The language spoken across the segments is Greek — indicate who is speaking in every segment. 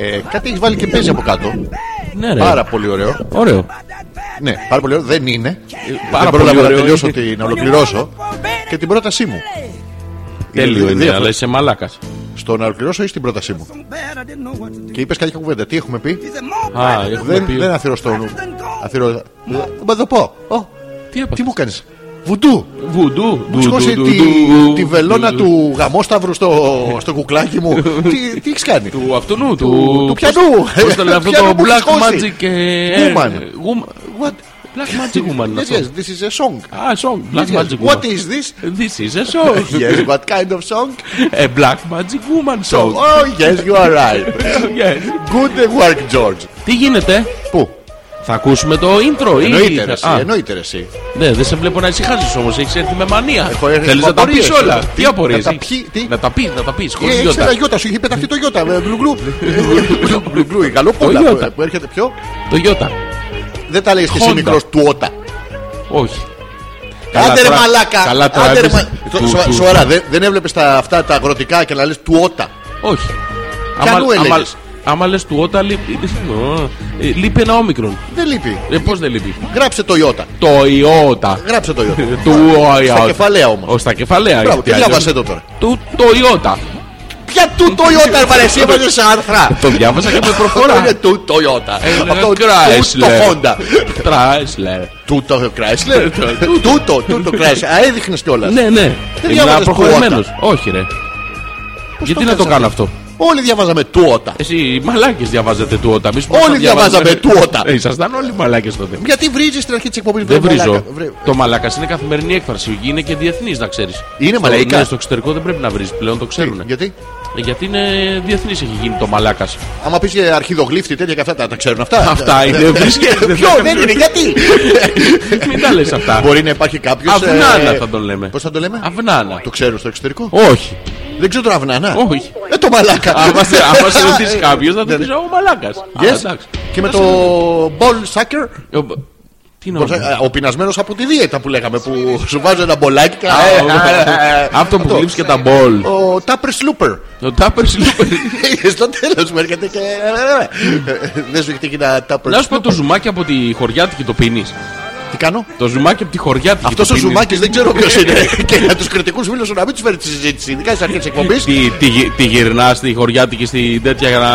Speaker 1: Ε, κάτι έχεις βάλει και παίζει από κάτω.
Speaker 2: Ναι, ρε.
Speaker 1: Πάρα πολύ ωραίο.
Speaker 2: Ωραίο.
Speaker 1: Ναι, πάρα πολύ ωραίο. Δεν είναι.
Speaker 2: πάρα
Speaker 1: δεν
Speaker 2: πολύ
Speaker 1: πρόλαβα να
Speaker 2: ωραίο
Speaker 1: τελειώσω
Speaker 2: είναι.
Speaker 1: την, να ολοκληρώσω και την πρότασή μου.
Speaker 2: Τέλειο είναι,
Speaker 1: Δύο-
Speaker 2: αλλά είσαι μαλάκας.
Speaker 1: Στο να ολοκληρώσω ή στην πρότασή μου. Και είπες καλή κουβέντα. Τι έχουμε πει.
Speaker 2: Α, έχουμε
Speaker 1: Δεν,
Speaker 2: πει.
Speaker 1: δεν αθυρώ στο νου. Αθυρώ. Μα το πω. Ω,
Speaker 2: Τι
Speaker 1: Τι
Speaker 2: έπαθες?
Speaker 1: μου κάνεις. Βουντού.
Speaker 2: Βουντού.
Speaker 1: Μου
Speaker 2: Ντου,
Speaker 1: σηκώσει
Speaker 2: ντου,
Speaker 1: τη,
Speaker 2: ντου,
Speaker 1: τη
Speaker 2: ντου,
Speaker 1: βελόνα
Speaker 2: ντου,
Speaker 1: του γαμόσταυρου στο, στο κουκλάκι μου. τι τι έχεις κάνει.
Speaker 2: Του αυτού νου,
Speaker 1: του
Speaker 2: του.
Speaker 1: πιανού.
Speaker 2: Πώς το λένε αυτό
Speaker 1: Πιανού
Speaker 2: το
Speaker 1: που
Speaker 2: Black
Speaker 1: σηκώσει.
Speaker 2: Magic. ε,
Speaker 1: Woman.
Speaker 2: Woman.
Speaker 1: What?
Speaker 2: Black Magic Woman. είναι
Speaker 1: Yes,
Speaker 2: αυτό.
Speaker 1: yes, this is a song.
Speaker 2: Α, song. Black
Speaker 1: Yes,
Speaker 2: Magic
Speaker 1: What
Speaker 2: Woman.
Speaker 1: is this? Oh,
Speaker 2: This is a song.
Speaker 1: Yes, what kind of song?
Speaker 2: A Black Magic Woman song.
Speaker 1: Oh, yes, you are right.
Speaker 2: Yes.
Speaker 1: Good work, George.
Speaker 2: Τι γίνεται,
Speaker 1: Πού?
Speaker 2: θα ακούσουμε το intro ή.
Speaker 1: Εννοείται ρε εσύ,
Speaker 2: Α,
Speaker 1: εννοείται ρε εσύ.
Speaker 2: Ναι, δεν σε βλέπω να ησυχάζεις όμως, έχεις έρθει με μανία.
Speaker 1: Έχω έρθει
Speaker 2: Θέλεις
Speaker 1: με
Speaker 2: να τα
Speaker 1: απορίες,
Speaker 2: πεις όλα.
Speaker 1: τι,
Speaker 2: Τι απορίες.
Speaker 1: να τα πει, τι?
Speaker 2: Να τα πει, να τα πεις. Χωρίς
Speaker 1: Ε, Έχεις ένα
Speaker 2: γιώτα.
Speaker 1: γιώτα, σου είχε πεταχτεί το γιώτα. ε, Γκλουγκλού. Γκλουγκλού, η
Speaker 2: Το
Speaker 1: γαλοπούλα
Speaker 2: γιώτα.
Speaker 1: που- που έρχεται πιο.
Speaker 2: Το γιώτα.
Speaker 1: Δεν τα λέει και εσύ
Speaker 2: Honda.
Speaker 1: μικρός του ότα.
Speaker 2: Όχι. Καλά
Speaker 1: Άντε ρε
Speaker 2: τώρα-
Speaker 1: μαλάκα.
Speaker 2: καλά τώρα
Speaker 1: Άντε ρε
Speaker 2: έπαιζε.
Speaker 1: μα-
Speaker 2: Του-
Speaker 1: Το- σο-
Speaker 2: του-
Speaker 1: Σοβαρά, δεν- δεν έβλεπες τα- αυτά τα αγροτικά και να λες του ότα.
Speaker 2: Όχι.
Speaker 1: αλλού έλεγες.
Speaker 2: άμα, άμα λες του ότα, λείπει, ε, λείπει ένα όμικρον.
Speaker 1: Δεν λείπει.
Speaker 2: Ε, Πώς δεν λείπει.
Speaker 1: Γράψε το ιώτα.
Speaker 2: Το ιώτα.
Speaker 1: Γράψε το ιώτα.
Speaker 2: Του
Speaker 1: Στα
Speaker 2: ιώτα.
Speaker 1: κεφαλαία όμως.
Speaker 2: Ω, στα κεφαλαία.
Speaker 1: Μπράβο,
Speaker 2: γιατί
Speaker 1: τι
Speaker 2: αλλιώς-
Speaker 1: διάβασέ το τώρα.
Speaker 2: Του το ιώτα.
Speaker 1: Ποια του το ιώτα, ρε εσύ έβαζες σε άρθρα.
Speaker 2: Το διάβασα και με
Speaker 1: Αυτό
Speaker 2: προφορά.
Speaker 1: είναι του το ιώτα.
Speaker 2: Έλεγα
Speaker 1: Αυτό του το
Speaker 2: Chrysler.
Speaker 1: Honda.
Speaker 2: Chrysler.
Speaker 1: Του το Chrysler. Τούτο, τούτο Chrysler. Α, έδειχνες κιόλας.
Speaker 2: Ναι, ναι. Ήμουν
Speaker 1: διάβαζες του
Speaker 2: προχωρημένος. Όχι, ρε.
Speaker 1: Πώς
Speaker 2: Γιατί να το
Speaker 1: κάνεις
Speaker 2: κάνω
Speaker 1: αυτό?
Speaker 2: αυτό.
Speaker 1: Όλοι διαβάζαμε του ότα.
Speaker 2: Εσύ οι μαλάκες διαβάζετε του ότα. Εμείς πώς
Speaker 1: Όλοι
Speaker 2: θα
Speaker 1: διαβάζαμε
Speaker 2: διαβάζουμε-
Speaker 1: του ότα.
Speaker 2: Ε, Ήσασταν όλοι μαλάκες τότε.
Speaker 1: Γιατί βρίζεις στην αρχή της εκπομπής
Speaker 2: Δεν
Speaker 1: βρε
Speaker 2: βρίζω.
Speaker 1: μαλάκα, βρε.
Speaker 2: Το μαλάκας είναι καθημερινή έκφραση. Είναι και διεθνής, να ξέρεις.
Speaker 1: Είναι Ε, μαλαϊκά.
Speaker 2: στο εξωτερικό δεν πρέπει να βρει πλέον, το ξέρουν.
Speaker 1: Γιατί
Speaker 2: Γιατί είναι διεθνής έχει γίνει το μαλάκας.
Speaker 1: Άμα πεις ε, αρχιδογλύφτη τέτοια και αυτά τα τα ξέρουν αυτά. Ε,
Speaker 2: Αυτά είναι. βρίσκεται.
Speaker 1: Ποιο δεν είναι, γιατί.
Speaker 2: Μην τα λες αυτά.
Speaker 1: Μπορεί να υπάρχει κάποιος.
Speaker 2: Αυνάνα θα τον λέμε.
Speaker 1: Πώς θα το λέμε,
Speaker 2: Αυνάνα.
Speaker 1: Το ξέρουν στο εξωτερικό.
Speaker 2: Όχι.
Speaker 1: Δεν ξέρω τώρα αυνάνα.
Speaker 2: Όχι.
Speaker 1: Ε, το μαλάκα.
Speaker 2: Άμα σε άμα σε ρωτήσει
Speaker 1: Ε,
Speaker 2: κάποιος, θα
Speaker 1: ναι,
Speaker 2: του πει Ο μαλάκα.
Speaker 1: ναι. Yes. Και με το ball sucker,
Speaker 2: Ε, Τι να πω.
Speaker 1: ο πεινασμένος από τη δίαιτα που λέγαμε, που σου βάζω ένα μπολάκι. και-
Speaker 2: Α,
Speaker 1: ε,
Speaker 2: ο-
Speaker 1: ε, ε,
Speaker 2: Αυτό που λείψει και τα μπολ.
Speaker 1: Ο Tupper Slooper.
Speaker 2: Το τάπερ
Speaker 1: Στο τέλος μου έρχεται και. Ε, Δεν σου έχει τύχει να Tupper
Speaker 2: Να σου πω
Speaker 1: Slooper.
Speaker 2: το ζουμάκι από τη χωριάτικη το πίνει.
Speaker 1: Τι κάνω.
Speaker 2: Το ζουμάκι από τη χωριάτικη.
Speaker 1: Αυτό
Speaker 2: το
Speaker 1: ο
Speaker 2: πίνεις.
Speaker 1: Ζουμάκης δεν ξέρω ποιος είναι. Και για τους κριτικούς φίλους σου να μην τους φέρει τη συζήτηση, ειδικά στις αρχές της εκπομπής.
Speaker 2: Τι, τι, γυ- τι γυρνά στη χωριάτικη στην τέτοια για να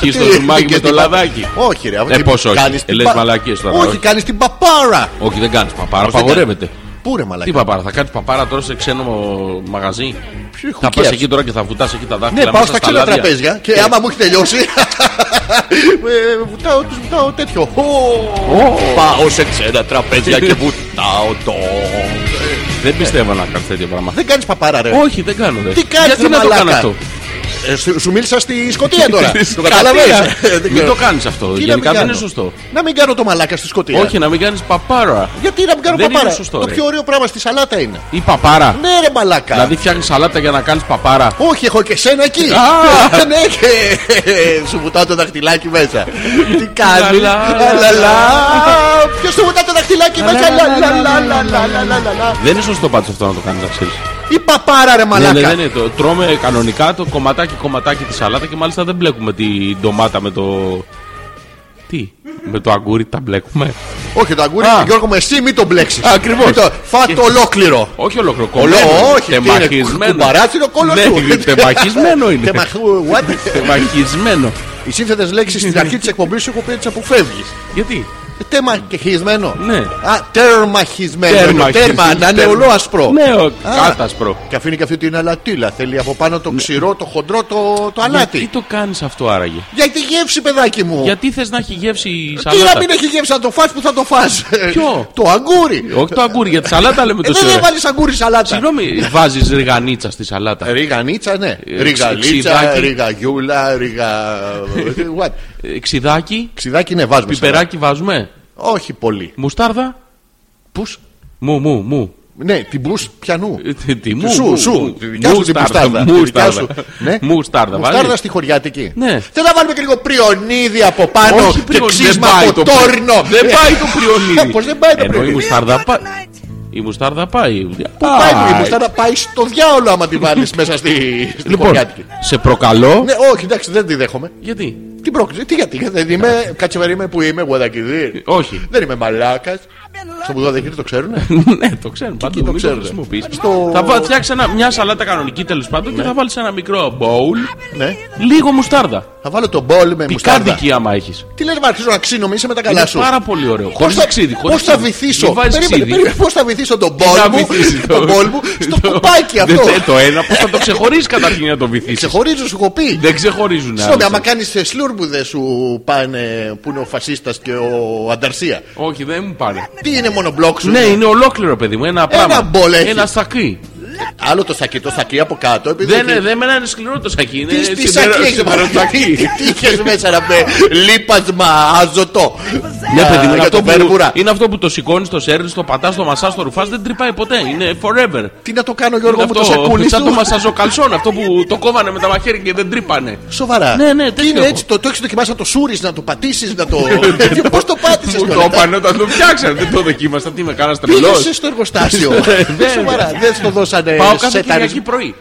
Speaker 2: πιεις το ζουμάκι με το λαδάκι.
Speaker 1: Όχι, ρε.
Speaker 2: Ε, πώς όχι.
Speaker 1: κάνεις την
Speaker 2: Ε, λες
Speaker 1: πα-
Speaker 2: μαλακίες τώρα,
Speaker 1: Όχι,
Speaker 2: όχι.
Speaker 1: κάνεις την παπάρα.
Speaker 2: Όχι, δεν κάνεις παπάρα,
Speaker 1: δεν
Speaker 2: απαγορεύεται.
Speaker 1: Πού ρε
Speaker 2: Τι
Speaker 1: μαλακά.
Speaker 2: παπάρα, θα κάνεις παπάρα τώρα σε ξένο μαγαζί.
Speaker 1: Ποιο
Speaker 2: Θα πα
Speaker 1: χουκέας.
Speaker 2: εκεί τώρα και θα βουτάς εκεί τα δάχτυλα.
Speaker 1: Ναι, πάω
Speaker 2: μέσα
Speaker 1: στα ξένα
Speaker 2: λάδια.
Speaker 1: τραπέζια και άμα μου έχει τελειώσει. ε, Βουτάω, τους βουτάω τέτοιο. Ω, Πάω σε ξένα τραπέζια και βουτάω το.
Speaker 2: Δεν πιστεύω να κάνεις τέτοιο πράγμα.
Speaker 1: Δεν κάνεις παπάρα, ρε.
Speaker 2: Όχι, δεν κάνω. ρε.
Speaker 1: Ε. Τι κάνεις, ρε
Speaker 2: Γιατί να το
Speaker 1: μαλάκα.
Speaker 2: κάνω αυτό.
Speaker 1: Ε, σου- Σου μίλησα στη Σκωτία τώρα.
Speaker 2: Στην
Speaker 1: Το
Speaker 2: Σκωτία.
Speaker 1: καταλαβαίνεις. Ε, δεν
Speaker 2: Μην
Speaker 1: ξέρω.
Speaker 2: το κάνεις αυτό.
Speaker 1: Τι να
Speaker 2: Γενικά
Speaker 1: μην
Speaker 2: δεν
Speaker 1: κάνω.
Speaker 2: είναι σωστό.
Speaker 1: Να μην κάνω το μαλάκα στη Σκωτία.
Speaker 2: Όχι, να μην κάνεις παπάρα.
Speaker 1: Γιατί να μην κάνω
Speaker 2: Δεν
Speaker 1: παπάρα.
Speaker 2: είναι σωστό,
Speaker 1: το
Speaker 2: ρε.
Speaker 1: πιο ωραίο πράγμα στη σαλάτα είναι.
Speaker 2: Ή παπάρα.
Speaker 1: Ναι, ρε μαλάκα.
Speaker 2: Δηλαδή φτιάχνεις σαλάτα για να κάνεις παπάρα.
Speaker 1: Όχι, έχω και σένα εκεί.
Speaker 2: Α!
Speaker 1: ναι, και σου βουτάω το δαχτυλάκι μέσα. Τι κάνεις.
Speaker 2: Λα, λα, λα,
Speaker 1: Ποιος σου βουτά το δαχτυλάκι μέσα. Λα, λα, λα, λα, λα, λα, λα, λα, λα.
Speaker 2: Δεν είναι σωστό πάντως αυτό να το κάνεις, να ξέρεις.
Speaker 1: Η παπάρα, ρε
Speaker 2: Ναι, ναι, δεν
Speaker 1: μαλάκα.
Speaker 2: είναι. Το, τρώμε κανονικά το κομματάκι κομματάκι της σαλάτα και μάλιστα δεν μπλέκουμε την ντομάτα με το. Τι, με το αγκούρι τα μπλέκουμε.
Speaker 1: Όχι, το αγκούρι,
Speaker 2: Α.
Speaker 1: Γιώργο, μου, εσύ μην τον μπλέξεις.
Speaker 2: Ακριβώς. Ναι,
Speaker 1: Φά το ολόκληρο.
Speaker 2: Όχι ολοκληρωμένο.
Speaker 1: Όλο, όχι,
Speaker 2: τεμαχισμένο.
Speaker 1: Κουμπαράτσινο κόλλο
Speaker 2: Ναι,
Speaker 1: σου.
Speaker 2: είναι τεμαχισμένο είναι.
Speaker 1: Τεμαχού, what?
Speaker 2: Τεμαχισμένο.
Speaker 1: Οι σύνθετες λέξεις στην αρχή της εκπομπής σου έχω πει έτσι αποφεύγει.
Speaker 2: Γιατί.
Speaker 1: Τεμαχισμένο.
Speaker 2: Ναι.
Speaker 1: Α, τερμαχισμένο. Τέρμα,
Speaker 2: Τερμαχισμένο.
Speaker 1: τέρμα να είναι
Speaker 2: Τέρμα.
Speaker 1: ολό ασπρό.
Speaker 2: Ναι, ο-
Speaker 1: Α.
Speaker 2: κάτασπρο.
Speaker 1: Και αφήνει και αυτή την αλατήλα. Θέλει από πάνω το ξηρό, το χοντρό, το, το
Speaker 2: Τι
Speaker 1: αλάτι.
Speaker 2: το κάνεις αυτό άραγε.
Speaker 1: Για τη γεύση, παιδάκι μου.
Speaker 2: Γιατί θες να έχει γεύση η
Speaker 1: Τι να
Speaker 2: σαλάτα.
Speaker 1: μην έχει γεύση, να το φας που θα το φας
Speaker 2: Ποιο?
Speaker 1: το αγκούρι.
Speaker 2: Όχι το αγκούρι, για τη σαλάτα λέμε
Speaker 1: Ε,
Speaker 2: το
Speaker 1: δεν δεν
Speaker 2: σιωρέ.
Speaker 1: βάλει αγκούρι σαλάτα.
Speaker 2: Συγγνώμη, βάζεις ριγανίτσα στη σαλάτα.
Speaker 1: Ριγανίτσα, ναι.
Speaker 2: Ε,
Speaker 1: Ριγαλίτσα,
Speaker 2: ξιδάκι.
Speaker 1: ριγαγιούλα, ριγα. What?
Speaker 2: Ε, Ξιδάκι,
Speaker 1: Ξιδάκι, ναι, βάζουμε. σαλάτα.
Speaker 2: πιπεράκι βάζουμε.
Speaker 1: Όχι πολύ.
Speaker 2: Μουστάρδα. Πού. Μου, μου, μου.
Speaker 1: Ναι, την μπου πιανού.
Speaker 2: Ε, τι- Τι μου.
Speaker 1: Σου,
Speaker 2: μου,
Speaker 1: σου.
Speaker 2: μου.
Speaker 1: Τη δικιά σου την
Speaker 2: Μουστάρδα,
Speaker 1: μουστάρδα. Τη δικιά σου.
Speaker 2: Μουστάρδα.
Speaker 1: Ναι.
Speaker 2: Μουστάρδα.
Speaker 1: Μουστάρδα
Speaker 2: βάλεις.
Speaker 1: στη χωριάτικη.
Speaker 2: Ναι.
Speaker 1: Θέλω να βάλουμε και λίγο πριονίδι από πάνω
Speaker 2: Όχι
Speaker 1: και
Speaker 2: πριον- δεν
Speaker 1: ξύσμα
Speaker 2: πάει
Speaker 1: από
Speaker 2: το πρι-
Speaker 1: τόρνο.
Speaker 2: Δεν πάει το πριονίδι.
Speaker 1: Ε.
Speaker 2: Ε,
Speaker 1: Πώς δεν πάει το
Speaker 2: Ενώ η
Speaker 1: πριονίδι.
Speaker 2: μουστάρδα πα- Η μουστάρδα πάει.
Speaker 1: Ε, Πού πάει η μουστάρδα, πάει στο διάολο άμα τη βάλεις μέσα στη, στην
Speaker 2: Λοιπόν,
Speaker 1: χωριάτικη.
Speaker 2: σε προκαλώ.
Speaker 1: Ναι, όχι, εντάξει, δεν τη δέχομαι.
Speaker 2: Γιατί.
Speaker 1: Τι πρόκληση, τι γιατί, γιατί δεν είμαι, κάτσε με, είμαι που είμαι, γουαδακιδί.
Speaker 2: Όχι.
Speaker 1: Δεν είμαι μαλάκας. Στο που δεν το ξέρουν.
Speaker 2: ναι, το ξέρουν. Πάντω
Speaker 1: το
Speaker 2: το
Speaker 1: ξέρουν.
Speaker 2: χρησιμοποιείς.
Speaker 1: Στο-
Speaker 2: Θα βα- φτιάξεις ένα- μια σαλάτα κανονική τέλος πάντων και θα βάλεις ένα μικρό μπόουλ.
Speaker 1: ναι.
Speaker 2: Λίγο μουστάρδα.
Speaker 1: Θα βάλω τον μπολ με μουστάρδα.
Speaker 2: Πικάρδικη άμα έχεις.
Speaker 1: Τι λες, μα αρχίζω να ξύνω, είσαι με τα καλά
Speaker 2: Είναι
Speaker 1: σου.
Speaker 2: πάρα πολύ ωραίο. Χωρίς
Speaker 1: θα-
Speaker 2: ξύδι.
Speaker 1: πώς θα βυθίσω. Περίμενε, περίμενε, Πώς θα βυθίσω τον μπολ μου, τον μπολ μου στο κουπάκι αυτό.
Speaker 2: Το ένα, πώς θα το ξεχωρίσει καταρχήν να το βυθίσεις.
Speaker 1: Ξεχωρίζω, σου έχω πει.
Speaker 2: Δεν ξεχωρίζουν.
Speaker 1: Συγγνώμη,
Speaker 2: άλλωστε.
Speaker 1: άμα κάνει σλουρ που δεν σου πάνε που είναι ο φασίστας και ο Ανταρσία.
Speaker 2: Όχι, δεν μου πάρει.
Speaker 1: Τι είναι μόνο μπλοκ σου.
Speaker 2: Ναι, είναι ολόκληρο παιδί μου. Ένα πράγμα.
Speaker 1: μπολ έχει.
Speaker 2: Ένα σακί.
Speaker 1: Άλλο το σακί, το σακί από κάτω. Επειδή
Speaker 2: Δεν
Speaker 1: έχει-
Speaker 2: είναι, δεν μένα είναι σκληρό το σακί. Είναι
Speaker 1: Τι τι
Speaker 2: σιδερο-
Speaker 1: σακί έχεις
Speaker 2: σιδερο-
Speaker 1: μέσα, Τι είχες μέσα να με λίπασμα αζωτό.
Speaker 2: Ναι, παιδί μου, είναι
Speaker 1: για
Speaker 2: αυτό
Speaker 1: τον Μπέρμπουρα.
Speaker 2: που, είναι αυτό που το σηκώνεις, το σέρνεις, το πατάς, το μασάς, το ρουφάς, δεν τρυπάει ποτέ. Είναι forever.
Speaker 1: Τι να το κάνω Γιώργο μου,
Speaker 2: αυτό,
Speaker 1: το σακούλι
Speaker 2: σαν το
Speaker 1: σου.
Speaker 2: μασαζοκαλσόν, αυτό που το κόβανε με τα μαχαίρια και δεν τρύπανε.
Speaker 1: Σοβαρά.
Speaker 2: Ναι, ναι,
Speaker 1: Τι
Speaker 2: τέτοιο
Speaker 1: είναι
Speaker 2: έχω.
Speaker 1: έτσι, το, το έχεις δοκιμάσει να το σούρεις, να το πατήσεις, να το... Πώς το πάτησες
Speaker 2: Μου το
Speaker 1: Γιώργο?
Speaker 2: είπαν όταν το φτιάξανε, δεν το δοκίμασα. Τι με κάνα τρελό.
Speaker 1: Πήγες στο εργοστάσιο. Ε,
Speaker 2: Δεν-
Speaker 1: Σοβαρά, δεν στο δώσανε
Speaker 2: Πάω κάθε
Speaker 1: σε
Speaker 2: Κυριακή πρωί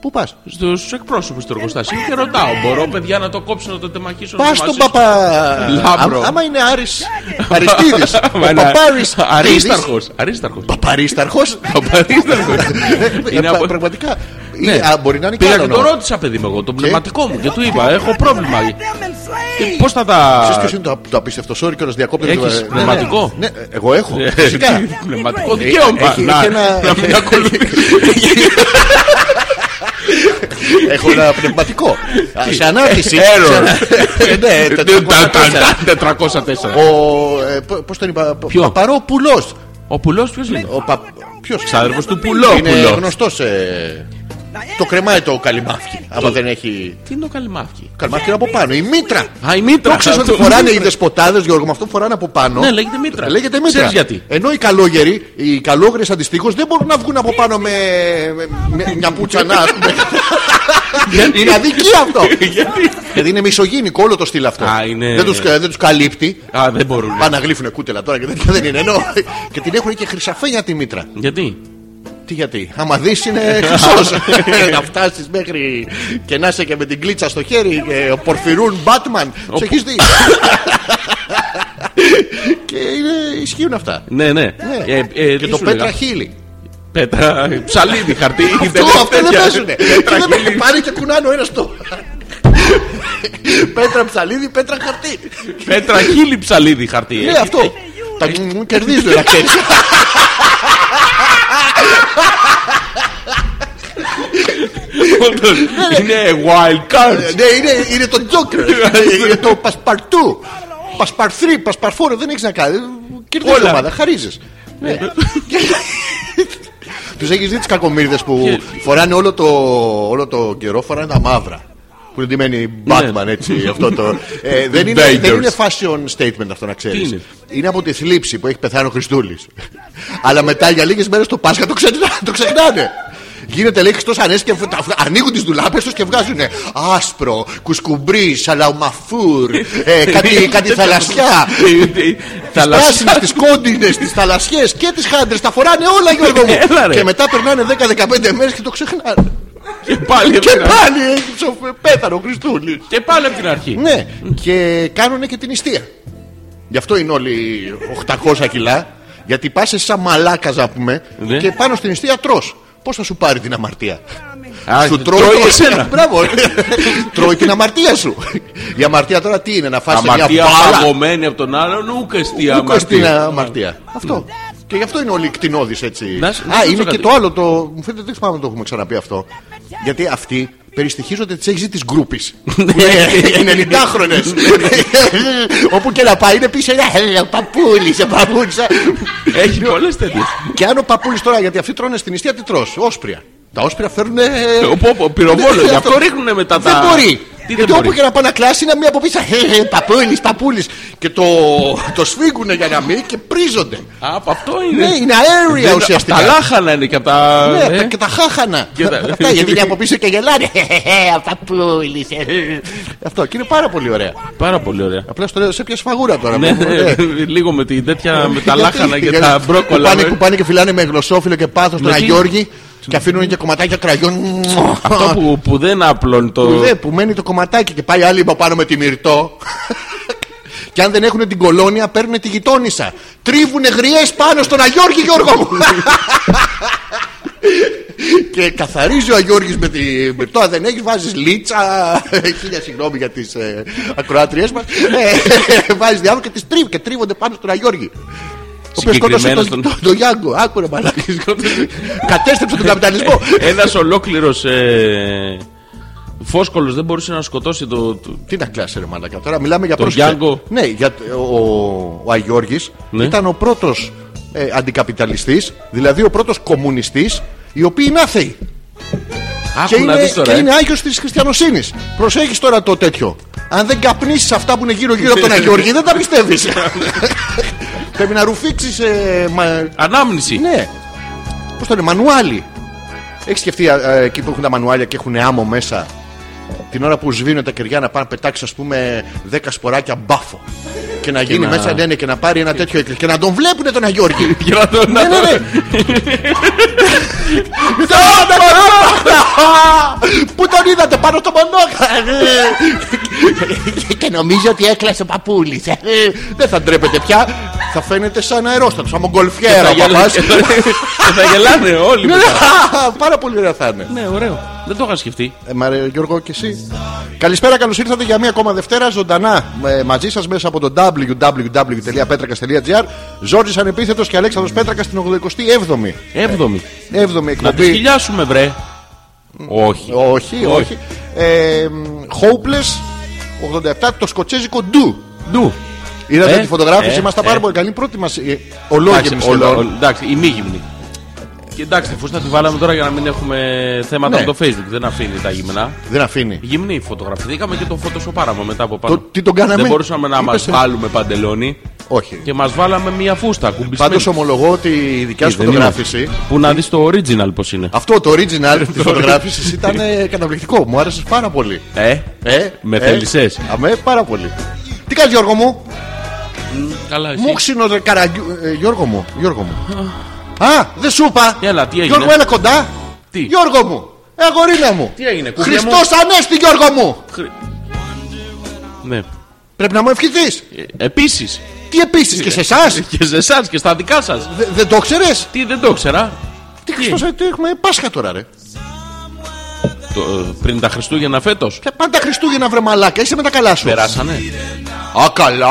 Speaker 1: Πού πας.
Speaker 2: στους εκπρόσωπους του εργοστασίου και ρωτάω: Μπορώ, παιδιά, να το κόψω, να το τεμαχίσω. να το
Speaker 1: Πας στον
Speaker 2: μαζίσω?»
Speaker 1: παπα...
Speaker 2: Λάμπρο.
Speaker 1: Άμα- Άμα είναι Άρης Αριστίδης. Ο
Speaker 2: Μα ένα-
Speaker 1: παπάρης
Speaker 2: Αρίσταρχος. Αρίσταρχος.
Speaker 1: Παπαρίσταρχος.
Speaker 2: Παπαρίσταρχος. Είναι
Speaker 1: Πα-
Speaker 2: από-
Speaker 1: Ε, Πραγματικά.
Speaker 2: Ναι.
Speaker 1: Ε, α, Μπορεί να είναι
Speaker 2: Πήγα και
Speaker 1: κάνονο.
Speaker 2: το ρώτησα, παιδί μου, εγώ, τον πνευματικό μου και του είπα: Έχω πρόβλημα. Πώς θα
Speaker 1: Ξέρεις
Speaker 2: τα.
Speaker 1: ποιος είναι το, το απίστευτο σόρι και ο διακόπτη.
Speaker 2: Έχεις πνευματικό?
Speaker 1: Ναι, ναι, εγώ έχω. Φυσικά.
Speaker 2: Ε, Πνευματικό δικαίωμα.
Speaker 1: έχει-
Speaker 2: Να
Speaker 1: έχει ένα-
Speaker 2: να μην ακολουθεί.
Speaker 1: έχω ένα πνευματικό. Α, σε ανάρτηση.
Speaker 2: Error.
Speaker 1: Σε ανα- Ε, ναι,
Speaker 2: Τα- τα-
Speaker 1: τετρακόσια.
Speaker 2: τα- 404.
Speaker 1: Ο. ε, πο- Πώς τον είπα.
Speaker 2: Ποιο?
Speaker 1: Παπαρόπουλος.
Speaker 2: Ο πουλός ποιος είναι.
Speaker 1: Ο πα- Ποιος
Speaker 2: Ξάδερφος του
Speaker 1: Είναι
Speaker 2: Πουλόπουλος.
Speaker 1: γνωστός ε, Το κρεμάει το καλυμάφι. Άμα δεν έχει.
Speaker 2: Τι είναι το καλυμάφι.
Speaker 1: Καλυμάφι είναι από πάνω. Η μήτρα.
Speaker 2: Α, η μήτρα.
Speaker 1: Το ξέρει ότι
Speaker 2: Αυτό-
Speaker 1: φοράνε οι δεσποτάδες Γιώργο, με αυτό φοράνε από πάνω.
Speaker 2: Ναι, λέγεται μήτρα.
Speaker 1: Λέγεται μήτρα.
Speaker 2: Ξέρεις γιατί.
Speaker 1: Ενώ οι καλόγεροι, οι καλόγερε αντιστοίχως δεν μπορούν να βγουν από πάνω με, με- με μια πουτσανά. ας πούμε.
Speaker 2: Ναι.
Speaker 1: είναι αδικία αυτό. Γιατί είναι μισογίνικο όλο το στυλ αυτό.
Speaker 2: Α, είναι-
Speaker 1: Δεν τους δεν τους καλύπτει.
Speaker 2: Α, δεν μπορούν.
Speaker 1: Πάνε να γλύφουν κούτελα τώρα και τέτοια δεν είναι. Ενώ και την έχουν και χρυσαφένια τη μήτρα.
Speaker 2: Γιατί.
Speaker 1: Τι γιατί, άμα δεις είναι χρυσός. να φτάσεις μέχρι και να είσαι και με την κλίτσα στο χέρι και ο Πορφυρούν Μπάτμαν. Του έχεις δει. και είναι, ισχύουν αυτά.
Speaker 2: Ναι, ναι.
Speaker 1: Ναι.
Speaker 2: Ε, ε,
Speaker 1: και
Speaker 2: τι
Speaker 1: το
Speaker 2: σου λέγα.
Speaker 1: Πέτρα Χίλι.
Speaker 2: Πέτρα. ε, Ψαλίδι, χαρτί.
Speaker 1: Αυτό, αυτό δεν παίζουν.
Speaker 2: Πέτρα χείλη.
Speaker 1: Πάρει και κουνάνε ο ένα το. πέτρα ψαλίδι, πέτρα χαρτί.
Speaker 2: Πέτρα χίλι ψαλίδι, χαρτί.
Speaker 1: Ναι, αυτό. Τα
Speaker 2: ε.
Speaker 1: μου κερδίζουν να ξέρει.
Speaker 2: Ε, Όντως, Είναι wild card.
Speaker 1: Ναι, είναι, είναι το Τζόκερ. είναι το Πασπαρτού. Πασπαρθρί, Πασπαρφόρο, δεν έχεις να κάνεις. Κερδίζεις
Speaker 2: Όλα. Ναι.
Speaker 1: την ομάδα, Ε, χαρίζει. Τους έχεις δει τις κακομίρδε που φοράνε όλο το, όλο το καιρό, φοράνε τα μαύρα. Που είναι ντυμένοι
Speaker 2: Ναι.
Speaker 1: Batman έτσι. αυτό το, ε, δεν, είναι, δεν
Speaker 2: Dangerous.
Speaker 1: είναι fashion statement αυτό να ξέρεις.
Speaker 2: Τι είναι?
Speaker 1: είναι από τη θλίψη που έχει πεθάνει ο Χριστούλης. Αλλά μετά για λίγες μέρες το Πάσχα το, ξεχνά- το ξεχνάνε. Γίνεται λέει Χριστό Ανέστη και τα- ανοίγουν τις ντουλάπες τους και βγάζουν ε, άσπρο, κουσκουμπρί, σαλαουμαφούρ, ε, κάτι, κάτι θαλασσιά.
Speaker 2: Ε,
Speaker 1: Ναι.
Speaker 2: ε, Θαλασσιά.
Speaker 1: Πράσινα, τις κόντινες, τις θαλασσιές και τις χάντρες. Τα φοράνε όλα, Γιώργο μου.
Speaker 2: Έλα, ρε.
Speaker 1: και μετά περνάνε 10-15 μέρες και το ξεχνάνε.
Speaker 2: Και πάλι
Speaker 1: και
Speaker 2: απ' την αρχή.
Speaker 1: πάλι έχει ψοφ- πέθανε ο Χριστούλης.
Speaker 2: Και πάλι από την αρχή.
Speaker 1: ναι, και κάνουν και την ιστία. Γι' αυτό είναι όλοι 800 κιλά. Γιατί πα σαν μαλάκας, να πούμε,
Speaker 2: Ναι.
Speaker 1: και πάνω στην ιστία τρώ. Πώς θα σου πάρει την αμαρτία.
Speaker 2: Α,
Speaker 1: σου τρώει,
Speaker 2: τρώει
Speaker 1: το-
Speaker 2: εσένα.
Speaker 1: Μπράβο. τρώει την αμαρτία σου. Η αμαρτία τώρα τι είναι, να φάσει μια
Speaker 2: Αμαρτία
Speaker 1: μπάλα.
Speaker 2: παγωμένη από τον άλλον, ούκεστη
Speaker 1: Ούκο στην
Speaker 2: αμαρτία.
Speaker 1: αμαρτία. Αυτό. Και γι' αυτό είναι όλοι κτηνώδεις έτσι.
Speaker 2: Να- να σου
Speaker 1: Α,
Speaker 2: ρωτήσω
Speaker 1: είναι και
Speaker 2: κάτι.
Speaker 1: το άλλο. Το... Μου φαίνεται δεν θυμάμαι να το έχουμε ξαναπεί αυτό. Γιατί αυτοί περιστοιχίζονται τις έχεις τη γκρούπη.
Speaker 2: Ναι.
Speaker 1: Είναι 90χρονε. Όπου και να πάει είναι πίσω. «Ε, Έλα, παππούλη, σε παππούλησα.
Speaker 2: Έχει πολλές τέτοιες.
Speaker 1: και αν ο παππούλης τώρα, γιατί αυτοί τρώνε στην νηστεία, τι τρώ. Όσπρια. Τα όσπρια φέρνουν.
Speaker 2: Ε, Οπό, πυροβόλο.
Speaker 1: Ναι,
Speaker 2: Γι'
Speaker 1: αυτό-
Speaker 2: αυτό ρίχνουνε μετά τα.
Speaker 1: Δεν μπορεί.
Speaker 2: Γιατί
Speaker 1: Γιατί
Speaker 2: δεν
Speaker 1: όπου
Speaker 2: μπορεί.
Speaker 1: και να πάνε να κλάσει είναι μία από πίσω. Χε, παπούλη, παπούλη. ε, Και το, το σφίγγουνε για να μην και πρίζονται.
Speaker 2: Α, από αυτό είναι.
Speaker 1: Ναι, είναι αέρια
Speaker 2: Δεν-
Speaker 1: ουσιαστικά.
Speaker 2: Τα λάχανα είναι και από τα.
Speaker 1: Ναι,
Speaker 2: ε.
Speaker 1: απ' τα- και τα χάχανα.
Speaker 2: Και τα-
Speaker 1: Αυτά, γιατί είναι από πίσω και γελάνε. Ε, Παπούλη. ε.
Speaker 2: Ε.
Speaker 1: Αυτό και είναι πάρα πολύ ωραία.
Speaker 2: Πάρα πολύ ωραία.
Speaker 1: Απλά στο λέω σε πια σφαγούρα τώρα.
Speaker 2: Ναι,
Speaker 1: μου,
Speaker 2: ναι,
Speaker 1: ναι.
Speaker 2: λίγο με την τέτοια, με τα
Speaker 1: Γιατί-
Speaker 2: λάχανα και
Speaker 1: γιατί
Speaker 2: τα μπρόκολα. ε.
Speaker 1: Κουπάνε,
Speaker 2: με-
Speaker 1: κουπάνε και φυλάνε με γλωσσόφιλο και πάθος τον
Speaker 2: Με τι-
Speaker 1: Αγιώργη και αφήνουν και κομματάκια κραγιών.
Speaker 2: Αυτό που, που δεν απλώνει το.
Speaker 1: Που δε, που μένει το κομματάκι και πάει άλλη από πάνω με τη μυρτό. και αν δεν έχουν την κολόνια, παίρνουν τη γειτόνισσα. Τρίβουνε γριές πάνω στον Αγιώργη Γιώργο μου. και καθαρίζει ο Αγιώργης με τη μυρτό. Αν δεν έχεις, βάζεις λίτσα. Χίλια συγγνώμη για τις ε, ακροάτριές μας. βάζει διάφορα και τις τρίβει και τρίβονται πάνω στον Αγιώργη. Ο οποίος
Speaker 2: Συγκεκριμένα
Speaker 1: σκότωσε τον,
Speaker 2: στον-
Speaker 1: τον, τον Γιάνγκο. Άκουρε μαλάκι. Κατέστρεψε τον καπιταλισμό.
Speaker 2: Ένας ολόκληρος ε, φόσκολος δεν μπορούσε να σκοτώσει το. το-
Speaker 1: Τι να κλάσει ρε μαλακά τώρα, μιλάμε για
Speaker 2: Το
Speaker 1: πρόσεξε.
Speaker 2: Django.
Speaker 1: Ναι, για, ο, ο Αγιώργης
Speaker 2: Ναι.
Speaker 1: ήταν ο πρώτος ε, αντικαπιταλιστής, δηλαδή ο πρώτος κομμουνιστής, οι οποίοι είναι άθεοι.
Speaker 2: Άκου
Speaker 1: και
Speaker 2: να
Speaker 1: είναι,
Speaker 2: δεις τώρα.
Speaker 1: και
Speaker 2: ε.
Speaker 1: είναι άγιος της χριστιανοσύνης. Προσέχεις τώρα το τέτοιο. Αν δεν καπνίσεις αυτά που είναι γύρω-γύρω από τον Αγιώργη, δεν τα πιστεύεις. Πρέπει να ρουφήξεις... Ε, μα,
Speaker 2: Ανάμνηση.
Speaker 1: ναι. Πώς το λένε, μανουάλι. Έχεις σκεφτεί ε, ε, εκεί που έχουν τα μανουάλια και έχουν άμμο μέσα. Την ώρα που σβήνουν τα κεριά να πάνε να πετάξει, ας πούμε, 10 σποράκια μπάφο. Και να γίνει
Speaker 2: να-
Speaker 1: μέσα, ναι, ναι, και να πάρει ένα τέτοιο έκλειο. Και να τον βλέπουνε τον Αγιώργη.
Speaker 2: Για να το-
Speaker 1: ναι,
Speaker 2: να
Speaker 1: ναι,
Speaker 2: το-
Speaker 1: ναι. Πού τον είδατε πάνω στο μονόχα. Και νομίζω ότι έκλασε ο παππούλη. Δεν θα ντρέπετε πια. Θα φαίνεται σαν αερόστατος, σαν μογκολφιέρα.
Speaker 2: Θα
Speaker 1: ο
Speaker 2: γελά-
Speaker 1: παπάς.
Speaker 2: και θα- και θα γελάνε όλοι.
Speaker 1: Ναι,
Speaker 2: μετά.
Speaker 1: α, Πάρα πολύ ωραία θα είναι.
Speaker 2: Ναι, ωραίο. Δεν το είχα σκεφτεί.
Speaker 1: Ε, μα, ρε, Γιώργο και εσύ. Καλησπέρα, καλώς ήρθατε για μία ακόμα Δευτέρα ζωντανά ε, μαζί σας μέσα από το www.petrakas.gr. Ζόρι Ανεπίθετος και Αλέξανδρος Πέτρακας στην 87η.
Speaker 2: Έβδομη.
Speaker 1: 7η
Speaker 2: Να τη
Speaker 1: εκπομπή.
Speaker 2: χιλιάσουμε, βρε. Όχι.
Speaker 1: Όχι, όχι.
Speaker 2: Όχι.
Speaker 1: Ε, μ, Hopeless 87 το σκοτσέζικο ντου.
Speaker 2: Ντου.
Speaker 1: Είδατε
Speaker 2: Ε,
Speaker 1: τη φωτογράφηση,
Speaker 2: ε,
Speaker 1: ήμασταν πάρα
Speaker 2: ε.
Speaker 1: πολύ καλή. Πρώτη μας
Speaker 2: Εντάξει,
Speaker 1: ολόγεμη
Speaker 2: ολο-
Speaker 1: σχεδόν.
Speaker 2: ολο- Εντάξει, η μη γυμνή. Και εντάξει, εφόσον θα τη βάλαμε τώρα για να μην έχουμε θέματα
Speaker 1: Ναι.
Speaker 2: από το Facebook, δεν αφήνει τα γυμνά.
Speaker 1: Δεν αφήνει.
Speaker 2: Γυμνή φωτογραφηθήκαμε και το φωτοσοπάραμε μετά από πάνω.
Speaker 1: Το- τι τον κάναμε?
Speaker 2: Λοιπόν, Δεν μπορούσαμε να μα
Speaker 1: Είπες, ε.
Speaker 2: βάλουμε παντελόνι
Speaker 1: Όχι.
Speaker 2: και μας βάλαμε μία φούστα κουμπισμένη.
Speaker 1: Πάντως ομολογώ ότι η δικιά σου
Speaker 2: Δεν είναι.
Speaker 1: φωτογράφηση
Speaker 2: Που να δεις το original πώς είναι.
Speaker 1: Αυτό το original της φωτογράφησης ήταν ε, καταπληκτικό. Μου άρεσες πάρα πολύ.
Speaker 2: Ε,
Speaker 1: Ε,
Speaker 2: Με
Speaker 1: ε,
Speaker 2: θέλησες.
Speaker 1: Αμέ, πάρα πολύ. Τι κάνεις, Γιώργο μου,
Speaker 2: καλά, εσύ.
Speaker 1: μου ξύνο ρε καραγκιού. ε, Γιώργο μου, Γιώργο μου. Α, δεν σου είπα.
Speaker 2: Έλα, τι έγινε?
Speaker 1: Γιώργο, έλα κοντά.
Speaker 2: Τι?
Speaker 1: Γιώργο μου, ε, αγορίνα μου.
Speaker 2: Τι έγινε, κούκλα
Speaker 1: Χριστός ανέστη, Γιώργο μου.
Speaker 2: Ναι.
Speaker 1: Πρέπει να μου ευχηθείς.
Speaker 2: Επίσης
Speaker 1: Τι επίσης και σε εσάς.
Speaker 2: και σε εσάς και στα δικά σας.
Speaker 1: Δεν το ξέρες.
Speaker 2: ε, Τι δεν το ξέρα.
Speaker 1: Τι Χριστό, τι έχουμε Πάσχα τώρα, ρε.
Speaker 2: Το, ε, πριν τα Χριστούγεννα φέτος.
Speaker 1: Πια Πάντα Χριστούγεννα βρε μαλάκα, είσαι με τα καλά σου.
Speaker 2: Περάσανε.
Speaker 1: Α, καλά!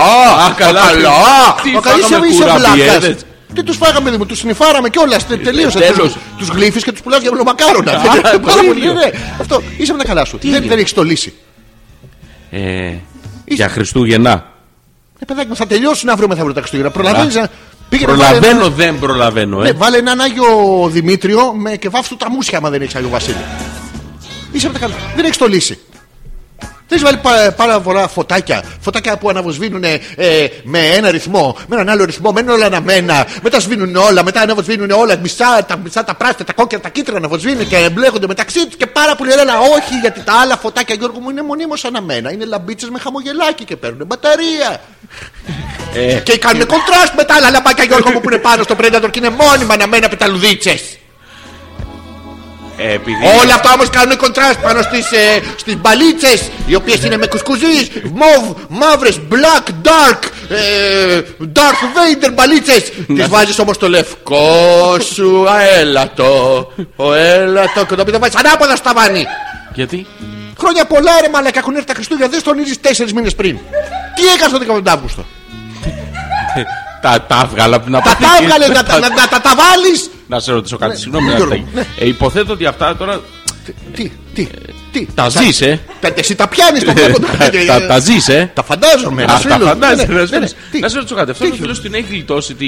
Speaker 1: Α,
Speaker 2: καλά. Τι,
Speaker 1: Α, καλά, είσαι,
Speaker 2: φάγαμε
Speaker 1: είσαι
Speaker 2: κουραμπιέδες.
Speaker 1: βλάκας. Τι τους φάγαμε, Δημο, του συνυφάραμε κιόλα. Τελείωσε.
Speaker 2: Ε, τέλος.
Speaker 1: Τους γλύφεις και τους πουλάς για μπλοκάρονα.
Speaker 2: Α,
Speaker 1: Πάρα
Speaker 2: τέλειο.
Speaker 1: πολύ, ναι, ναι. Αυτό είσαι με τα καλά σου. Δεν,
Speaker 2: έγινε?
Speaker 1: δεν έχεις το λύσει.
Speaker 2: Ε, για Χριστούγεννα.
Speaker 1: Ε, παιδάκι μου, θα τελειώσουν αύριο μεθαύριο τα Χριστούγεννα. Προλαβαίνεις να. Πήγαινε, βάλε ένα-
Speaker 2: Προλαβαίνω, δεν προλαβαίνω.
Speaker 1: Ναι,
Speaker 2: Ε.
Speaker 1: βάλε έναν Άγιο Δημήτριο με, και βάφτου τα μουσια, άμα δεν έχεις Άγιο Βασίλη. Είσαι με τα καλά. Δεν έχεις το λύσει. Δεν έχει βάλει πάρα, πάρα πολλά φωτάκια. Φωτάκια που αναβοσβήνουν ε, με ένα ρυθμό, με έναν άλλο ρυθμό, μένουν όλα αναμένα. Μετά σβήνουν όλα, μετά αναβοσβήνουν όλα. Μισά τα, μισά τα πράσινα, τα κόκκινα, τα κίτρινα αναβοσβήνουν και εμπλέκονται μεταξύ τους και πάρα πολύ ωραία. Αλλά όχι, γιατί τα άλλα φωτάκια, Γιώργο μου, είναι μονίμως αναμένα. Είναι λαμπίτσες με χαμογελάκι και παίρνουν μπαταρία. Και κάνουν κοντράστ με τα άλλα λαμπάκια Γιώργο μου που είναι πάνω στο Predator και είναι μόνιμα αναμένα πεταλουδίτσες.
Speaker 2: Ε, επειδή...
Speaker 1: Όλα αυτά όμως κάνουν κοντράστ πάνω στις, ε, στις μπαλίτσες οι οποίες είναι με κουσκουζείς, μοβ, μαύρες, black, dark, ε, dark Vader μπαλίτσες. Τις βάζεις όμως το λευκό σου αέλατο, ο έλατο και το οποίο το βάζεις ανάποδα στα βάνη.
Speaker 2: Γιατί.
Speaker 1: Χρόνια πολλά ρε μαλακά έχουν έρθει τα Χριστούγεννα, δεν στον είδεις τέσσερις μήνες πριν. Τι έκανες τον 15 Αύγουστο.
Speaker 2: Τα, τα έβγαλα από την
Speaker 1: Τα τα
Speaker 2: αποθήκη.
Speaker 1: έβγαλες, να τα- να τα- τα τα βάλεις.
Speaker 2: Να σε ρωτήσω κάτι, συγγνώμη.
Speaker 1: ναι,
Speaker 2: Αναστάκη.
Speaker 1: Γιώργο, ναι.
Speaker 2: Ε, υποθέτω ότι αυτά τώρα
Speaker 1: Τι, τι, τι.
Speaker 2: τα
Speaker 1: Σα-
Speaker 2: ζεις, ε.
Speaker 1: Τα, εσύ τα πιάνεις το πρώτο.
Speaker 2: τα, τα, τα ζεις, ε.
Speaker 1: Τα φαντάζομαι.
Speaker 2: Α,
Speaker 1: ένας
Speaker 2: τα
Speaker 1: φίλος.
Speaker 2: φαντάζεσαι,
Speaker 1: Ναι, ναι,
Speaker 2: ένας
Speaker 1: ναι, ναι.
Speaker 2: φίλος.
Speaker 1: Τι,
Speaker 2: Να σε ρωτήσω κάτι, αυτό
Speaker 1: τι
Speaker 2: ο
Speaker 1: έχει?
Speaker 2: φίλος την έχει γλιτώσει τη...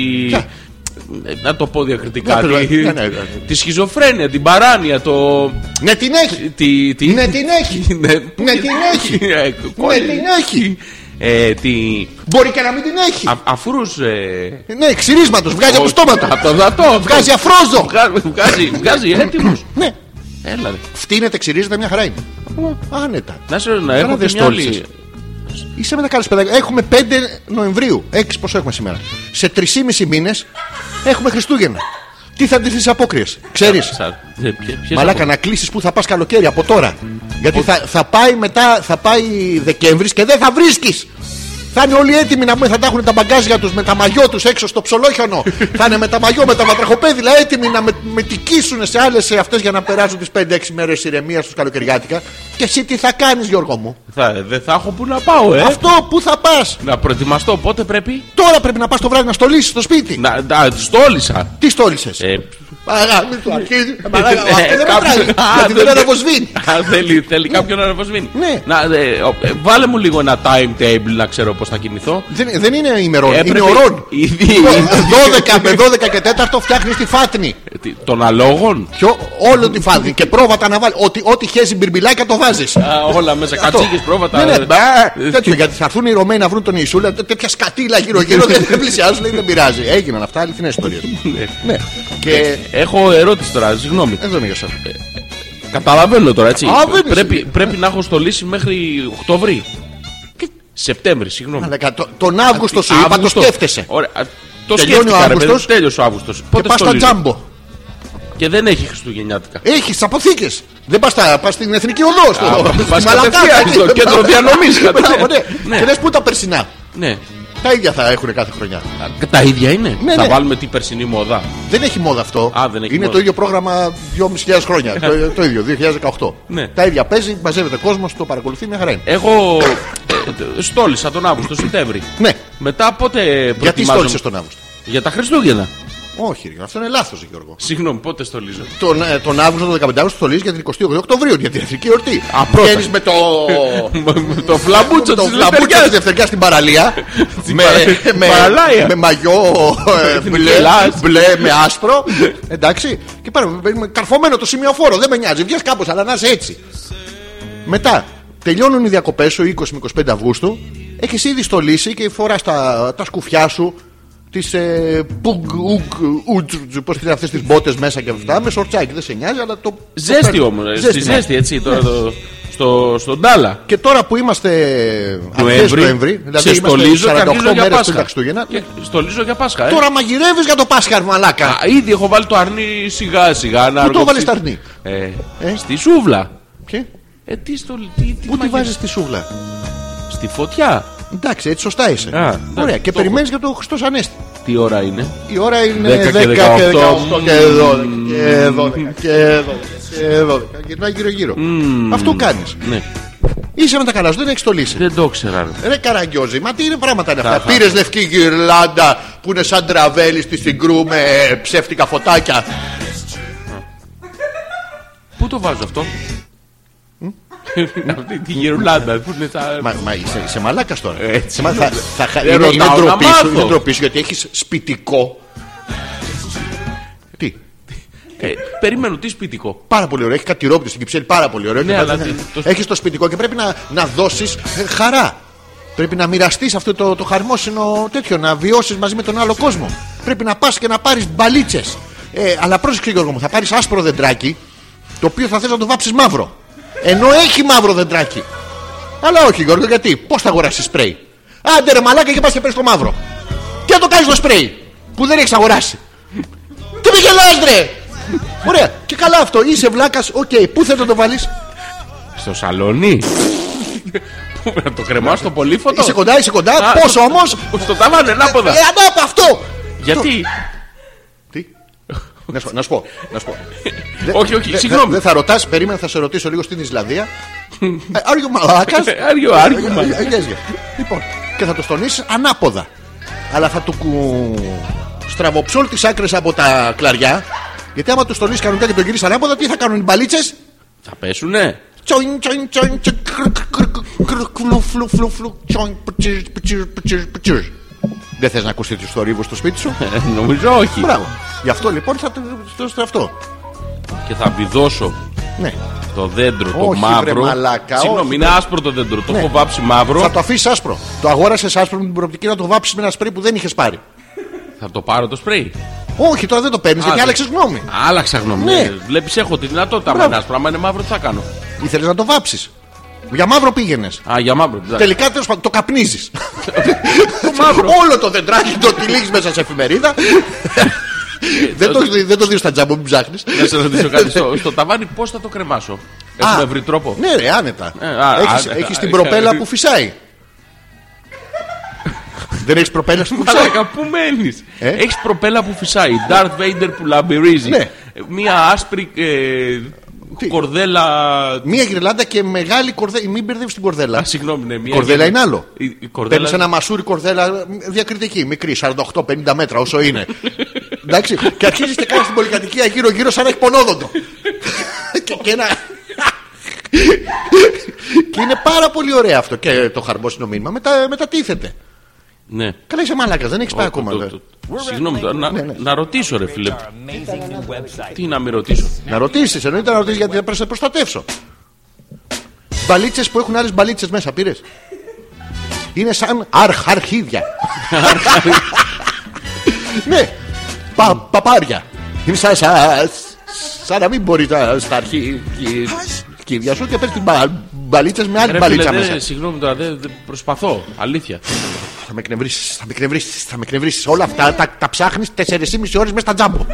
Speaker 2: ε, να το πω διακριτικά,
Speaker 1: Ναι,
Speaker 2: τη,
Speaker 1: ναι, ναι, ναι.
Speaker 2: τη σχιζοφρένεια, την παράνοια, το.
Speaker 1: Ναι, την έχει.
Speaker 2: Τη, τη...
Speaker 1: Ναι, την έχει.
Speaker 2: Ναι, πού-
Speaker 1: Ναι, την έχει.
Speaker 2: Ε, κόλλη.
Speaker 1: την έχει.
Speaker 2: Ε, τη...
Speaker 1: Μπορεί και να μην την έχει.
Speaker 2: Α, αφρούς, ε,
Speaker 1: Ναι, ξυρίσματος, βγάζει από
Speaker 2: ο-
Speaker 1: στόματα.
Speaker 2: Από το δατό.
Speaker 1: Βγάζει αφρόζο.
Speaker 2: Βγάζει, βγάζει, βγάζει έτοιμος.
Speaker 1: Ναι,
Speaker 2: Έλα ρε.
Speaker 1: φτύνεται, ξυρίζεται, μια χαρά είναι. Άνετα.
Speaker 2: Να σε να
Speaker 1: Καλά
Speaker 2: έχω
Speaker 1: δεν
Speaker 2: και μια άλλη.
Speaker 1: στόλισες. Είσαι με τα κάνει παιδάκια. Έχουμε 5 Νοεμβρίου. 6 πόσο έχουμε σήμερα. Σε 3,5 μήνες έχουμε Χριστούγεννα. Τι θα αντιθεί απόκριες, ξέρεις.
Speaker 2: Σα- ε, ποιε- ποιες
Speaker 1: Μαλάκα
Speaker 2: από-
Speaker 1: να κλείσεις που θα πας καλοκαίρι από τώρα. Γιατί θα, θα πάει μετά, θα πάει Δεκέμβρης και δεν θα βρίσκεις. Θα είναι όλοι έτοιμοι να πούμε, θα τα έχουν τα μπαγκάζια τους με τα μαγιό τους έξω στο ψολόχιονο. θα είναι με τα μαγιό, με τα βατραχοπέδιλα έτοιμοι να με, μετικήσουν σε άλλες αυτές για να περάσουν τις 5-6 μέρες ηρεμίας τους καλοκαιριάτικα. Και εσύ τι θα κάνεις, Γιώργο μου.
Speaker 2: θα- Δεν θα έχω που να πάω, ε.
Speaker 1: Αυτό που θα πας.
Speaker 2: Να προετοιμαστώ. Πότε πρέπει.
Speaker 1: Τώρα πρέπει να πας το βράδυ να στολίσεις στο σπίτι.
Speaker 2: Να, να στόλισα.
Speaker 1: Τι στόλισες.
Speaker 2: Ε,
Speaker 1: Μαλάκα, μην το αρχίζει. Μαλάκα,
Speaker 2: ε,
Speaker 1: αυτό δεν
Speaker 2: κάποιος-
Speaker 1: μετράει.
Speaker 2: Α,
Speaker 1: Γιατί δεν αναβοσβήνει.
Speaker 2: Α, Θέλει, θέλει κάποιον να αναβοσβήνει.
Speaker 1: Ναι.
Speaker 2: Να, ε, ο- ε, βάλε μου λίγο ένα timetable να ξέρω πώς θα κινηθώ.
Speaker 1: Δεν, δεν είναι ημερών,
Speaker 2: Έπρεπε-
Speaker 1: Λοιπόν, είναι Λοιπόν. ωρών.
Speaker 2: Ήδη-
Speaker 1: 12 με 12 και 4 φτιάχνεις τη φάτνη.
Speaker 2: Ε, τι, Των αλόγων.
Speaker 1: Ποιο, όλο τη φάτνη. και πρόβατα να βάλει. Ό,τι, ό,τι χέζει μπιρμπιλάκια το βάζεις.
Speaker 2: Α, Όλα μέσα. Κατσίκες, πρόβατα.
Speaker 1: Ναι, ναι,
Speaker 2: ε,
Speaker 1: μπα, τέτοιο, γιατί θα έρθουν οι Ρωμαίοι να βρουν τον Ιησούλα, τέ- τέτοια σκατήλα γύρω-γύρω δεν δεν πλησιάζουν, λέει, δεν πειράζει. Έγιναν αυτά, αληθινές ιστορίες.
Speaker 2: ναι.
Speaker 1: ναι. Και.
Speaker 2: Έχω ερώτηση τώρα, συγγνώμη.
Speaker 1: Εδώ είναι για σένα.
Speaker 2: Καταλαβαίνω τώρα, έτσι.
Speaker 1: Α, δεν είσαι.
Speaker 2: πρέπει, πρέπει να έχω στολίσει μέχρι Οκτώβρη. Σεπτέμβρη, συγγνώμη.
Speaker 1: Μαλάκα, το- Τον Αύγουστο σου είπα, το
Speaker 2: Αύγουστο.
Speaker 1: σκέφτεσαι.
Speaker 2: Ωραία. α, Το
Speaker 1: Τελειώνει ο
Speaker 2: σκέφτηκα, ρε παιδί,
Speaker 1: Αύγουστος.
Speaker 2: τέλειωσε ο Αύγουστος.
Speaker 1: Και πα στα τζάμπο.
Speaker 2: Και δεν έχει Χριστουγεννιάτικα.
Speaker 1: Έχεις αποθήκες. Δεν πας πας στην εθνική οδό.
Speaker 2: Α,
Speaker 1: Στο στη
Speaker 2: πας
Speaker 1: Μαλακά,
Speaker 2: κατευθείαν
Speaker 1: κάτι.
Speaker 2: στο κέντρο διανομής, κατά.
Speaker 1: Μπράβο, ναι.
Speaker 2: Ναι.
Speaker 1: Και λες πού τα περσινά.
Speaker 2: Ναι.
Speaker 1: Τα ίδια θα έχουν κάθε χρονιά.
Speaker 2: Α, Τα ίδια είναι.
Speaker 1: Ναι,
Speaker 2: θα
Speaker 1: ναι.
Speaker 2: βάλουμε την περσινή μοδά.
Speaker 1: Δεν έχει μόδα αυτό.
Speaker 2: Α, δεν έχει
Speaker 1: είναι
Speaker 2: μόδα.
Speaker 1: το ίδιο πρόγραμμα 2.500 χρόνια. το, το ίδιο, 2018.
Speaker 2: Ναι.
Speaker 1: Τα ίδια παίζει, μαζεύεται κόσμος, το παρακολουθεί μια χαρά. είναι.
Speaker 2: Εγώ ε, ε, στόλισα τον Αύγουστο, Σεπτέμβρη.
Speaker 1: Ναι.
Speaker 2: Μετά πότε
Speaker 1: Γιατί
Speaker 2: προετοιμάζομαι-
Speaker 1: στόλισες τον Αύγουστο.
Speaker 2: Για τα Χριστούγεννα.
Speaker 1: Όχι, ρε, αυτό είναι λάθος, Γιώργο.
Speaker 2: Συγγνώμη, πότε στολίζω.
Speaker 1: Τον, ε, τον Αύγουστο, τον 15 Αύγουστο στολίζεις για την 28 Οκτωβρίου για την εθνική εορτή.
Speaker 2: Α, πρώτα.
Speaker 1: Βγαίνεις με το.
Speaker 2: Με- με το φλαμπούτσο
Speaker 1: το
Speaker 2: της
Speaker 1: φλαμπούκι
Speaker 2: Λευτεριάς.
Speaker 1: τη Δευτεριά στην παραλία. με,
Speaker 2: παρα-
Speaker 1: με,
Speaker 2: παραλία.
Speaker 1: με μαγιό ε,
Speaker 2: Την
Speaker 1: μπλε,
Speaker 2: κελάς.
Speaker 1: μπλε με άσπρο. Εντάξει. Και πάμε. παίρνουμε Καρφωμένο το σημειοφόρο. Δεν με νοιάζει. Βγες κάπως αλλά να είσαι έτσι. Μετά. Τελειώνουν οι διακοπές σου 20 με 25 Αυγούστου. Έχεις ήδη στολίσει και φοράς τα, τα σκουφιά σου. Τι ε, πουγκ, πώς τις αυτές τις μπότες μέσα και αυτά. Με σορτσάκι δεν σε νοιάζει, αλλά το. το
Speaker 2: Ζέστη
Speaker 1: παίρνεις.
Speaker 2: όμως. Στη
Speaker 1: Ζέστη, ναι.
Speaker 2: ζέστη, έτσι. Τώρα το, στο, στον Τάλα.
Speaker 1: Και τώρα που είμαστε αρχές
Speaker 2: Νοέμβρη,
Speaker 1: Νοέμβρη, δηλαδή
Speaker 2: σε στολίζω και
Speaker 1: είμαστε
Speaker 2: αρχίζω
Speaker 1: 48
Speaker 2: για
Speaker 1: μέρες
Speaker 2: Πάσχα.
Speaker 1: πριν τα Χριστούγεννα,
Speaker 2: Και στολίζω για Πάσχα. Ε.
Speaker 1: τώρα μαγειρεύεις για το Πάσχα, ρε μαλάκα.
Speaker 2: Α, ήδη έχω βάλει το αρνί σιγά σιγά. να
Speaker 1: Πού το
Speaker 2: αργοψεί-
Speaker 1: βάλεις τα αρνί?
Speaker 2: Ε,
Speaker 1: Ε?
Speaker 2: Στη σούβλα.
Speaker 1: Ποιοι?
Speaker 2: Ε, τι στο, τι, τι
Speaker 1: Πού τη
Speaker 2: μαγειρεύεις?
Speaker 1: βάζεις στη σούβλα.
Speaker 2: Στη φωτιά.
Speaker 1: Εντάξει, έτσι σωστά είσαι.
Speaker 2: Α, εντάξει,
Speaker 1: Ωραία, και
Speaker 2: το
Speaker 1: περιμένεις για το Χριστός Ανέστη.
Speaker 2: Τι ώρα είναι.
Speaker 1: Η ώρα είναι 10
Speaker 2: 10 και
Speaker 1: και 18
Speaker 2: 18
Speaker 1: και 12 και 12 και 12 και 12. Γυρνάει γύρω-γύρω. Αυτό κάνεις.
Speaker 2: Ναι.
Speaker 1: Είσαι με τα καλά σου, δεν έχεις το λύσει.
Speaker 2: Δεν το ξέρα. ρε.
Speaker 1: Ρε καραγκιόζη, μα τι είναι πράγματα είναι αυτά.
Speaker 2: Αχα.
Speaker 1: Πήρε λευκή γυρλάντα που είναι σαν τραβέλη στη συγκρού με ε, ψεύτικα φωτάκια.
Speaker 2: Πού το βάζω αυτό. Αυτή τη γυρουλάντα που είναι σαν.
Speaker 1: Μα, μα είσαι, είσαι μαλάκας τώρα.
Speaker 2: Ε, Έτσι.
Speaker 1: Μα, θα, θα, χα-
Speaker 2: Δεν
Speaker 1: είναι, είναι
Speaker 2: ρωτάω να
Speaker 1: ντροπή σου,
Speaker 2: μάθω.
Speaker 1: είναι ντροπή σου, γιατί έχεις σπιτικό. Τι.
Speaker 2: Ε, Περιμένω, τι σπιτικό.
Speaker 1: Πάρα πολύ ωραίο. Έχει κατηρόπιτη στην Κυψέλη. Πάρα πολύ ωραίο.
Speaker 2: Ναι, αλλά τι- το-
Speaker 1: Έχεις το σπιτικό και πρέπει να, να δώσεις χαρά. Πρέπει να μοιραστείς αυτό το, το χαρμόσυνο τέτοιο, να βιώσεις μαζί με τον άλλο κόσμο. Πρέπει να πας και να πάρεις μπαλίτσες. Ε, αλλά πρόσεξε Γιώργο μου, θα πάρεις άσπρο δεντράκι το οποίο θα θες να το βάψεις μαύρο. Ενώ έχει μαύρο δεντράκι. Αλλά όχι Γιώργο, γιατί πώς θα αγοράσεις σπρέι. Άντε ρε μαλάκα και πας και παίρνει το μαύρο. Τι να το κάνεις το σπρέι που δεν έχεις αγοράσει. Τι με γελάς ρε! Ωραία, και καλά αυτό. Είσαι βλάκας, οκ. Πού θες να το βάλεις,
Speaker 2: Στο σαλόνι. Πού να το κρεμάω στο πολύφωτο.
Speaker 1: Είσαι κοντά, είσαι κοντά.
Speaker 2: Α,
Speaker 1: Πόσο
Speaker 2: το-
Speaker 1: όμως.
Speaker 2: Στο ταβάνι,
Speaker 1: Ε,
Speaker 2: ανάποδα.
Speaker 1: ανάπα αυτό!
Speaker 2: Γιατί.
Speaker 1: Τι. να σου, να σου πω, να σου πω. Ε, Δε-
Speaker 2: Όχι, όχι,
Speaker 1: δε-
Speaker 2: συγγνώμη.
Speaker 1: Δεν θα ρωτάς, περίμενα, θα σε ρωτήσω λίγο στην Ισλανδία. Ε, Are you μαλάκας.
Speaker 2: Άριο, άριο. μα.
Speaker 1: Λοιπόν, και θα το στονίσει ανάποδα. Αλλά θα του κου... στραβοψόλ τι άκρε από τα κλαριά. Γιατί άμα το στονίσει κανονικά και το γυρίσει ανάποδα, τι θα κάνουν οι μπαλίτσε.
Speaker 2: Θα πέσουνε.
Speaker 1: Τσόιν, τσόιν, τσόιν, τσόιν, κρκ, κρκ, κρκ, φλου, φλου, φλου, φλου, τσόιν, πτσιρ, πτσιρ, πτσιρ, πτσιρ. Δεν θες να ακούσει του θορύβους στο σπίτι σου.
Speaker 2: Ε, Νομίζω όχι.
Speaker 1: Μπράβο. Γι' αυτό λοιπόν θα το στο αυτό.
Speaker 2: Και θα βιδώσω
Speaker 1: Ναι.
Speaker 2: το δέντρο, το
Speaker 1: Όχι, βρε,
Speaker 2: μαύρο.
Speaker 1: μαλάκα,
Speaker 2: Συγγνώμη,
Speaker 1: όχι, Ναι.
Speaker 2: είναι άσπρο το δέντρο. Το έχω βάψει μαύρο.
Speaker 1: Θα το αφήσεις άσπρο. Το αγόρασες άσπρο με την προοπτική να το βάψεις με ένα σπρί που δεν είχες πάρει.
Speaker 2: Θα το πάρω το σπρέι.
Speaker 1: Όχι, τώρα δεν το παίρνεις γιατί
Speaker 2: δεν-
Speaker 1: άλλαξες γνώμη.
Speaker 2: Άλλαξα γνώμη.
Speaker 1: Ναι.
Speaker 2: Βλέπεις, έχω τη δυνατότητα. Άμα
Speaker 1: Μπράβο.
Speaker 2: είναι άσπρο, άμα είναι μαύρο, τι θα κάνω.
Speaker 1: Ήθελες να το βάψεις. Για μαύρο πήγαινες.
Speaker 2: Α, για μαύρο. εντάξει.
Speaker 1: Τελικά τέλος πάντων το καπνίζεις. Όλο το δεντράκι το τυλίγεις μέσα σε εφημερίδα. δεν, το, δεν το δεις στα τζάμπο, μην ψάχνεις.
Speaker 2: Να σε ρωτήσω κάτι. Στο, στο ταβάνι πώς θα το κρεμάσω. Έχουμε βρει τρόπο.
Speaker 1: Ναι, ρε, άνετα.
Speaker 2: Ε, α,
Speaker 1: έχεις,
Speaker 2: άνετα.
Speaker 1: έχεις την προπέλα που φυσάει. δεν έχεις προπέλα που φυσάει.
Speaker 2: Μαλάκα, πού μένεις.
Speaker 1: Ε?
Speaker 2: Έχεις προπέλα που φυσάει. Darth Vader που λαμπερίζει.
Speaker 1: Ναι.
Speaker 2: Ε, Μία άσπρη ε,
Speaker 1: Τι?
Speaker 2: κορδέλα.
Speaker 1: Μία γριλάντα και μεγάλη κορδέλα. Μην μπερδεύεις την
Speaker 2: Α,
Speaker 1: κορδέλα.
Speaker 2: συγγνώμη, ναι, μία
Speaker 1: Κορδέλα
Speaker 2: γε-
Speaker 1: είναι άλλο.
Speaker 2: Η, η
Speaker 1: Παίρνεις
Speaker 2: κορδέλα.
Speaker 1: ένα μασούρι κορδέλα διακριτική, μικρή, 48-50 μέτρα όσο είναι. Εντάξει, και αρχίζεις και κάνεις την πολυκατοικία γύρω-γύρω σαν να έχει πονόδοντο. και, και ένα. και είναι πάρα πολύ ωραίο αυτό. Και το χαρμόσυνο μήνυμα μετά, μετατίθεται.
Speaker 2: Ναι.
Speaker 1: Καλά, είσαι μαλάκα, δεν έχεις πάει ακόμα. ναι.
Speaker 2: Το-
Speaker 1: δε.
Speaker 2: το- το- Συγγνώμη, τώρα, να,
Speaker 1: Ναι, ναι.
Speaker 2: να ρωτήσω, ρε φίλε. Τι να με ρωτήσω.
Speaker 1: Ναι. Να ρωτήσεις, εννοείται να ρωτήσεις γιατί πρέπει να σε προστατεύσω. Μπαλίτσες που έχουν άλλες μπαλίτσες μέσα, πήρες. Είναι σαν αρχ, αρχίδια. ναι, Πα- παπάρια. Είναι σαν, σαν, σαν να μην μπορεί να- στα αρχίδια σου και παίρνει μπαλίτσες με άλλη
Speaker 2: Ε, Ρε
Speaker 1: μπαλίτσα
Speaker 2: φίλε,
Speaker 1: μέσα.
Speaker 2: δεν- συγγνώμη τώρα, δεν δεν- προσπαθώ. Αλήθεια.
Speaker 1: Θα με εκνευρίσεις, θα με εκνευρίσεις, θα με εκνευρίσεις. Όλα αυτά τα, τα ψάχνεις 4,5 ώρε μέσα στα τζάμπο.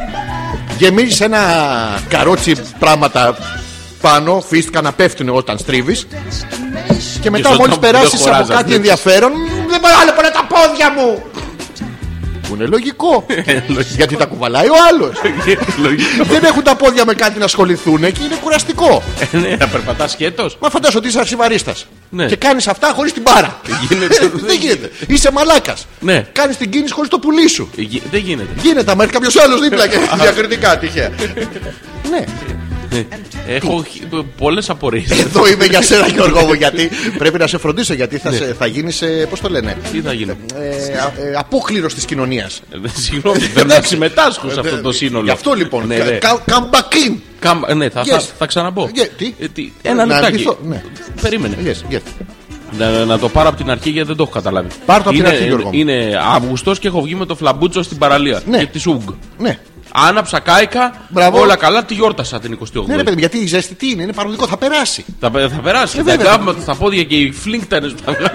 Speaker 1: Γεμίζεις ένα καρότσι πράγματα πάνω, φύστηκα να πέφτουν όταν στρίβεις. Και μετά
Speaker 2: στο
Speaker 1: μόλι
Speaker 2: τζάμπο δεν
Speaker 1: περάσεις από
Speaker 2: χωράζεις,
Speaker 1: κάτι
Speaker 2: βλέπεις.
Speaker 1: ενδιαφέρον, δεν μπορώ άλλο πολλά τα πόδια μου. Που είναι λογικό. γιατί τα κουβαλάει ο άλλος.
Speaker 2: Λογικό.
Speaker 1: δεν έχουν τα πόδια με κάτι να ασχοληθούν και είναι κουραστικό.
Speaker 2: Ε, Ναι, να περπατάς σκέτος.
Speaker 1: Μα φαντάζομαι ότι είσαι αρχιβαρίστας.
Speaker 2: Ναι.
Speaker 1: Και κάνεις αυτά χωρίς την μπάρα.
Speaker 2: Γίνεται.
Speaker 1: δεν γίνεται. Είσαι μαλάκας.
Speaker 2: Ναι.
Speaker 1: Κάνεις την κίνηση χωρίς το πουλί σου.
Speaker 2: Ε, Δεν γίνεται.
Speaker 1: Γίνεται, άμα έρθει κάποιος άλλος δίπλα και διακριτικά τυχαία. ναι.
Speaker 2: Έχω πολλές απορίες.
Speaker 1: Εδώ είμαι για σένα, Γιώργο μου, γιατί πρέπει να σε φροντίσω. Γιατί
Speaker 2: Ναι.
Speaker 1: θα, σε, θα γίνεις, πώς το λένε,
Speaker 2: Τι θα γίνει.
Speaker 1: ε, α- ε, απόκληρος της κοινωνίας.
Speaker 2: Ε, Συγγνώμη, δεν να συμμετάσχω σε αυτό το σύνολο.
Speaker 1: Ε, Γι' αυτό λοιπόν.
Speaker 2: Ναι, ναι.
Speaker 1: κα- Come back in.
Speaker 2: Καμ- ναι, θα,
Speaker 1: Yes.
Speaker 2: θα, θα ξαναμπώ.
Speaker 1: Yeah, τι?
Speaker 2: Ε, Ένα
Speaker 1: Να
Speaker 2: λεπτάκι.
Speaker 1: αρνηθώ, ναι.
Speaker 2: Περίμενε.
Speaker 1: Yes, yes.
Speaker 2: Να, να το πάρω από την αρχή γιατί δεν το έχω καταλάβει.
Speaker 1: Πάρ' το απ' την
Speaker 2: είναι,
Speaker 1: αρχή, Γιώργο μου.
Speaker 2: Είναι Αύγουστος και έχω βγει με το φλαμπούτσο στην παραλία.
Speaker 1: Ναι.
Speaker 2: Και τη Ουγγ.
Speaker 1: Ναι.
Speaker 2: Άναψα κάηκα.
Speaker 1: Μπράβο.
Speaker 2: Όλα καλά, τη γιόρτασα την 28η.
Speaker 1: Ναι, ρε παιδί, μου, γιατί η ζέστη τι είναι, είναι παροδικό, θα περάσει.
Speaker 2: θα, πε- θα περάσει.
Speaker 1: Ε,
Speaker 2: τα
Speaker 1: βέβαια. Ε,
Speaker 2: γκάβματα στα πόδια και οι φλίνκτανε που θα βγάλω.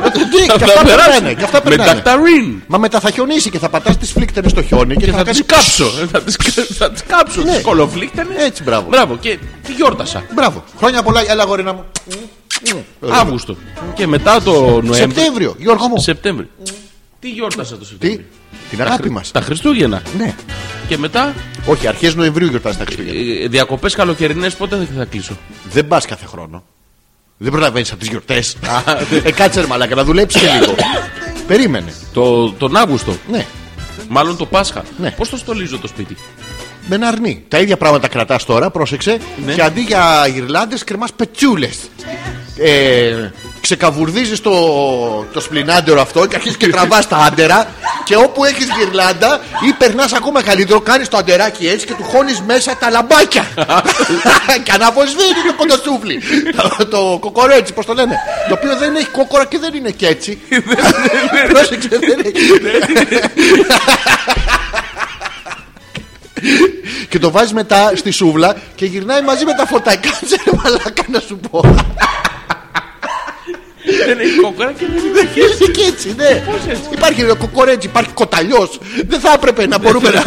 Speaker 1: και αυτά περνάνε, και αυτά
Speaker 2: Με
Speaker 1: περνάνε.
Speaker 2: τακταρίν.
Speaker 1: Μα μετά θα χιονίσει και θα πατάς τις φλίκτενες στο χιόνι και,
Speaker 2: Και θα,
Speaker 1: κάνεις
Speaker 2: τις κάψω. Ε, θα τις κα- θα τις κάψω.
Speaker 1: Ναι.
Speaker 2: Τις κολοφλίκτανε.
Speaker 1: Έτσι, μπράβο.
Speaker 2: Μπράβο. Και τη γιόρτασα.
Speaker 1: Μπράβο. Χρόνια πολλά, έλα γορίνα μου.
Speaker 2: Ναι.
Speaker 1: Ε,
Speaker 2: Αύγουστο. Και μετά το Νοέμβριο.
Speaker 1: Σεπτέμβριο, Γιώργο μου.
Speaker 2: Σεπτέμβριο. Τι γιόρτασα το
Speaker 1: Τι,
Speaker 2: Σεπτέμβριο.
Speaker 1: την αγάπη μας.
Speaker 2: Τα Χριστούγεννα.
Speaker 1: Ναι.
Speaker 2: Και μετά
Speaker 1: Όχι, αρχές Νοεμβρίου γιορτάζει τα
Speaker 2: Ε,
Speaker 1: Χριστούγεννα.
Speaker 2: διακοπές καλοκαιρινές πότε δεν θα κλείσω.
Speaker 1: Δεν πας κάθε χρόνο. Δεν προλαβαίνεις από τις γιορτές. ε, κάτσε ρε μαλάκα, να δουλέψεις και λίγο. Περίμενε.
Speaker 2: Το, τον Αύγουστο.
Speaker 1: Ναι,
Speaker 2: Μάλλον το Πάσχα.
Speaker 1: Ναι.
Speaker 2: Πώς το στολίζω το σπίτι.
Speaker 1: με ένα αρνί. Τα ίδια πράγματα κρατάς τώρα, πρόσεξε. Και αντί για γυρλάντε, κρεμάς πετσούλες. Ε, ξεκαβουρδίζεις το, το σπλινάντερο αυτό και αρχίζεις και τραβάς τα άντερα. Και όπου έχεις γυρλάντα ή περνάς ακόμα καλύτερο, κάνεις το αντεράκι έτσι και του χώνεις μέσα τα λαμπάκια. και αναβοσβήνει το κοντοσούφλι. το, το κοκορέτσι, πώς το λένε. Το οποίο δεν έχει κόκορα και δεν είναι και έτσι. Πρόσεξε, δεν έχει. και το βάζεις μετά στη σούβλα και γυρνάει μαζί με τα φωτάκια. Κάτσε ρε μαλάκα να σου πω.
Speaker 2: δεν έχει κόκορα και δεν είναι
Speaker 1: Και έτσι και έτσι, ναι. Υπάρχει ο κοκορέτσι, υπάρχει κοταλιός. Δεν θα έπρεπε να μπορούμε να.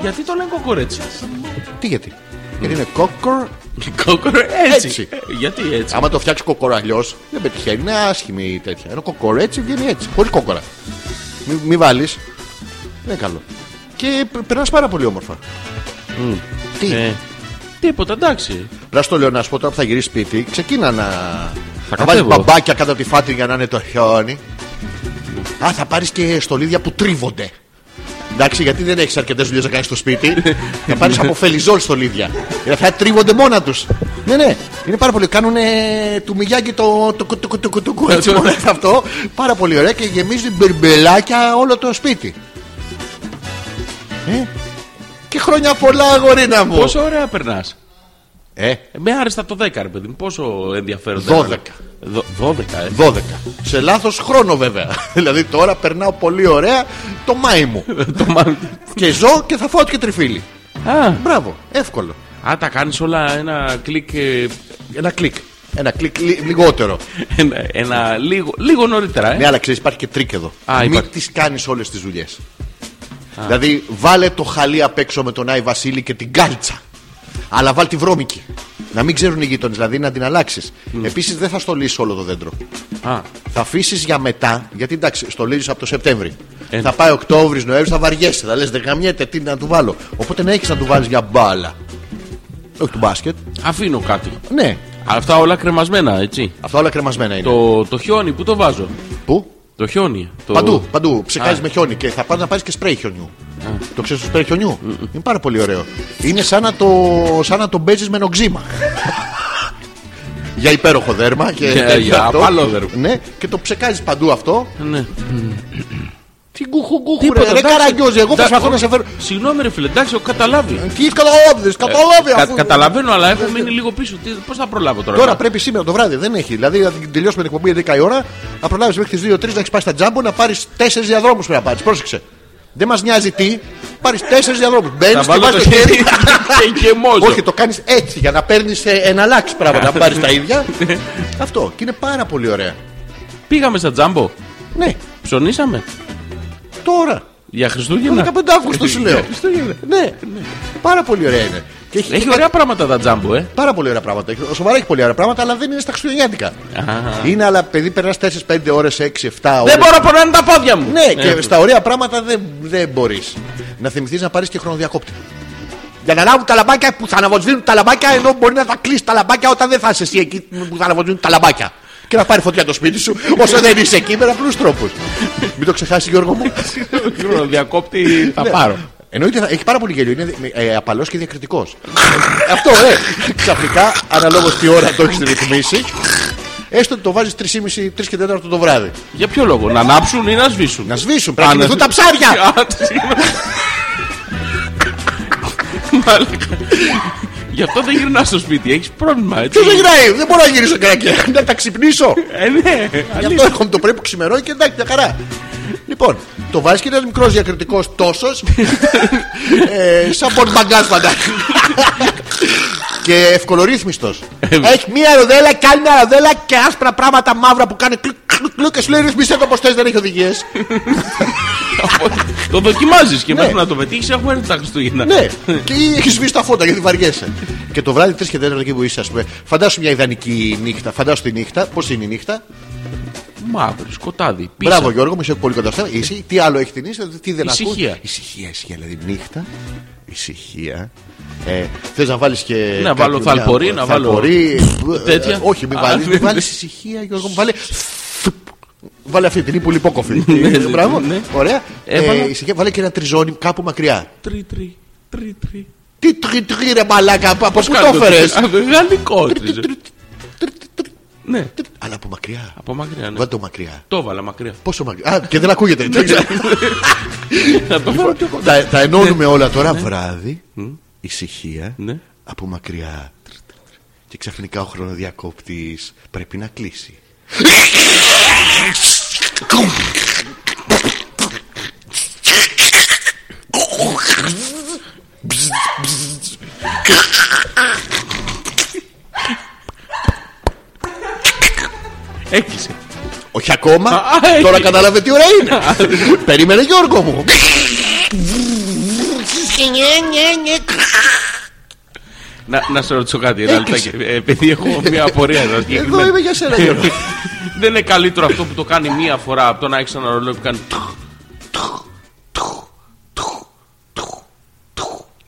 Speaker 2: Γιατί το λένε κοκορέτσι.
Speaker 1: Τι γιατί. Γιατί είναι κόκορ.
Speaker 2: Κόκορα έτσι.
Speaker 1: Έτσι.
Speaker 2: Ε, Γιατί έτσι.
Speaker 1: Άμα το φτιάξει κοκοραλιός, δεν πετυχαίνει. Είναι άσχημη η τέτοια. Ενώ κοκορέτσι βγαίνει έτσι. Χωρίς κόκορα. Μη, μη βάλεις. Δεν είναι καλό. Και περνάς πάρα πολύ όμορφα. Τι.
Speaker 2: Ε, τίποτα εντάξει.
Speaker 1: Να στο λέω να σου πω τώρα που θα γυρίσει σπίτι, ξεκίνα να. Θα βάλεις
Speaker 2: κατέβω.
Speaker 1: μπαμπάκια κάτω από τη φάτρη για να είναι το χιόνι. Α, θα πάρεις και στολίδια που τρίβονται. Εντάξει, γιατί δεν έχεις αρκετές δουλειές να κάνεις στο σπίτι. θα πάρεις από φελιζόλ στολίδια. Ε, Θα τρίβονται μόνα τους. Ναι, ναι, είναι πάρα πολύ. Κάνουν του μιγιάκι το το κου- το κου- το κου- το κου, έτσι μόνο είναι αυτό. Πάρα πολύ ωραία και γεμίζει μπερμπελάκια όλο το σπίτι. Ε, Και χρόνια πολλά, αγορίνα μου.
Speaker 2: Πόσο ωραία περνάς.
Speaker 1: Ε,
Speaker 2: Με άρεστα το 10, ρε παιδί μου. Πόσο ενδιαφέρον.
Speaker 1: 12.
Speaker 2: 12, ε.
Speaker 1: 12. Σε λάθος χρόνο βέβαια. δηλαδή τώρα περνάω πολύ ωραία το Μάη μου.
Speaker 2: Το μάλλον.
Speaker 1: και ζω και θα φάω και τριφύλι.
Speaker 2: Α,
Speaker 1: Μπράβο, εύκολο.
Speaker 2: Α, τα κάνεις όλα ένα κλικ. ε,
Speaker 1: Ένα κλικ. Ένα κλικ λι- λιγότερο.
Speaker 2: Ένα, ένα λίγο, λίγο νωρίτερα, ε.
Speaker 1: Ναι, αλλά ξέρεις, υπάρχει και τρίκ εδώ.
Speaker 2: Α,
Speaker 1: Μην
Speaker 2: υπάρχει.
Speaker 1: τις κάνεις όλες τις δουλειές. Δηλαδή, βάλε το χαλί απ' έξω με τον Άι Βασίλη και την κάλτσα. Αλλά βάλ τη βρώμικη. Να μην ξέρουν οι γείτονες, δηλαδή να την αλλάξεις.
Speaker 2: Ναι.
Speaker 1: Επίσης, δεν θα στολίσεις όλο το δέντρο. Ναι.
Speaker 2: Α,
Speaker 1: Θα αφήσεις για μετά, γιατί εντάξει, στολίζεις από το Σεπτέμβρη.
Speaker 2: Ε.
Speaker 1: Θα πάει Οκτώβρης, Νοέμβρης, θα βαριέσαι. Θα λες, δεν γαμιέται, τι να του βάλω. Οπότε να έχεις να του βάλεις για μπάλα. Όχι του μπάσκετ.
Speaker 2: αφήνω κάτι.
Speaker 1: Ναι,
Speaker 2: Αυτά όλα κρεμασμένα, έτσι.
Speaker 1: αυτά όλα κρεμασμένα είναι.
Speaker 2: Το, το χιόνι, πού το βάζω.
Speaker 1: Πού?
Speaker 2: Το χιόνι. Το...
Speaker 1: Παντού, παντού. Ψεκάζει
Speaker 2: Α.
Speaker 1: με χιόνι και θα πας να πάρεις και σπρέι χιονιού. Το ξέρεις το σπρέι χιονιού.
Speaker 2: Mm,
Speaker 1: Είναι πάρα πολύ ωραίο. Είναι σαν να το, σαν να το παίζει με νοξίμα. για υπέροχο δέρμα και
Speaker 2: Για-
Speaker 1: τέτοιο
Speaker 2: για
Speaker 1: αυτό.
Speaker 2: απαλό δέρμα.
Speaker 1: Ναι, και το ψεκάζεις παντού αυτό.
Speaker 2: Ναι.
Speaker 1: Τι γκουχου γκουχου
Speaker 2: Τίποτα,
Speaker 1: ρε, ρε
Speaker 2: εντάξει.
Speaker 1: καραγκιόζη, εγώ
Speaker 2: Εντάξει,
Speaker 1: προσπαθώ να
Speaker 2: όχι.
Speaker 1: σε φέρω.
Speaker 2: Συγγνώμη, ρε φίλε, εντάξει, έχω καταλάβει. Ε,
Speaker 1: Τι καταλάβεις, Ε, καταλάβει
Speaker 2: Κα-
Speaker 1: αφού-
Speaker 2: καταλαβαίνω, αλλά έχω μείνει λίγο πίσω. Πώς θα προλάβω τώρα.
Speaker 1: Τώρα
Speaker 2: να-
Speaker 1: πρέπει σήμερα το βράδυ, δεν έχει. Δηλαδή να τελειώσουμε την εκπομπή 11 η ώρα, να προλάβεις μέχρι τις 2-3 να έχεις πάει στα τζάμπο, να πάρεις 4 διαδρόμους πρέπει να πάρεις. Πρόσεξε. Δεν μας νοιάζει τι, πάρεις 4 διαδρόμους.
Speaker 2: Θα
Speaker 1: Μπαίνεις και
Speaker 2: βάλω
Speaker 1: βάζεις
Speaker 2: το
Speaker 1: το
Speaker 2: χέρι
Speaker 1: χέρι.
Speaker 2: και γεμόζω.
Speaker 1: Όχι, το κάνεις έτσι για να ε, παίρνει εναλλάξει πράγματα, να πάρεις τα ίδια. Αυτό και είναι πάρα πολύ ωραία.
Speaker 2: Πήγαμε στα τζάμπο.
Speaker 1: Ναι,
Speaker 2: Ψωνίσαμε.
Speaker 1: τώρα.
Speaker 2: Για
Speaker 1: Το
Speaker 2: Χριστούγεννα.
Speaker 1: 15 Αύγουστο σου λέω.
Speaker 2: Χριστούγεννα.
Speaker 1: Ναι, πάρα πολύ ωραία είναι. Και έχει,
Speaker 2: Έχει ωραία πράγματα τα τζάμπο, ε.
Speaker 1: Πάρα πολύ ωραία πράγματα. Έχει- Σοβαρά έχει πολύ ωραία πράγματα, αλλά δεν είναι στα Χριστουγεννιάτικα. Είναι, αλλά παιδί περνάς 4-5 ώρε, 6-7 ώρε.
Speaker 2: Δεν μπορώ να πονάνε τα πόδια μου.
Speaker 1: Ναι,
Speaker 2: Ε,
Speaker 1: και στα ωραία πράγματα δεν, δεν μπορείς. Να θυμηθείς να πάρεις και χρονοδιακόπτη. Για να λάβουν τα λαμπάκια που θα αναβοσβήνουν τα λαμπάκια, ενώ μπορεί να τα κλείσει τα λαμπάκια όταν δεν θα είσαι εσύ εκεί που θα αναβοσβήνουν τα λαμπάκια. Και να πάρει φωτιά το σπίτι σου, όσο δεν είσαι εκεί, με απλούς τρόπους. Μην το ξεχάσει, Γιώργο μου.
Speaker 2: Χρονοδιακόπτη θα
Speaker 1: Ναι.
Speaker 2: πάρω.
Speaker 1: Εννοείται, θα- έχει πάρα πολύ γέλιο. Είναι ε, απαλός και διακριτικός. Αυτό, ε. Ξαφνικά, αναλόγως τι ώρα το έχεις ρυθμίσει, έστω ότι το βάζεις 3,5-3 και 4 το βράδυ.
Speaker 2: Για ποιο λόγο, να ανάψουν ή να σβήσουν.
Speaker 1: Να σβήσουν, πρέπει να
Speaker 2: Α, να
Speaker 1: κοιμηθούν τα
Speaker 2: σβήσουν.
Speaker 1: ψάρια.
Speaker 2: Α, τι συγγνώμη. Μαλάκα. Γι' αυτό δεν γυρνά στο σπίτι, έχεις πρόβλημα έτσι.
Speaker 1: Ποιος δεν γυρνάει, δεν μπορώ να γυρίσω
Speaker 2: Ναι,
Speaker 1: καρακιά. Να τα ξυπνήσω.
Speaker 2: Ε, ναι,
Speaker 1: Γι' αυτό έρχομαι το πρωί που ξημερώνει και εντάξει, μια χαρά. Λοιπόν, το βάζεις και ένας μικρός διακριτικός τόσος. ε, σαν πορμαγκά φαντάζομαι. και ευκολορύθμιστος. Έχει μία ροδέλα, κάνει μία ροδέλα και άσπρα πράγματα μαύρα που κάνει κλουκ, κλουκ, κλουκ και σου λέει ρυθμίστε το πώ θες, δεν έχει οδηγίες.
Speaker 2: το δοκιμάζεις και
Speaker 1: Ναι.
Speaker 2: μέχρι να το πετύχεις έχουν έρθει τα Χριστούγεννα.
Speaker 1: ναι, και έχεις σβήσει τα φώτα γιατί βαριέσαι. και το βράδυ 3 και 4 εκεί που είσαι, ας πούμε. Φαντάσου μια ιδανική νύχτα. Φαντάσου τη νύχτα. Πώς είναι η νύχτα.
Speaker 2: Μαύρο, σκοτάδι, πίσω.
Speaker 1: Μπράβο Γιώργο, μου είσαι πολύ κοντά στα. Είσαι, τι άλλο έχει την είσαι, τι δεν ακούς.
Speaker 2: Ησυχία.
Speaker 1: Ησυχία, ησυχία, δηλαδή νύχτα. Ησυχία. Ε, Θες να βάλεις και.
Speaker 2: Να βάλω
Speaker 1: κάποιο-
Speaker 2: θαλπορή,
Speaker 1: μια-
Speaker 2: να βάλω
Speaker 1: θαλπορή, ε,
Speaker 2: τέτοια.
Speaker 1: ε, Όχι, μην
Speaker 2: Α,
Speaker 1: βάλεις. Μην
Speaker 2: ναι.
Speaker 1: βάλει ησυχία, Γιώργο. μου, Βάλε. Βάλε αυτή την ύπουλη υπόκοφη.
Speaker 2: Ναι,
Speaker 1: Μπράβο.
Speaker 2: ναι.
Speaker 1: Ωραία. Ε,
Speaker 2: Έβαλα.
Speaker 1: ησυχία, Βάλε και ένα τριζόνι κάπου μακριά.
Speaker 2: Τρι, τρι, τρι, τρι.
Speaker 1: Τι τρι τρι ρε μαλάκα, από πού
Speaker 2: Κάνω
Speaker 1: το έφερε.
Speaker 2: Α, Γαλλικό. τρίζε. Ναι,
Speaker 1: Αλλά από μακριά.
Speaker 2: από μακριά. ναι.
Speaker 1: Βάλε το μακριά.
Speaker 2: Το έβαλα μακριά.
Speaker 1: Πόσο μακριά. Α, και δεν ακούγεται.
Speaker 2: Ναι,
Speaker 1: Δεν ξέρω. Ε,
Speaker 2: Να Λοιπόν, το βάλω πιο κοντά.
Speaker 1: Λοιπόν, Τα, τα ενώνουμε όλα τώρα. Βράδυ, ησυχία,
Speaker 2: Ναι.
Speaker 1: από μακριά. Και ξαφνικά ο χρονοδιακόπτης πρέπει να κλείσει.
Speaker 2: Έκλεισε.
Speaker 1: Όχι ακόμα.
Speaker 2: Α, α, ε.
Speaker 1: Τώρα
Speaker 2: έχει.
Speaker 1: κατάλαβε τι ώρα είναι. Περίμενε Γιώργο μου.
Speaker 2: Να, να σε ρωτήσω κάτι, ένα
Speaker 1: Έκλεισε.
Speaker 2: λεπτάκι. Ε, Επειδή έχω μια απορία εδώ.
Speaker 1: Εδώ είμαι για σένα Γιώργο.
Speaker 2: Δεν είναι καλύτερο αυτό που το κάνει μία φορά από το να έχει ένα ρολόι που κάνει. τχ.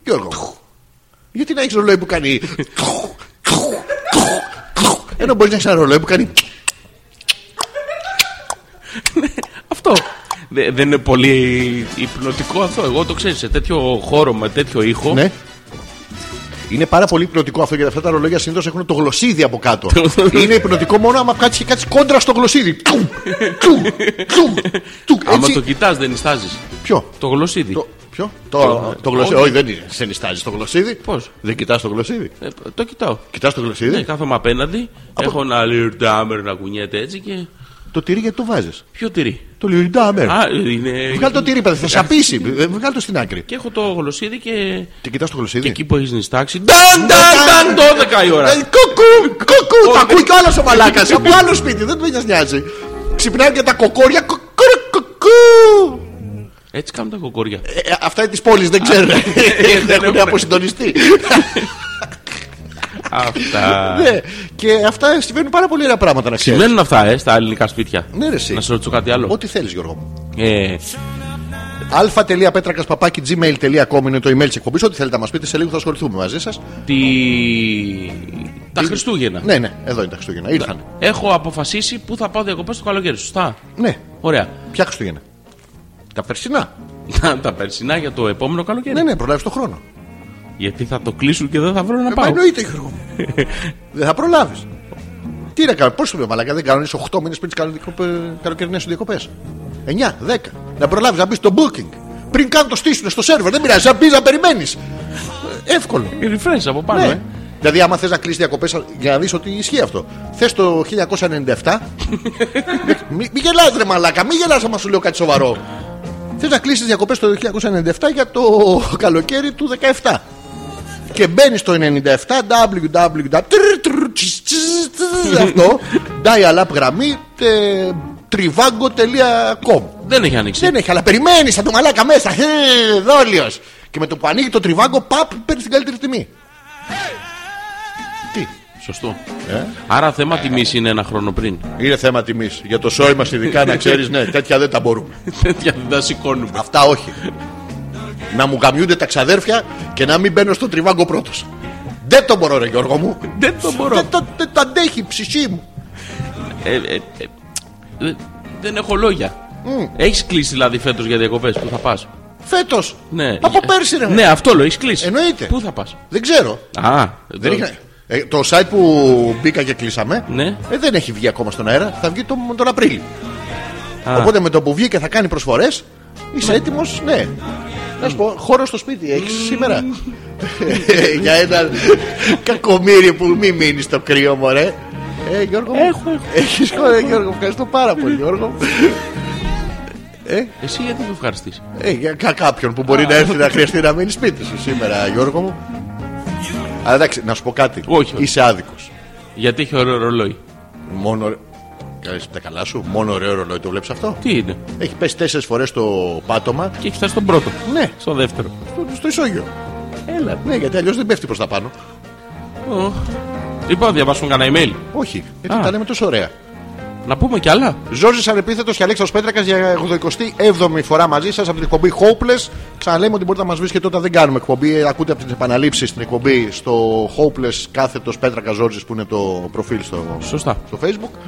Speaker 1: Γιώργο μου. Γιατί να έχεις ρολόι που κάνει... Ενώ μπορείς να έχεις ένα ρολόι που κάνει...
Speaker 2: Αυτό. Δε- Δεν είναι πολύ υπνοτικό αυτό. Εγώ το ξέρω σε τέτοιο χώρο με τέτοιο ήχο.
Speaker 1: Ναι. Είναι πάρα πολύ υπνοτικό αυτό γιατί αυτά τα ρολόγια συνήθως έχουν το γλωσσίδι από κάτω. είναι υπνοτικό μόνο άμα κάτσει και κάτσει κόντρα στο γλωσσίδι. Τουμ, τουμ, τουμ, τουμ.
Speaker 2: Άμα
Speaker 1: Έτσι.
Speaker 2: το κοιτάς, δεν ιστάζει.
Speaker 1: Ποιο.
Speaker 2: Το γλωσσίδι.
Speaker 1: Το, ποιο? Το, το γλωσσίδι. Όχι, δεν είναι. Σε νιστάζει το γλωσσίδι.
Speaker 2: Πώς?
Speaker 1: Δεν κοιτάς το γλωσσίδι.
Speaker 2: Ε, το κοιτάω.
Speaker 1: Κοιτάς το γλωσσίδι.
Speaker 2: Ναι, κάθομαι απέναντι. Έχω ένα λιρντάμερ να κουνιέται έτσι και.
Speaker 1: Το τυρί γιατί το βάζεις.
Speaker 2: Ποιο τυρί.
Speaker 1: Το λιουρντάμερ.
Speaker 2: Α, είναι.
Speaker 1: Βγάλει το τυρί, παιδί. Θα σαπίσει. Ε, Βγάλει το στην άκρη.
Speaker 2: Και έχω το γλωσσίδι και.
Speaker 1: Και κοιτάς το γλωσσίδι.
Speaker 2: Και εκεί που έχεις νιστάξει. Νταν, νταν, νταν, 12 η ώρα.
Speaker 1: Ε, Κουκού, κουκού. Τα ακούει κιόλα ο μαλάκας. Από άλλο σπίτι. Δεν του νοιάζει. Ξυπνάνε και τα κοκόρια. Κουκουρ, Κουκού.
Speaker 2: Έτσι κάνουν τα κοκόρια.
Speaker 1: Ε, Αυτά είναι της πόλης, δεν ξέρουν.
Speaker 2: ναι.
Speaker 1: Δεν έχουν
Speaker 2: έχουμε.
Speaker 1: αποσυντονιστεί.
Speaker 2: Αυτά.
Speaker 1: Ναι. Και αυτά συμβαίνουν πάρα πολύ ωραία πράγματα να ξέρεις.
Speaker 2: Σημαίνουν αυτά, ε, στα ελληνικά σπίτια.
Speaker 1: Ναι, ρε, εσύ.
Speaker 2: Να σε ρωτήσω κάτι άλλο.
Speaker 1: Ό,τι θέλεις, Γιώργο μου.
Speaker 2: Ε,
Speaker 1: αλφα.πέτρακα παπάκι gmail.com είναι το email της εκπομπής. Ό,τι θέλετε να μας πείτε, σε λίγο θα ασχοληθούμε μαζί σας.
Speaker 2: τη... Τα Χριστούγεννα.
Speaker 1: Ναι, ναι, εδώ είναι τα Χριστούγεννα. Ήρθαν.
Speaker 2: Έχω αποφασίσει πού θα πάω διακοπές το καλοκαίρι. Σωστά.
Speaker 1: Ναι,
Speaker 2: Ωραία.
Speaker 1: ποια Χριστούγεννα. Τα περσινά.
Speaker 2: Τα- τα περσινά για το επόμενο καλοκαίρι.
Speaker 1: Ναι, ναι, προλάβεις τον χρόνο.
Speaker 2: Γιατί θα το κλείσουν και δεν θα βρω να
Speaker 1: Ε, Μα
Speaker 2: πάω.
Speaker 1: εννοείται, Γιώργο μου. δεν θα προλάβεις. Τι να κάνω, πώς σου λέω, Μαλάκα, δεν κανονίζεις 8 μήνες πριν τις καλοκαιρινέ ε, σου διακοπές. 9, 10. Να προλάβεις να μπεις στο booking. Πριν καν το στήσουν στο σερβερ, δεν πειράζει, να μπεις να περιμένεις. Εύκολο.
Speaker 2: Refresh από πάνω,
Speaker 1: Ναι.
Speaker 2: ε.
Speaker 1: Δηλαδή, άμα θες να κλείσει διακοπές, για να δεις ότι ισχύει αυτό. Θες το 1997. μην μη γελάς ρε μαλάκα, μην γελάς άμα σου λέω κάτι σοβαρό. θες να κλείσεις διακοπές το 1997 για το καλοκαίρι του 17. Και μπαίνεις στο 97 www. αυτό. Dial-up γραμμή ε, trivago.com.
Speaker 2: Δεν έχει ανοίξει.
Speaker 1: Δεν έχει, ναι, αλλά περιμένεις σαν το μαλάκα μέσα. Ε, δόλιος. Και με το που ανοίγει το τριβάγκο, παπ, παίρνεις την καλύτερη τιμή. Τι.
Speaker 2: Σωστό. Ε. Άρα θέμα τιμής είναι ένα χρόνο πριν.
Speaker 1: Είναι θέμα τιμής. Για το σόι μας ειδικά να ξέρεις, ναι, τέτοια δεν τα μπορούμε.
Speaker 2: Τέτοια δεν τα σηκώνουμε.
Speaker 1: Αυτά όχι. να μου γαμιούνται τα ξαδέρφια και να μην μπαίνω στο τριβάγκο πρώτος. Δεν το μπορώ, ρε Γιώργο μου.
Speaker 2: Δεν το μπορώ.
Speaker 1: Δεν το, δεν το αντέχει η ψυχή μου.
Speaker 2: Ε, ε, ε, δε- δεν έχω λόγια. Έχεις κλείσει δηλαδή φέτος για διακοπές. Πού θα πας.
Speaker 1: Φέτος.
Speaker 2: Ναι.
Speaker 1: Από πέρσι, ρε.
Speaker 2: Ναι, αυτό λέω. Έχεις κλείσει.
Speaker 1: Εννοείται.
Speaker 2: Πού θα πας.
Speaker 1: Δεν ξέρω.
Speaker 2: Α,
Speaker 1: Δεν
Speaker 2: το-
Speaker 1: είχε- ε, το site που μπήκα και κλείσαμε
Speaker 2: Ναι.
Speaker 1: ε, δεν έχει βγει ακόμα στον αέρα. Θα βγει τον, τον Απρίλιο.
Speaker 2: Α.
Speaker 1: Οπότε με το που βγει και θα κάνει προσφορές, είσαι έτοιμος, ναι. Να σου πω, χώρο στο σπίτι έχεις σήμερα. Για ένα κακομίρι που μη μείνεις στο κρύο, μωρέ. Ε, Γιώργο.
Speaker 2: Έχω, έχω.
Speaker 1: Έχεις χώρο, ε, Γιώργο. Ευχαριστώ πάρα πολύ, Γιώργο.
Speaker 2: Εσύ γιατί με ευχαριστείς.
Speaker 1: Ε, για κα- κάποιον που μπορεί να έρθει να χρειαστεί να μείνει σπίτι σου σήμερα, Γιώργο μου. Αλλά εντάξει, να σου πω κάτι.
Speaker 2: Όχι, όχι.
Speaker 1: Είσαι άδικος
Speaker 2: Γιατί έχει ωραίο ρολόι.
Speaker 1: Μόνο. ρε- Καλές, τα καλά σου. Μόνο ωραίο ρολόι το βλέπεις αυτό.
Speaker 2: Τι είναι.
Speaker 1: Έχει πέσει τέσσερις φορές το πάτωμα.
Speaker 2: Και έχει φτάσει στον πρώτο.
Speaker 1: Ναι,
Speaker 2: Στο δεύτερο.
Speaker 1: στο, στο ισόγειο.
Speaker 2: Έλα.
Speaker 1: Ναι, γιατί αλλιώς δεν πέφτει προς τα πάνω.
Speaker 2: Ω. Λοιπόν, διαβάσουν κανένα email.
Speaker 1: Όχι, γιατί
Speaker 2: Α.
Speaker 1: τα λέμε τόσο ωραία.
Speaker 2: Να πούμε κι άλλα.
Speaker 1: Ζόρζη ανεπίθετος και Αλέξα Πέτρακας για 87η φορά μαζί σας από την εκπομπή Hopeless. Ξαναλέμε ότι μπορείτε να μας βρίσκετε όταν δεν κάνουμε εκπομπή. Ε, Ακούτε από τις επαναλήψεις στην εκπομπή στο Hopeless κάθετος Πέτρακα Ζόρζη που είναι το προφίλ στο,
Speaker 2: Σωστά.
Speaker 1: στο Facebook.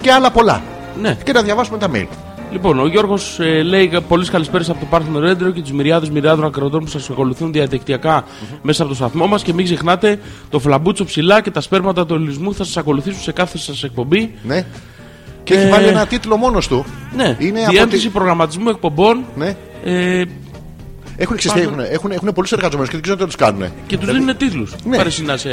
Speaker 1: Και άλλα πολλά.
Speaker 2: Ναι.
Speaker 1: Και να διαβάσουμε τα mail.
Speaker 2: Λοιπόν, ο Γιώργος λέει πολλές καλησπέρες από το Πάρθμο Ρέντρο και τους μυριάδες μυριάδων ακροτών που σας ακολουθούν διαδικτυακά μέσα από το σταθμό μας. Και μην ξεχνάτε το φλαμπούτσο ψηλά και τα σπέρματα του ελληνισμού θα σας ακολουθήσουν σε κάθε σας εκπομπή.
Speaker 1: Ναι. Και έχει βάλει ένα τίτλο μόνος του.
Speaker 2: Ε, Ναι,
Speaker 1: Είναι από
Speaker 2: διεύθυνση
Speaker 1: τη-
Speaker 2: προγραμματισμού εκπομπών.
Speaker 1: Ναι.
Speaker 2: Ε,
Speaker 1: Έχουν, ξεστεί, έχουν, έχουν, έχουν πολλούς εργαζομένους και δεν ξέρουν τι τους κάνουν.
Speaker 2: και τους δίνουν τίτλους.
Speaker 1: Ναι.
Speaker 2: Παρεσινά σε.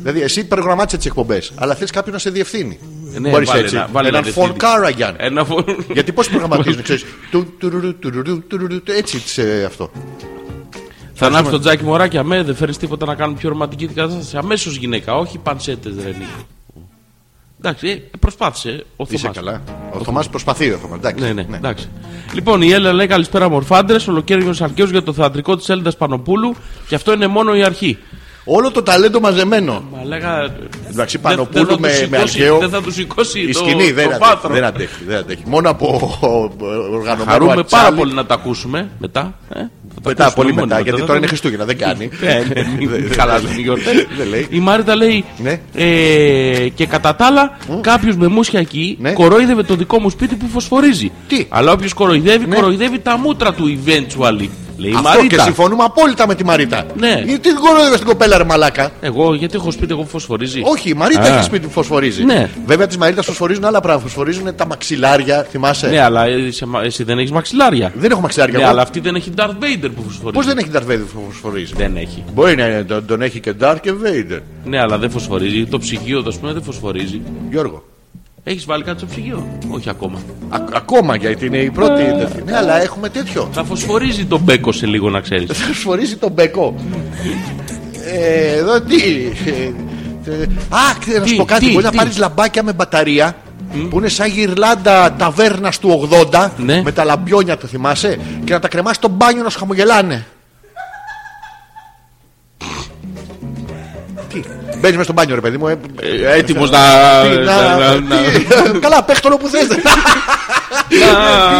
Speaker 1: Δηλαδή, εσύ προγραμμάτισες τις εκπομπές, αλλά θες κάποιον να σε διευθύνει.
Speaker 2: Ναι,
Speaker 1: Μπορείς
Speaker 2: βάλε
Speaker 1: έτσι.
Speaker 2: ένα- βάλε
Speaker 1: έναν
Speaker 2: ένα Ε.
Speaker 1: φων
Speaker 2: διευθυντή.
Speaker 1: Κάραγιαν.
Speaker 2: Ένα φω...
Speaker 1: Γιατί πώς προγραμματίζουν, ξέρει. Έτσι τις, ε, αυτό.
Speaker 2: Θα ανάψει τον τζάκι μωράκι αμέ, δεν φέρνεις τίποτα να κάνουν πιο ρομαντική την κατάσταση. Αμέσως γυναίκα, όχι πανσέτες ρε Νίκο. Εντάξει, ε, προσπάθησε. Ο
Speaker 1: Είσαι
Speaker 2: Θωμάς.
Speaker 1: καλά. Ο Θωμά προσπαθεί ο Θωμάς. Εντάξει.
Speaker 2: Ναι, ναι, εντάξει. Λοιπόν, η Έλληνα λέει καλησπέρα μορφάντρε, ολοκαίριο Αρκαίο για το θεατρικό της Έλληνας Πανοπούλου και αυτό είναι μόνο η αρχή.
Speaker 1: Όλο το ταλέντο μαζεμένο.
Speaker 2: Μα λέγα.
Speaker 1: Εντάξει,
Speaker 2: δεν-
Speaker 1: Πανοπούλου
Speaker 2: δεν θα τους
Speaker 1: με- με
Speaker 2: σηκώσει-
Speaker 1: Αρχαίο.
Speaker 2: Δεν θα τους σηκώσει
Speaker 1: Η
Speaker 2: το,
Speaker 1: σκηνή
Speaker 2: το
Speaker 1: δεν,
Speaker 2: βάθρο.
Speaker 1: αντέχει, δεν αντέχει, δεν αντέχει. Μόνο από οργανωμένο.
Speaker 2: Χαρούμε πάρα
Speaker 1: ατσάλι.
Speaker 2: πολύ να τα ακούσουμε μετά. Ε?
Speaker 1: Μετά, πολύ
Speaker 2: μόνοι
Speaker 1: μετά,
Speaker 2: μετά,
Speaker 1: γιατί
Speaker 2: δεν
Speaker 1: τώρα είναι
Speaker 2: θα-
Speaker 1: Χριστούγεννα, δεν κάνει.
Speaker 2: Ε, ναι, μην-
Speaker 1: Δεν-
Speaker 2: μην
Speaker 1: Καλά,
Speaker 2: μην γιορτές.
Speaker 1: δεν λέει.
Speaker 2: Η Μάριτα λέει.
Speaker 1: Ναι.
Speaker 2: ε, και κατά τα άλλα, κάποιος με μουσια εκεί
Speaker 1: Ναι.
Speaker 2: κοροϊδεύε το δικό μου σπίτι που φωσφορίζει.
Speaker 1: Τι? Ναι.
Speaker 2: Αλλά όποιος κοροϊδεύει, κοροϊδεύει τα μούτρα του eventually. Λέει η
Speaker 1: Αυτό και
Speaker 2: Μαρίτα.
Speaker 1: συμφωνούμε απόλυτα με τη Μαρίτα. Ε,
Speaker 2: Ναι.
Speaker 1: Γιατί την κοροϊδεύες την κοπέλα, ρε Μαλάκα.
Speaker 2: Εγώ, γιατί έχω σπίτι, εγώ που φωσφορίζει.
Speaker 1: Όχι, η Μαρίτα
Speaker 2: Ε. Α.
Speaker 1: έχει σπίτι που φωσφορίζει.
Speaker 2: Ναι.
Speaker 1: Βέβαια της Μαρίτας φωσφορίζουν άλλα πράγματα. Φωσφορίζουν τα μαξιλάρια, θυμάσαι.
Speaker 2: Ναι, αλλά εσύ, εσύ δεν έχεις μαξιλάρια.
Speaker 1: Δεν έχω μαξιλάρια.
Speaker 2: Ναι,
Speaker 1: εγώ.
Speaker 2: αλλά αυτή δεν έχει Darth Vader που φωσφορίζει.
Speaker 1: Πώς δεν έχει Darth Vader που φωσφορίζει.
Speaker 2: Δεν έχει.
Speaker 1: Μπορεί να είναι, τον, τον έχει και Dark και Vader.
Speaker 2: Ναι, αλλά δεν φωσφορίζει. Το ψυγείο, ας πούμε, δεν φωσφορίζει.
Speaker 1: Γιώργο.
Speaker 2: Έχεις βάλει κάτι στο ψυγείο. Όχι ακόμα.
Speaker 1: Α- ακόμα γιατί είναι η
Speaker 2: Ε.
Speaker 1: πρώτη. τέτοια. ναι, αλλά έχουμε τέτοιο.
Speaker 2: Θα φωσφορίζει τον μπέκο σε λίγο, να ξέρεις.
Speaker 1: Θα σφορήσει τον μπέκο. ε, εδώ τι. ε, ε, Α, ξέρω να
Speaker 2: Τι,
Speaker 1: σου πω κάτι.
Speaker 2: τι,
Speaker 1: Μπορεί να
Speaker 2: τι.
Speaker 1: πάρεις λαμπάκια με μπαταρία που είναι σαν γυρλάντα ταβέρνας του 80
Speaker 2: Ναι.
Speaker 1: με τα λαμπιόνια, το θυμάσαι, και να τα κρεμάσει στο μπάνιο να σου χαμογελάνε. τι. Μπαίνει μέσα στο μπάνιο, ρε παιδί μου. ε, ε,
Speaker 2: Έτοιμος να.
Speaker 1: τι να-
Speaker 2: να-
Speaker 1: τι-
Speaker 2: να-
Speaker 1: Καλά, παίχτολο που θες Τι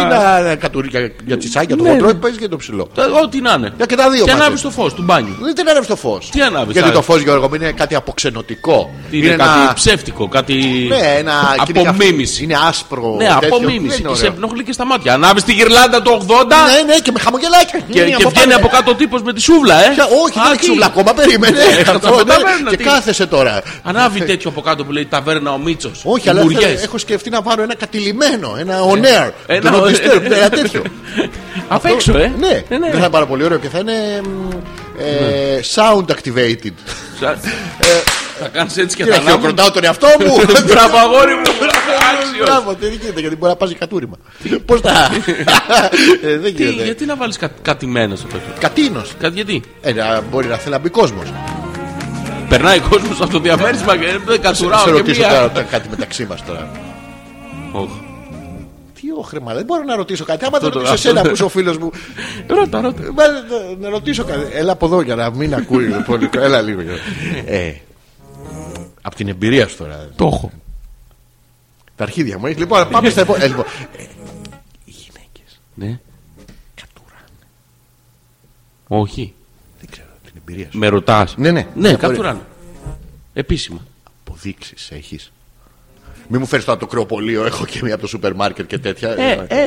Speaker 1: να- να κατουρί για- για τσισάκια, το
Speaker 2: Ναι,
Speaker 1: χοντρό,
Speaker 2: ναι.
Speaker 1: παίζει και το ψηλό.
Speaker 2: τα- Ό,τι να είναι.
Speaker 1: Για και τα δύο Ναι,
Speaker 2: Και
Speaker 1: μαζί.
Speaker 2: ανάβει το φως του μπάνιου.
Speaker 1: Δεν την ανάβει το φως.
Speaker 2: Τι ανάβεις,
Speaker 1: Γιατί
Speaker 2: άντε.
Speaker 1: το φως, Γιώργο, μου, είναι κάτι αποξενωτικό.
Speaker 2: Είναι, κάτι ψεύτικο, κάτι.
Speaker 1: Ναι, ένα.
Speaker 2: απομίμηση.
Speaker 1: Είναι άσπρο.
Speaker 2: Ναι,
Speaker 1: τέτοιο.
Speaker 2: απομίμηση.
Speaker 1: Δεν
Speaker 2: Και
Speaker 1: είναι
Speaker 2: σε
Speaker 1: ωραίο.
Speaker 2: ενοχλεί και στα μάτια. Ανάβεις τη γυρλάντα του 80
Speaker 1: Ναι, ναι, και με χαμογελάκια.
Speaker 2: και,
Speaker 1: Ναι,
Speaker 2: και βγαίνει
Speaker 1: πάνω.
Speaker 2: από κάτω ο τύπος με τη σούβλα, ε.
Speaker 1: Ποια- Όχι,
Speaker 2: Α,
Speaker 1: δεν έχει
Speaker 2: τι.
Speaker 1: σουβλα ακόμα, περίμενε.
Speaker 2: Ε, θα
Speaker 1: Αυτό,
Speaker 2: το
Speaker 1: ναι.
Speaker 2: μεταφέρνα,
Speaker 1: Και
Speaker 2: τι.
Speaker 1: κάθεσαι τώρα.
Speaker 2: Ανάβει τέτοιο από κάτω που λέει ταβέρνα ο Μίτσος.
Speaker 1: Όχι, αλλά θέλω- έχω σκεφτεί να πάρω ένα κατηλημένο, ένα on air.
Speaker 2: Ναι. Ένα
Speaker 1: Ένα
Speaker 2: on-
Speaker 1: ένα τέτοιο.
Speaker 2: Απ' έξω, ε.
Speaker 1: Ναι,
Speaker 2: Ε,
Speaker 1: δεν θα είναι πάρα πολύ ωραίο και θα είναι. μ,
Speaker 2: Ναι.
Speaker 1: ε, Sound activated.
Speaker 2: Σαν-
Speaker 1: Ε,
Speaker 2: Θα κάνεις έτσι και
Speaker 1: Τι
Speaker 2: θα
Speaker 1: να
Speaker 2: ανάβουν.
Speaker 1: χειροκροτάω τον εαυτό μου.
Speaker 2: Μπράβο, αγόρι μου. Άξιος.
Speaker 1: Μπράβο, τι δεν γίνεται, γιατί μπορεί να πάζει κατούριμα. Πώς τα. Ε, Δεν
Speaker 2: Τι,
Speaker 1: γίνεται.
Speaker 2: γιατί να βάλεις κάτι μένα στο τέτοιο.
Speaker 1: Κατίνο.
Speaker 2: Κάτι γιατί.
Speaker 1: Μπορεί Ε, να θέλει να μπει κόσμος.
Speaker 2: Περνάει κόσμος από το διαμέρισμα και δεν
Speaker 1: Σε
Speaker 2: κατουράω και
Speaker 1: ρωτήσω τώρα
Speaker 2: μία.
Speaker 1: τώρα κάτι μεταξύ μας τώρα.
Speaker 2: Όχι.
Speaker 1: Τι όχρε, μα δεν μπορώ να ρωτήσω κάτι. Άμα δεν
Speaker 2: το-
Speaker 1: ρωτήσω
Speaker 2: αυτό
Speaker 1: εσένα
Speaker 2: το-
Speaker 1: που είσαι ο φίλος μου.
Speaker 2: Ρώτα, ρώτα.
Speaker 1: Μα, να- Να ρωτήσω κάτι. Έλα από εδώ για να μην ακούει το πόλικο. Έλα λίγο. Γιώργο. Ε, Απ' την εμπειρία σου τώρα.
Speaker 2: Το έχω.
Speaker 1: Τα αρχίδια μου έχεις. Λοιπόν, πάμε στα επόμενα. Ε, λοιπόν, ε, Οι γυναίκες
Speaker 2: Ναι.
Speaker 1: κατουράνε.
Speaker 2: Όχι.
Speaker 1: Δεν ξέρω την εμπειρία σου.
Speaker 2: Με ρωτάς.
Speaker 1: Ναι, ναι.
Speaker 2: Ναι,
Speaker 1: Μπορεί.
Speaker 2: κατουράνε. Επίσημα.
Speaker 1: Αποδείξεις έχεις. Μην μου φέρεις το από το κρεοπολείο, έχω και μία από το σούπερ μάρκετ και τέτοια.
Speaker 2: Ε, ε.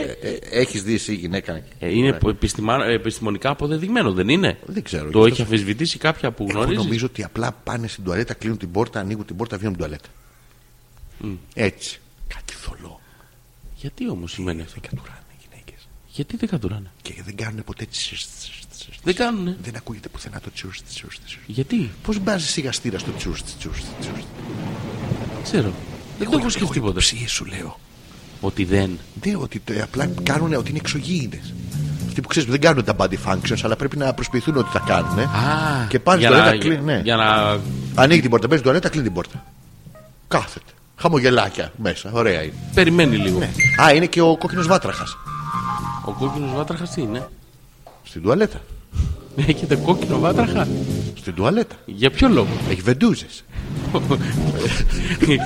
Speaker 1: έχεις δει εσύ γυναίκα.
Speaker 2: Ε, είναι επιστημα... επιστημονικά αποδεδειγμένο, δεν είναι.
Speaker 1: Δεν ξέρω.
Speaker 2: Το έχει αφισβητήσει κάποια που
Speaker 1: Εγώ
Speaker 2: γνωρίζεις.
Speaker 1: νομίζω ότι απλά πάνε στην τουαλέτα, κλείνουν την πόρτα, ανοίγουν την πόρτα, βγαίνουν την τουαλέτα. Έτσι. Κάτι θολό.
Speaker 2: Γιατί όμως σημαίνει αυτό.
Speaker 1: Κατουράνε οι γυναίκες.
Speaker 2: Γιατί δεν κατουράνε.
Speaker 1: Και δεν κάνουν ποτέ τσιρ, τσιρ, τσιρ.
Speaker 2: Δεν κάνουνε.
Speaker 1: Δεν ακούγεται πουθενά το τσιουρ, τσιουρ, τσιουρ.
Speaker 2: Γιατί.
Speaker 1: Πώς μπάζει σιγαστήρα στο τσιουρ, τσιουρ, τσιουρ.
Speaker 2: Δεν ξέρω. Δεν το έχω σκεφτεί ποτέ.
Speaker 1: Ψίε σου λέω.
Speaker 2: Ότι δεν.
Speaker 1: Ναι, ότι το- απλά κάνουν ότι είναι εξωγήινες. Αυτοί που ξέρεις δεν κάνουν τα body functions, αλλά πρέπει να προσποιηθούν ότι τα κάνουν.
Speaker 2: Α,
Speaker 1: και πάνε
Speaker 2: για
Speaker 1: στην
Speaker 2: να-
Speaker 1: τουαλέτα, κλείνει. Ναι.
Speaker 2: Για να.
Speaker 1: Ανοίγει την πόρτα, μπαίνει στην τουαλέτα, κλείνει την πόρτα. Κάθεται. Χαμογελάκια μέσα. Ωραία είναι.
Speaker 2: Περιμένει λίγο.
Speaker 1: Α, είναι και ο κόκκινος βάτραχας.
Speaker 2: Ο κόκκινος βάτραχας τι είναι.
Speaker 1: Στην τουαλέτα.
Speaker 2: Έχετε κόκκινο βάτραχα.
Speaker 1: Στην τουαλέτα.
Speaker 2: Για ποιο λόγο.
Speaker 1: Έχει βεντούζες.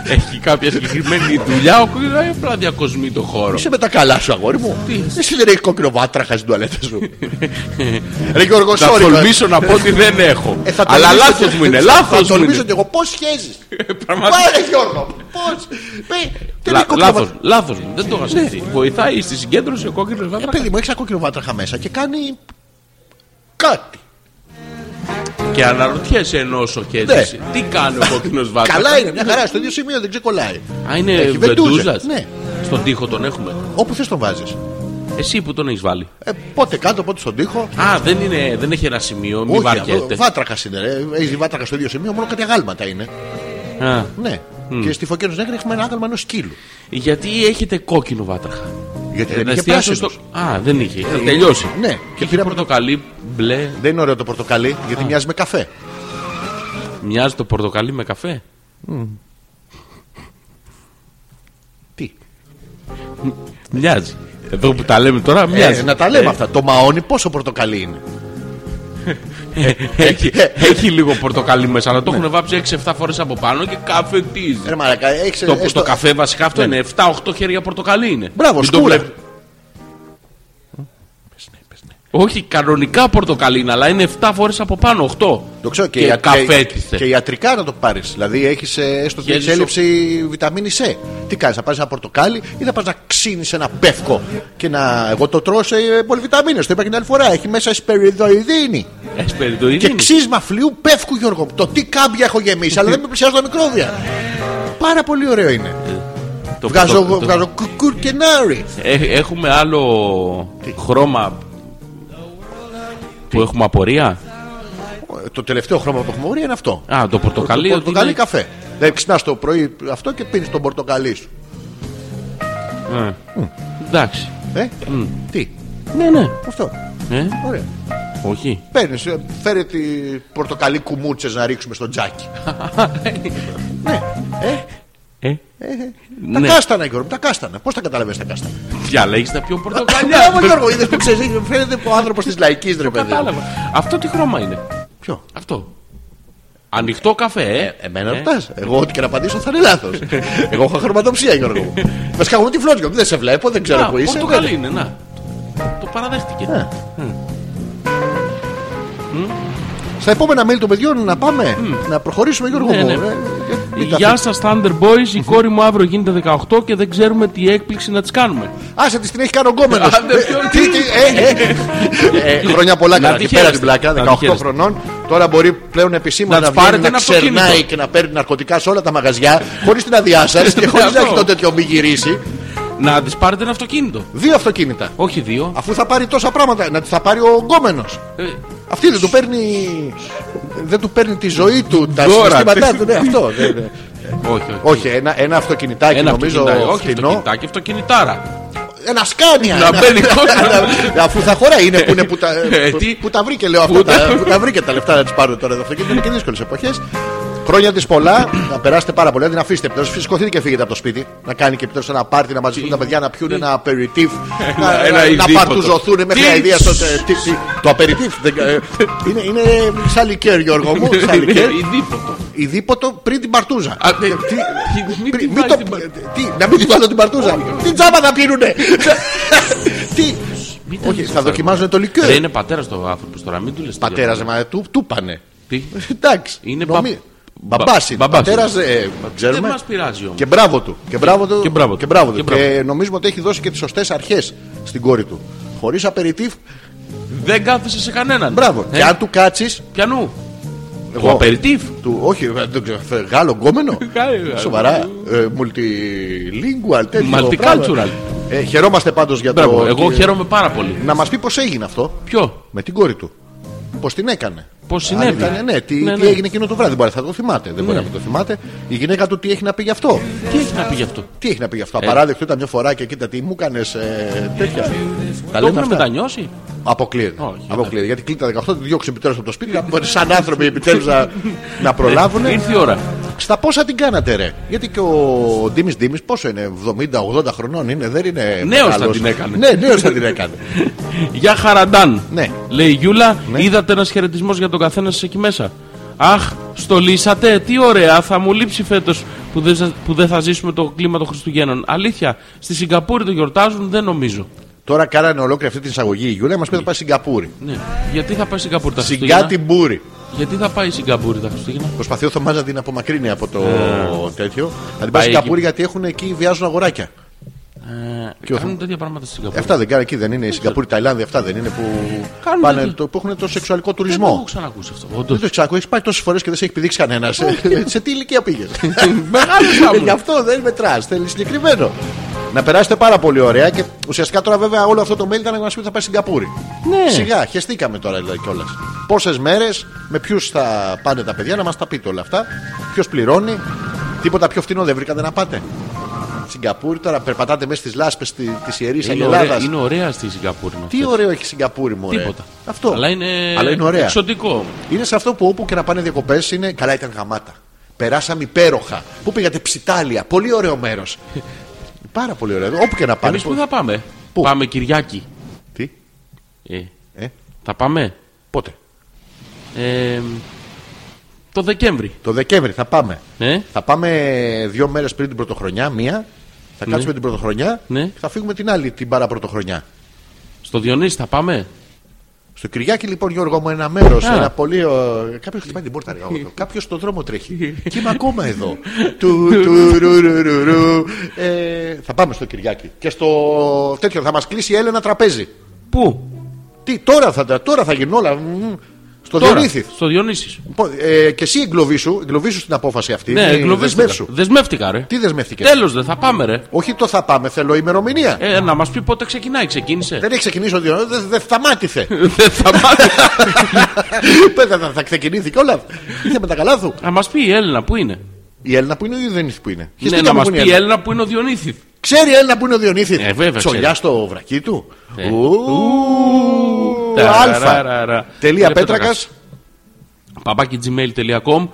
Speaker 2: Έχει κάποια συγκεκριμένη δουλειά ο κόκκινο ή απλά διακοσμεί το χώρο.
Speaker 1: Είσαι με τα καλά σου, αγόρι μου.
Speaker 2: Τι?
Speaker 1: Εσύ δεν έχει κόκκινο βάτραχα στην τουαλέτα σου. Ρε Γιώργο,
Speaker 2: Θα
Speaker 1: sorry,
Speaker 2: τολμήσω να πω ότι δεν έχω.
Speaker 1: Ε, θα
Speaker 2: Αλλά
Speaker 1: τολμήσω
Speaker 2: λάθος
Speaker 1: και-
Speaker 2: μου είναι.
Speaker 1: Θα
Speaker 2: Λάθος μου
Speaker 1: τολμήσω
Speaker 2: είναι.
Speaker 1: και εγώ πώς σχέζεις.
Speaker 2: Πραγματικά.
Speaker 1: Πάρε Γιώργο, πώς.
Speaker 2: Λάθο. Λάθος μου. Δεν το είχα σκεφτεί. Βοηθάει στη συγκέντρωση ο κόκκινος
Speaker 1: Ναι. Ε,
Speaker 2: βάτραχας.
Speaker 1: παιδί μου, έχεις ένα κόκκινο βάτραχα μέσα και κάνει. κάτι.
Speaker 2: Και αναρωτιέσαι ενώ σο και έτσι. Τι κάνει ο κόκκινος βάτραχα.
Speaker 1: Ναι. Καλά είναι, μια χαρά, στο ίδιο σημείο δεν ξεκολλάει.
Speaker 2: Α, είναι
Speaker 1: Έχει βεντούζας.
Speaker 2: βεντούζα.
Speaker 1: Ναι.
Speaker 2: Στον τοίχο τον έχουμε.
Speaker 1: Όπου θες τον βάζεις.
Speaker 2: Εσύ που τον έχεις βάλει.
Speaker 1: Ε, πότε κάτω, πότε στον τοίχο.
Speaker 2: Α, δεν, είναι, δεν έχει ένα σημείο, μη βαριέται.
Speaker 1: βάτραχα είναι. Ρε. Έχει βάτραχα στο ίδιο σημείο, μόνο κάτι αγάλματα είναι.
Speaker 2: Α,
Speaker 1: Ναι. Και στη Φωκένος Νέγκρη έχουμε ένα άγαλμα ενός σκύλου.
Speaker 2: γιατί έχετε κόκκινο βάτραχα.
Speaker 1: Γιατί
Speaker 2: Ε,
Speaker 1: δεν
Speaker 2: να
Speaker 1: είχε
Speaker 2: εστιάσω
Speaker 1: πράσινος.
Speaker 2: στο... Α, δεν είχε. Θα τελειώσει.
Speaker 1: Ναι,
Speaker 2: Και
Speaker 1: και
Speaker 2: πήρα
Speaker 1: πήρε
Speaker 2: πορτοκαλί, μπλε.
Speaker 1: Δεν είναι ωραίο το πορτοκαλί, γιατί μοιάζει με καφέ.
Speaker 2: Μοιάζει το πορτοκαλί με καφέ.
Speaker 1: Τι.
Speaker 2: Μοιάζει. Εδώ που τα λέμε τώρα, μοιάζει.
Speaker 1: Ε, να τα λέμε αυτά. Το μαόνι πόσο πορτοκαλί είναι.
Speaker 2: έχει, έχει λίγο πορτοκαλί μέσα, αλλά το έχουν βάψει 6-7 φορές από πάνω και καφετίζει.
Speaker 1: Ρε μαλακά, έχεις,
Speaker 2: Το,
Speaker 1: ε,
Speaker 2: το
Speaker 1: στο-
Speaker 2: καφέ βασικά αυτό είναι 7-8 χέρια πορτοκαλί είναι.
Speaker 1: Μπράβο,
Speaker 2: Μην το
Speaker 1: σκούρα.
Speaker 2: βλέπεις.
Speaker 1: Πες ναι, πες ναι.
Speaker 2: Όχι, κανονικά πορτοκαλί είναι, αλλά είναι 7 φορές από πάνω, 8.
Speaker 1: Το ξέρω και,
Speaker 2: και
Speaker 1: ια-
Speaker 2: καφέτιθε.
Speaker 1: και ιατρικά να το πάρεις. Δηλαδή έχεις έστω
Speaker 2: Χέρι
Speaker 1: την
Speaker 2: σου.
Speaker 1: έλλειψη βιταμίνη C. Τι κάνεις, θα πάρει ένα πορτοκάλι ή θα πας να ξύνεις ένα πεύκο και να. Εγώ το τρώω σε πολυβιταμίνες. Το είπα και την άλλη φορά. Έχει μέσα σπεριδοειδίνη.
Speaker 2: Έχεις περί το ίδιο
Speaker 1: Και
Speaker 2: Ε, είναι.
Speaker 1: ξύσμα φλοιού πεύκου, Γιώργο. μου. Το τι κάμπια έχω γεμίσει, αλλά δεν με πλησιάζουν τα μικρόβια. Πάρα πολύ ωραίο είναι.
Speaker 2: Ε, Το-
Speaker 1: Βγάζω,
Speaker 2: το- το-
Speaker 1: βγάζω κουκουρκενάρι.
Speaker 2: Έχ- Έχουμε άλλο χρώμα που έχουμε απορία.
Speaker 1: Το τελευταίο χρώμα που έχουμε βρει είναι αυτό.
Speaker 2: Α, το πορτοκαλί.
Speaker 1: το
Speaker 2: ότι
Speaker 1: πορτοκαλί
Speaker 2: είναι-
Speaker 1: καφέ. Δηλαδή ξυπνάς το πρωί αυτό και πίνεις τον πορτοκαλί σου.
Speaker 2: Ε. Εντάξει.
Speaker 1: Ε? Τι,
Speaker 2: Ναι, ναι.
Speaker 1: αυτό.
Speaker 2: Ε,
Speaker 1: Ωραία.
Speaker 2: όχι.
Speaker 1: Παίρνεις, φέρε τη πορτοκαλί κουμούτσες να ρίξουμε στο τζάκι. ναι. Ε,
Speaker 2: Ε,
Speaker 1: τα
Speaker 2: Ναι.
Speaker 1: κάστανα, Γιώργο, τα κάστανα. Πώς τα καταλαβαίνεις τα κάστανα.
Speaker 2: διαλέγεις να πιω πορτοκαλιά.
Speaker 1: Μπράβο, Γιώργο, είδες που ξέρεις, φαίνεται ο άνθρωπος της λαϊκής, ρε παιδί.
Speaker 2: Κατάλαβα. Αυτό τι χρώμα είναι.
Speaker 1: Ποιο.
Speaker 2: Αυτό. Ανοιχτό καφέ, ε.
Speaker 1: Εμένα
Speaker 2: Ε.
Speaker 1: ρωτάς. Εγώ ό,τι και να απαντήσω θα είναι λάθος. Εγώ έχω χρωματοψία, Γιώργο. μου. Βασικά, εγώ τη φλότια δεν σε βλέπω, δεν ξέρω
Speaker 2: Να,
Speaker 1: που είσαι. Ε,
Speaker 2: πορτοκαλί είναι, να. Το παραδέχτηκε.
Speaker 1: Στα επόμενα mail των παιδιών να πάμε, να προχωρήσουμε, Γιώργο.
Speaker 2: Ναι,
Speaker 1: μου.
Speaker 2: ναι.
Speaker 1: Ε, μην τα
Speaker 2: Γεια σας Thunder Boys, η κόρη μου αύριο γίνεται 18 και δεν ξέρουμε τι έκπληξη να της κάνουμε.
Speaker 1: Άσε της την έχει κάνει ο Ε, γκόμενο.
Speaker 2: Άντε, ποιο-
Speaker 1: ε, Χρόνια πολλά,
Speaker 2: Να
Speaker 1: καλά
Speaker 2: τη
Speaker 1: και πέρα
Speaker 2: χαίρεστε.
Speaker 1: την πλάκα.
Speaker 2: Να τη
Speaker 1: 18
Speaker 2: χαίρεστε.
Speaker 1: χρονών. Τώρα μπορεί πλέον επισήμω
Speaker 2: Να
Speaker 1: να
Speaker 2: της
Speaker 1: πάρει
Speaker 2: πάρετε
Speaker 1: να
Speaker 2: ένα αυτοκίνητο.
Speaker 1: ξερνάει και να παίρνει ναρκωτικά σε όλα τα μαγαζιά χωρίς την αδειά σας και χωρίς να
Speaker 2: Ναι, Αυτό.
Speaker 1: έχει το τέτοιο μη γυρίσει.
Speaker 2: Να της πάρετε ένα αυτοκίνητο.
Speaker 1: Δύο αυτοκίνητα.
Speaker 2: Όχι δύο.
Speaker 1: Αφού θα πάρει τόσα πράγματα, να τη θα πάρει ο γκόμενος.
Speaker 2: Ε,
Speaker 1: Αυτή δεν του παίρνει, δεν του παίρνει τη ζωή του, τα
Speaker 2: Δώρα.
Speaker 1: συναισθήματά του. Ναι, αυτό. δεν είναι.
Speaker 2: όχι, όχι.
Speaker 1: Όχι, ένα, ένα αυτοκινητάκι
Speaker 2: Ένα
Speaker 1: νομίζω
Speaker 2: αυτοκινητάκι, όχι
Speaker 1: φθηνό.
Speaker 2: αυτοκινητάκι, αυτοκινητάρα.
Speaker 1: Ένα σκάνια.
Speaker 2: Να
Speaker 1: ένα-
Speaker 2: μπαίνει κόσμο.
Speaker 1: Ε, Αφού θα χωράει είναι που, είναι που, τα,
Speaker 2: Ε,
Speaker 1: που,
Speaker 2: τι?
Speaker 1: που τα βρήκε λέω αυτά
Speaker 2: Πού
Speaker 1: τα,
Speaker 2: τα-
Speaker 1: που τα βρήκε τα λεφτά να τις πάρουν τώρα το αυτοκίνητο είναι και δύσκολες εποχές Χρόνια της πολλά, να περάσετε πάρα πολύ, να την αφήσετε επιτέλους, σηκωθείτε και φύγετε από το σπίτι Να κάνει και επιτέλους ένα πάρτι, να μαζευτούν τα παιδιά, να πιούν ένα απεριτίφ να- να-
Speaker 2: Ένα
Speaker 1: Να
Speaker 2: ειδήποτο.
Speaker 1: παρτουζωθούν μέχρι
Speaker 2: Τι?
Speaker 1: αηδία στο τε- τι- τι- Το απεριτίφ δεν κα- ε, είναι- είναι σαν λικέρ Γιώργο μου, σαν λικέρ
Speaker 2: Ειδήποτο.
Speaker 1: Ειδήποτο πριν την παρτούζα
Speaker 2: Α, ε,
Speaker 1: Τι-
Speaker 2: τι- μην
Speaker 1: πριν-
Speaker 2: την
Speaker 1: μην
Speaker 2: βάζεις
Speaker 1: το-
Speaker 2: την παρτούζα.
Speaker 1: τι, Να μην την βάλω την παρτούζα Τι τζάμπα θα πίνουνε Τι
Speaker 2: Μην τα
Speaker 1: όχι,
Speaker 2: λες
Speaker 1: θα
Speaker 2: αυτά,
Speaker 1: δοκιμάζουν το λικέρ.
Speaker 2: Ρε, είναι πατέρας το άνθρωπος τώρα, μην του λες.
Speaker 1: Πατέρας, μα του, του πάνε.
Speaker 2: Τι.
Speaker 1: Εντάξει.
Speaker 2: Είναι
Speaker 1: νομι-
Speaker 2: μπα-
Speaker 1: Μπαμπάς
Speaker 2: μπα-
Speaker 1: είναι.
Speaker 2: μπαμπάς
Speaker 1: Πατέρας,
Speaker 2: είναι.
Speaker 1: ε, ξέρουμε.
Speaker 2: Δεν μας πειράζει όμως.
Speaker 1: Και μπράβο του. Και μπράβο του.
Speaker 2: και μπράβο του.
Speaker 1: Και, μπράβο του.
Speaker 2: Και μπράβο.
Speaker 1: Και νομίζουμε ότι έχει δώσει και τις σωστές αρχές στην κόρη του. Χωρίς απεριτήφ,
Speaker 2: Δεν κάθεσαι σε κανέναν.
Speaker 1: μπράβο.
Speaker 2: Ε,
Speaker 1: Και αν του κάτσεις.
Speaker 2: Πιανού.
Speaker 1: Εγώ.
Speaker 2: Ο απεριτήφ.
Speaker 1: Του, όχι, ε, δεν ξέρω, ε, Γάλλο γκόμενο.
Speaker 2: Γάλλο.
Speaker 1: Σοβαρά. ε, Multilingual, τέτοιο.
Speaker 2: Multicultural.
Speaker 1: πράγμα. Ε, χαιρόμαστε πάντως για
Speaker 2: Μπράβο,
Speaker 1: το.
Speaker 2: εγώ
Speaker 1: και-
Speaker 2: χαίρομαι πάρα πολύ.
Speaker 1: Να μας πει πώς έγινε αυτό
Speaker 2: Ποιο,
Speaker 1: με την κόρη του. Πώς την έκανε.
Speaker 2: πώς
Speaker 1: Αν
Speaker 2: συνέβη.
Speaker 1: Ήταν, ναι, τι,
Speaker 2: Ναι,
Speaker 1: τι
Speaker 2: ναι.
Speaker 1: έγινε εκείνο το βράδυ. Δεν μπορεί, θα το θυμάται. Δεν μπορεί να μην το θυμάται. Η γυναίκα του τι έχει να πει γι' αυτό.
Speaker 2: Τι έχει να πει γι' αυτό.
Speaker 1: Τι έχει να πει γι' αυτό.
Speaker 2: Ε.
Speaker 1: Απαράδεκτο ήταν μια φορά και κοίτα τι μου έκανε τέτοια. Τα
Speaker 2: Το
Speaker 1: λέμε
Speaker 2: έχουν
Speaker 1: αυτά.
Speaker 2: μετανιώσει.
Speaker 1: Αποκλείεται.
Speaker 2: Όχι,
Speaker 1: Αποκλείεται. Γιατί κλείνει τα 18, τη διώξουν επιτέλους από το σπίτι. να μπορείς σαν άνθρωποι επιτέλους να, να προλάβουν.
Speaker 2: Ήρθε η ώρα.
Speaker 1: Στα πόσα την κάνατε, ρε. Γιατί και ο Ντίμης Ντίμης πόσο είναι, 70-80 χρονών είναι, δεν είναι.
Speaker 2: Νέος θα
Speaker 1: μεγάλος.
Speaker 2: την έκανε.
Speaker 1: Ναι, νέος θα την έκανε.
Speaker 2: Γεια χαραντάν.
Speaker 1: Ναι.
Speaker 2: Λέει η Γιούλα, είδατε ένας χαιρετισμός για τον καθένας σα εκεί μέσα. Αχ, στολίσατε, τι ωραία, θα μου λείψει φέτος που, δεν σας- που δεν θα ζήσουμε το κλίμα των Χριστουγέννων. Αλήθεια, στη Σιγκαπούρη το γιορτάζουν, δεν νομίζω.
Speaker 1: Τώρα κάνανε ολόκληρη αυτή την εισαγωγή η Γιούλα, μας πει θα πάει Σιγκαπούρη.
Speaker 2: Ναι. Γιατί θα πάει η Σιγκαπούρη τα Χριστούγεννα.
Speaker 1: Σιγά την μπούρη.
Speaker 2: Γιατί θα πάει η Σιγκαπούρη τα Χριστούγεννα.
Speaker 1: Προσπαθεί ο Θωμάς να την απομακρύνει από το τέτοιο. Να την πάει
Speaker 2: Ναι.
Speaker 1: στην
Speaker 2: Πάει εκεί.
Speaker 1: Καπούρη γιατί έχουν εκεί βιάζουν αγοράκια.
Speaker 2: Ε,
Speaker 1: Και ο
Speaker 2: κάνουν
Speaker 1: Θωμά-
Speaker 2: τέτοια πράγματα στη Σιγκαπούρη.
Speaker 1: Αυτά δεν κάνει εκεί, δεν είναι. Η Σιγκαπούρη, Ταϊλάνδη, αυτά δεν είναι που,
Speaker 2: Κάνουν
Speaker 1: πάνε
Speaker 2: τέτοιο.
Speaker 1: το, που έχουν το σεξουαλικό
Speaker 2: Δεν το έχω
Speaker 1: τουρισμό.
Speaker 2: ξανακούσει αυτό.
Speaker 1: Δεν
Speaker 2: Όντως.
Speaker 1: το ξακούει, έχει πάει τόσες φορές και δεν σε έχει πηδήξει κανένας. ε, σε τι ηλικία πήγες.
Speaker 2: Ε, Μεγάλωσα μου.
Speaker 1: Γι' αυτό δεν μετράς. Θέλεις συγκεκριμένο. Να περάσετε πάρα πολύ ωραία και ουσιαστικά τώρα βέβαια όλο αυτό το mail ήταν να μας πει ότι θα πάει στην Καπούρη.
Speaker 2: Ναι.
Speaker 1: Σιγά, χεστήκαμε τώρα δηλαδή κιόλας. Πόσες μέρες, με ποιους θα πάνε τα παιδιά να μας τα πείτε όλα αυτά. Ποιος πληρώνει, τίποτα πιο φθηνό δεν βρήκατε να πάτε. Στην Καπούρη τώρα περπατάτε μέσα στις λάσπες τη ιερής
Speaker 2: Είναι ωραία,
Speaker 1: Ελλάδα.
Speaker 2: είναι ωραία στη Σιγκαπούρη. να
Speaker 1: Τι
Speaker 2: θες.
Speaker 1: ωραίο έχει η Σιγκαπούρη, μου
Speaker 2: Τίποτα.
Speaker 1: Αυτό.
Speaker 2: Αλλά είναι,
Speaker 1: Αλλά είναι ωραία.
Speaker 2: εξωτικό.
Speaker 1: Είναι σε αυτό που όπου και να πάνε διακοπές είναι. Καλά, ήταν γαμάτα. Περάσαμε υπέροχα. Πού πήγατε, Ψιτάλια. Πολύ ωραίο μέρος. Πάρα πολύ ωραίο. Όπου και να πάνε.
Speaker 2: Εμείς πού θα πάμε.
Speaker 1: Πού?
Speaker 2: Πάμε Κυριακή.
Speaker 1: Τι,
Speaker 2: Ε,
Speaker 1: ε,
Speaker 2: θα πάμε.
Speaker 1: πότε.
Speaker 2: Ε, το Δεκέμβρη.
Speaker 1: Το Δεκέμβρη θα πάμε.
Speaker 2: Ε,
Speaker 1: Θα πάμε δύο μέρες πριν την πρωτοχρονιά, μία. Θα κάτσουμε την πρωτοχρονιά
Speaker 2: Ναι.
Speaker 1: και θα φύγουμε την άλλη την παραπρωτοχρονιά.
Speaker 2: στο Διονύση θα πάμε.
Speaker 1: Στο Κυριάκι λοιπόν Γιώργο μου ένα μέρος,
Speaker 2: Α.
Speaker 1: ένα πολύ... ε, Κάποιος χτυπάει την πόρτα ρε Γιώργο. Κάποιος στον δρόμο τρέχει. Και είμαι ακόμα εδώ. Του, του, ρου, ρου, ρου, ρου. Ε, Θα πάμε στο Κυριάκι. Και στο τέτοιο θα μας κλείσει η Έλενα τραπέζι.
Speaker 2: Πού?
Speaker 1: Τι τώρα θα, τώρα θα γίνουν όλα. Μμμ. Στο
Speaker 2: Τώρα,
Speaker 1: Διονύθι.
Speaker 2: Στο Διονύσης.
Speaker 1: Λοιπόν, ε, και εσύ εγκλωβίσου, εγκλωβίσου στην απόφαση αυτή.
Speaker 2: Ναι,
Speaker 1: Ε,
Speaker 2: εγκλωβίστηκα.
Speaker 1: δεσμεύσου.
Speaker 2: Δεσμεύτηκα, ρε.
Speaker 1: Τι δεσμεύτηκες.
Speaker 2: Τέλος, δεν θα πάμε, ρε.
Speaker 1: Όχι το θα πάμε, θέλω ημερομηνία.
Speaker 2: Ε, να μας πει πότε ξεκινάει, ξεκίνησε.
Speaker 1: Δεν έχει ξεκινήσει ο Διονύθι, δεν δεν σταμάτησε.
Speaker 2: Δεν θα πάμε.
Speaker 1: Πέτα θα, θα ξεκινήσει κιόλα. Είχε με τα καλά του.
Speaker 2: Να μας πει η Έλληνα που είναι.
Speaker 1: Η Έλληνα που είναι ή ο Διονύθι που είναι. Χεις
Speaker 2: Ναι,
Speaker 1: τι
Speaker 2: να
Speaker 1: μου
Speaker 2: μα
Speaker 1: πούνε
Speaker 2: πει
Speaker 1: η
Speaker 2: η
Speaker 1: Έλληνα.
Speaker 2: Έλληνα που είναι ο Διονύθι.
Speaker 1: Ξέρει η Έλληνα που είναι ο Διονύθι.
Speaker 2: Ε, βέβαια,
Speaker 1: Τσολιά
Speaker 2: ξέρει.
Speaker 1: στο βρακί του.
Speaker 2: Ε.
Speaker 1: Ου, Αλφα.
Speaker 2: Ταραραραρα.
Speaker 1: Τελεία
Speaker 2: Τελεία
Speaker 1: πέτρακα.
Speaker 2: Παπάκι gmail.com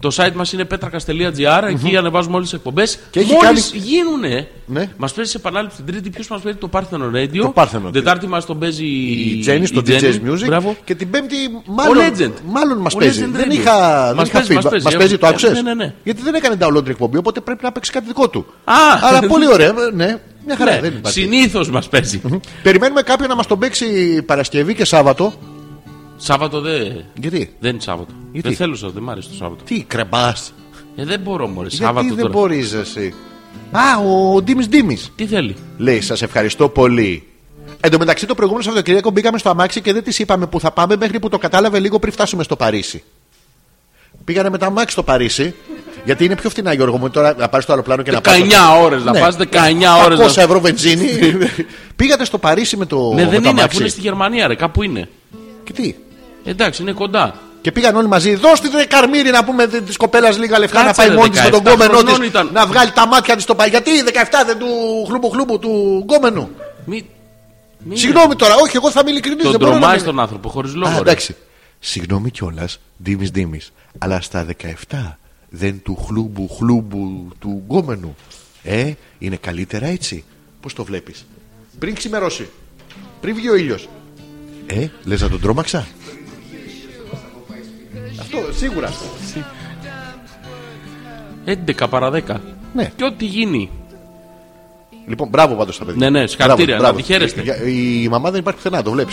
Speaker 2: Το site μας είναι πέτρακας.gr Εκεί ανεβάζουμε όλες τις εκπομπές
Speaker 1: Και έχει
Speaker 2: Μόλις
Speaker 1: κάνει-
Speaker 2: γίνουνε
Speaker 1: Ναι.
Speaker 2: Μας παίζει σε επανάληψη την τρίτη Ποιος μας παίζει το Parthenon Radio
Speaker 1: Το Parthenon.
Speaker 2: Τετάρτη μας τον παίζει
Speaker 1: Η Τζέννη στο DJ's Music
Speaker 2: Μπράβο.
Speaker 1: και την Πέμπτη μάλλον,
Speaker 2: Legend.
Speaker 1: μάλλον μας
Speaker 2: Ο
Speaker 1: παίζει.
Speaker 2: Legend
Speaker 1: δεν
Speaker 2: Radio.
Speaker 1: είχα, δεν
Speaker 2: Μας
Speaker 1: είχα
Speaker 2: παίζει,
Speaker 1: πει.
Speaker 2: μας παίζει,
Speaker 1: Μας
Speaker 2: ε.
Speaker 1: παίζει, το
Speaker 2: Ε,
Speaker 1: άκουσες.
Speaker 2: ναι, ναι, ναι.
Speaker 1: Γιατί δεν έκανε download την εκπομπή, οπότε πρέπει να παίξει κάτι δικό του.
Speaker 2: Α.
Speaker 1: Αλλά πολύ ωραίο. ε, Ναι, μια χαρά.
Speaker 2: ναι,
Speaker 1: δεν υπάρχει.
Speaker 2: Συνήθως μας παίζει
Speaker 1: Περιμένουμε κάποιον να μας τον παίξει Παρασκευή και Σάββατο.
Speaker 2: Σάββατο δεν
Speaker 1: Γιατί,
Speaker 2: δεν είναι Σάββατο
Speaker 1: Γιατί?
Speaker 2: Δεν θέλω Σάββατο, δεν μ' άρεσε το Σάββατο
Speaker 1: τι κρεμπάς.
Speaker 2: ε, Δεν μπορώ μωρέ
Speaker 1: Γιατί
Speaker 2: Σάββατο
Speaker 1: δεν
Speaker 2: τώρα
Speaker 1: μπορείς εσύ. Α, ο Ντίμης Ντίμης.
Speaker 2: Τι θέλει
Speaker 1: Λέει, σας ευχαριστώ πολύ. Εν τω μεταξύ, το προηγούμενο Σαββατοκύριακο μπήκαμε στο αμάξι και δεν της είπαμε που θα πάμε μέχρι που το κατάλαβε λίγο πριν φτάσουμε στο Παρίσι. Πήγανε με τα αμάξι στο Παρίσι, γιατί είναι πιο φθηνά, Γιώργο μου. Τώρα να πάρεις το αεροπλάνο και να
Speaker 2: 19
Speaker 1: πάρει.
Speaker 2: ώρες να
Speaker 1: Ναι.
Speaker 2: πας 19 ώρες να-
Speaker 1: 200 ευρώ βενζίνη. Πήγατε στο Παρίσι με το.
Speaker 2: Ναι
Speaker 1: με
Speaker 2: δεν
Speaker 1: το
Speaker 2: είναι
Speaker 1: αμάξι.
Speaker 2: αφού είναι στη Γερμανία ρε κάπου είναι
Speaker 1: Και τι.
Speaker 2: Εντάξει είναι κοντά
Speaker 1: Και πήγαν όλοι μαζί. Δώστε ρε καρμύρι να πούμε της κοπέλας λίγα λεφτά
Speaker 2: Κάτσε,
Speaker 1: να πάει
Speaker 2: ρε,
Speaker 1: μόνη της με τον
Speaker 2: 17
Speaker 1: κόμενό
Speaker 2: χρονών
Speaker 1: της.
Speaker 2: ήταν.
Speaker 1: Να βγάλει τα μάτια της στο παγιατί. Γιατί 17 δεν του χλούμπου χλούμπου του κόμενου.
Speaker 2: Μη... μη-
Speaker 1: Συγγνώμη τώρα, όχι, εγώ θα είμαι ειλικρινής.
Speaker 2: Τον
Speaker 1: Δεν μπορώ να
Speaker 2: τρομάζει
Speaker 1: μην-
Speaker 2: τον άνθρωπο χωρίς λόγο.
Speaker 1: Α,
Speaker 2: ρε.
Speaker 1: εντάξει. Συγγνώμη κιόλας, Ντίμη Ντίμη. Αλλά στα 17 δεν του χλούμπου χλούμπου του γκόμενου. Ε, είναι καλύτερα έτσι. Πώς το βλέπεις. Πριν ξημερώσει. Πριν βγει ο ήλιος. Ε, λες να τον τρόμαξα. Αυτό σίγουρα.
Speaker 2: 11 παρα 10.
Speaker 1: Ναι.
Speaker 2: Και ό,τι γίνει.
Speaker 1: Λοιπόν, μπράβο πάντως στα παιδιά.
Speaker 2: Ναι, ναι, συγχαρητήρια, να τη χαίρεστε.
Speaker 1: Η- Η, η μαμά δεν υπάρχει πουθενά, το βλέπεις.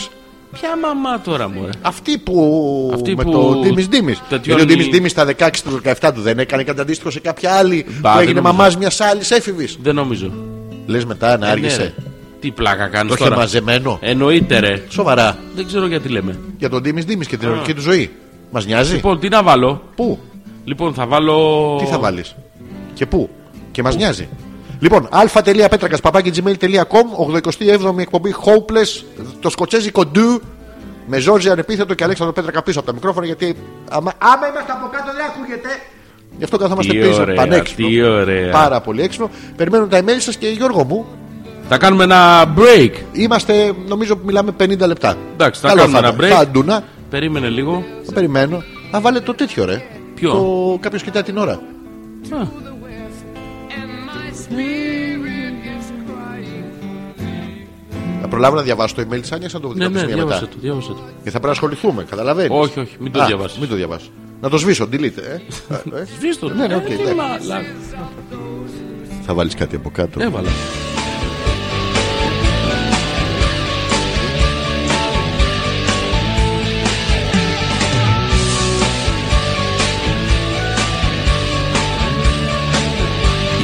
Speaker 2: Ποια μαμά τώρα μου, ε. ρε.
Speaker 1: Αυτή που.
Speaker 2: Αυτή
Speaker 1: με
Speaker 2: που
Speaker 1: το Ντίμι Ντίμι. Γιατί
Speaker 2: τετιώνει-
Speaker 1: ο Ντίμι Ντίμι στα 16 του 17 του δεν έκανε κάτι αντίστοιχο σε κάποια άλλη
Speaker 2: Μπα,
Speaker 1: που
Speaker 2: δεν
Speaker 1: έγινε
Speaker 2: νομίζω.
Speaker 1: μαμάς μιας άλλης έφηβης.
Speaker 2: Δεν νομίζω.
Speaker 1: Λες μετά να
Speaker 2: Ε, ναι, ρε.
Speaker 1: άργησε.
Speaker 2: Τι πλάκα κάνεις
Speaker 1: Το είχε
Speaker 2: τώρα. Ε, ναι.
Speaker 1: μαζεμένο.
Speaker 2: Εννοείται, ρε.
Speaker 1: Σοβαρά.
Speaker 2: Δεν ξέρω γιατί λέμε.
Speaker 1: Για τον Ντίμι Ντίμι και την ερωτική του ζωή. Μας νοιάζει.
Speaker 2: Λοιπόν, τι να βάλω.
Speaker 1: Πού,
Speaker 2: Λοιπόν, θα βάλω.
Speaker 1: τι θα βάλεις. Και πού. Και μας νοιάζει. Λοιπόν, α.πέτρακα.gmail.com 87η εκπομπή Hopeless, το σκοτσέζικο ντου με Ζόρζι ανεπίθετο και Αλέξανδρο Πέτρακα πίσω από τα μικρόφωνα γιατί άμα, άμα είμαστε από κάτω δεν ακούγεται. Γι' αυτό καθόμαστε
Speaker 2: Τι
Speaker 1: πίσω.
Speaker 2: ωραία,
Speaker 1: πανέξυπνο.
Speaker 2: τι ωραία.
Speaker 1: Πάρα πολύ έξυπνο. Περιμένω τα email σας και Γιώργο μου.
Speaker 2: Θα κάνουμε ένα break.
Speaker 1: Είμαστε, νομίζω που μιλάμε 50 λεπτά.
Speaker 2: Εντάξει, θα
Speaker 1: Καλό
Speaker 2: κάνουμε
Speaker 1: θα
Speaker 2: ένα
Speaker 1: είναι.
Speaker 2: break.
Speaker 1: Θα αντούνα.
Speaker 2: Περίμενε λίγο.
Speaker 1: Θα περιμένω. Α, βάλε το τέτοιο ρε.
Speaker 2: Ποιο?
Speaker 1: Το κάποιος κοιτά την ώρα.
Speaker 2: Α,
Speaker 1: Να προλάβω να διαβάσω το email της Άνια, να το
Speaker 2: ναι, ναι,
Speaker 1: διαβάσω μια μετά.
Speaker 2: διάβασε το. Διάβασε το.
Speaker 1: Και θα πρέπει να ασχοληθούμε, καταλαβαίνεις.
Speaker 2: Όχι, όχι, μην το διαβάσεις.
Speaker 1: Μην το διαβάσω. Να το σβήσω, delete. Ε. Ε, ε.
Speaker 2: Σβήστο.
Speaker 1: Ναι, ναι,
Speaker 2: Ε,
Speaker 1: οκ,
Speaker 2: τι
Speaker 1: εντάξει.
Speaker 2: μαλάκα.
Speaker 1: Θα βάλεις κάτι από κάτω.
Speaker 2: Έβαλα.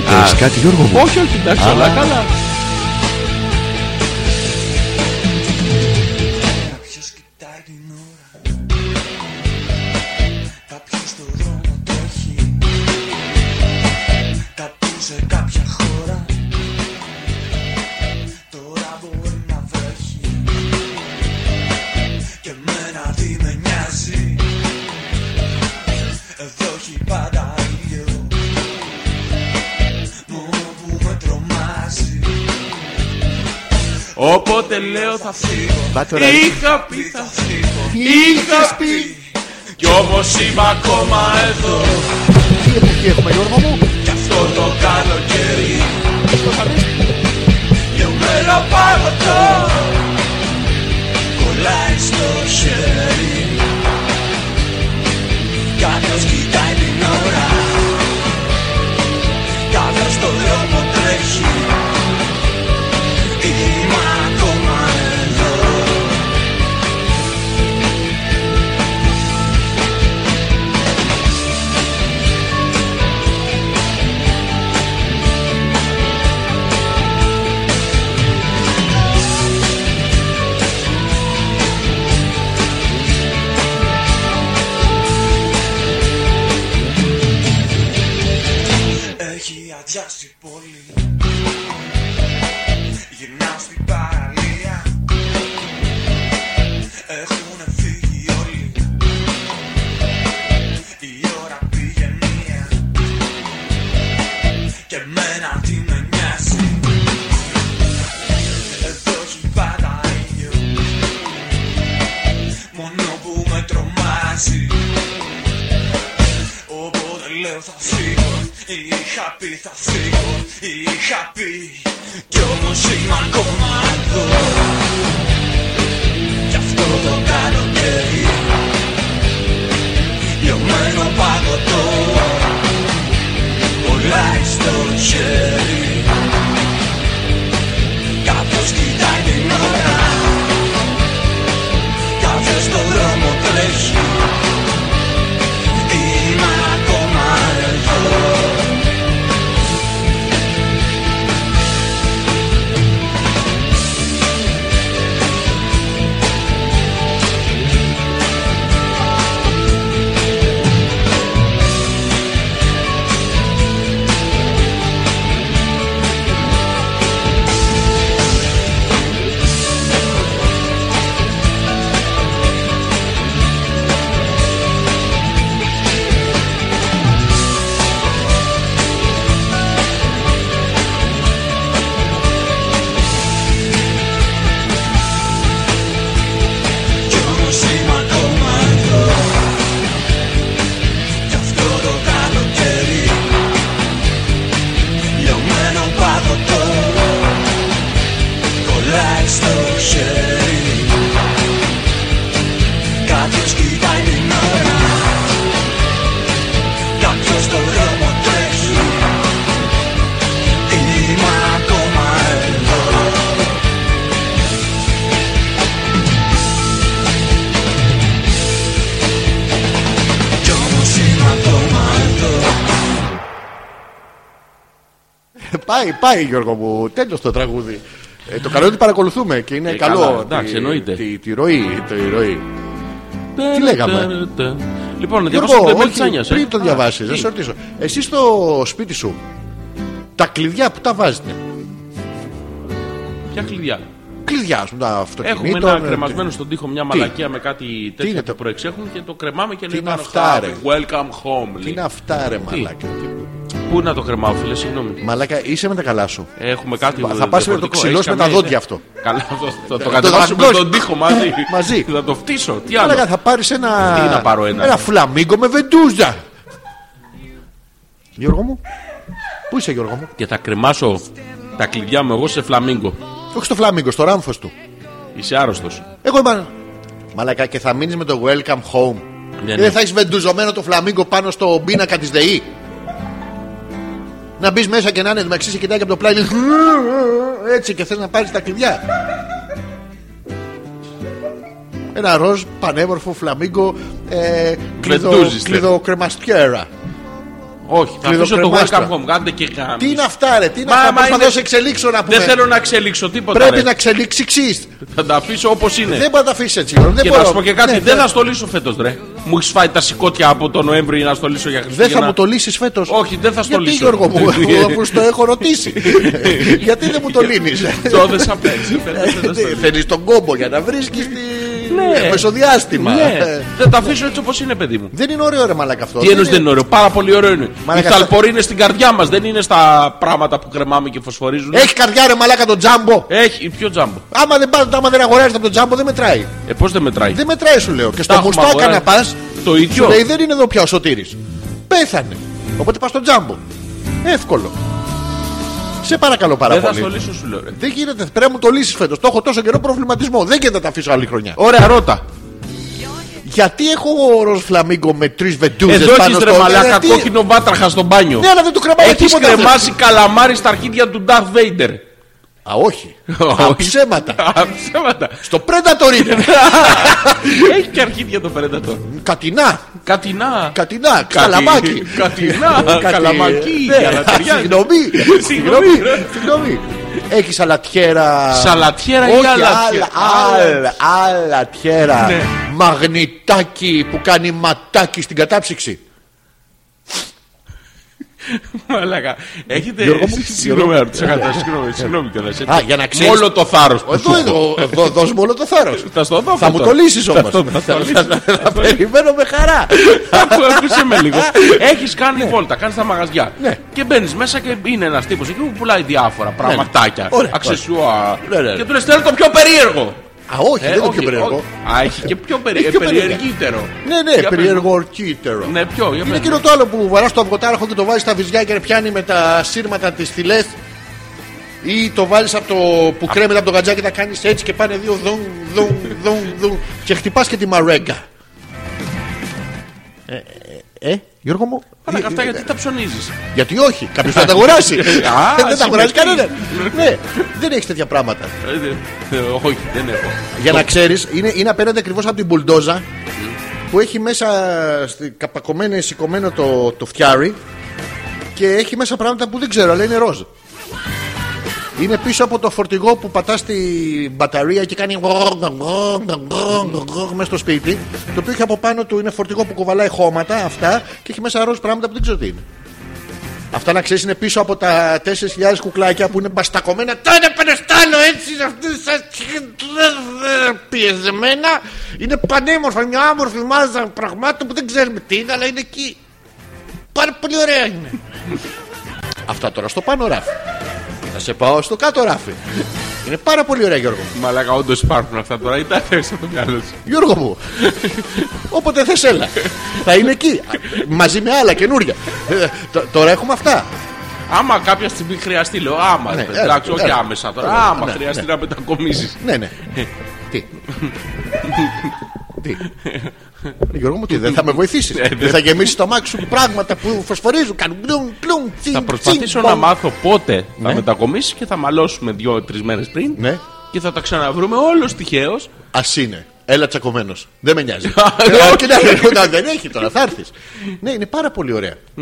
Speaker 1: Θέλεις κάτι, Γιώργο μου.
Speaker 2: Όχι, όχι, εντάξει, όλα καλά.
Speaker 3: Κάποιος κοιτάει την ώρα Κάποιος στο δρόμο τρέχει Κάπου σε κάποια χώρα Τώρα μπορεί να βρέχει Και εμένα τι με νοιάζει Εδώ έχει πάντα ήλιο Μόνο που με τρομάζει
Speaker 2: Όποτε λέω θα φύγω.
Speaker 1: Μπα τώρα.
Speaker 2: Είχα πει θα φύγω. Είχα πει. Κι όμως είμαι ακόμα εδώ.
Speaker 1: Τι εποχή έχουμε, Γιώργο μου.
Speaker 3: Κι αυτό το καλοκαίρι Λιωμένο παγωτό Κολλάει στο χέρι Κάποιος κοιτάει την ώρα Κάποιος στο δρόμο τρέχει Είμαι ακόμα εδώ Γυρνάω στην παραλία Έχουν φύγει όλοι Η ώρα πήγε μία Και εμένα τι με νοιάζει Εδώ ζουν πάντα ίδιο Μόνο που με τρομάζει Οπότε λέω θα φύγω Είχα πει θα φύγω Είχα πει Κι όμως είμαι ακόμα εδώ Κι αυτό το καλοκαίρι Λιωμένο παγωτό Πολλά στο χέρι Κάποιος κοιτάει την ώρα Κάποιος στον δρόμο τρέχει Είμαι ακόμα εδώ Κι όμως είμαι ακόμα εδώ Κι αυτό το καλοκαίρι Λιωμένο παγωτό Κολλάει στο χέρι Κάποιος κοιτάει την ώρα Κάποιος στον δρόμο τρέχει Είμαι ακόμα εδώ Κι όμως είμαι ακόμα εδώ
Speaker 1: Πάει, πάει Γιώργο μου, τέλος το τραγούδι. Ε, το καλό είναι ότι παρακολουθούμε και είναι
Speaker 2: Ε,
Speaker 1: καλό.
Speaker 2: καλά,
Speaker 1: τη-
Speaker 2: εντάξει, εννοείται.
Speaker 1: Τη, τη, ροή, τη ροή. Τι λέγαμε?
Speaker 2: Λοιπόν, να
Speaker 1: Γιώργο,
Speaker 2: διαβάσω το email
Speaker 1: όχι,
Speaker 2: της Άνιας, ε.
Speaker 1: πριν το
Speaker 2: Α,
Speaker 1: διαβάσεις, να
Speaker 2: τι.
Speaker 1: σε ρωτήσω. Εσύ στο σπίτι σου, τα κλειδιά που τα βάζετε.
Speaker 2: Ποια κλειδιά.
Speaker 1: Κλειδιά, ας πούμε, τα αυτοκινήτων.
Speaker 2: Έχουμε ένα
Speaker 1: ε,
Speaker 2: κρεμασμένο στον τοίχο μια μαλακία με κάτι
Speaker 1: είναι
Speaker 2: τέτοιο
Speaker 1: το-
Speaker 2: που προεξέχουν και το κρεμάμε και λέει
Speaker 1: είναι
Speaker 2: πάνω
Speaker 1: αυτά,
Speaker 2: αυτά.
Speaker 1: ρε?
Speaker 2: Welcome home.
Speaker 1: Τι
Speaker 2: λέει.
Speaker 1: είναι αυτά, ρε μαλάκα.
Speaker 2: Πού να το κρεμάω, φίλε, συγγνώμη.
Speaker 1: Μαλάκα, είσαι με τα καλά σου.
Speaker 2: Έχουμε κάτι
Speaker 1: Θα
Speaker 2: διαφορετικό.
Speaker 1: πας με το ξυλό
Speaker 2: Έχεις
Speaker 1: με τα
Speaker 2: καμία
Speaker 1: δόντια
Speaker 2: ιδέα?
Speaker 1: αυτό.
Speaker 2: Καλά, αυτό θα το
Speaker 1: δώσουμε
Speaker 2: κατεβάσουμε
Speaker 1: μπροστά.
Speaker 2: τον τοίχο μαζί.
Speaker 1: Μαζί.
Speaker 2: Θα το φτύσω. Τι άλλο.
Speaker 1: Μαλάκα, θα πάρεις ένα.
Speaker 2: Τι να πάρω ένα.
Speaker 1: φλαμίγκο με βεντούζα. Γιώργο μου, πού είσαι, Γιώργο μου.
Speaker 2: Και θα κρεμάσω τα κλειδιά μου εγώ σε φλαμίγκο.
Speaker 1: Όχι στο φλαμίγκο, στο ράμφο του.
Speaker 2: Είσαι άρρωστος.
Speaker 1: Εγώ είμαι. Μαλακά και θα μείνεις με το welcome home. Και
Speaker 2: Ναι, ναι.
Speaker 1: Δεν θα έχεις βεντουζωμένο το φλαμίγκο πάνω στο πίνακα της ΔΕΗ. Να μπεις μέσα και να είναι μεταξύ σε κοιτάει και από το πλάι. λέει, Έτσι και θέλει να πάρεις τα κλειδιά. Ένα ροζ πανέμορφο φλαμίγκο ε, κλειδο,
Speaker 2: Βεντούζιστε.
Speaker 1: κλειδοκρεμαστιέρα.
Speaker 2: Όχι, θα αφήσω το
Speaker 1: Κλειδοκρεμάστρα.
Speaker 2: welcome home. Κάντε και γάμι.
Speaker 1: Τι είναι αυτά, ρε, τι είναι
Speaker 2: Μα,
Speaker 1: αυτά.
Speaker 2: μα
Speaker 1: Προσπαθώ να
Speaker 2: είναι-
Speaker 1: σε εξελίξω να πούμε.
Speaker 2: Δεν θέλω να εξελίξω τίποτα.
Speaker 1: Πρέπει
Speaker 2: ρε.
Speaker 1: να εξελίξεις
Speaker 2: Θα τα αφήσω όπως είναι.
Speaker 1: Δεν μπορεί να τα αφήσεις έτσι. Γιώργο, Δεν
Speaker 2: Και
Speaker 1: μπορώ.
Speaker 2: να σου πω και κάτι,
Speaker 1: Ναι,
Speaker 2: δεν θα στολίσω φέτος, ρε. Μου έχεις φάει τα σηκώτια από τον Νοέμβρη να στολίσω για
Speaker 1: Δεν
Speaker 2: Χριστούγεννα.
Speaker 1: θα μου το λύσεις φέτος.
Speaker 2: Όχι, δεν θα στο
Speaker 1: Γιατί,
Speaker 2: λύσω.
Speaker 1: Γιώργο μου, εγώ αφού στο έχω ρωτήσει. Γιατί δεν μου το Ναι. λύνει.
Speaker 2: Το έδεσα απ' έξω, φέτος δεν στολίζω.
Speaker 1: Θέλει τον κόμπο για να βρίσκεις
Speaker 2: Ναι.
Speaker 1: τη μεσοδιάστημα.
Speaker 2: Ναι,
Speaker 1: Ε,
Speaker 2: δεν τα αφήσω έτσι όπως είναι, παιδί μου.
Speaker 1: Δεν είναι ωραίο ρε μαλακά αυτό.
Speaker 2: Τι εννοείς δεν είναι ωραίο, πάρα πολύ ωραίο είναι. Η
Speaker 1: Ναι. Μαλάκα,
Speaker 2: θαλπορή είναι στην καρδιά μας, δεν είναι στα πράγματα που κρεμάμε και φωσφορίζουν.
Speaker 1: Έχει καρδιά ρε μαλακά τον τζάμπο.
Speaker 2: Έχει, πιο τζάμπο.
Speaker 1: Άμα δεν πας, άμα δεν αγοράζεται από τον τζάμπο δεν μετράει.
Speaker 2: Ε, πώς δεν μετράει.
Speaker 1: Δεν μετράει σου λέω. Και στο
Speaker 2: έχουμε
Speaker 1: μουστάκα
Speaker 2: αγοράσει.
Speaker 1: να πας.
Speaker 2: Το ίδιο.
Speaker 1: Λέει δεν είναι εδώ πια ο Σωτήρης. Πέθανε. Οπότε πας στον τζάμπο. Εύκολο. Σε παρακαλώ πάρα
Speaker 2: Δεν θα
Speaker 1: πολύ.
Speaker 2: στολίσω, σου λέω, ρε.
Speaker 1: Δεν γίνεται, πρέπει να μου το λύσεις φέτος. Το έχω τόσο καιρό προβληματισμό. Δεν γίνεται να τα αφήσω άλλη χρονιά.
Speaker 2: Ωραία, ρώτα.
Speaker 1: Γιατί έχω ροζ φλαμίγκο με τρεις βεντούζες
Speaker 2: Εδώ
Speaker 1: πάνω
Speaker 2: έχει ρε
Speaker 1: στο
Speaker 2: μαλάκα
Speaker 1: Γιατί-
Speaker 2: κόκκινο μπάτραχα στο μπάνιο.
Speaker 1: Ε, Ναι, αλλά δεν του κρεμάει
Speaker 2: Έχεις
Speaker 1: τίποτα.
Speaker 2: κρεμάσει καλαμάρι στα αρχίδια του Darth Vader.
Speaker 1: Α, όχι.
Speaker 2: Όχι. Ναι.
Speaker 1: Α, ψέματα.
Speaker 2: Α, Ψέματα.
Speaker 1: Στο Predator είναι.
Speaker 2: Έχει και αρχίδια το Predator.
Speaker 1: Κατινά.
Speaker 2: Κατινά.
Speaker 1: Κατινά. Καλαμάκι.
Speaker 2: Κατινά.
Speaker 1: Κάτι-
Speaker 2: Καλαμακί.
Speaker 1: Ναι,
Speaker 2: για να ταιριάζει.
Speaker 1: Συγγνώμη.
Speaker 2: Συγγνώμη.
Speaker 1: Συγγνώμη. Έχει σαλατιέρα.
Speaker 2: Σαλατιέρα ή
Speaker 1: Όχι,
Speaker 2: αλατιέρα.
Speaker 1: άλλα, άλλα τιέρα.
Speaker 2: Ναι.
Speaker 1: Μαγνητάκι που κάνει ματάκι στην κατάψυξη.
Speaker 2: Μαλάκα. Έχετε.
Speaker 1: Γιώργο μου,
Speaker 2: Συγγνώμη, Άρη, σε χάτα, συγγνώμη, συγγνώμη κιόλας, έτσι.
Speaker 1: Α, για να ξέρεις.
Speaker 4: Όλο το θάρρος.
Speaker 1: Εδώ, εδώ, εδώ, δώσ' μου όλο το θάρρος.
Speaker 2: Θα στο δω
Speaker 1: Θα μου το λύσεις όμω. Θα περιμένω με χαρά.
Speaker 2: Ακούσε με λίγο.
Speaker 1: Ναι.
Speaker 2: Έχεις κάνει βόλτα, κάνεις τα μαγαζιά. Και μπαίνεις μέσα και είναι ένας τύπος εκεί που πουλάει διάφορα πραγματάκια.
Speaker 1: Ναι. Ωραία.
Speaker 2: Αξεσουά.
Speaker 1: Ναι, ναι, ναι.
Speaker 2: Και του λες θέλω το πιο περίεργο.
Speaker 1: Α, όχι,
Speaker 2: Ε,
Speaker 1: δεν είναι
Speaker 2: όχι,
Speaker 1: πιο περίεργο.
Speaker 2: όχι. Α, έχει και πιο περί-
Speaker 1: Έχει πιο περίεργα.
Speaker 2: περιεργύτερο.
Speaker 1: Ναι,
Speaker 2: Για
Speaker 1: ναι,
Speaker 2: πες.
Speaker 1: περίεργο ορκύτερο.
Speaker 2: Ναι, πιο. για
Speaker 1: Είναι
Speaker 2: πες.
Speaker 1: εκείνο το άλλο που βαράς το αυγοτάραχο και το βάζεις στα βυζιά και πιάνει με τα σύρματα τις θηλές. Ή το βάλεις από το που κρέμεται από το γατζάκι και τα κάνεις έτσι και πάνε δύο δουν, δουν, δουν, δουν. Και χτυπάς και τη μαρέγκα. Ε, ε, ε, Γιώργο μου.
Speaker 2: Μαλάκα,
Speaker 1: ε,
Speaker 2: Αυτά
Speaker 1: ε,
Speaker 2: γιατί τα ψωνίζεις.
Speaker 1: Γιατί όχι, κάποιος θα τα αγοράσει.
Speaker 2: Α,
Speaker 1: Δεν τα αγοράζει
Speaker 2: συμμετείχε.
Speaker 1: κανένα. Ναι, δεν έχεις τέτοια πράγματα.
Speaker 2: Όχι, δεν έχω.
Speaker 1: Για να ξέρεις, είναι, είναι απέναντι ακριβώς από την μπουλντόζα που έχει μέσα στη- καπακωμένο, σηκωμένο το, το φτιάρι και έχει μέσα πράγματα που δεν ξέρω, αλλά είναι ροζ. Είναι πίσω από το φορτηγό που πατάς τη μπαταρία και κάνει μέσα στο σπίτι. Το οποίο έχει από πάνω του είναι φορτηγό που κουβαλάει χώματα αυτά και έχει μέσα ροζ πράγματα που δεν ξέρω τι είναι. Αυτά να ξέρεις είναι πίσω από τα 4.000 κουκλάκια που είναι μπαστακωμένα. Τα είναι πενεστάνω έτσι, αυτή πιεζεμένα. Είναι πανέμορφα, μια άμορφη μάζα πραγμάτων που δεν ξέρουμε τι είναι, αλλά είναι εκεί. Πάρα πολύ ωραία είναι. Αυτά τώρα στο πάνω ράφι. Θα σε πάω στο κάτω ράφι. Είναι πάρα πολύ ωραία, Γιώργο. μου.
Speaker 2: Μαλάκα, όντως υπάρχουν αυτά τώρα. Ήταν έξω από το μυαλό σου.
Speaker 1: Γιώργο μου, όποτε θες έλα. Θα είναι εκεί. Μαζί με άλλα καινούρια. Ε, τ- Τώρα έχουμε αυτά.
Speaker 2: Άμα κάποια στιγμή χρειαστεί, λέω άμα.
Speaker 1: Ναι,
Speaker 2: ρε παιδί,
Speaker 1: έλα,
Speaker 2: Εντάξει, όχι
Speaker 1: έλα.
Speaker 2: άμεσα τώρα.
Speaker 1: Έλα,
Speaker 2: Άμα
Speaker 1: ναι,
Speaker 2: χρειαστεί
Speaker 1: ναι.
Speaker 2: να μετακομίσει.
Speaker 1: Ναι, ναι. τι. τι. Ε, Γιώργο μου, τι, δεν θα με βοηθήσεις.
Speaker 2: Ε,
Speaker 1: δεν θα γεμίσει το μάξι σου πράγματα που φωσφορίζουν. Κάνουν κλουμ, κλουμ, τσιν,
Speaker 2: Θα προσπαθήσω να μάθω πότε θα μετακομίσεις και θα μαλώσουμε δύο-τρει μέρες πριν.
Speaker 1: Ναι.
Speaker 2: Και θα τα ξαναβρούμε όλος τυχαίως.
Speaker 1: Ας είναι. Έλα τσακωμένος. Δεν με νοιάζει.
Speaker 2: ναι.
Speaker 1: Ε, κοίτα, ρε, κοίτα, δεν έχει τώρα, θα έρθεις. Ναι, είναι πάρα πολύ ωραία.
Speaker 2: Τα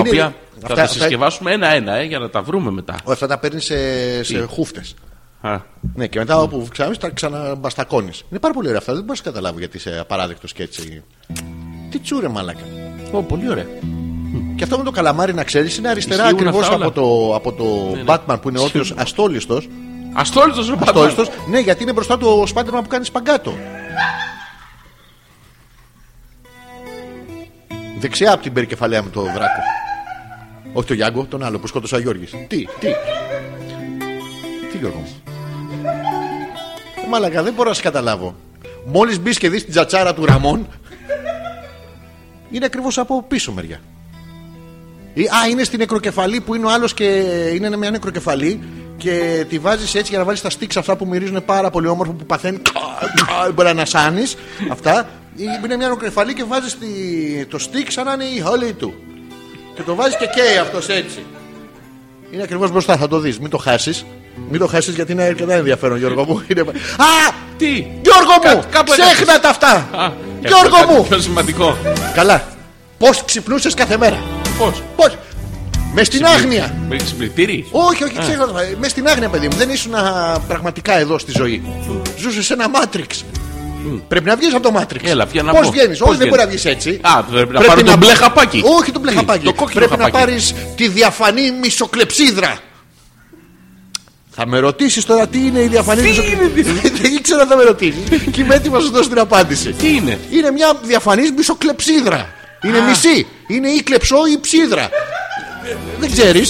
Speaker 1: Είναι-
Speaker 2: οποία θα
Speaker 1: αυτά-
Speaker 2: τα
Speaker 1: αυτά-
Speaker 2: συσκευάσουμε ένα-ένα ε, για να τα βρούμε μετά.
Speaker 1: Ω, Αυτά τα παίρνεις σε, σε χούφτες.
Speaker 2: Α,
Speaker 1: Ναι, και μετά όπου ξαναβρει τα ξαναμπαστακώνεις. Είναι πάρα πολύ ωραία αυτά. Δεν μπορείς να καταλάβει γιατί είσαι απαράδεκτος και έτσι. Τι τσούρε, μαλάκα.
Speaker 2: Ω, πολύ ωραία.
Speaker 1: Και αυτό με το καλαμάρι να ξέρεις είναι αριστερά
Speaker 2: Ισχύουν
Speaker 1: ακριβώς
Speaker 2: αυτά όλα. Ναι,
Speaker 1: από το, από το Batman που είναι όρθιο αστόλιστο.
Speaker 2: Αστόλιτο ο
Speaker 1: Αστόλιστος,
Speaker 2: Πατόλιτο.
Speaker 1: ναι, γιατί είναι μπροστά του ο Spider-Man που κάνει σπαγκάτο. Δεξιά από την περικεφαλαία μου το δράκο. Όχι το Γιάνγκο, τον άλλο που σκότωσε ο Γιώργης. Τι, τι. Τι Γιώργο μου. Ε, Μάλακα, δεν μπορώ να σε καταλάβω. Μόλις μπεις και δεις την τζατσάρα του Ραμόν, είναι ακριβώς από πίσω μεριά. Ή- Ε, Α, είναι στην νεκροκεφαλή που είναι ο άλλος και είναι μια νεκροκεφαλή και τη βάζεις έτσι για να βάλεις τα στίξ αυτά που μυρίζουν πάρα πολύ όμορφο που παθαίνει. Μπορεί να σάνει αυτά. Ή Είναι μια νεκροκεφαλή και βάζεις το στίξ σαν να είναι η χόλη του. Και το βάζεις και καίει αυτός έτσι. Είναι ακριβώς μπροστά, θα το δεις. Μην το χάσεις. Μην το χάσεις γιατί είναι αρκετά ενδιαφέρον, Γιώργο μου. Είναι- Α!
Speaker 2: Τι.
Speaker 1: Γιώργο μου!
Speaker 2: Κά- κάπου
Speaker 1: ξέχνα τα αυτά!
Speaker 2: Α,
Speaker 1: Γιώργο
Speaker 2: κάτι
Speaker 1: μου!
Speaker 2: Πιο σημαντικό.
Speaker 1: Καλά. Πώς ξυπνούσες κάθε μέρα.
Speaker 2: Πώς.
Speaker 1: Πώς. Με στην άγνοια.
Speaker 2: Με ξυπνητήρι.
Speaker 1: Όχι, όχι, ξέχασα. Με στην άγνοια, παιδί μου. Δεν ήσουν α, πραγματικά εδώ στη ζωή. Ζούσε σε ένα μάτριξ. Πρέπει να βγεις από το μάτριξ.
Speaker 2: Έλα, βγαίνω να
Speaker 1: Πώς
Speaker 2: πω.
Speaker 1: βγαίνεις,
Speaker 2: Πώς
Speaker 1: Όχι, δεν μπορεί να
Speaker 2: βγαίνεις.
Speaker 1: βγεις έτσι.
Speaker 2: Α, πρέπει να πάρω το μπλε χαπάκι.
Speaker 1: Όχι, το μπλε
Speaker 2: Τι,
Speaker 1: χαπάκι.
Speaker 2: το κόκκινο
Speaker 1: Πρέπει να
Speaker 2: χαπάκι.
Speaker 1: πάρεις τη διαφανή μισοκλεψίδρα. Θα με ρωτήσεις τώρα τι είναι η διαφανή μισοκλεψίδρα. Δεν ήξερα αν θα με ρωτήσεις. Και είμαι έτοιμος να σου δώσω την απάντηση.
Speaker 2: Τι είναι.
Speaker 1: Είναι μια διαφανής μισοκλεψίδρα. Είναι μισή. Είναι ή κλεψό ή ψίδρα. Ε, Δεν ξέρει.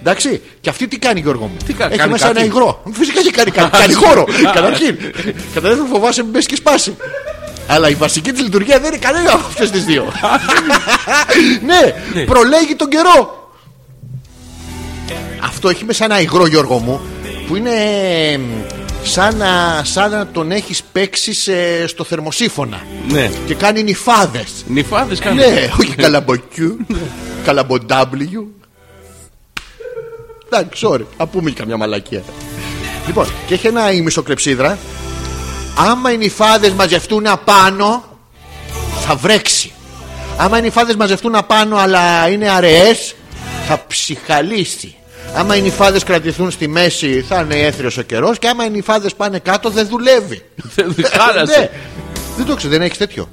Speaker 1: Εντάξει. Και αυτή τι κάνει, Γιώργο μου.
Speaker 2: Τι κα-
Speaker 1: Έχει
Speaker 2: κάνει
Speaker 1: μέσα
Speaker 2: κάτι?
Speaker 1: ένα υγρό. Φυσικά και κάνει κάτι. κάνει χώρο. Καταρχήν. Κατά δεύτερον, φοβάσαι μην πέσει και σπάσει. Αλλά η βασική της λειτουργία δεν είναι κανένα από αυτές τις δύο. ναι, προλέγει τον καιρό. Αυτό έχει μέσα ένα υγρό Γιώργο μου Που είναι ε, σαν να, σαν να τον έχεις παίξει σε- στο θερμοσύφωνα
Speaker 2: Ναι.
Speaker 1: Και κάνει νυφάδες
Speaker 2: Νυφάδες κάνει.
Speaker 1: Ναι, όχι καλαμποκιού Καλαμποντάμπλιου Εντάξει, sorry, να πούμε και καμιά μαλακία Λοιπόν, και έχει ένα ημισοκλεψίδρα Άμα οι νυφάδες μαζευτούν απάνω Θα βρέξει Άμα οι νυφάδες μαζευτούν απάνω αλλά είναι αραιές Θα ψυχαλίσει Άμα οι νυφάδες κρατηθούν στη μέση θα είναι έθριος ο καιρός Και άμα οι νυφάδες πάνε κάτω δεν δουλεύει
Speaker 2: Χάλασε.
Speaker 1: Ναι. Δεν το ξέρω, δεν έχεις τέτοιο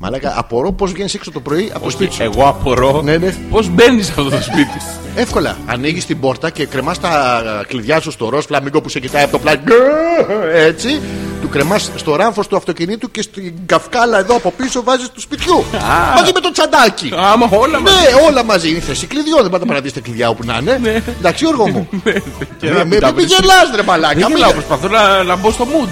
Speaker 1: Μαλάκα, απορώ πώς βγαίνεις έξω το πρωί από το σπίτι σου.
Speaker 2: Εγώ απορώ
Speaker 1: Ναι, ναι.
Speaker 2: πώς μπαίνεις σε αυτό το σπίτι.
Speaker 1: Εύκολα. Ανοίγεις την πόρτα και κρεμάς τα κλειδιά σου στο ροζ φλαμίγκο που σε κοιτάει από το πλάι. Έτσι. Του κρεμάς στο ράμφο του αυτοκινήτου και στην καυκάλα εδώ από πίσω βάζεις του σπιτιού. μαζί με το τσαντάκι.
Speaker 2: Άμα όλα μα.
Speaker 1: ναι, όλα μαζί. Είναι θέση κλειδιών. Δεν πάτε να παρατήσετε κλειδιά όπου να είναι. Εντάξει, Γιώργο μου.
Speaker 2: Ναι. Και να
Speaker 1: Μην
Speaker 2: μην τα βρεις.
Speaker 1: γελάς, ρε μαλάκα.
Speaker 2: Δεν
Speaker 1: μη
Speaker 2: γελάω,
Speaker 1: γε-
Speaker 2: προσπαθώ να, να μπω στο mood.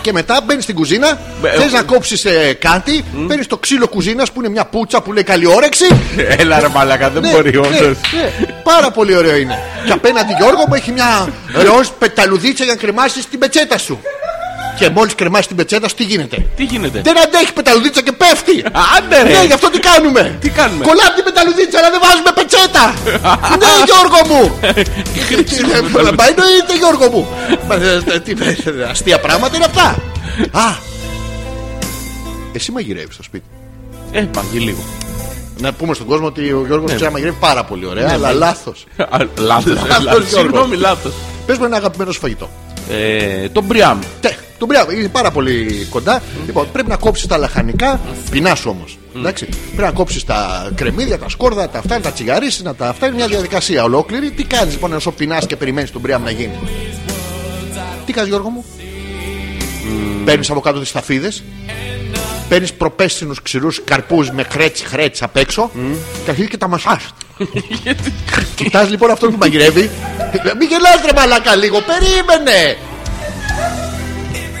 Speaker 1: Και μετά μπαίνεις στην κουζίνα,
Speaker 2: Ε,
Speaker 1: θες
Speaker 2: ε,
Speaker 1: να κόψεις κάτι, παίρνεις το ξύλο κουζίνας που είναι μια πουτσα που λέει καλή όρεξη.
Speaker 2: Έλα ρε μαλακά, δεν
Speaker 1: Ναι,
Speaker 2: μπορεί
Speaker 1: ναι,
Speaker 2: όντως.
Speaker 1: ναι. Πάρα πολύ ωραίο είναι. Και απέναντι Γιώργο μου έχει μια ροζ πεταλουδίτσα για να κρεμάσεις την πετσέτα σου. Και μόλις κρεμάσει την πετσέτα σου, τι γίνεται.
Speaker 2: Τι γίνεται.
Speaker 1: Δεν αντέχει πεταλουδίτσα και πέφτει.
Speaker 2: Άντε ρε.
Speaker 1: Ναι, γι' αυτό τι κάνουμε.
Speaker 2: Τι κάνουμε?
Speaker 1: Κολλάμε την πεταλουδίτσα, αλλά δεν βάζουμε πετσέτα. ναι, Γιώργο μου. Ναι,
Speaker 2: Χρήσιμο.
Speaker 1: Μα εννοείται, Γιώργο μου. Μα, ε, ε, τι, ε, Αστεία πράγματα είναι αυτά. Α. Εσύ μαγειρεύεις στο σπίτι.
Speaker 2: Ε, παγεί λίγο.
Speaker 1: Να πούμε στον κόσμο ότι ο Γιώργος ξέρει να μαγειρεύει πάρα πολύ ωραία, αλλά λάθο.
Speaker 2: Λάθο.
Speaker 1: Γιώργο.
Speaker 2: ε, Συγγνώμη, λάθος.
Speaker 1: Πες μου ένα αγαπημένο σου φαγητό.
Speaker 2: Το μπριάμ.
Speaker 1: Τε, τον μπράβο, είναι πάρα πολύ κοντά. Λοιπόν, πρέπει να κόψεις τα λαχανικά, πεινάς όμως. Πρέπει να κόψεις τα κρεμμύδια, τα σκόρδα, τα αυτά, τα τσιγαρίσεις, να τα αυτά. Είναι μια διαδικασία ολόκληρη. Τι κάνεις λοιπόν όσο πεινάς και περιμένεις τον μπράβο να γίνει. Τι κάνεις Γιώργο μου. Παίρνεις από κάτω τις ταφίδε. Παίρνει προπέστινου ξηρούς καρπούς με χρέτσι χρέτσι απ' έξω και αρχίζει και τα μασά. Κοιτάς λοιπόν αυτό που μαγειρεύει. Μην γελάς ρε μαλάκα λίγο, περίμενε!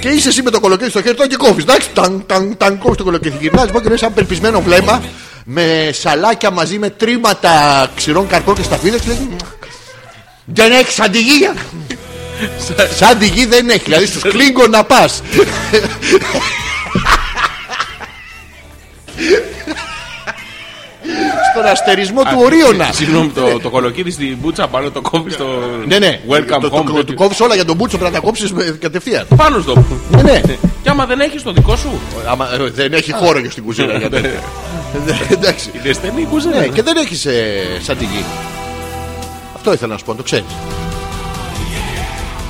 Speaker 1: Και είσαι εσύ με το κολοκύθι στο χέρι του και κόβεις. Εντάξει, ταν, ταν, ταν, κόβεις το κολοκύθι. Γυρνάς μόνο και είναι σαν περπισμένο βλέμμα με σαλάκια μαζί με τρίματα ξηρών καρπών και σταφίδε. Δεν έχει αντιγεί. για- Σαν τη γη δεν έχει. Δηλαδή στους κλίνγκο να πας Στον αστερισμό του Ορίωνας.
Speaker 2: Συγγνώμη, το, το κολοκύθι στην μπούτσα πάνω το κόβεις στο.
Speaker 1: Ναι, ναι.
Speaker 2: Welcome
Speaker 1: Το- το- το-
Speaker 2: home. τέτοιο.
Speaker 1: Του κόβεις όλα για τον Μπούτσο πρέπει να τα κόψεις κατευθείαν.
Speaker 2: Πάνω στο.
Speaker 1: Ναι, ναι.
Speaker 2: Και άμα δεν έχεις το δικό σου. ε,
Speaker 1: Άμα, ε, Δεν έχει χώρο για στην κουζίνα. για τέτοια. Ε, Εντάξει.
Speaker 2: Είναι στενή η κουζίνα.
Speaker 1: Ναι, και δεν έχεις σαν τη γη. Αυτό ήθελα να σου πω, να το ξέρει.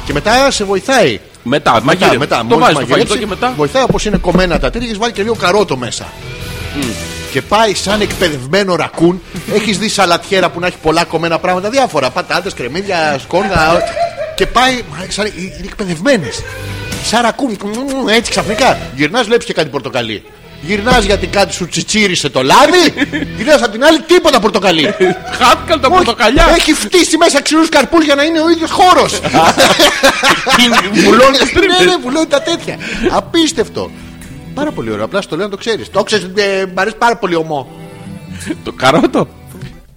Speaker 1: Και μετά σε βοηθάει.
Speaker 2: Μετά, μαγείρε.
Speaker 1: Μετά, μετά,
Speaker 2: το
Speaker 1: μόλις
Speaker 2: βάζεις το
Speaker 1: μαγειρέψει,
Speaker 2: φαγητό και μετά.
Speaker 1: Βοηθάει όπω είναι κομμένα τα τύρια, έχεις βάλει και λίγο καρότο μέσα. Και πάει σαν εκπαιδευμένο ρακούν. έχεις δει σαλατιέρα που να έχει πολλά κομμένα πράγματα διάφορα. Πατάτες, κρεμμύδια, σκόρδα. και πάει. μα, Σαν, ε, είναι εκπαιδευμένες. Σαν ρακούν. μμμ, Έτσι ξαφνικά. Γυρνάς, βλέπεις και κάτι πορτοκαλί. Γυρνάς γιατί κάτι σου τσιτσίρισε το λάδι. Γυρνάς απ' την άλλη τίποτα πορτοκαλί.
Speaker 2: Χάθηκαν τα
Speaker 1: Όχι,
Speaker 2: πορτοκαλιά.
Speaker 1: Έχει φτύσει μέσα ξηρούς καρπούς για να είναι ο ίδιος χώρος.
Speaker 2: Βουλώνει τις τρύπες.
Speaker 1: Ναι, ναι, βουλώνει τα τέτοια. Απίστευτο. Πάρα πολύ ωραίο. Απλά στο λέω να το ξέρεις. Το ξέρεις, μ' αρέσει πάρα πολύ ομό.
Speaker 2: Το καρότο.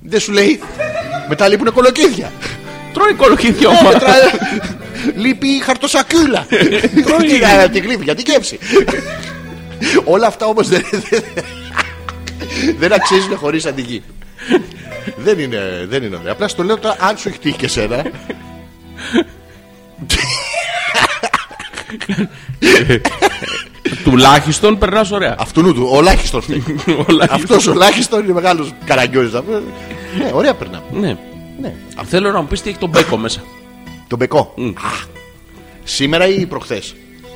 Speaker 1: Δεν σου λέει. Μετά λείπουν κολοκύθια.
Speaker 2: Τρώει κολοκύθι όμως.
Speaker 1: Μετά λείπει η χαρτοσακούλα. Τι να την γλύφει, για την κέψη. Όλα αυτά όμως δεν. δεν- Δεν αξίζουν χωρίς αντιγύ. Δεν είναι, δεν είναι ωραία. Απλά στο λέω τώρα, αν σου έχει τύχει και σένα,
Speaker 2: Τουλάχιστον περνάς ωραία.
Speaker 1: αυτού νου του, ο λάχιστος.
Speaker 2: Ολάχιστον.
Speaker 1: Αυτός ο λάχιστος είναι μεγάλος καραγκιόζης. Ναι, ωραία περνάμε.
Speaker 2: Ναι.
Speaker 1: Ναι.
Speaker 2: Θέλω να μου πεις τι έχει τον μπέκο μέσα.
Speaker 1: Τον Μπεκό.
Speaker 2: Μμ.
Speaker 1: Α, σήμερα ή προχθές.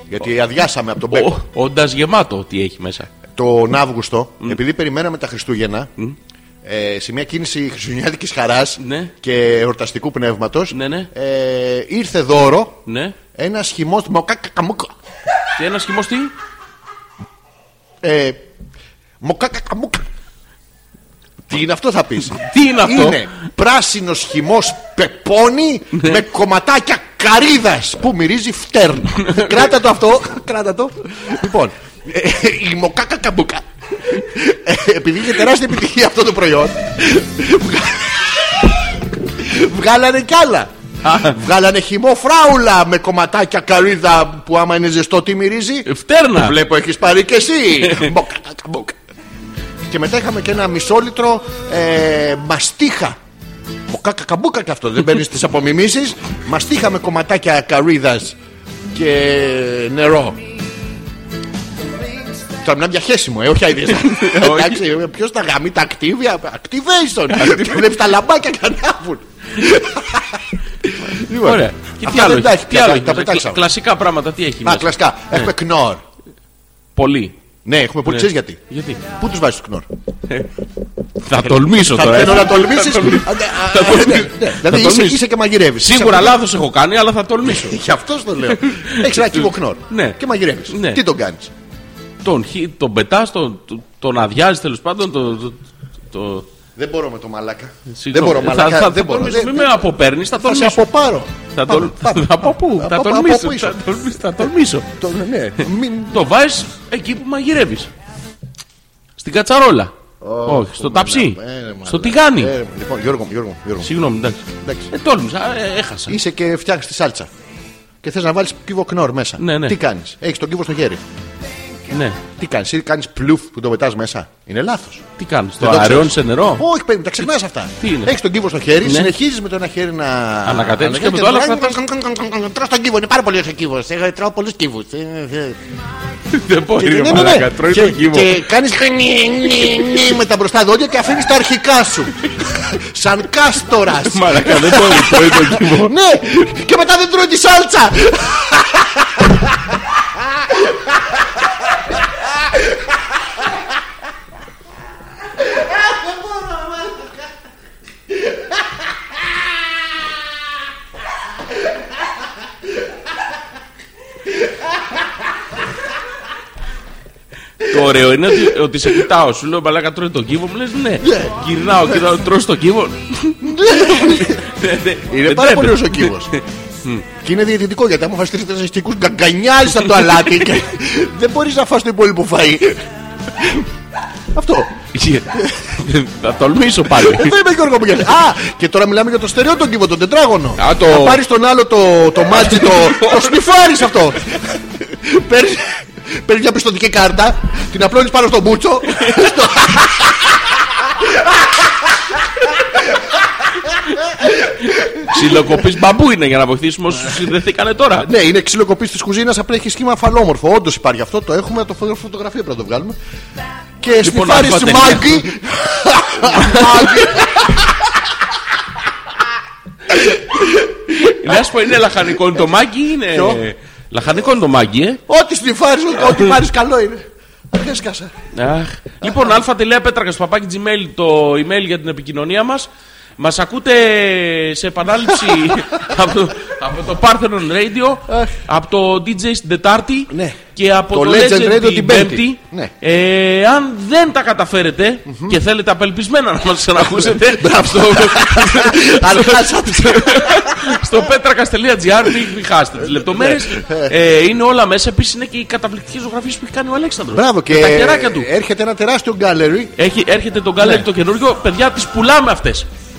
Speaker 1: Γιατί αδειάσαμε από τον Μπεκό.
Speaker 2: Όντας γεμάτο τι έχει μέσα.
Speaker 1: Τον Αύγουστο, επειδή περιμέναμε τα Χριστούγεννα, ε, σε μια κίνηση χριστουγεννιάτικη χαράς
Speaker 2: Ναι.
Speaker 1: και εορταστικού πνεύματος,
Speaker 2: Ναι, ναι.
Speaker 1: ε, ήρθε δώρο
Speaker 2: Ναι.
Speaker 1: ένα χυμό. Μοκακακαμούκα.
Speaker 2: Και ένα χυμό τι.
Speaker 1: Ε, μοκακακαμούκα. Τι είναι αυτό θα πεις
Speaker 2: Τι είναι αυτό?
Speaker 1: Είναι πράσινος χυμός πεπόνι
Speaker 2: Ναι.
Speaker 1: με κομματάκια καρύδας που μυρίζει φτέρν Κράτα το αυτό, κράτα το Λοιπόν, ε, η μοκάκα καμπούκα Ε, Επειδή είχε τεράστια επιτυχία αυτό το προϊόν βγα- Βγάλανε κι άλλα Βγάλανε χυμό φράουλα με κομματάκια καρύδα που άμα είναι ζεστό τι μυρίζει
Speaker 2: Ε, Φτέρνα.
Speaker 1: Βλέπω έχεις πάρει και εσύ Μποκ, μποκ. Και μετά είχαμε και ένα μισόλιτρο ε, μαστίχα Μποκάκα καμπούκα και αυτό Δεν παίρνεις τις απομιμήσεις Μαστίχα με κομματάκια καρύδας Και νερό Τώρα μιλάμε για χέσιμο, ε, όχι αίδια. Εντάξει, ποιος τα γαμεί τα Activia, activation. Βλέπεις τα λαμπάκια και ανάβουν. Λοιπόν,
Speaker 2: Ωραία. Και τι
Speaker 1: αυτά
Speaker 2: άλλο
Speaker 1: δεν τα
Speaker 2: έχει.
Speaker 1: έχει
Speaker 2: Τι άλλο
Speaker 1: πια,
Speaker 2: έχει
Speaker 1: Τα
Speaker 2: μέσα.
Speaker 1: πετάξαμε.
Speaker 2: Ναι. Κλασικά πράγματα τι έχει
Speaker 1: Α,
Speaker 2: μέσα.
Speaker 1: κλασικά. Έχουμε κνόρ.
Speaker 2: Πολύ.
Speaker 1: Ναι, έχουμε πολύ.
Speaker 2: Ναι.
Speaker 1: Ξέρεις γιατί.
Speaker 2: Γιατί.
Speaker 1: Πού τους βάζεις του κνόρ.
Speaker 2: Θα τολμήσω
Speaker 1: Θα
Speaker 2: τώρα.
Speaker 1: θέλω
Speaker 2: έτσι.
Speaker 1: να τολμήσεις.
Speaker 2: τολμήσω.
Speaker 1: Δηλαδή
Speaker 2: Θα
Speaker 1: είσαι-
Speaker 2: τολμήσω.
Speaker 1: είσαι και μαγειρεύεις.
Speaker 2: Σίγουρα λάθος έχω κάνει, αλλά θα τολμήσω.
Speaker 1: Γι' αυτό το λέω. Έχεις ένα κύβο κνόρ.
Speaker 2: Ναι.
Speaker 1: Και μαγειρεύεις.
Speaker 2: Ναι.
Speaker 1: Τι τον κάνεις.
Speaker 2: τον, χι- τον πετά, τον, τον αδειάζει τέλος πάντων. Το, το, το-
Speaker 1: Δεν μπορώ με το μαλάκα. Δεν
Speaker 2: συγγνώμη.
Speaker 1: μπορώ
Speaker 2: θα,
Speaker 1: μαλάκα.
Speaker 2: θα,
Speaker 1: Δεν
Speaker 2: θα
Speaker 1: μπορώ.
Speaker 2: τολμήσω.
Speaker 1: Δεν-
Speaker 2: Μην με αποπέρνει, θα
Speaker 1: Θα σε
Speaker 2: τολμήσω.
Speaker 1: αποπάρω.
Speaker 2: Θα
Speaker 1: Πάμε,
Speaker 2: τολ-
Speaker 1: πάμε.
Speaker 2: Από πού, θα
Speaker 1: Από- από
Speaker 2: τολμήσω.
Speaker 1: πού είσαι.
Speaker 2: θα τολμήσω, Θα τολμήσω.
Speaker 1: Το- Ναι. Μην-
Speaker 2: Το βάζεις εκεί που μαγειρεύεις. Στην κατσαρόλα. Όχι, στο ταψί.
Speaker 1: Ε, ρε, μαλάκα.
Speaker 2: Στο τηγάνι.
Speaker 1: Ε, Λοιπόν, Γιώργο, μου, Γιώργο, μου, Γιώργο. μου.
Speaker 2: Συγγνώμη, εντάξει.
Speaker 1: Εντάξει.
Speaker 2: Ε, τόλμησα, ε, έχασα.
Speaker 1: Είσαι και φτιάχνει τη σάλτσα. Και θες να βάλεις κύβο κνόρ μέσα.
Speaker 2: Ναι, ναι.
Speaker 1: Τι κάνεις. Έχεις τον κύβο στο χέρι.
Speaker 2: Ναι.
Speaker 1: Τι κάνεις. Ή κάνεις πλουφ που το μετά μέσα. Είναι λάθος.
Speaker 2: Τι κάνεις, το
Speaker 1: Δεν το
Speaker 2: αραιώνεις σε
Speaker 1: ξέρεις.
Speaker 2: νερό.
Speaker 1: Όχι, παίρνει, τα ξεχνάς αυτά.
Speaker 2: Τι είναι?
Speaker 1: Έχεις τον κύβο στο χέρι,
Speaker 2: Ναι.
Speaker 1: συνεχίζεις με το ένα χέρι να.
Speaker 2: Ανακατεύεις και με το άλλο κρατάς.
Speaker 1: Τρώ τον κύβο, είναι πάρα πολύ ωραίος κύβο. Τρώω πολλούς κύβου. ε,
Speaker 2: Δεν μπορεί, ρε μαλάκα, τρώει το κύβο.
Speaker 1: ναι, Και κάνεις με τα μπροστά δόντια και αφήνεις τα αρχικά σου. Σαν κάστορας.
Speaker 2: Μαλάκα, δεν μπορεί, τρώει το κύβο.
Speaker 1: Ναι, και μετά δεν τρώει τη σάλτσα.
Speaker 2: Το ωραίο είναι ότι, ότι σε κοιτάω. Σου λέω μπαλάκα τρώει τον κύβο, μου λες ναι. Γυρνάω, κοιτάω, τρώ τον κύβο. Ναι, ναι.
Speaker 1: Είναι
Speaker 2: Δεν
Speaker 1: πάρα πολύ
Speaker 2: τρέπεται.
Speaker 1: ωραίο κύβο. Και είναι διαιτητικό γιατί άμα φας τρεις τέσσερις κύκους γκαγκανιάζεις από το αλάτι και δεν μπορείς να φας το υπόλοιπο φαΐ. Αυτό.
Speaker 2: Θα τολμήσω πάλι.
Speaker 1: Εδώ είμαι Γιώργο που Α, και τώρα μιλάμε για το στερεό τον κύβο, τον τετράγωνο.
Speaker 2: Α, το-
Speaker 1: Να πάρεις τον άλλο το, το μάτσι, το, το σνιφάρεις αυτό. Παίρνεις- Παίρνεις μια πιστοτική κάρτα, την απλώνεις πάνω στον μπούτσο.
Speaker 2: Ξυλοκοπής μπαμπού είναι για να βοηθήσουμε όσους συνδεθήκανε τώρα.
Speaker 1: Ναι, είναι ξυλοκοπής της κουζίνας, απλά έχει σχήμα φαλόμορφο. Όντως υπάρχει αυτό, το έχουμε, να το φω- φωτογραφία πρέπει να το βγάλουμε. Και λοιπόν, στη φάρη
Speaker 2: άκουατε.
Speaker 1: μάγκη.
Speaker 2: Να σου πω, είναι λαχανικό είναι το μάγκι ή είναι.
Speaker 1: Ναι. Ποιο?
Speaker 2: Λαχανικό είναι το μάγκι, ε.
Speaker 1: Ό,τι στη φάρη, ό,τι πάρεις καλό είναι. Δεν σκάσα.
Speaker 2: Αχ. Λοιπόν, α.πέτρακα παπάκι Gmail, το email για την επικοινωνία μας. Μας ακούτε σε επανάληψη από, το, από το Parthenon Radio,
Speaker 1: Αχ.
Speaker 2: από το DJ στην Τετάρτη
Speaker 1: Ναι.
Speaker 2: και από
Speaker 1: Το
Speaker 2: το,
Speaker 1: Legend Radio την
Speaker 2: την
Speaker 1: Πέμπτη.
Speaker 2: Πέμπτη.
Speaker 1: Ναι.
Speaker 2: Ε, αν δεν τα καταφερετε και θέλετε απελπισμένα να μας ξανακούσετε, στο,
Speaker 1: Αλλά χάσατε.
Speaker 2: στο petrakas.gr μην χάσετε
Speaker 1: Ναι.
Speaker 2: τι λεπτομέρειε. είναι όλα μέσα. Επίσης είναι και οι καταπληκτικέ ζωγραφίε που έχει κάνει ο Αλέξανδρος
Speaker 1: Μπράβο
Speaker 2: Με
Speaker 1: και
Speaker 2: τα κεράκια του.
Speaker 1: έρχεται ένα τεράστιο γκάλερι.
Speaker 2: Έχει, έρχεται το γκάλερι το καινούριο. Παιδιά, τις πουλάμε αυτές.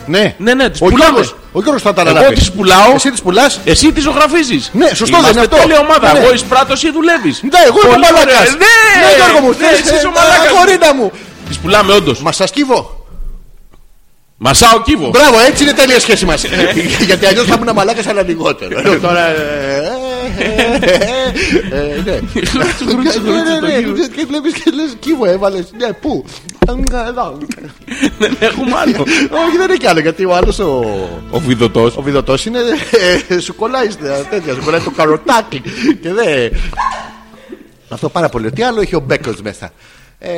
Speaker 1: Ναι,
Speaker 2: Ναι, ναι, τις
Speaker 1: Ο
Speaker 2: πουλάμε.
Speaker 1: Γιώργος- Ο Γιώργος θα τα αναλάβει.
Speaker 2: Εγώ τι πουλάω.
Speaker 1: Εσύ τις πουλάς.
Speaker 2: Εσύ τι ζωγραφίζει.
Speaker 1: Ναι, σωστό, δεν είναι αυτό.
Speaker 2: Τέλεια ομάδα.
Speaker 1: Ναι.
Speaker 2: Εγώ εις πράτο ή δουλεύει.
Speaker 1: Ναι, εγώ είμαι ο μαλάκας.
Speaker 2: Ναι,
Speaker 1: ναι, Γιώργο μου,
Speaker 2: ναι, εσύ είσαι ο μαλάκας.
Speaker 1: Αγορίνα μου.
Speaker 2: Τι πουλάμε, όντω.
Speaker 1: Μα σας κύβω.
Speaker 2: Μασάω κύβο.
Speaker 1: Μπράβο, έτσι είναι τέλεια σχέση μα. Γιατί αλλιώ θα ήμουν μαλάκα, αλλά λιγότερο. Ενώ Τώρα. ε, ε, ε, ε, ναι.
Speaker 2: τσουγκρούτσι,
Speaker 1: Ναι, ναι, ναι,
Speaker 2: τσουγκρούτσι,
Speaker 1: ναι, Και βλέπει και λε κύβο έβαλε. Ναι, πού. Εδώ. ναι,
Speaker 2: Δεν Ναι, έχουμε άλλο.
Speaker 1: Όχι, δεν είναι κι άλλο γιατί ο άλλο ο.
Speaker 2: Ο βιδωτό.
Speaker 1: Ο βιδωτό είναι. ε, Σου κολλάει στα τέτοια, σου κολλάει το καροτάκι. Και δε. Αυτό πάρα πολύ. Τι άλλο έχει ο Μπέκο μέσα. Ε,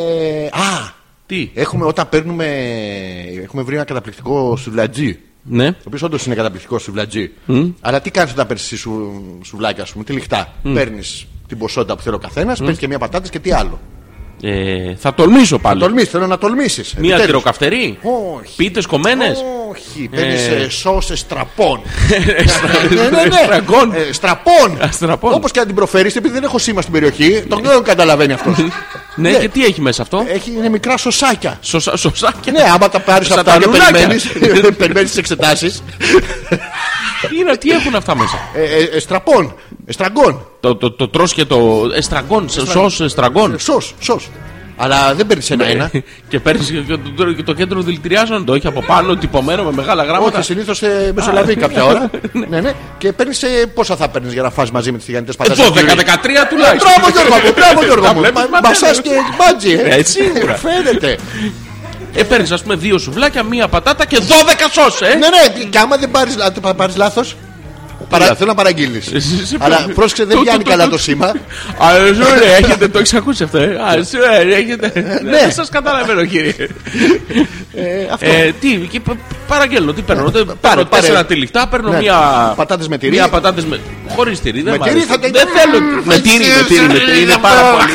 Speaker 1: Α,
Speaker 2: Τι.
Speaker 1: έχουμε όταν παίρνουμε. Έχουμε βρει ένα καταπληκτικό σουβλατζί.
Speaker 2: Ναι.
Speaker 1: Ο οποίος όντως είναι καταπληκτικός σουβλατζί. Αλλά τι κάνεις όταν παίρνεις εσύ σου, σουβλάκια, ας πούμε, τη λιχτά. Παίρνεις την ποσότητα που θέλει ο καθένας, παίρνεις παίρνεις και μία πατάτα και τι άλλο.
Speaker 2: Ε, θα τολμήσω πάλι.
Speaker 1: Τολμήσεις, θέλω να τολμήσεις.
Speaker 2: Μία τυροκαυτερή.
Speaker 1: Όχι.
Speaker 2: Πίτες κομμένες.
Speaker 1: Όχι, παίρνεις
Speaker 2: Ε.
Speaker 1: ε... σώσε στραπών. ναι, ναι, ναι.
Speaker 2: Στραγγών.
Speaker 1: Ε, στραπών.
Speaker 2: Α, στραπών.
Speaker 1: Όπως και να την προφέρεις, επειδή δεν έχω σήμα στην περιοχή,
Speaker 2: Ε.
Speaker 1: τον δεν καταλαβαίνει αυτός.
Speaker 2: Ναι, και τι έχει μέσα αυτό.
Speaker 1: Έχει, είναι μικρά σωσάκια.
Speaker 2: Σωσα- Σωσάκια.
Speaker 1: Ε. Ναι, άμα τα πάρεις
Speaker 2: Ε. Σαν
Speaker 1: αυτά
Speaker 2: τα
Speaker 1: και
Speaker 2: λουλάκια.
Speaker 1: περιμένεις περιμένεις τις εξετάσεις.
Speaker 2: Τι είναι- Τι έχουν αυτά μέσα.
Speaker 1: Ε, ε, στραπών. Ε, στραγγών.
Speaker 2: Το, το, το τρως και το εστραγκόν, Ναι. σως εστραγκόν.
Speaker 1: Σως, σως. Ε, Αλλά δεν παίρνεις ένα-ένα.
Speaker 2: και παίρνεις και το, το- και το κέντρο δηλητηριάζων, το έχει από πάνω τυπωμένο με μεγάλα γράμματα.
Speaker 1: Όχι, συνήθως ε, μεσολαβεί κάποια ώρα. ναι, ναι. Και παίρνεις πόσα θα παίρνεις για να φας μαζί με τις τηγανιτές
Speaker 2: Ε,
Speaker 1: πατάτες.
Speaker 2: 12-13 τουλάχιστον.
Speaker 1: Ε, Μπράβο Γιώργο μου, μπράβο Γιώργο
Speaker 2: Τα
Speaker 1: μου.
Speaker 2: βλέπεις, μα,
Speaker 1: Μπασά
Speaker 2: ναι.
Speaker 1: και μπάτζι. ε.
Speaker 2: Ε, σίγουρα.
Speaker 1: Φαίνεται.
Speaker 2: Ε, παίρνεις ας πούμε δύο σουβλάκια, μία πατάτα και 12 σως, ε.
Speaker 1: Ναι, ναι, και άμα δεν πάρεις πάρεις λάθος. Παρα... Θέλω να παραγγείλεις.
Speaker 2: Εσύ- σε-
Speaker 1: Αλλά πρόσεξε, δεν
Speaker 2: Του-
Speaker 1: πιάνει
Speaker 2: του- του-
Speaker 1: καλά
Speaker 2: του-
Speaker 1: το σήμα.
Speaker 2: Α, ζούρε, έχετε, το έχεις ακούσει αυτό, ε. Α, ζούρε, έχετε. Δεν σας καταλαβαίνω, κύριε.
Speaker 1: Ε, αυτό.
Speaker 2: Ε, τι, και πα- παραγγέλνω, τι παίρνω. δεν-
Speaker 1: πάρε.
Speaker 2: Παίρνω τέσσερα τυλιχτά, παίρνω
Speaker 1: Ναι.
Speaker 2: μία.
Speaker 1: Πατάτες με τυρί.
Speaker 2: Μία πατάτες με. Χωρίς τυρί, δεν
Speaker 1: Με
Speaker 2: μ'
Speaker 1: τυρί
Speaker 2: αρέσει.
Speaker 1: θα τα-
Speaker 2: Δεν θέλω. Με τυρί, με τυρί, με τυρί, είναι πάρα πολύ.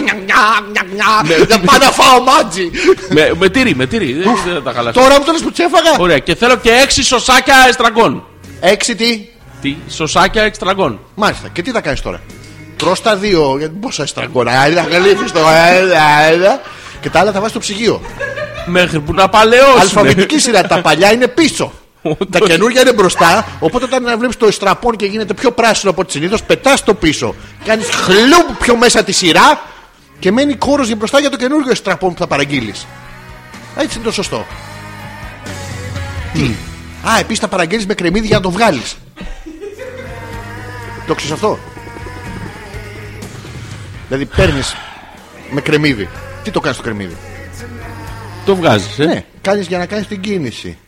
Speaker 2: Ναι.
Speaker 1: Να πάω να φάω μάτζι.
Speaker 2: Με- Με τυρί, με τυρί, δεν δεν θα τα χαλάσω.
Speaker 1: Τώρα μου το λες που τσέφαγα.
Speaker 2: Ωραία, και θέλω και έξι σωσάκια εξτραγκών.
Speaker 1: Έξι τι.
Speaker 2: Τι, σωσάκια εξτραγκών.
Speaker 1: Μάλιστα. Και τι θα κάνεις τώρα. Τρώ τα δύο. Γιατί πόσα στραγγόνα. Έλα, γλύφεις το. Έλα, έλα. Και τα άλλα θα βάζεις στο ψυγείο.
Speaker 2: Μέχρι που να παλαιώσουν.
Speaker 1: Αλφαβητική σειρά. Τα παλιά είναι πίσω. τα καινούργια είναι μπροστά. Οπότε όταν βλέπει το στραπών και γίνεται πιο πράσινο από ό,τι συνήθως, πετάς το πίσω. Κάνεις χλουμπ πιο μέσα τη σειρά και μένει χώρο για μπροστά για το καινούργιο στραπών που θα παραγγείλεις. Έτσι είναι το σωστό. Τι. Α, επίσης τα παραγγέλνει με κρεμμύδι για να το βγάλεις. το ξέρεις αυτό. Δηλαδή παίρνεις με κρεμμύδι. Τι το κάνεις το κρεμμύδι.
Speaker 2: Το βγάζεις, ε.
Speaker 1: Ναι, κάνεις για να κάνεις την κίνηση.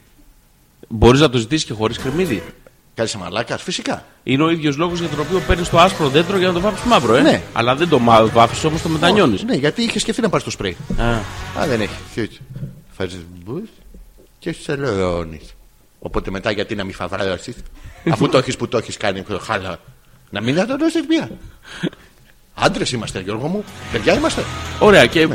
Speaker 2: Μπορείς να το ζητήσεις και χωρίς κρεμμύδι.
Speaker 1: Κάνεις μαλάκας, φυσικά.
Speaker 2: Είναι ο ίδιος λόγος για τον οποίο παίρνεις το άσπρο δέντρο για να το βάψεις μαύρο, ε.
Speaker 1: Ναι.
Speaker 2: Αλλά δεν το βάφεις όμως το μετανιώνεις.
Speaker 1: Ναι, γιατί είχε σκεφτεί να πάρεις το σπρέι. Α, δεν έχει. Τι έτσι. Φάζει μπουζ και σελερώνει. Οπότε μετά γιατί να μην φαβράσει, αφού το έχεις που το έχεις κάνει, πιο χάλα. Να μην θα το δώσεις μία. Άντρες είμαστε, Γιώργο μου. Παιδιά είμαστε.
Speaker 2: Ωραία, και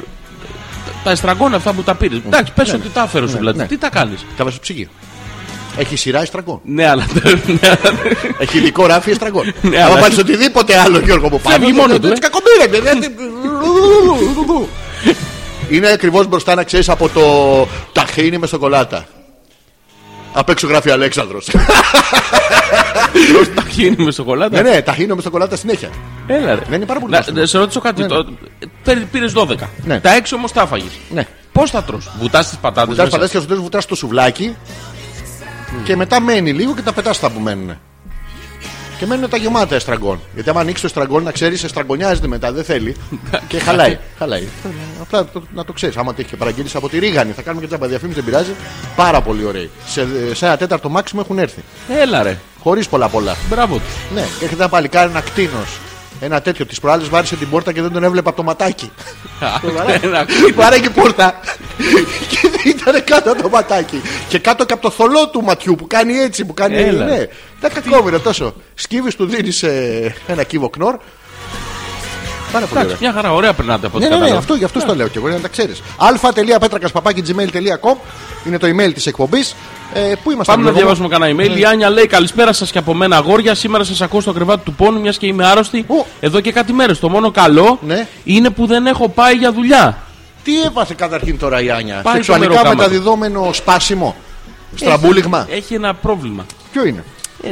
Speaker 2: τα εστραγόνα αυτά που τα πήρες. Εντάξει, πες ότι τα έφερες σου δηλαδή.
Speaker 1: Ναι. ναι.
Speaker 2: Τι τα κάνεις.
Speaker 1: Τα βάζει στο ψυγείο. Έχει σειρά εστραγών.
Speaker 2: Ναι, αλλά. ναι, αλλά-
Speaker 1: Έχει ειδικό ράφι εστραγών.
Speaker 2: Ναι,
Speaker 1: Αν
Speaker 2: αλλά-
Speaker 1: πάρεις οτιδήποτε άλλο, Γιώργο μου,
Speaker 2: Φεύγει μόνο του, ε.
Speaker 1: Έτσι κακομοίρευε, δεν- δηλαδή. Είναι ακριβώς μπροστά να ξέρεις από το ταχύνι με σοκολάτα. Απ' έξω γράφει Αλέξανδρος.
Speaker 2: Τα χύνει με σοκολάτα.
Speaker 1: ναι, ναι, ταχύνι με σοκολάτα συνέχεια.
Speaker 2: Έλα, ρε.
Speaker 1: Ναι, είναι πάρα πολύ
Speaker 2: Να-
Speaker 1: νόστιμο.
Speaker 2: να σε ρωτήσω κάτι.
Speaker 1: Ναι, ναι.
Speaker 2: Πήρε 12.
Speaker 1: Ναι.
Speaker 2: Τα 6 όμως τα έφαγες.
Speaker 1: Ναι.
Speaker 2: Πώς θα τρώ. Βουτάς τις
Speaker 1: Βουτά
Speaker 2: πατάτε.
Speaker 1: πατάτες και στο τέλος βουτάς το σουβλάκι. Και μετά μένει λίγο και τα πετάς αυτά που μένουν. Και μένουν τα γεμάτα εστραγκών. Γιατί άμα ανοίξει το εστραγκόν, να ξέρεις, εστραγκονιάζεται μετά, δεν θέλει. και χαλάει. χαλάει. Απλά το- να το ξέρεις. Άμα το έχει και παραγγείλεις από τη Ρίγανη, θα κάνουμε και τζάμπα διαφήμιση, δεν πειράζει. Πάρα πολύ ωραίοι. Σε, σε ένα τέταρτο μάξιμο έχουν έρθει.
Speaker 2: Έλα, ρε.
Speaker 1: Χωρίς πολλά πολλά.
Speaker 2: Μπράβο του.
Speaker 1: Ναι, και έρχεται ένα παλικάρι, ένα κτίνος. Ένα τέτοιο της προάλλης βάρισε την πόρτα και δεν τον έβλεπα από το ματάκι.
Speaker 2: Ένα-
Speaker 1: Βάραγε η πόρτα. και ήταν κάτω το ματάκι. Και κάτω και από το θολό του ματιού που κάνει έτσι, που κάνει.
Speaker 2: Έλα.
Speaker 1: Ναι, τα κακόβερα τόσο. Σκύβεις, του δίνεις ένα κύβο κνόρ. Πάρα πολύ
Speaker 2: Εντάξει,
Speaker 1: ωραία.
Speaker 2: μια χαρά, ωραία περνάτε από
Speaker 1: Ναι,
Speaker 2: ό,τι
Speaker 1: ναι, ναι,
Speaker 2: κατάλαβα.
Speaker 1: αυτό, γι' αυτό το λέω και εγώ, για να τα ξέρεις. αλφα.πέτρακα.gmail.com είναι το email της εκπομπής. Ε, πού είμαστε,
Speaker 2: Πάμε να
Speaker 1: Γιώργο μου?
Speaker 2: διαβάσουμε κανένα email.
Speaker 1: Ναι.
Speaker 2: Η Άνια λέει: Καλησπέρα σας και από μένα, αγόρια. Σήμερα σας ακούω στο κρεβάτι του πόνου, μιας και είμαι άρρωστη.
Speaker 1: Ω.
Speaker 2: Εδώ και κάτι μέρες. Το μόνο καλό
Speaker 1: Ναι.
Speaker 2: είναι που δεν έχω πάει για δουλειά.
Speaker 1: Τι έβαθε καταρχήν τώρα η Άνια,
Speaker 2: Πάει το
Speaker 1: Σεξουαλικά
Speaker 2: μεροκάμα του.
Speaker 1: μεταδιδόμενο σπάσιμο. Στραμπούλιγμα.
Speaker 2: Έχει ένα πρόβλημα.
Speaker 1: Ποιο είναι.
Speaker 2: Ε.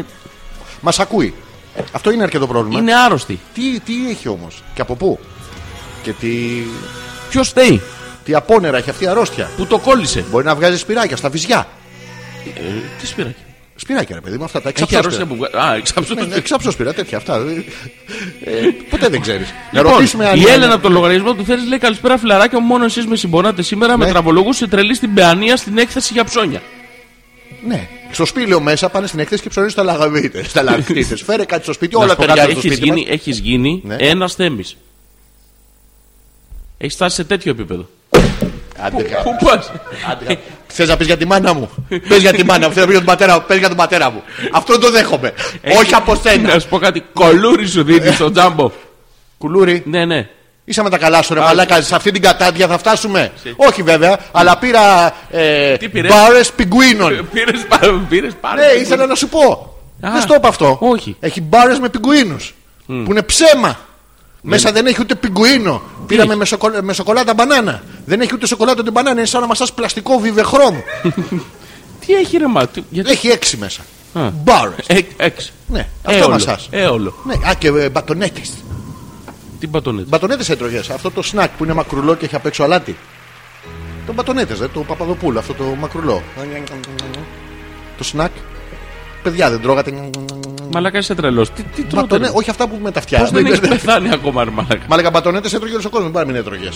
Speaker 1: Μας ακούει. Αυτό είναι αρκετό πρόβλημα.
Speaker 2: Είναι άρρωστη.
Speaker 1: Τι, τι έχει όμως και από πού. Και τι,
Speaker 2: Ποιος θέλει
Speaker 1: τι απόνερα έχει αυτή η αρρώστια.
Speaker 2: που το κόλλησε.
Speaker 1: Μπορεί να βγάζει σπυράκια στα βυζιά.
Speaker 2: Ε, τι σπήρακε.
Speaker 1: Σπυράκια, ρε παιδί μου, αυτά τα
Speaker 2: Έχει αρρώστια
Speaker 1: εξαψόσπυρα.
Speaker 2: που βγα- Α, εξάψω το-
Speaker 1: Ναι, ναι, Εξαψόσπυρα, τέτοια αυτά. Ε, ποτέ δεν ξέρεις. Να
Speaker 2: Λοιπόν,
Speaker 1: ρωτήσουμε αν.
Speaker 2: η Έλενα από το λογαριασμό του Θέρη λέει: Καλησπέρα, φιλαράκια. Μόνο εσείς με συμπονάτε σήμερα. Με τραβολογούσε τρελή στην Παιανία στην έκθεση για ψώνια.
Speaker 1: Ναι. Στο σπήλαιο μέσα πάνε στην εκθέση και ψωνίζουν τα λαγαβίτες. Στα λαγαβίτε. Φέρε κάτι στο σπίτι,
Speaker 2: Να
Speaker 1: όλα
Speaker 2: σου πω κάτι,
Speaker 1: ταιριάζουν στο
Speaker 2: έχεις
Speaker 1: σπίτι.
Speaker 2: γίνει,
Speaker 1: μας.
Speaker 2: έχεις γίνει
Speaker 1: Ναι.
Speaker 2: ένας θέμης. Έχεις φτάσει σε τέτοιο επίπεδο.
Speaker 1: Άντε, γα-
Speaker 2: Πού πας. Ε,
Speaker 1: Θες να πεις για τη μάνα μου. Πες για τη μάνα μου. Θες να πεις για τον πατέρα μου. Πες για τον πατέρα μου. Αυτό το δέχομαι. Όχι από
Speaker 2: Να
Speaker 1: σένα. Ναι.
Speaker 2: σου πω κάτι. Κολούρι σου δίνεις στο τζάμπο.
Speaker 1: Κουλούρι.
Speaker 2: Ναι, ναι.
Speaker 1: Είσαι με τα καλά σου, ρε Μαλάκα. Σε αυτή την κατάντια θα φτάσουμε. Όχι βέβαια, αλλά πήρα ε,
Speaker 2: Τι πήρες?
Speaker 1: μπάρες πιγκουίνων.
Speaker 2: Πήρες πάρα. Πήρες πάρα.
Speaker 1: ναι, ήθελα να σου πω.
Speaker 2: Α,
Speaker 1: δεν στο είπα αυτό.
Speaker 2: όχι.
Speaker 1: Έχει μπάρες με πιγκουίνους. Που είναι ψέμα. Μέσα δεν έχει ούτε πιγκουίνο. Πήραμε με, σοκολα... με σοκολάτα μπανάνα. Δεν έχει ούτε σοκολάτα ούτε μπανάνα. Είναι σαν να μασάς πλαστικό βιβεχρόμ.
Speaker 2: Τι έχει ρε μα. τι- Γιατί.
Speaker 1: έχει έξι μέσα.
Speaker 2: Ε. Α. Ε.
Speaker 1: Μπάρε.
Speaker 2: Εκ- Έξι.
Speaker 1: Ναι, αυτό
Speaker 2: Έολο.
Speaker 1: μασά.
Speaker 2: Έολο.
Speaker 1: Ναι, α και ε, μπατονέτες.
Speaker 2: Τι πατώνεται.
Speaker 1: Μπατονέτες έτρωγες. Αυτό το σνακ που είναι μακρουλό και έχει απ' έξω αλάτι. Το μπατονέτες, δε, το Παπαδοπούλου, αυτό το μακρουλό. Το σνακ. Παιδιά δεν τρώγατε.
Speaker 2: Μαλάκα είσαι τρελός. Τι, τι τρώτε.
Speaker 1: Μπατονέ,
Speaker 2: ρε.
Speaker 1: όχι αυτά που με τα αυτιά.
Speaker 2: Πώς δεν έχεις πεθάνει ακόμα ρε μαλάκα.
Speaker 1: Μα λέγα μπατονέτες έτρωγες όλος ο κόσμος. Πάρα μην Ε, έτρωγε.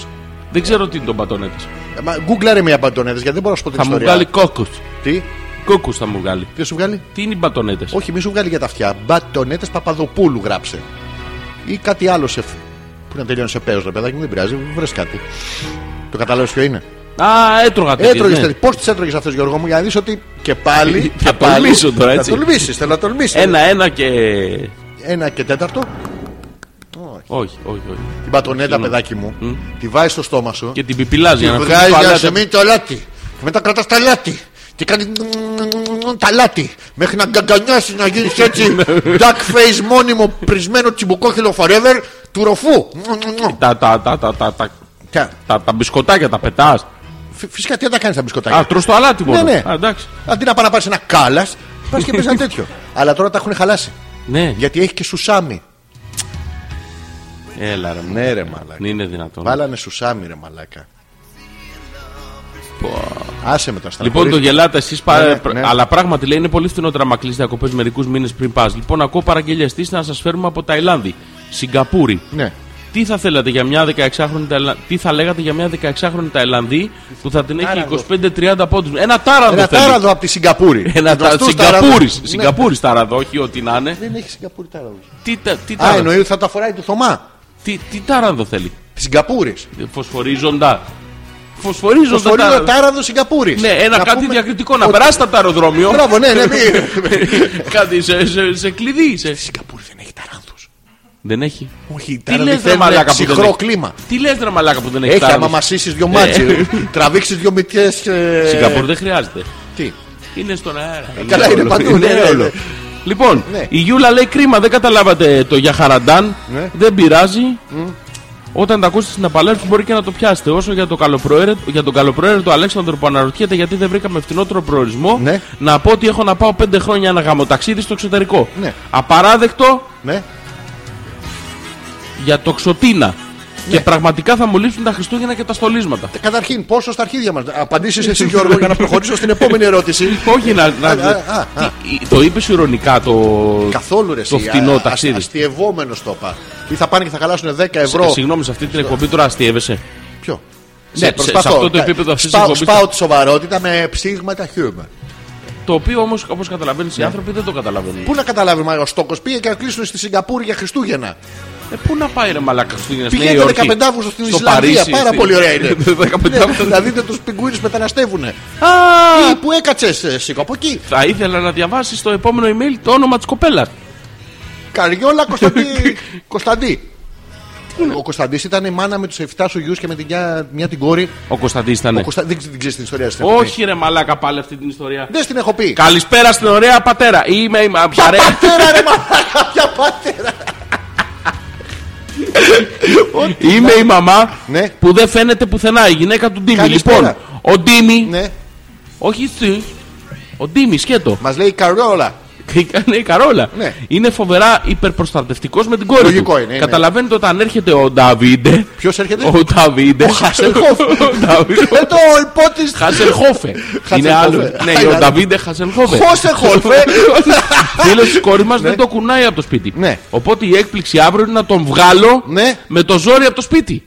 Speaker 2: Δεν ξέρω τι είναι το μπατονέτης.
Speaker 1: Γκούγκλαρε μια μπατονέτες γιατί δεν μπορώ να σου πω την
Speaker 2: Θα μου
Speaker 1: ιστορία.
Speaker 2: βγάλει κόκκος.
Speaker 1: Τι.
Speaker 2: Κόκκους θα μου βγάλει.
Speaker 1: Ποιο σου βγάλει.
Speaker 2: Τι είναι οι μπατονέτες.
Speaker 1: Όχι, μη σου βγάλει για τα αυτιά. Μπατονέτες Παπαδοπούλου γράψε. Ή κάτι άλλο σε. φ- Που να τελειώνει σε πέος ρε παιδάκι μου, δεν πειράζει, βρες κάτι. Το καταλάβει ποιο είναι.
Speaker 2: Α, έτρωγα τέτοια.
Speaker 1: Έτρωγες ναι. Πώς τις έτρωγες αυτές, Γιώργο μου, για να δεις ότι και πάλι.
Speaker 2: Θα
Speaker 1: και πάλι-
Speaker 2: τολμήσω τώρα, έτσι.
Speaker 1: Θα τολμήσεις, θέλω να τολμήσεις.
Speaker 2: Ένα-ένα και.
Speaker 1: Ένα και τέταρτο.
Speaker 2: Όχι, όχι, όχι.
Speaker 1: Την πατονέτα, παιδάκι μου, τη βάζεις στο στόμα σου.
Speaker 2: Και την πιπιλάζει για
Speaker 1: Τη
Speaker 2: να
Speaker 1: βγάζεις
Speaker 2: φύγεις
Speaker 1: για
Speaker 2: το
Speaker 1: να
Speaker 2: αλάτι.
Speaker 1: σε μείνει το αλάτι. Και μετά κρατάς τα αλάτι. Και κάνει τα λάτι. Μέχρι να γκαγκανιάσει να γίνεις έτσι.
Speaker 2: Ναι.
Speaker 1: Duck face μόνιμο πρισμένο τσιμπουκόχυλο forever του ροφού.
Speaker 2: Τα, τα, τα, τα, τα, τα,
Speaker 1: Και-
Speaker 2: τα, τα μπισκοτάκια τα πετάς.
Speaker 1: φυ- Φυσικά τι θα κάνεις τα
Speaker 2: Α,
Speaker 1: μπισκοτάκια.
Speaker 2: τρως το αλάτι μόνο.
Speaker 1: Ναι, ναι.
Speaker 2: Α, εντάξει.
Speaker 1: Αντί να πάει να πάρεις ένα κάλας, πας και παίζει ένα τέτοιο. Αλλά τώρα τα έχουν χαλάσει.
Speaker 2: Ναι,
Speaker 1: Γιατί έχει και σουσάμι.
Speaker 2: έλα ρε.
Speaker 1: Ναι, ρε μαλάκα.
Speaker 2: Δεν είναι δυνατόν.
Speaker 1: Βάλανε σουσάμι, ρε μαλάκα. Άσε με τα στραβά.
Speaker 2: Λοιπόν, το γελάτε εσείς,
Speaker 1: Ναι, ναι, ναι.
Speaker 2: αλλά πράγματι λέει είναι πολύ φθηνότερα να κλείσει διακοπές μερικούς μήνες πριν πας. Λοιπόν, ακούω παραγγελιαστής να σας φέρουμε από Ταϊλάνδη, Σιγκαπούρη.
Speaker 1: Ναι.
Speaker 2: Τι θα θέλατε για μια 16χρονη Ταϊλα... Τι θα λέγατε για μια 16χρονη Ταϊλανδή που θα την έχει
Speaker 1: Τάραδο.
Speaker 2: 25-30 πόντους. Ένα τάραδο
Speaker 1: Ένα
Speaker 2: θέλει.
Speaker 1: τάραδο από τη Σιγκαπούρη.
Speaker 2: Ένα
Speaker 1: Γνωστούς
Speaker 2: τάραδο.
Speaker 1: τάραδους.
Speaker 2: Σιγκαπούρης.
Speaker 1: Ναι.
Speaker 2: Σιγκαπούρης τάραδο, όχι ό,τι να είναι.
Speaker 1: Δεν έχει Σιγκαπούρη τάραδο.
Speaker 2: Τι, τα- τι,
Speaker 1: Α,
Speaker 2: τάραδο-
Speaker 1: εννοεί ότι θα τα φοράει του Θωμά.
Speaker 2: τι, τι τάραδο θέλει.
Speaker 1: Τη Σιγκαπούρης.
Speaker 2: Φωσφορίζοντα. Φωσφορίζοντας.
Speaker 1: Φωσφορίδο
Speaker 2: τάραδο.
Speaker 1: τάραδο Σιγκαπούρης.
Speaker 2: Ναι, ένα κάτι διακριτικό να περάσει από το αεροδρόμιο.
Speaker 1: Μπράβο, ναι, ναι. μη-
Speaker 2: Κάτι σε, σε, σε κλειδί. σε-
Speaker 1: Η Σιγκαπούρη δεν έχει ταράνδου.
Speaker 2: Δεν έχει.
Speaker 1: Όχι,
Speaker 2: Τι
Speaker 1: τάραδοι
Speaker 2: λες ρε
Speaker 1: θέλουν
Speaker 2: μαλάκα που δεν
Speaker 1: ψυχρό
Speaker 2: έχει.
Speaker 1: κλίμα.
Speaker 2: Τι λες ρε μαλάκα που δεν έχει. Ναι.
Speaker 1: Έχει, άμα
Speaker 2: τάραδο.
Speaker 1: μασίσεις δύο μάτσε, τραβήξεις δύο μυτιές. ε,
Speaker 2: Σιγκαπούρ δεν χρειάζεται.
Speaker 1: Τι.
Speaker 2: Είναι στον αέρα.
Speaker 1: Καλά, είναι παντού, ναι, ναι, ναι.
Speaker 2: Λοιπόν,
Speaker 1: Ναι.
Speaker 2: η Γιούλα λέει κρίμα, δεν καταλάβατε το για χαραντάν.
Speaker 1: Ναι.
Speaker 2: Δεν πειράζει. Όταν τα ακούσετε στην απαλέρφη μπορεί και να το πιάσετε. Όσο για, το καλοπροαίρετο, για τον καλοπροαίρετο Αλέξανδρο που αναρωτιέται γιατί δεν βρήκαμε φτηνότερο προορισμό,
Speaker 1: Ναι.
Speaker 2: να πω ότι έχω να πάω πέντε χρόνια ένα γαμοταξίδι στο εξωτερικό.
Speaker 1: Ναι.
Speaker 2: Απαράδεκτο
Speaker 1: Ναι.
Speaker 2: για το ξωτίνα.
Speaker 1: Ναι.
Speaker 2: Και πραγματικά θα μου λείψουν τα Χριστούγεννα και τα στολίσματα.
Speaker 1: Καταρχήν, πόσο στα αρχίδια μας. Απαντήσεις εσύ, Γιώργο, για να προχωρήσω στην επόμενη ερώτηση.
Speaker 2: Όχι να. να-
Speaker 1: Α, α, α, α.
Speaker 2: Τι- Το είπες ηρωνικά το.
Speaker 1: ε, Καθόλου ρε. ε,
Speaker 2: Το φτηνό ταξίδι.
Speaker 1: Αστιευόμενο το είπα. Ή θα πάνε και θα χαλάσουν 10 ευρώ.
Speaker 2: Ε, Συγγνώμη, σε αυτή την εκπομπή τώρα αστείευεσαι.
Speaker 1: Ποιο. Ναι,
Speaker 2: σε- σε- σε αυτό το επίπεδο αυτής της
Speaker 1: σπάω,
Speaker 2: εκπομπής-
Speaker 1: σπάω τη σοβαρότητα με ψήγματα χιούμερ.
Speaker 2: Το οποίο όμως, όπως καταλαβαίνεις,
Speaker 1: Ναι.
Speaker 2: οι άνθρωποι δεν το καταλαβαίνουν.
Speaker 1: Πού να καταλάβει μα, ο Στόκος πήγε και να κλείσουν στη Σιγκαπούρη για Χριστούγεννα.
Speaker 2: Ε, πού να πάει ρε Μαλάκα Χριστούγεννα στη Νέα
Speaker 1: Πηγαίνετε
Speaker 2: Υόρκη.
Speaker 1: 15 Αύγουστο στην
Speaker 2: στο
Speaker 1: Ισλανδία.
Speaker 2: Παρίσι,
Speaker 1: Πάρα
Speaker 2: στη-
Speaker 1: πολύ ωραία είναι.
Speaker 2: 15 Αύγουστο.
Speaker 1: Ναι, Να δείτε του πιγκουίνου μεταναστεύουν.
Speaker 2: Α,
Speaker 1: Πού έκατσες, ε, Σίκο, από εκεί.
Speaker 2: Θα ήθελα να διαβάσεις στο επόμενο email το όνομα της κοπέλας.
Speaker 1: Καριόλα Κωνσταντή. Κωνσταντή. Ο Κωνσταντής ήταν η μάνα με τους 7 σου γιους και με την μια, μια την κόρη.
Speaker 2: Ο Κωνσταντής ήταν.
Speaker 1: Ο ναι. Κωνστα- Δεν ξε- δεν ξέρεις την ιστορία στην
Speaker 2: Ναι. Όχι ρε Μαλάκα πάλι αυτή την ιστορία.
Speaker 1: Δεν στην έχω πει.
Speaker 2: Καλησπέρα στην ωραία πατέρα. Είμαι η μα- παρέα.
Speaker 1: Πατέρα, ρε μαλάκα, πια πατέρα.
Speaker 2: Είμαι η μαμά
Speaker 1: Ναι.
Speaker 2: που δεν φαίνεται πουθενά. Η γυναίκα του Ντίμη.
Speaker 1: Καλησπέρα.
Speaker 2: Λοιπόν, ο Ντίμη.
Speaker 1: Ναι,
Speaker 2: Όχι εσύ. Ο Ντίμη, σκέτο.
Speaker 1: μας λέει η Καριόλα.
Speaker 2: Ναι, η Καρόλα.
Speaker 1: Ναι.
Speaker 2: Είναι φοβερά υπερπροστατευτικός με την κόρη.
Speaker 1: Λογικό
Speaker 2: του.
Speaker 1: είναι, είναι.
Speaker 2: Καταλαβαίνετε όταν έρχεται ο Νταβίντε.
Speaker 1: Ποιος έρχεται,
Speaker 2: Ο Νταβίντε. Ο
Speaker 1: Χασελχόφ.
Speaker 2: Νταβίντε.
Speaker 1: Ε, το ολπό τη.
Speaker 2: Χασελχόφε. Είναι άλλο.
Speaker 1: Χασελχόφε.
Speaker 2: Ναι,
Speaker 1: Α, είναι
Speaker 2: ο
Speaker 1: άλλο.
Speaker 2: Νταβίντε Χασελχόφε.
Speaker 1: Χώσεχολφε.
Speaker 2: Φίλος της κόρης μας δεν το κουνάει από το σπίτι.
Speaker 1: Ναι.
Speaker 2: Οπότε η έκπληξη αύριο είναι να τον βγάλω
Speaker 1: Ναι.
Speaker 2: με το ζόρι από το σπίτι.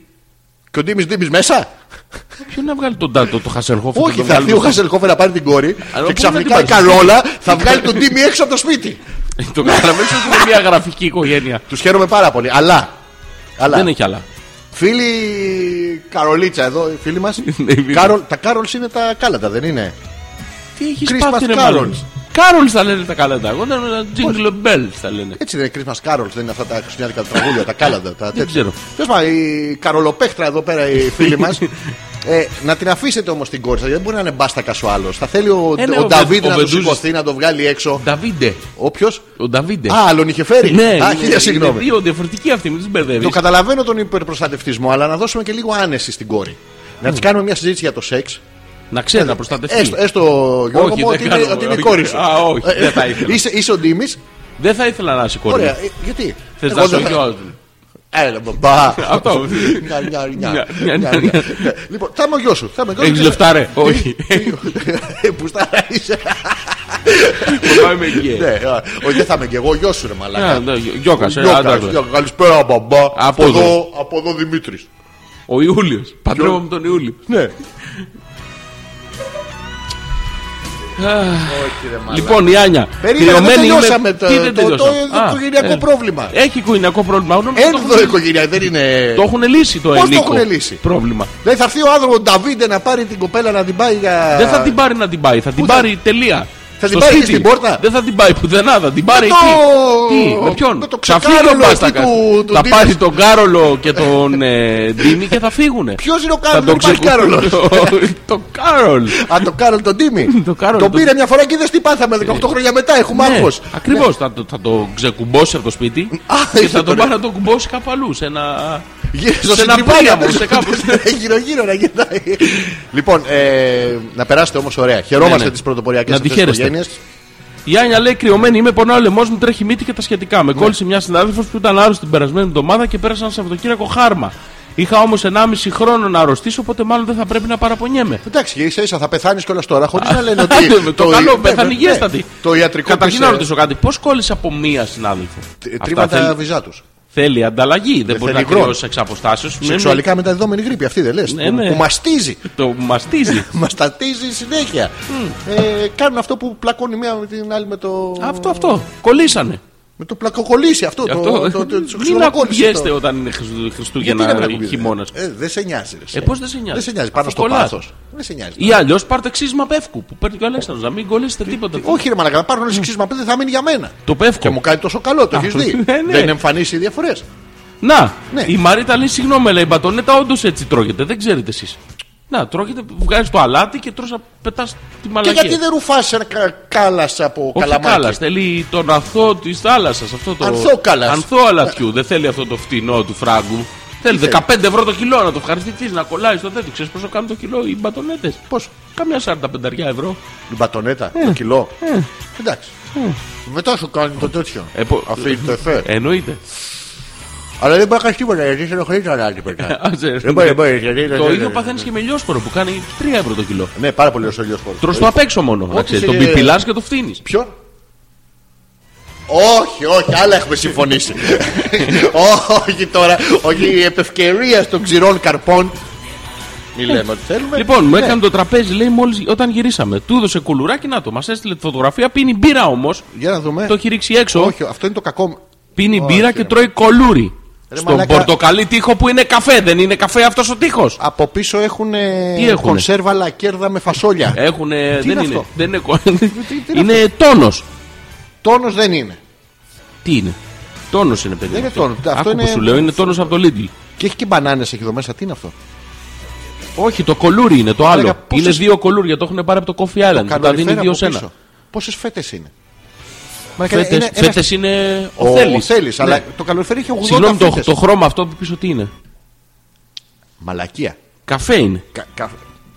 Speaker 1: Και ο Ντίμης Ντίμης μέσα.
Speaker 2: Ποιο να βγάλει τον Ντάτο, το Χασελχόφε.
Speaker 1: Όχι,
Speaker 2: τον
Speaker 1: θα έρθει ο
Speaker 2: βγάλει
Speaker 1: Χασελχόφε να πάρει την κόρη
Speaker 2: Αλλά
Speaker 1: και
Speaker 2: πού
Speaker 1: ξαφνικά
Speaker 2: να
Speaker 1: η
Speaker 2: την πάρεις?
Speaker 1: Καρόλα θα βγάλει τον Ντίμη έξω από το σπίτι.
Speaker 2: τον- Το καταλαβαίνεις ότι είναι μια γραφική οικογένεια.
Speaker 1: Τους χαίρομαι πάρα πολύ. Αλλά.
Speaker 2: Δεν
Speaker 1: Αλλά.
Speaker 2: έχει άλλα.
Speaker 1: Φίλη Καρολίτσα εδώ, οι φίλοι μας.
Speaker 2: Ναι,
Speaker 1: τα Κάρολ είναι τα κάλατα, δεν είναι.
Speaker 2: Τι έχεις
Speaker 1: Christmas
Speaker 2: πάθει ρε
Speaker 1: carols.
Speaker 2: Κάρολ. Κάρολ θα λένε τα καλά τα. Εγώ δεν Jingle bells θα λένε.
Speaker 1: Έτσι δεν είναι Christmas Carols, δεν είναι αυτά τα χριστιανικά τραγούδια, τα κάλαντα, τα τέτοια.
Speaker 2: ξέρω.
Speaker 1: Τέλος πάντων, η καρολοπέχτρα εδώ πέρα, η φίλη μας. Ε, να την αφήσετε όμως την κόρη σας, γιατί δεν μπορεί να είναι μπάστακα ο άλλος. Θα θέλει ο,
Speaker 2: Ε, ναι,
Speaker 1: ο,
Speaker 2: ο
Speaker 1: Νταβίδ
Speaker 2: Βε- ο
Speaker 1: να τους
Speaker 2: Βεντούζης.
Speaker 1: σηκωθεί, να το βγάλει έξω.
Speaker 2: Νταβίντε.
Speaker 1: Όποιος.
Speaker 2: Ο Νταβίντε.
Speaker 1: Α, άλλον είχε φέρει.
Speaker 2: Ναι,
Speaker 1: Α,
Speaker 2: είναι-
Speaker 1: χίλια
Speaker 2: Είναι
Speaker 1: συγγνώμη.
Speaker 2: δύο διαφορετικοί αυτοί, μην τους μπερδεύεις.
Speaker 1: Το καταλαβαίνω τον υπερπροστατευτισμό, αλλά να δώσουμε και λίγο άνεση στην κόρη.
Speaker 2: Ναι.
Speaker 1: Να της κάνουμε μια συζήτηση για το σεξ.
Speaker 2: Να ξέρει να προστατευτεί.
Speaker 1: Ε, Έστω, έστω Γιώργο
Speaker 2: Όχι,
Speaker 1: μου,
Speaker 2: δεν
Speaker 1: ότι είναι,
Speaker 2: κάνω,
Speaker 1: ότι είναι η
Speaker 2: όχι.
Speaker 1: κόρης σου.
Speaker 2: Α, όχι,
Speaker 1: Ε,
Speaker 2: δεν θα ήθελα.
Speaker 1: Είσαι, είσαι ο Ντίμης.
Speaker 2: Δεν θα ήθελα να σηκώνει.
Speaker 1: Ωραία, ε, γιατί.
Speaker 2: Θες
Speaker 1: Εγώ
Speaker 2: να σου
Speaker 1: δεν θα-
Speaker 2: γιώσουν.
Speaker 1: Έλα, μπαμπά.
Speaker 2: Αυτό.
Speaker 1: Νια, νια, νια.
Speaker 2: Νια,
Speaker 1: Νια,
Speaker 2: νια,
Speaker 1: νια.
Speaker 2: νια.
Speaker 1: Λοιπόν, θα είμαι ο γιος σου. θα είμαι ο γιος
Speaker 2: Έχεις
Speaker 1: σου.
Speaker 2: λεφτά, ρε. Όχι.
Speaker 1: Ε, Πουστάρα είσαι.
Speaker 2: Πάμε εκεί.
Speaker 1: Ναι, ε, όχι, δεν θα είμαι και εγώ, ο γιος σου ρε
Speaker 2: Α,
Speaker 1: μαλάκα.
Speaker 2: ναι, γιο- Γιώκας, ε,
Speaker 1: Γιώκας,
Speaker 2: άντρας.
Speaker 1: Γιώκας, Καλησπέρα, μπαμπά.
Speaker 2: Από
Speaker 1: Από εδώ, από εδώ Δημήτρης.
Speaker 2: Ο Ναι. Ιούλιο. Παντρεύομαι τον Ιούλιο.
Speaker 1: Ναι. Όχι, ρε μαλάκα.
Speaker 2: Λοιπόν, η Άνια.
Speaker 1: Περίμενε, δεν
Speaker 2: κρυωμένη είναι-
Speaker 1: τελειώσαμε το-
Speaker 2: Τι δεν
Speaker 1: το- το-
Speaker 2: τελειώσαμε?
Speaker 1: το
Speaker 2: Α,
Speaker 1: οικογενειακό
Speaker 2: ε,
Speaker 1: πρόβλημα.
Speaker 2: Έχει οικογενειακό πρόβλημα. Γνώμη μου, το
Speaker 1: Ένδο
Speaker 2: έχουν-
Speaker 1: οικογένεια, δεν είναι.
Speaker 2: Το έχουν λύσει το
Speaker 1: το
Speaker 2: ενίκο
Speaker 1: έχουν λύσει?
Speaker 2: πρόβλημα.
Speaker 1: Δηλαδή θα έρθει ο άνθρωπος Νταβίντε να πάρει την κοπέλα να την πάει για.
Speaker 2: Δεν θα την πάρει να την πάει, θα την
Speaker 1: θα-
Speaker 2: πάρει τελεία.
Speaker 1: Θα την
Speaker 2: Στο
Speaker 1: πάρει εκεί
Speaker 2: σπίτι.
Speaker 1: στην πόρτα?
Speaker 2: Δεν θα την πάει πουθενά, θα την πάρει
Speaker 1: το-
Speaker 2: εκεί. Τι, με ποιον.
Speaker 1: με το
Speaker 2: Θα φύγει
Speaker 1: ξεκάρολο εκεί
Speaker 2: ο Μπάστακας.
Speaker 1: του- του
Speaker 2: Θα
Speaker 1: Ντίνης.
Speaker 2: πάρει τον Κάρολο και τον ε, Ντίμη και θα φύγουνε.
Speaker 1: Ποιος είναι ο
Speaker 2: Θα
Speaker 1: Κάρολ, δεν υπάρχει
Speaker 2: ξεκου-
Speaker 1: Κάρολο.
Speaker 2: Το Κάρολ.
Speaker 1: Α, το Κάρολ τον Τίμη.
Speaker 2: Το Κάρολ
Speaker 1: τον
Speaker 2: τον Ναι.
Speaker 1: πήρε μια φορά και είδες τι πάθαμε 18 χρόνια μετά. Έχουμε άγχος.
Speaker 2: Ακριβώς. Ναι, Θα, το- θα το ξεκουμπώσει από το σπίτι
Speaker 1: Α,
Speaker 2: και
Speaker 1: είσαι
Speaker 2: θα το
Speaker 1: τώρα.
Speaker 2: πάρει να το κουμπώσει κάπου αλλού. Σε ένα.
Speaker 1: Ναι. Γύρω
Speaker 2: σε ένα πάγαμο, σε ναι. κάπου.
Speaker 1: Γύρω-γύρω να κοιτάει. Λοιπόν, ε, να περάσετε όμως ωραία. Χαιρόμαστε
Speaker 2: Ναι, ναι.
Speaker 1: τις πρωτοποριακές
Speaker 2: Να τη χαίρεστε.
Speaker 1: οικογένειες.
Speaker 2: Η Άνια λέει: Κρυωμένη είμαι, πονάω λαιμός μου, τρέχει μύτη και τα σχετικά.
Speaker 1: Ναι.
Speaker 2: Με κόλλησε μια συνάδελφος που ήταν άρρωστη την περασμένη εβδομάδα και πέρασα ένα Σαββατοκύριακο χάρμα. Είχα όμως 1,5 χρόνο να αρρωστήσω, οπότε μάλλον δεν θα πρέπει να παραπονιέμαι.
Speaker 1: Εντάξει, ίσα ίσα θα πεθάνεις κιόλας τώρα χωρίς να λένε ότι.
Speaker 2: Άντε με, το καλό,
Speaker 1: ναι, ναι,
Speaker 2: πέθανε
Speaker 1: ναι.
Speaker 2: υγιέστατη.
Speaker 1: Το ιατρικό
Speaker 2: Καταρχήν
Speaker 1: της,
Speaker 2: να
Speaker 1: ε,
Speaker 2: ρωτήσω κάτι, πώς κόλλησε από μία συνάδελφο.
Speaker 1: τ-
Speaker 2: Αυτά
Speaker 1: Τρίματα
Speaker 2: θέλει-
Speaker 1: βυζά του.
Speaker 2: Θέλει ανταλλαγή, δεν μπορεί να
Speaker 1: θέλει γκρον.
Speaker 2: κρυώσει εξ Ναι, αποστάσεω.
Speaker 1: Σεξουαλικά μεταδεδόμενη γρήπη, αυτή δεν λες.
Speaker 2: Ναι, ναι.
Speaker 1: Που μαστίζει.
Speaker 2: Το μαστίζει.
Speaker 1: Μαστατίζει συνέχεια. Ε, κάνουν αυτό που πλακώνει μία με την άλλη με το.
Speaker 2: αυτό, αυτό. Κολλήσανε.
Speaker 1: Με το πλακοκολλήσει αυτό. Το, το, το, το, το
Speaker 2: Μην
Speaker 1: ξυλοκόλληση,
Speaker 2: ακουγέστε
Speaker 1: το-
Speaker 2: όταν είναι Χριστου-
Speaker 1: Γιατί να μην
Speaker 2: Χριστούγεννα ή
Speaker 1: ακουγείς,
Speaker 2: χειμώνας.
Speaker 1: Ε, δεν σε νοιάζει. ρε, εσύ.
Speaker 2: Ε, πώς δεν σε νοιάζει.
Speaker 1: Δεν σε νοιάζει. Πάνω
Speaker 2: Αφού
Speaker 1: στο
Speaker 2: κολλάς.
Speaker 1: πάθος. Δεν σε νοιάζει.
Speaker 2: Ή αλλιώς πάρτε ξύσμα πεύκου που παίρνει και ο Αλέξανδρος Να μην κολλήσετε τίποτα.
Speaker 1: Όχι, ρε Μαλακά, πάρουν όλε ξύσμα πέντε, θα μείνει για μένα.
Speaker 2: Το
Speaker 1: Και μου
Speaker 2: πεύκο.
Speaker 1: κάνει τόσο καλό, το
Speaker 2: Α,
Speaker 1: έχεις δει.
Speaker 2: ναι, ναι.
Speaker 1: Δεν εμφανίσει διαφορές.
Speaker 2: Να,
Speaker 1: Ναι.
Speaker 2: η Μαρίτα λέει συγγνώμη, αλλά η μπατονέτα όντως έτσι τρώγεται. Δεν ξέρετε εσείς. Να, τρώγεται, βγάζεις το αλάτι και τρως να πετάς τη
Speaker 1: Και
Speaker 2: μαλακία.
Speaker 1: γιατί δεν ρουφάς ένα κα- κάλας από
Speaker 2: Όχι κάλα,
Speaker 1: καλαμάκι.
Speaker 2: θέλει τον αθώο της θάλασσας. Αυτό το...
Speaker 1: Ανθό κάλας.
Speaker 2: Ανθό αλατιού. Δεν θέλει αυτό το φτηνό του φράγκου. Θέλει 15 ευρώ το κιλό να το ευχαριστηθείς, να κολλάει στο τέτοιο. Ξέρεις πόσο κάνουν το κιλό οι μπατονέτες. Πώς, καμιά 45 ευρώ.
Speaker 1: Την πατονέτα,
Speaker 2: Ε,
Speaker 1: το κιλό. Εντάξει. Μετά σου κάνει το τέτοιο.
Speaker 2: Ε, πο-
Speaker 1: Αυτό είναι το εφέ.
Speaker 2: Εννοείται.
Speaker 1: Αλλά δεν μπορεί να κάνει τίποτα γιατί σε ενοχλεί τα άλλη παιδιά.
Speaker 2: Άσε, ρε.
Speaker 1: Δεν Ε, μπορεί, δεν μπορεί, γιατί-
Speaker 2: Το
Speaker 1: δεν-
Speaker 2: ίδιο παθαίνεις και με λιόσπορο που κάνει 3 ευρώ το κιλό.
Speaker 1: Ναι, πάρα πολύ ωραίο ο λιός χώρος.
Speaker 2: Τρως το απ' έξω μόνο. να
Speaker 1: Ε, Ό,τι
Speaker 2: ξέρεις.
Speaker 1: σε-
Speaker 2: Τον πιπιλά και το φτύνεις.
Speaker 1: Ποιον? Όχι, όχι, άλλα έχουμε συμφωνήσει. όχι τώρα, όχι επ' ευκαιρία των ξηρών καρπών. Μη λέμε ότι θέλουμε.
Speaker 2: Λοιπόν, μου
Speaker 1: Ναι.
Speaker 2: έκανε το τραπέζι, λέει, μόλις όταν γυρίσαμε. Του έδωσε κουλουράκι, να το. Μας έστειλε τη φωτογραφία, πίνει μπύρα όμως.
Speaker 1: Για να δούμε.
Speaker 2: Το έχει ρίξει έξω.
Speaker 1: Ναι. Όχι, αυτό είναι το κακό.
Speaker 2: Πίνει
Speaker 1: Όχι,
Speaker 2: μπύρα
Speaker 1: ρε.
Speaker 2: και τρώει κολούρι.
Speaker 1: Ρε
Speaker 2: Στον
Speaker 1: μαλάκα.
Speaker 2: πορτοκαλί τείχο που είναι καφέ, δεν είναι καφέ αυτός ο τείχος.
Speaker 1: Από πίσω έχουν
Speaker 2: Τι έχουνε? Ε.
Speaker 1: κονσέρβα λακέρδα με φασόλια.
Speaker 2: Έχουν. Δεν
Speaker 1: είναι
Speaker 2: είναι.
Speaker 1: αυτό?
Speaker 2: Δεν είναι. κο-
Speaker 1: τι είναι
Speaker 2: Είναι τόνος.
Speaker 1: Τόνος δεν είναι.
Speaker 2: Τι είναι. Τόνος είναι, παιδί.
Speaker 1: Δεν είναι
Speaker 2: αυτό.
Speaker 1: τόνος. Αυτό
Speaker 2: Άκου που
Speaker 1: είναι-
Speaker 2: σου λέω, είναι τόνος από το Lidl.
Speaker 1: Και έχει και μπανάνες έχει εδώ μέσα. Τι είναι αυτό.
Speaker 2: Όχι, το κολούρι είναι το άλλο.
Speaker 1: Μαλάκα, πόσες-
Speaker 2: Είναι δύο κολούρια, το έχουν πάρει από το Coffee Island. που Τα δίνει δύο σε ένα.
Speaker 1: Πόσες φέτες είναι.
Speaker 2: Φέτε φέτες είναι ο
Speaker 1: Ε, Ο
Speaker 2: Θέλης.
Speaker 1: θέλει,
Speaker 2: Ναι.
Speaker 1: αλλά το καλοριφέρ έχει 80
Speaker 2: Συγγνώμη, το,
Speaker 1: φέτες.
Speaker 2: το χρώμα αυτό που πίσω τι είναι.
Speaker 1: Μαλακία.
Speaker 2: Καφέ είναι.
Speaker 1: Κα, κα,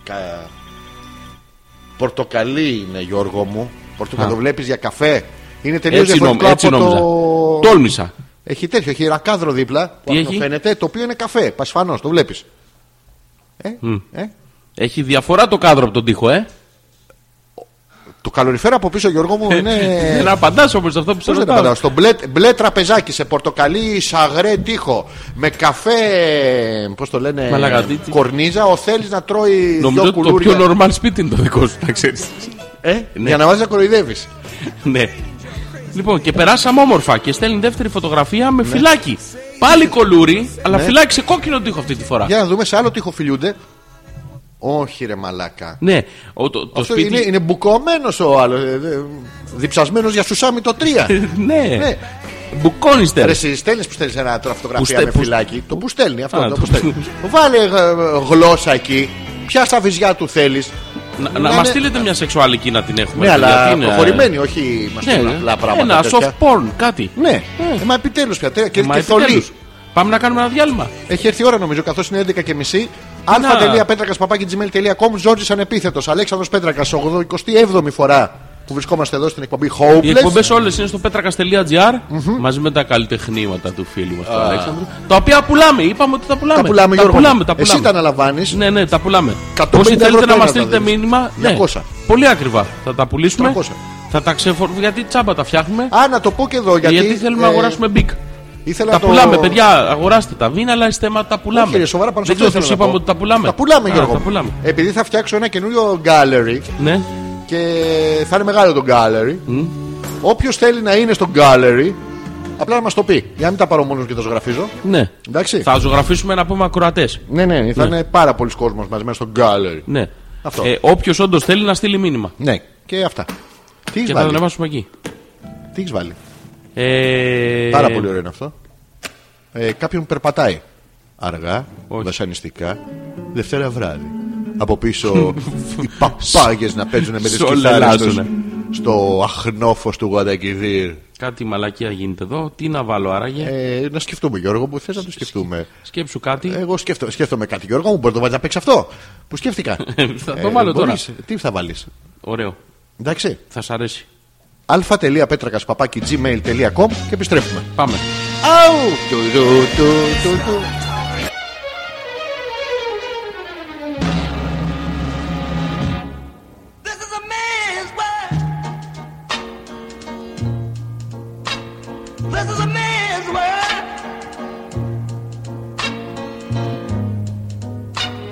Speaker 1: κα... Πορτοκαλί είναι Γιώργο μου. Πορτοκαλί
Speaker 2: Α.
Speaker 1: το βλέπεις για καφέ. Είναι τελείως
Speaker 2: Έτσι, νόμ,
Speaker 1: διαφορετικό
Speaker 2: έτσι
Speaker 1: από
Speaker 2: νόμιζα.
Speaker 1: το...
Speaker 2: Τόλμησα.
Speaker 1: Έχει τέτοιο, έχει ρακάδρο δίπλα. Που
Speaker 2: Τι
Speaker 1: αυτό
Speaker 2: έχει?
Speaker 1: φαίνεται, το οποίο είναι καφέ. Πασφανώς, το βλέπεις. Ε, ε,
Speaker 2: Έχει διαφορά το κάδρο από τον τοίχο, ε.
Speaker 1: το καλοριφέρ από πίσω, Γιώργο μου, είναι.
Speaker 2: Δεν απαντάς όμως αυτό που σε
Speaker 1: Πώς δεν
Speaker 2: ρωτάω.
Speaker 1: απαντάω. Στο μπλε, μπλε τραπεζάκι σε πορτοκαλί, σαγρέ τείχο. Με καφέ. Πώς το λένε.
Speaker 2: Μαλάκα, τι- τι-
Speaker 1: Κορνίζα. Ο θέλεις να τρώει δυο
Speaker 2: Νομίζω ότι το πιο
Speaker 1: κουλούρια.
Speaker 2: normal σπίτι είναι το δικό σου, να ξέρεις.
Speaker 1: Ε,
Speaker 2: ναι.
Speaker 1: Για να βάζεις να κοροϊδεύεις.
Speaker 2: ναι. Λοιπόν, και περάσαμε όμορφα και στέλνει δεύτερη φωτογραφία
Speaker 1: Ναι.
Speaker 2: με φυλάκι. Πάλι κολούρι, αλλά φυλάκι σε κόκκινο τοίχο αυτή τη φορά.
Speaker 1: Για να δούμε σε άλλο τείχο φιλιούνται. Όχι ρε μαλάκα.
Speaker 2: Ναι, ο- το, το
Speaker 1: Αυτό
Speaker 2: σπίτι.
Speaker 1: είναι, είναι μπουκωμένος ο άλλος. Διψασμένος για σουσάμι το 3.
Speaker 2: Ναι,
Speaker 1: ναι.
Speaker 2: μπουκόνιστερ.
Speaker 1: Ρε, εσύ στέλνεις που στέλνεις ένα
Speaker 2: Που
Speaker 1: φωτογραφία
Speaker 2: στε-
Speaker 1: με
Speaker 2: που-
Speaker 1: φυλάκι. Το που στέλνει αυτό.
Speaker 2: Α,
Speaker 1: το
Speaker 2: το
Speaker 1: που στέλνει.
Speaker 2: που-
Speaker 1: Βάλε ε, γλώσσα εκεί. Ποια τα βυζιά του θέλεις.
Speaker 2: Να, να μα στείλετε μια σεξουαλική να την έχουμε.
Speaker 1: Ναι,
Speaker 2: γιατί
Speaker 1: αλλά
Speaker 2: είναι-
Speaker 1: προχωρημένη, όχι μας
Speaker 2: Ναι,
Speaker 1: στέλνουν απλά πράγματα.
Speaker 2: ένα
Speaker 1: τέτοια.
Speaker 2: soft porn, κάτι.
Speaker 1: Ναι, ε, μα επιτέλους πια. τε- Και,
Speaker 2: Μα
Speaker 1: και θολή.
Speaker 2: επιτέλους. Πάμε να κάνουμε ένα διάλειμμα.
Speaker 1: Έχει έρθει η ώρα νομίζω, καθώς είναι 11 και μισή. αλφα.πέτρακα.gmail.com Ζόρτζης ανεπίθετος. Αλέξανδρος Πέτρακας, 87η φορά που βρισκόμαστε εδώ στην εκπομπή
Speaker 2: Οι
Speaker 1: Hopeless.
Speaker 2: εκπομπές όλες είναι στο petrakas.gr μαζί με τα καλλιτεχνήματα του φίλου μας του Αλέξανδρου. Τα οποία πουλάμε, είπαμε ότι τα πουλάμε.
Speaker 1: Τα πουλάμε,
Speaker 2: τα
Speaker 1: Γιώργο.
Speaker 2: πουλάμε. Τα
Speaker 1: Εσύ τα
Speaker 2: πουλάμε.
Speaker 1: αναλαμβάνεις.
Speaker 2: Ναι, ναι, τα πουλάμε.
Speaker 1: 150
Speaker 2: Όσοι
Speaker 1: ευρώ
Speaker 2: θέλετε να
Speaker 1: το
Speaker 2: μα
Speaker 1: ένα
Speaker 2: στείλετε
Speaker 1: θα δίνεις.
Speaker 2: μήνυμα, ναι,
Speaker 1: 200.
Speaker 2: πολύ ακριβά. Θα τα πουλήσουμε.
Speaker 1: 300.
Speaker 2: Θα τα ξεφορ... Γιατί τσάμπα τα φτιάχνουμε.
Speaker 1: Α, να το πω και εδώ γιατί.
Speaker 2: Γιατί, θέλουμε να
Speaker 1: ε,
Speaker 2: αγοράσουμε μπικ.
Speaker 1: Ήθελα
Speaker 2: Τα
Speaker 1: να το...
Speaker 2: πουλάμε, παιδιά, αγοράστε τα. Μην αλλάζετε, μα τα πουλάμε.
Speaker 1: Όχι, ρε, σοβαρά πάνω σε
Speaker 2: Δεν
Speaker 1: αυτό.
Speaker 2: ξέρω, τους
Speaker 1: ήθελα να
Speaker 2: είπαμε
Speaker 1: πω.
Speaker 2: ότι τα πουλάμε.
Speaker 1: Τα πουλάμε,
Speaker 2: Α,
Speaker 1: Γιώργο.
Speaker 2: Τα
Speaker 1: μου.
Speaker 2: πουλάμε.
Speaker 1: Επειδή θα φτιάξω ένα καινούριο gallery
Speaker 2: Ναι.
Speaker 1: Και θα είναι μεγάλο το gallery. Όποιος θέλει να είναι στο gallery, απλά να μας το πει. Για να μην τα πάρω μόνος και τα ζωγραφίζω.
Speaker 2: Ναι.
Speaker 1: Εντάξει.
Speaker 2: Θα ζωγραφίσουμε να πούμε ακροατές.
Speaker 1: Ναι, ναι, θα είναι πάρα πολλοί κόσμος μαζί μέσα στο gallery.
Speaker 2: Ναι.
Speaker 1: Αυτό.
Speaker 2: Ε, Όποιος όντως θέλει να στείλει μήνυμα.
Speaker 1: Ναι, και αυτά. Τι έχεις
Speaker 2: Και θα το
Speaker 1: βάλει.
Speaker 2: ανεβάσουμε εκεί.
Speaker 1: Τι έχεις βάλει.
Speaker 2: Ε,
Speaker 1: Πάρα πολύ ωραίο είναι αυτό. Ε, κάποιον περπατάει. Αργά,
Speaker 2: Όχι.
Speaker 1: βασανιστικά, Δευτέρα βράδυ. Από πίσω οι παπάγες να παίζουν με τις
Speaker 2: Σ' όλα
Speaker 1: κιθάρες τους
Speaker 2: αλλάζουνε.
Speaker 1: στο αχνόφος του Γουαντακιδίρ.
Speaker 2: Κάτι μαλακία γίνεται εδώ. Τι να βάλω άραγε.
Speaker 1: Ε, να σκεφτούμε Γιώργο που θες να το σκεφτούμε.
Speaker 2: Σκέψου κάτι.
Speaker 1: Εγώ σκέφτομαι, σκέφτομαι κάτι Γιώργο μου, μπορείς να το βάλεις να παίξει αυτό που σκέφτηκα. Ε,
Speaker 2: Θα το βάλω τώρα.
Speaker 1: μπορείς. Τι θα βάλεις.
Speaker 2: Ωραίο.
Speaker 1: Εντάξει.
Speaker 2: Θα σ' αρέσει.
Speaker 1: αλφα.πέτρακας παπάκι gmail.com και επιστρέφουμε.
Speaker 2: Πάμε.
Speaker 1: Αου! Του, του, του, του, του.
Speaker 4: This is a man's world. This is a man's world.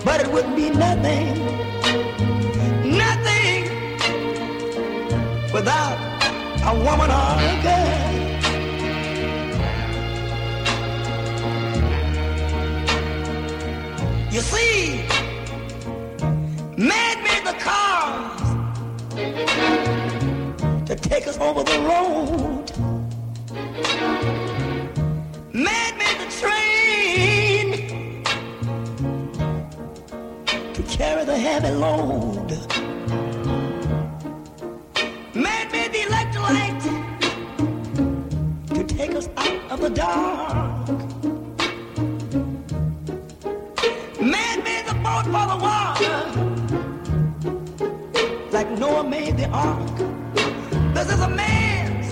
Speaker 4: But it wouldn't be nothing, nothing without a woman or a girl. You see, man made the cars to take us over the road. Man made the train to carry the heavy load. Man made the electric light to take us out of the dark. Man made the boat for the water like Noah made the ark. This is a man's,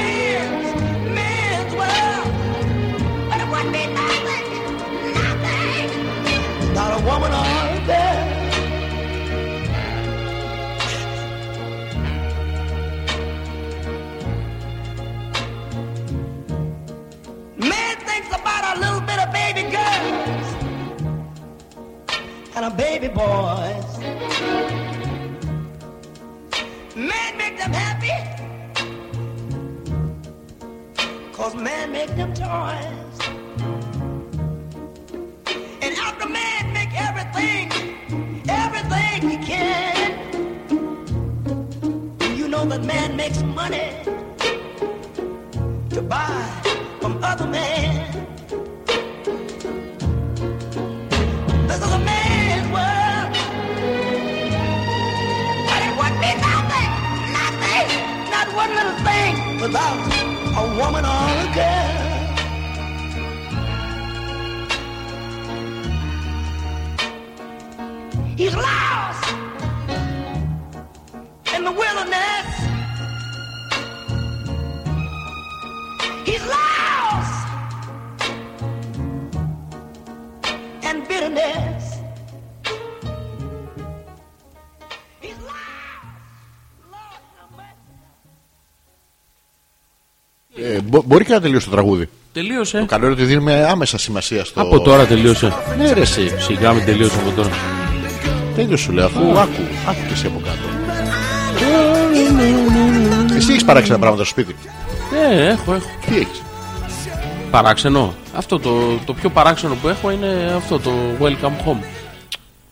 Speaker 4: man's, man's world. But it wouldn't be nothing, nothing. Not a woman or a girl. Man thinks about a little bit of baby girls and a baby boys. Man make them happy. Cause man make them toys. And after man make everything, everything he can. You know that man makes money to buy from other men. This is a man's world. But it wouldn't be nothing, nothing, not one little thing without a woman or a girl. He's lost in the wilderness. He's lost in bitterness. He's lost, lost in the wilderness.
Speaker 1: Ε, μπο- μπορεί και να τελειώσει το τραγούδι.
Speaker 2: Τελείωσε.
Speaker 1: Καλό είναι ότι δίνουμε άμεσα σημασία στο.
Speaker 2: Από τώρα τελείωσε.
Speaker 1: Ναι, ρε, εσύ.
Speaker 2: Σιγά με τελείωσε από τώρα.
Speaker 1: Τέλειωσε σου λέω. Αφού άκου, άκου και εσύ από κάτω. Εσύ έχεις παράξενα πράγματα στο σπίτι.
Speaker 2: Ε, έχω, έχω.
Speaker 1: Τι έχεις.
Speaker 2: Παράξενο. Αυτό το, το πιο παράξενο που έχω είναι αυτό το welcome home.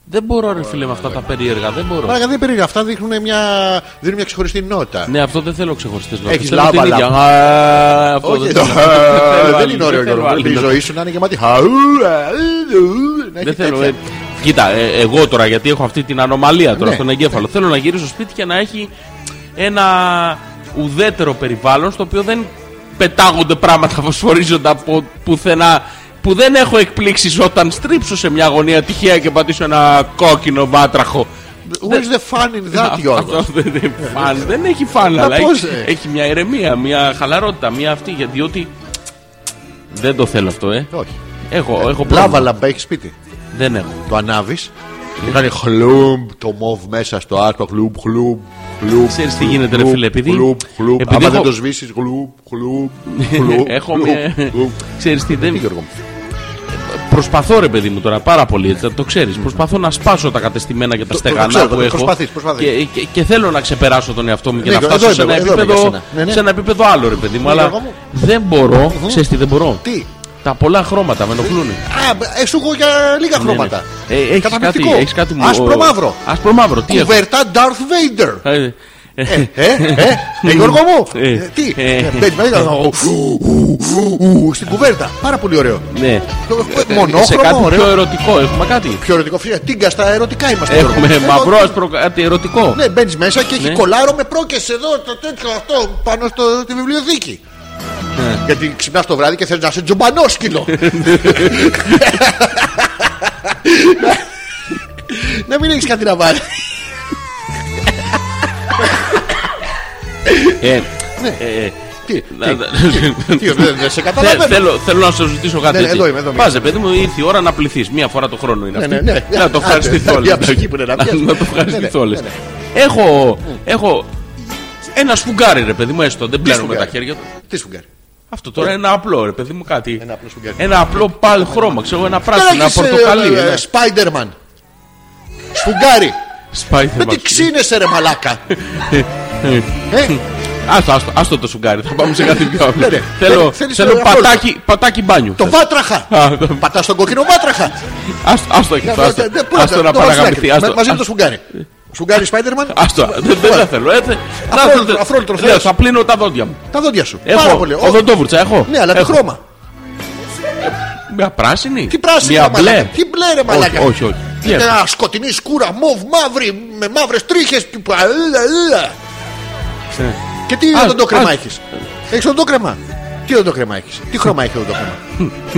Speaker 2: Δεν μπορώ ρε φίλε με αυτά τα περίεργα, δεν μπορώ.
Speaker 1: Μαλάκα δεν περίεργα. Αυτά δείχνουν μια, δίνουν μια ξεχωριστή νότα.
Speaker 2: Ναι, αυτό δεν θέλω ξεχωριστές νότες.
Speaker 1: Έχεις
Speaker 2: Θέλω την
Speaker 1: λάβα,
Speaker 2: ίδια.
Speaker 1: λάβα.
Speaker 2: Α, Αυτό
Speaker 1: Όχι,
Speaker 2: δεν
Speaker 1: το-
Speaker 2: θέλω. Δεν θέλω
Speaker 1: δεν
Speaker 2: άλλη,
Speaker 1: είναι ωραίο
Speaker 2: δεν θέλω
Speaker 1: Γιώργο.
Speaker 2: άλλη
Speaker 1: Πρέπει Η
Speaker 2: νότα.
Speaker 1: ζωή σου να είναι γεμάτη. χαού, αού, αού, να έχει
Speaker 2: Δεν θέλω.
Speaker 1: τέτοια.
Speaker 2: ε, Κοίτα, ε, εγώ τώρα γιατί έχω αυτή την ανομαλία τώρα
Speaker 1: Ναι.
Speaker 2: στον εγκέφαλο. Θέλω να γυρίσω σπίτι και να έχει ένα ουδέτερο περιβάλλον στο οποίο δεν πετάγονται πράγματα, φωσφορίζονται από πουθενά. Που δεν έχω εκπλήξεις όταν στρίψω σε μια γωνία τυχαία και πατήσω ένα κόκκινο βάτραχο.
Speaker 1: Who is the fun in that, Γιώργο.
Speaker 2: Αυτό δεν είναι φαν. Δεν έχει φαν, αλλά
Speaker 1: Ε, πώς,
Speaker 2: έχει-
Speaker 1: ε.
Speaker 2: έχει μια ηρεμία, μια χαλαρότητα, μια αυτή. για- Διότι. Δεν το θέλω αυτό, ε.
Speaker 1: Όχι.
Speaker 2: Έχω, έχω
Speaker 1: Λάβα
Speaker 2: πρόβλημα.
Speaker 1: λαμπά έχεις σπίτι.
Speaker 2: Δεν έχω.
Speaker 1: Το ανάβεις και κάνει χλουμπ το μοβ μέσα στο άρθρο. Χλουμπ, χλουμπ, χλουμπ.
Speaker 2: Ξέρεις τι
Speaker 1: χλουμπ,
Speaker 2: γίνεται, ρε
Speaker 1: χλουμπ,
Speaker 2: φίλε, επειδή-
Speaker 1: Χλουμπ, χλουμπ.
Speaker 2: επειδή
Speaker 1: Άμα
Speaker 2: έχω-
Speaker 1: δεν το σβήσεις, χλουμπ, χλουμπ, χλουμπ.
Speaker 2: Έχω
Speaker 1: χλουμπ,
Speaker 2: μια.
Speaker 1: χλουμπ.
Speaker 2: Ξέρεις τι,
Speaker 1: Τι,
Speaker 2: δεν.
Speaker 1: Γιώργο μου.
Speaker 2: προσπαθώ ρε παιδί μου τώρα πάρα πολύ, έτσι, το ξέρεις. Προσπαθώ να σπάσω τα κατεστημένα και τα
Speaker 1: το
Speaker 2: στεγανά
Speaker 1: ξέρω,
Speaker 2: που
Speaker 1: το
Speaker 2: έχω.
Speaker 1: προσπαθείς, προσπαθείς.
Speaker 2: Και, και, και θέλω να ξεπεράσω τον εαυτό μου και
Speaker 1: Νίκο,
Speaker 2: να
Speaker 1: εδώ
Speaker 2: φτάσω σε
Speaker 1: είμαι,
Speaker 2: ένα,
Speaker 1: εδώ είμαι
Speaker 2: επίπεδο,
Speaker 1: για σένα. Ναι, ναι.
Speaker 2: σε ένα επίπεδο άλλο ρε παιδί μου. Αλλά
Speaker 1: Γιώργο μου.
Speaker 2: δεν μπορώ, ξέρεις τι δεν μπορώ.
Speaker 1: Τι.
Speaker 2: Τα πολλά χρώματα με ενοχλούν.
Speaker 1: Α, ε, σου έχω για λίγα χρώματα.
Speaker 2: Ε, έχεις κάτι,
Speaker 1: Καταπληκτικό.
Speaker 2: έχεις κάτι μου.
Speaker 1: Άσπρο μαύρο.
Speaker 2: Άσπρο μαύρο, τι έχω.
Speaker 1: Κουβέρτα Darth Vader.
Speaker 2: Ε, ε,
Speaker 1: Ε, ε, ε, Γιώργο μου.
Speaker 2: Ε,
Speaker 1: Ε, Τι.
Speaker 2: ε.
Speaker 1: Ε, Μπαίνει μέσα. ου, ου, ου, ου, ου, Στην κουβέρτα. Πάρα πολύ ωραίο.
Speaker 2: Ναι.
Speaker 1: Ε,
Speaker 2: Σε κάτι
Speaker 1: Μονόχρωμο,
Speaker 2: πιο
Speaker 1: ωραίο.
Speaker 2: ερωτικό, έχουμε κάτι.
Speaker 1: Πιο ερωτικό. φίλε. Τίγκα στα ερωτικά είμαστε. Γιώργο μου.
Speaker 2: Έχουμε
Speaker 1: Ε,
Speaker 2: μαυρό,
Speaker 1: ό,
Speaker 2: άσπρο, κάτι ερωτικό.
Speaker 1: Ναι, μπαίνεις μέσα και έχει
Speaker 2: Ναι.
Speaker 1: κολάρο με πρόκες εδώ, το τέτοιο αυτό, πάνω στο, στη βιβλιοθήκη.
Speaker 2: Ναι.
Speaker 1: Γιατί ξυπνάς το βράδυ και θέλεις να είσαι τζομπανόσκυλο. να μην έχεις κάτι να βάλεις.
Speaker 2: Ε,
Speaker 1: Ναι.
Speaker 2: ε, ε,
Speaker 1: Τι,
Speaker 2: να-
Speaker 1: τι,
Speaker 2: να-
Speaker 1: τι, ε, δεν δεν σε
Speaker 2: Θε-
Speaker 1: καταλαβαίνω.
Speaker 2: θέλω- Θέλω να σε ζητήσω κάτι.
Speaker 1: Ναι, ναι,
Speaker 2: έτσι.
Speaker 1: εδώ είμαι, εδώ είμαι.
Speaker 2: Πάζε, παιδί μου, ήρθε η ώρα να πληθείς. Μία φορά το χρόνο είναι
Speaker 1: Ναι,
Speaker 2: αυτή.
Speaker 1: ναι, ναι.
Speaker 2: Να το ευχαριστηθώ
Speaker 1: Άντε,
Speaker 2: όλε.
Speaker 1: μια ψυχή που είναι να πιάσεις.
Speaker 2: το
Speaker 1: Ναι,
Speaker 2: ευχαριστηθώ
Speaker 1: ναι,
Speaker 2: όλε.
Speaker 1: ναι,
Speaker 2: Έχω. Έχω ένα σφουγγάρι, ρε παιδί μου, έστω. Δεν πλένω με τα
Speaker 1: σφουγγάρι?
Speaker 2: χέρια του.
Speaker 1: Τι σου κάνει.
Speaker 2: Αυτό τώρα είναι ένα απλό, ρε παιδί μου, κάτι.
Speaker 1: Ένα απλό σφουγγάρι.
Speaker 2: Ένα απλό πάλι χρώμα, ξέρω εγώ, ένα πράσινο, ένα
Speaker 1: Έχεις, ε,
Speaker 2: πορτοκαλί.
Speaker 1: ε,
Speaker 2: ένα
Speaker 1: Spider-Man. Σφουγγάρι.
Speaker 2: Spider-Man.
Speaker 1: Δεν ε, τι ξύνεσαι ρε μαλάκα. Ε,
Speaker 2: Άστο, άστο, άστο το σουγκάρι, θα πάμε σε κάτι πιο απλό.
Speaker 1: Ναι, ναι.
Speaker 2: Θέλω,
Speaker 1: Θέλ- θέλεις
Speaker 2: θέλω
Speaker 1: ένα ρόλο.
Speaker 2: πατάκι, πατάκι μπάνιου.
Speaker 1: Το βάτραχα.
Speaker 2: Α, το-
Speaker 1: Πατάς τον κόκκινο βάτραχα.
Speaker 2: Άστο, άστο, εκεί,
Speaker 1: Ναι,
Speaker 2: άστο,
Speaker 1: ναι, ναι, πού να
Speaker 2: άστο
Speaker 1: τα-
Speaker 2: να
Speaker 1: το βάζεις στην άκρη.
Speaker 2: παραγαμηθεί. Άστο,
Speaker 1: Μαζί με το Ναι.
Speaker 2: άστο,
Speaker 1: σφουγγάρι. Σφουγγάρι Spider-Man.
Speaker 2: άστο, δεν δεν τα θέλω. έτσι. Να,
Speaker 1: Αφρόλυτο,
Speaker 2: δεν-
Speaker 1: αφρόλυτο
Speaker 2: λέω,
Speaker 1: θέλεις.
Speaker 2: Θα πλύνω τα δόντια μου.
Speaker 1: Τα δόντια σου. Πάρα
Speaker 2: Έχω
Speaker 1: πολύ. Ω,
Speaker 2: οδοντόβουρτσα, έχω.
Speaker 1: Ναι, αλλά τι
Speaker 2: Έχω.
Speaker 1: χρώμα.
Speaker 2: Μια πράσινη.
Speaker 1: Τι πράσινο
Speaker 2: Μια
Speaker 1: ρε μαλάκα.
Speaker 2: μπλε.
Speaker 1: Τι μπλε ρε μαλάκα.
Speaker 2: όχι, όχι. Τι
Speaker 1: Είναι
Speaker 2: έχω.
Speaker 1: Ένα σκοτεινή σκούρα μοβ μαύρη με μαύρες τρίχες. Και τι
Speaker 2: Α,
Speaker 1: οδοντόκρεμα
Speaker 2: α,
Speaker 1: έχεις. Έχεις οδοντόκρεμα. Τι οδοντόκρεμα έχεις. Τι χρώμα έχει οδοντόκρεμα.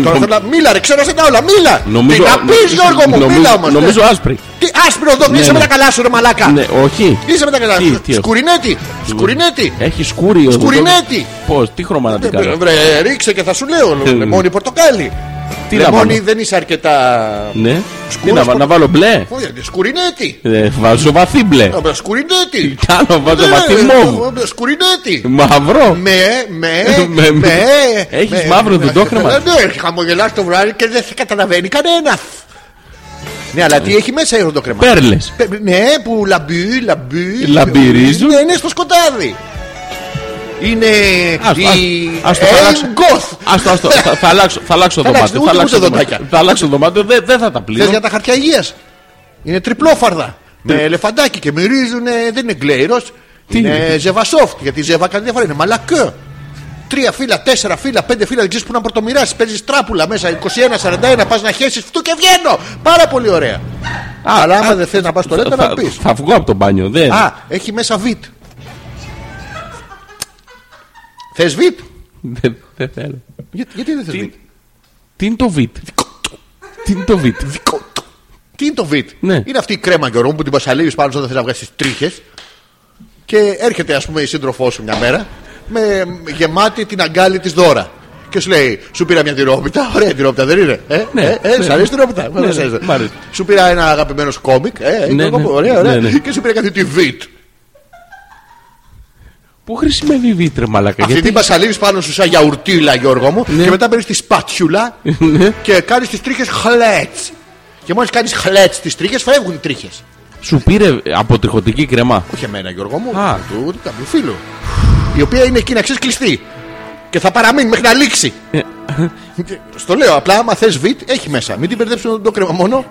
Speaker 1: Τώρα θέλω να. Μίλα, ρε, ξέχασα τα όλα. Μίλα.
Speaker 2: Νομίζω-
Speaker 1: Τι να πεις, Γιώργο μου, ναι.
Speaker 2: νομίζω-
Speaker 1: μίλα όμως.
Speaker 2: Νομίζω άσπρη.
Speaker 1: Τι άσπρο εδώ,
Speaker 2: Ναι,
Speaker 1: είσαι με
Speaker 2: ναι.
Speaker 1: τα καλά σου, ρε μαλάκα.
Speaker 2: Ναι, όχι.
Speaker 1: Είσαι με τα καλά
Speaker 2: Τι-
Speaker 1: σου.
Speaker 2: τι έχω.
Speaker 1: Σκουρινέτη. Σκουρινέτη.
Speaker 2: Έχει σκούρι.
Speaker 1: Σκουρινέτη.
Speaker 2: Πώς, τι χρώμα να την
Speaker 1: Ε,
Speaker 2: κάνω.
Speaker 1: βρε, Ρίξε και θα σου λέω. Λεμόνι πορτοκάλι.
Speaker 2: Τι να
Speaker 1: Λεμόνι
Speaker 2: βάλω.
Speaker 1: δεν είσαι αρκετά.
Speaker 2: Ναι. Τι
Speaker 1: Σκούρος
Speaker 2: να βάλω,
Speaker 1: πορτο-
Speaker 2: να βάλω μπλε.
Speaker 1: Όχι, Σκουρινέτη.
Speaker 2: Ε, Βάζω βαθύ μπλε.
Speaker 1: Ε, Σκουρινέτη.
Speaker 2: Κάνω, βάζω
Speaker 1: Ναι,
Speaker 2: βαθύ
Speaker 1: ε,
Speaker 2: μόβ.
Speaker 1: ε, Σκουρινέτη.
Speaker 2: Μαύρο.
Speaker 1: Με, με,
Speaker 2: Ε,
Speaker 1: με.
Speaker 2: Με, με. Έχεις μαύρο δουντόκρεμα.
Speaker 1: Ε, Ναι, χαμογελάς το βράδυ και δεν σε καταλαβαίνει κανένας. Ναι, αλλά τι έχει μέσα η οδοντόκρεμα.
Speaker 2: Πέρλες.
Speaker 1: Πε- Ναι, που λαμπύ, λαμπύ.
Speaker 2: Λαμπυρίζουν.
Speaker 1: Ναι, είναι στο σκοτάδι. Είναι.
Speaker 2: Άστο,
Speaker 1: η-
Speaker 2: άστο, άστο,
Speaker 1: Aim
Speaker 2: θα αλλάξω.
Speaker 1: Goth.
Speaker 2: Άστο, άστο, θα, θα αλλάξω, θα αλλάξω
Speaker 1: Θα αλλάξω,
Speaker 2: δωμάτιο.
Speaker 1: ούτε-
Speaker 2: Θα αλλάξω
Speaker 1: ούτε
Speaker 2: δωμάτιο.
Speaker 1: δοντάκια.
Speaker 2: Θα αλλάξω δωμάτιο, δεν δεν θα τα
Speaker 1: Θες για
Speaker 2: πλύνω.
Speaker 1: τα χαρτιά υγείας. Είναι τριπλόφαρδα. Με ελεφαντάκι και μυρίζουν, δεν είναι γκλέιρος.
Speaker 2: Ναι. Τι είναι?
Speaker 1: Είναι ζεβασόφτ. Γιατί η ζεβα κάνει διαφορά. Είναι μαλακό. Τρία φύλλα, τέσσερα φύλλα, πέντε φύλλα, δεν ξέρεις που να πρωτομοιράσεις. Παίζεις τράπουλα μέσα, 21-41, πας να χέσεις φτού και βγαίνω. Πάρα πολύ ωραία. Αλλά άμα δεν θες να πας στο λέτο, να
Speaker 2: Θα,
Speaker 1: πεις.
Speaker 2: θα βγω από το μπάνιο. Δεν.
Speaker 1: Α, έχει μέσα βιτ. Θες βιτ.
Speaker 2: δεν, δεν θέλω.
Speaker 1: Για- Γιατί δεν θες
Speaker 2: Τι,
Speaker 1: βιτ.
Speaker 2: τι είναι το βιτ. Τι είναι το βιτ.
Speaker 1: Τι είναι το βιτ.
Speaker 2: Ναι.
Speaker 1: Είναι αυτή η κρέμα Γιώργο μου, που την πασαλίβει πάνω όταν θες να βγάλει τις τρίχες. Και έρχεται ας πούμε η σύντροφός σου μια μέρα με με γεμάτη την αγκάλη της δώρα. Και σου λέει, σου πήρα μια τυρόπιτα. Ωραία τυρόπιτα, δεν είναι. Ε,
Speaker 2: Ναι,
Speaker 1: ε, ε,
Speaker 2: ναι.
Speaker 1: σ' αρέσει η τυρόπιτα.
Speaker 2: Ναι, ναι,
Speaker 1: Σ' αρέσει.
Speaker 2: μ' αρέσει.
Speaker 1: Σου πήρα ένα αγαπημένος κόμικ. Ε,
Speaker 2: Ναι,
Speaker 1: Γιώργο
Speaker 2: ναι.
Speaker 1: μου, ωραία, ωραία.
Speaker 2: Ναι, ναι. Ε,
Speaker 1: Και σου πήρα κάτι τη βιτ.
Speaker 2: Πού χρησιμεύει η βίτρε, μαλακά.
Speaker 1: Αυτή την πασαλίβεις πάνω σου σαν γιαουρτίλα, Γιώργο μου,
Speaker 2: Ναι.
Speaker 1: και μετά παίρνεις τη σπάτσιουλα και κάνεις τις τρίχες χλέτ. Και μόλις κάνεις χλέτ τις τρίχες, φεύγουν οι τρίχες.
Speaker 2: Σου πήρε από τριχωτική κρεμά.
Speaker 1: Όχι εμένα, Γιώργο μου.
Speaker 2: Α.
Speaker 1: Του του κάποιου φίλου. Η οποία είναι εκεί να ξέρεις κλειστή. Και θα παραμείνει μέχρι να λήξει.
Speaker 2: Ε.
Speaker 1: Και Στο λέω, απλά άμα θες βιτ, έχει μέσα. Μην την μπερδέψουν το κρέμα μόνο.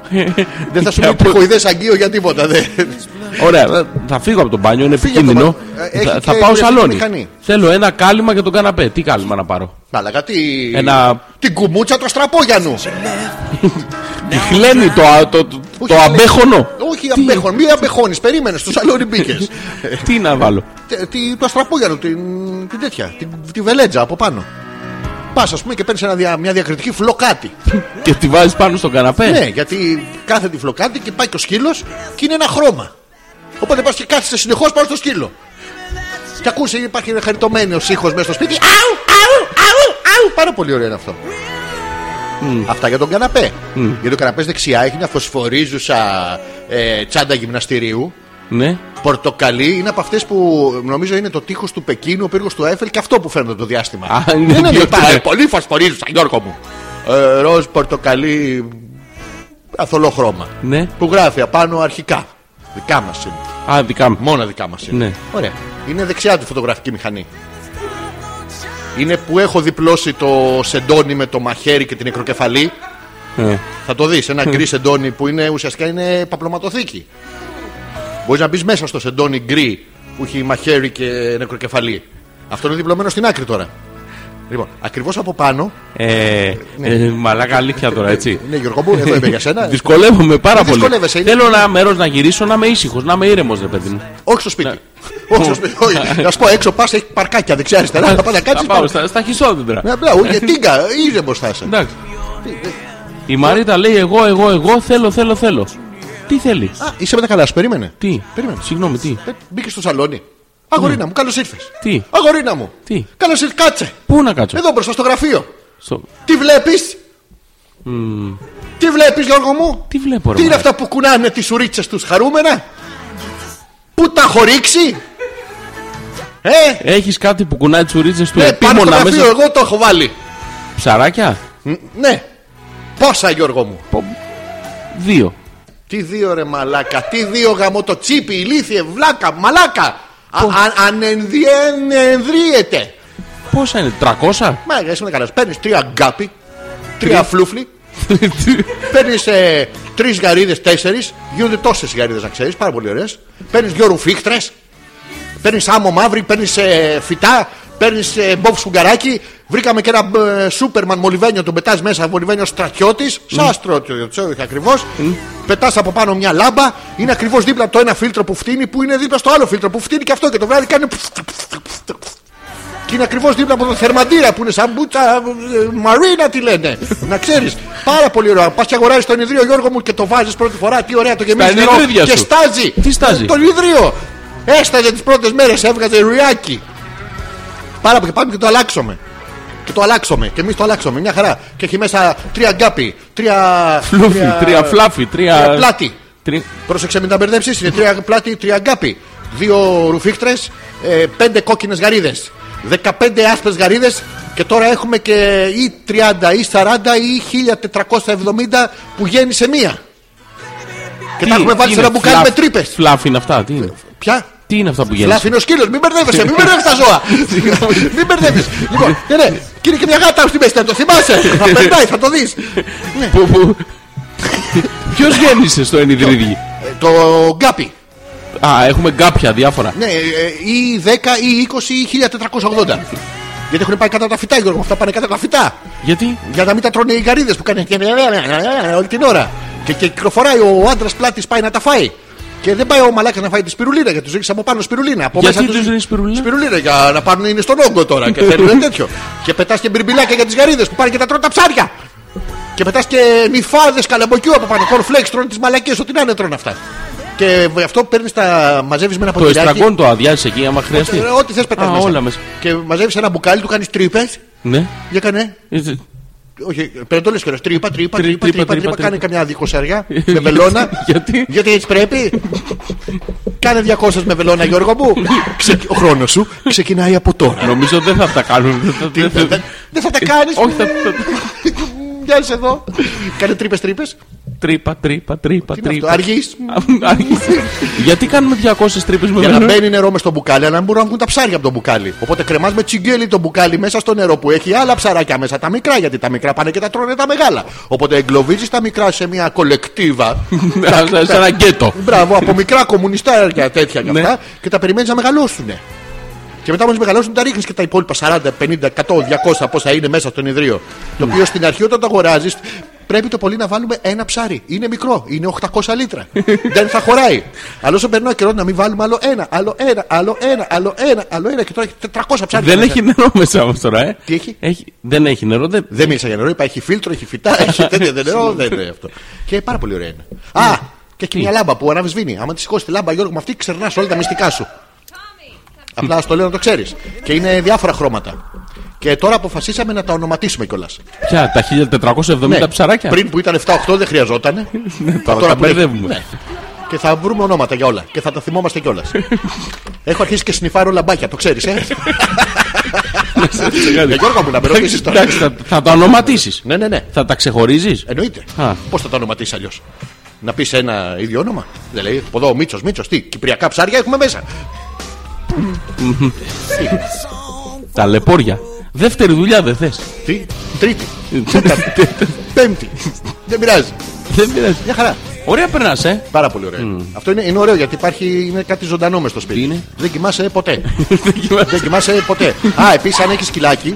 Speaker 1: Δεν θα σου
Speaker 2: Και
Speaker 1: πει
Speaker 2: από-
Speaker 1: τριχοειδέ αγγείο για τίποτα. δε.
Speaker 2: Ωραία, θα- θα φύγω από το μπάνιο, είναι
Speaker 1: Φύγε από
Speaker 2: επικίνδυνο.
Speaker 1: το μπάνιο. Ε, έχει
Speaker 2: Θα, θα
Speaker 1: και
Speaker 2: πάω
Speaker 1: ηλεκτρική
Speaker 2: σαλόνι.
Speaker 1: μηχανή.
Speaker 2: Θέλω ένα κάλυμα για τον καναπέ. Τι κάλυμα να πάρω.
Speaker 1: Μαλάκα, τι.
Speaker 2: Ένα-
Speaker 1: Την κουμούτσα του Αστραπόγιανου.
Speaker 2: Τη χλένει το, α- το, το,
Speaker 1: Όχι,
Speaker 2: το
Speaker 1: λέει.
Speaker 2: αμπέχονο.
Speaker 1: Όχι, αμπέχον. Μην αμπεχώνεις. Περίμενες, στο σαλόνι μπήκες.
Speaker 2: Τι να βάλω.
Speaker 1: Του Αστραπόγιανου, την, την τέτοια. Την, τη βελέτζα από πάνω. Πας, ας πούμε, και παίρνεις μια διακριτική φλοκάτη.
Speaker 2: Και τη βάζεις πάνω στον καναπέ.
Speaker 1: Ναι, γιατί κάθε τη φλοκάτη και πάει και ο σκύλος και είναι ένα χρώμα. Οπότε πας και κάθεσαι συνεχώς πάνω στο σκύλο. Και ακούσε, υπάρχει ένα χαριτωμένος ήχος μέσα στο σπίτι. Αου, αου, αου, αου. Πάρα πολύ ωραίο είναι αυτό. Αυτά για τον καναπέ. Γιατί ο καναπέ δεξιά έχει μια φωσφορίζουσα ε, τσάντα γυμναστηρίου.
Speaker 2: ναι.
Speaker 1: Πορτοκαλί είναι από αυτές που νομίζω είναι το τείχος του Πεκίνου, ο πύργος του Άιφελ και αυτό που φαίνεται το διάστημα. Ναι,
Speaker 2: Α, ναι, είναι
Speaker 1: Δεν είναι
Speaker 2: ιδιότητα.
Speaker 1: πάρα πολύ φωσφορίζουσα, Γιώργο μου. ε, ροζ πορτοκαλί αθολό χρώμα.
Speaker 2: Ναι.
Speaker 1: Που γράφει απάνω αρχικά. Δικά μας είναι.
Speaker 2: Α, δικά μου.
Speaker 1: Μόνα δικά μας είναι.
Speaker 2: Ναι.
Speaker 1: Ωραία. Είναι δεξιά του φωτογραφική μηχανή. Είναι που έχω διπλώσει το σεντόνι με το μαχαίρι και την νεκροκεφαλή.
Speaker 2: Ε,
Speaker 1: Θα το δεις. Ένα γκρι σεντόνι που είναι ουσιαστικά είναι παπλωματοθήκη. Μπορείς να μπεις μέσα στο σεντόνι γκρι που έχει μαχαίρι και νεκροκεφαλή. Αυτό είναι διπλωμένο στην άκρη τώρα. Λοιπόν, ακριβώς από πάνω.
Speaker 2: ε, ε, μαλάκα αλήθεια τώρα, έτσι.
Speaker 1: Ναι, Γιώργο μου, εδώ είμαι για σένα.
Speaker 2: Δυσκολεύομαι πάρα
Speaker 1: Δεν
Speaker 2: πολύ.
Speaker 1: δυσκολεύεσαι, είναι-
Speaker 2: Θέλω ένα μέρος να γυρίσω, να είμαι ήσυχος, να είμαι ήρεμος, ρε παιδί μου.
Speaker 1: Όχι στο
Speaker 2: Ναι.
Speaker 1: σπίτι. Όχι στο σπίτι. όχι. Να σου πω έξω, πας έχει παρκάκια δεξιά-αριστερά. Να πας να κάτσει.
Speaker 2: Θα Ναι. πάω στα, Ναι. στα χισόδεντρα.
Speaker 1: Ναι, απλά, ούτε τίγκα, ήρεμος θα είσαι.
Speaker 2: Εντάξει. Η Μαρίτα λέει: Εγώ, εγώ, εγώ θέλω, θέλω, θέλω. Τι θέλεις,
Speaker 1: Α, είσαι με τα καλά, σου περίμενε.
Speaker 2: τι,
Speaker 1: περίμενε.
Speaker 2: συγγνώμη, τι,
Speaker 1: Ε, Μπήκες στο σαλόνι. Αγορίνα μου, καλώς ήρθες.
Speaker 2: Ναι. Τι?
Speaker 1: Αγορίνα μου.
Speaker 2: Τι? Ναι.
Speaker 1: Καλώς ήρθες, κάτσε.
Speaker 2: πού να κάτσω.
Speaker 1: Εδώ μπροστά στο γραφείο.
Speaker 2: Στο-
Speaker 1: Τι βλέπεις. Τι βλέπεις, Γιώργο μου.
Speaker 2: Τι βλέπω, ρε.
Speaker 1: Τι είναι
Speaker 2: μαλάκα.
Speaker 1: αυτά που κουνάνε τις σουρίτσες τους χαρούμενα. Πού τα χωρίξει. Ε,
Speaker 2: Έχεις κάτι που κουνάει τις ουρίτσες του
Speaker 1: ε, πάνω στο
Speaker 2: επίμονα
Speaker 1: γραφείο,
Speaker 2: Ναι, μέσα.
Speaker 1: εγώ το έχω βάλει.
Speaker 2: Ψαράκια.
Speaker 1: Ν- Ναι. Πόσα, Γιώργο μου.
Speaker 2: Δύο.
Speaker 1: Τι δύο ρε μαλάκα, τι δύο γαμό το τσίπι, ηλίθιε, βλάκα, μαλάκα. Α- αν- Αν ενδυεν- ενδύεται.
Speaker 2: Πόσα είναι, 300?
Speaker 1: Μα εσύ είναι καλά. Παίρνεις τρία γκάπι, τρία φλούφλι, παίρνεις ε, τρεις γαρίδες, τέσσερις, γίνονται τόσες γαρίδες να ξέρεις, πάρα πολύ ωραίες. Παίρνεις δυο ρουφίχτρες, παίρνεις άμμο μαύρη, παίρνεις ε, φυτά, παίρνεις ε, μπόφ σουγκαράκι. Βρήκαμε και ένα ε, σούπερμαν μολυβένιο, τον πετάς μέσα, μολυβένιος στρατιώτης, σαν στρατιώτη ακριβώ. Πετάς από πάνω μια λάμπα, είναι ακριβώς δίπλα από το ένα φίλτρο που φτύνει, που είναι δίπλα στο άλλο φίλτρο που φτύνει και αυτό και το βράδυ κάνει. Και είναι ακριβώς δίπλα από τον θερμαντήρα που είναι σαν μπουτσα. ε, Μαρίνα τι λένε. να ξέρεις. Πάρα πολύ ωραία. Πας και αγοράζεις τον ιδρύο Γιώργο μου και το βάζεις πρώτη φορά. Τι ωραία το γεμίζει. νερό
Speaker 2: ενιδρύδια
Speaker 1: Και
Speaker 2: σου.
Speaker 1: στάζει.
Speaker 2: Τι στάζει?
Speaker 1: Τον ιδρύο. Έσταζε τις πρώτες μέρες. Έβγαζε ρουιάκι. Πάρα πολύ. Πάμε και το αλλάξαμε. Και το αλλάξαμε. Και εμείς το αλλάξαμε. Μια χαρά. Και έχει μέσα τρία γκάπι. Τρία.
Speaker 2: Φλούφι, τρία φλάφι,
Speaker 1: τρία
Speaker 2: τρία.
Speaker 1: πλάτη.
Speaker 2: τρι-
Speaker 1: Πρόσεξε μην τα μπερδέψεις. Είναι τρία πλάτη, τρία γκάπι. Δύο ρουφίχτρες, πέντε κόκκινες γαρίδες. 15 άσπρες γαρίδες. Και τώρα έχουμε και ή 30 ή 40 ή 1470 που γίνει σε μία. Και
Speaker 2: τι-
Speaker 1: τα έχουμε
Speaker 2: τι
Speaker 1: βάλει σε ένα
Speaker 2: είναι,
Speaker 1: μπουκάλι με
Speaker 2: φλαφ-
Speaker 1: τρύπες.
Speaker 2: Φλάφι είναι αυτά, τι είναι.
Speaker 1: Πια.
Speaker 2: Τι είναι αυτά που γέννησε.
Speaker 1: Λάφι είναι ο σκύλος, μην μπερδεύεσαι, μην μπερδεύεις τα ζώα. μην μπερδεύεις. λοιπόν, ναι, ναι, και είναι και μια γάτα στη μέση, να το θυμάσαι. θα περνάει, θα το δεις.
Speaker 2: Που, που... Ποιος γέννησε στο ενιδρύδι.
Speaker 1: το γκάπι.
Speaker 2: Α, έχουμε κάποια διάφορα.
Speaker 1: Ναι, ε, ή 10 ή 20 ή 1480. Γιατί έχουν πάει κάτω τα φυτά, Γιώργο. Αυτά πάνε κάτω τα φυτά.
Speaker 2: Γιατί.
Speaker 1: Για να μην τα τρώνε οι γαρίδες που κάνει. όλη την ώρα. Και, και κυκλοφοράει ο άντρα πλάτη πάει να τα φάει. Και δεν πάει ο μαλάκας να φάει τη σπιρουλίνα γιατί τους ρίξει από πάνω σπιρουλίνα. Από
Speaker 2: Γιατί
Speaker 1: μέσα
Speaker 2: τους ρίχνει σπιρουλίνα?
Speaker 1: Σπιρουλίνα για να πάρουν είναι στον όγκο τώρα και θέλουν τέτοιο. Και πετάς και μπιρμπιλάκια για τις γαρίδες που πάνε και τα τρώνε τα ψάρια. Και πετάς και νυφάδες καλαμποκιού από πάνω. Κορφλέξ τρώνε τις μαλακίε, ό,τι να είναι τρώνε αυτά. Και αυτό παίρνεις τα μαζεύεις με ένα
Speaker 2: Το
Speaker 1: ποτηράκι.
Speaker 2: εστραγόν το αδειάζεις εκεί, άμα χρειαστεί.
Speaker 1: Ε, Ό,τι θες πετάς
Speaker 2: Α,
Speaker 1: μέσα.
Speaker 2: όλα μέσα.
Speaker 1: Και μαζεύεις ένα μπουκάλι, του κάνεις τρύπες.
Speaker 2: Ναι.
Speaker 1: Για κάνε.
Speaker 2: Ε,
Speaker 1: Όχι, περιτόλε κιόλα. Τρύπα, τρύπα,
Speaker 2: Τρι-
Speaker 1: τρύπα, τρύπα,
Speaker 2: τρύπα,
Speaker 1: τρύπα.
Speaker 2: τρύπα.
Speaker 1: Κάνε καμιά δικοσαριά με βελόνα.
Speaker 2: Γιατί?
Speaker 1: Γιατί έτσι πρέπει. Κάνε 200 με βελόνα, Γιώργο μου. Ξεκι- Ο χρόνος σου ξεκινάει από τώρα.
Speaker 2: Νομίζω δεν θα τα κάνουμε. Δεν θα- δεν θα-
Speaker 1: Δεν δεν θα τα κάνει.
Speaker 2: ε, Όχι, θα- θα-
Speaker 1: Μοιάζει εδώ. Κάνε τρύπες, τρύπες.
Speaker 2: Τρύπα, τρύπα, τρύπα,
Speaker 1: Τι είναι αυτό,
Speaker 2: τρύπα.
Speaker 1: αργείς.
Speaker 2: Αργείς. Γιατί κάνουμε 200 τρύπες με
Speaker 1: Για να
Speaker 2: βελόνα?
Speaker 1: μπαίνει νερό μες στο μπουκάλι, αλλά να μπορούν να βγουν τα ψάρια από το μπουκάλι. Οπότε κρεμάς με τσιγκέλι το μπουκάλι μέσα στο νερό που έχει άλλα ψαράκια μέσα, τα μικρά, γιατί τα μικρά πάνε και τα τρώνε τα μεγάλα. Οπότε εγκλωβίζεις τα μικρά σε μια κολεκτίβα.
Speaker 2: Σαν- σαν- Σαν ένα γκέτο.
Speaker 1: Μπράβο, από μικρά κομμουνιστάρια τέτοια και
Speaker 2: Ναι.
Speaker 1: αυτά και τα περιμένεις να μεγαλώσουν. Και μετά μόλι μεγαλώσουν τα ρίχνεις και τα υπόλοιπα 40, 50, 100, 200 πόσα είναι μέσα στον ιδρύο. Το
Speaker 2: Ναι.
Speaker 1: οποίο στην αρχή όταν το αγοράζεις πρέπει το πολύ να βάλουμε ένα ψάρι. Είναι μικρό, είναι 800 λίτρα. Δεν θα χωράει. Αλλά όσο περνάει ο καιρό να μην βάλουμε άλλο ένα, άλλο ένα, άλλο ένα, άλλο ένα, άλλο ένα και τώρα έχει 400 ψάρια.
Speaker 2: Δεν
Speaker 1: μέσα.
Speaker 2: έχει νερό μέσα όμως τώρα, ε.
Speaker 1: Τι έχει?
Speaker 2: Δεν έχει νερό, δεν.
Speaker 1: Δεν μίλησα για νερό, είπα έχει φίλτρο, έχει φυτά, έχει τέτοια δεν νερό, δεν είναι αυτό. Και πάρα πολύ ωραία είναι.
Speaker 2: Ναι.
Speaker 1: Α, και έχει μια λάμπα που ανάβει σβήνει. Άμα τη σηκώσει τη λάμπα, Γιώργο, με αυτή ξερνάς όλα τα μυστικά σου. Απλά στο λέω να το ξέρεις. Και είναι διάφορα χρώματα. Και τώρα αποφασίσαμε να τα ονοματίσουμε κιόλας.
Speaker 2: Ποια, τα 1470 ψαράκια.
Speaker 1: Ναι. Πριν που ήταν 7-8 δεν χρειαζόταν.
Speaker 2: τώρα τα μπερδεύουμε.
Speaker 1: Ναι. Και θα βρούμε ονόματα για όλα. Και θα τα θυμόμαστε κιόλας. Έχω αρχίσει και σνιφάρω λαμπάκια, το ξέρεις, ε. Ε, Γιώργο μου, να με ρωτήσεις τώρα.
Speaker 2: Εντάξει, θα- θα το ονοματίσεις.
Speaker 1: Ναι, ναι, ναι.
Speaker 2: Θα τα ξεχωρίζεις.
Speaker 1: Εννοείται.
Speaker 2: Α.
Speaker 1: Πώς θα το ονοματίσεις αλλιώς. Να πεις ένα ίδιο όνομα. Δεν λέει. Από εδώ ο Μίτσος, Μίτσος, τι. Κυπριακά ψάρια έχουμε μέσα.
Speaker 2: Τα λεπόρια. Δεύτερη δουλειά δεν θες.
Speaker 1: Τι. Τρίτη. τέταρτη, Πέμπτη. Δεν πειράζει.
Speaker 2: Δεν πειράζει.
Speaker 1: Μια χαρά.
Speaker 2: Ωραία περνάς, ε.
Speaker 1: Πάρα πολύ ωραίο. Αυτό είναι, είναι ωραίο γιατί υπάρχει είναι κάτι ζωντανό μες στο σπίτι.
Speaker 2: Τι είναι?
Speaker 1: Δεν κοιμάσαι ποτέ.
Speaker 2: Δεν κοιμάσαι.
Speaker 1: Δεν κοιμάσαι ποτέ. Α, επίσης αν έχεις σκυλάκι.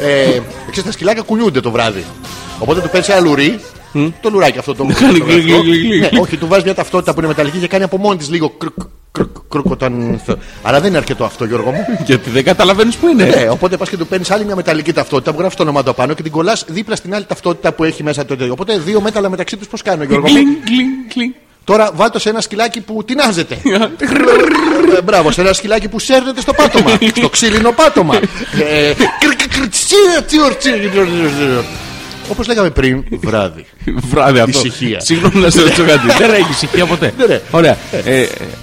Speaker 1: Ε, ξέρεις, τα σκυλάκια κουνιούνται το βράδυ. Οπότε του παίρνεις ένα λουρί. Το λουράκι αυτό το.
Speaker 2: Κάνει
Speaker 1: το
Speaker 2: γλυ, γλυ,
Speaker 1: γλυκό.
Speaker 2: γλυ, γλυ,
Speaker 1: Ναι,
Speaker 2: γλυ.
Speaker 1: Όχι, του βάζεις μια ταυτότητα που είναι μεταλλική και κάνει από μόνη της λίγο κρουκ, κρουκ, κρουκ όταν. θε- Αλλά δεν είναι αρκετό αυτό, Γιώργο μου.
Speaker 2: Γιατί δεν καταλαβαίνεις που είναι.
Speaker 1: Ναι, οπότε πας και του παίρνεις άλλη μια μεταλλική ταυτότητα που γράφεις το όνομα του απάνω και την κολλάς δίπλα στην άλλη ταυτότητα που έχει μέσα το τέτοιο. Οπότε δύο μέταλλα μεταξύ τους πώς κάνω, Γιώργο μου.
Speaker 2: Κλιν, κλιν, κλιν.
Speaker 1: Τώρα βάλτο σε ένα σκυλάκι που τεινάζεται. Ε, Μπράβο, σε ένα σκυλάκι που σέρνεται στο πάτωμα. στο ξύλινο πάτωμα. Ε, κρ, κρ, κρ, τσί, τσί, τσί, Όπως λέγαμε πριν, βράδυ.
Speaker 2: Βράδυ αυτό.
Speaker 1: Ησυχία.
Speaker 2: Συγγνώμη να σε ρωτήσω κάτι. Δεν έχει ησυχία ποτέ.
Speaker 1: Ναι, ναι.
Speaker 2: Ωραία.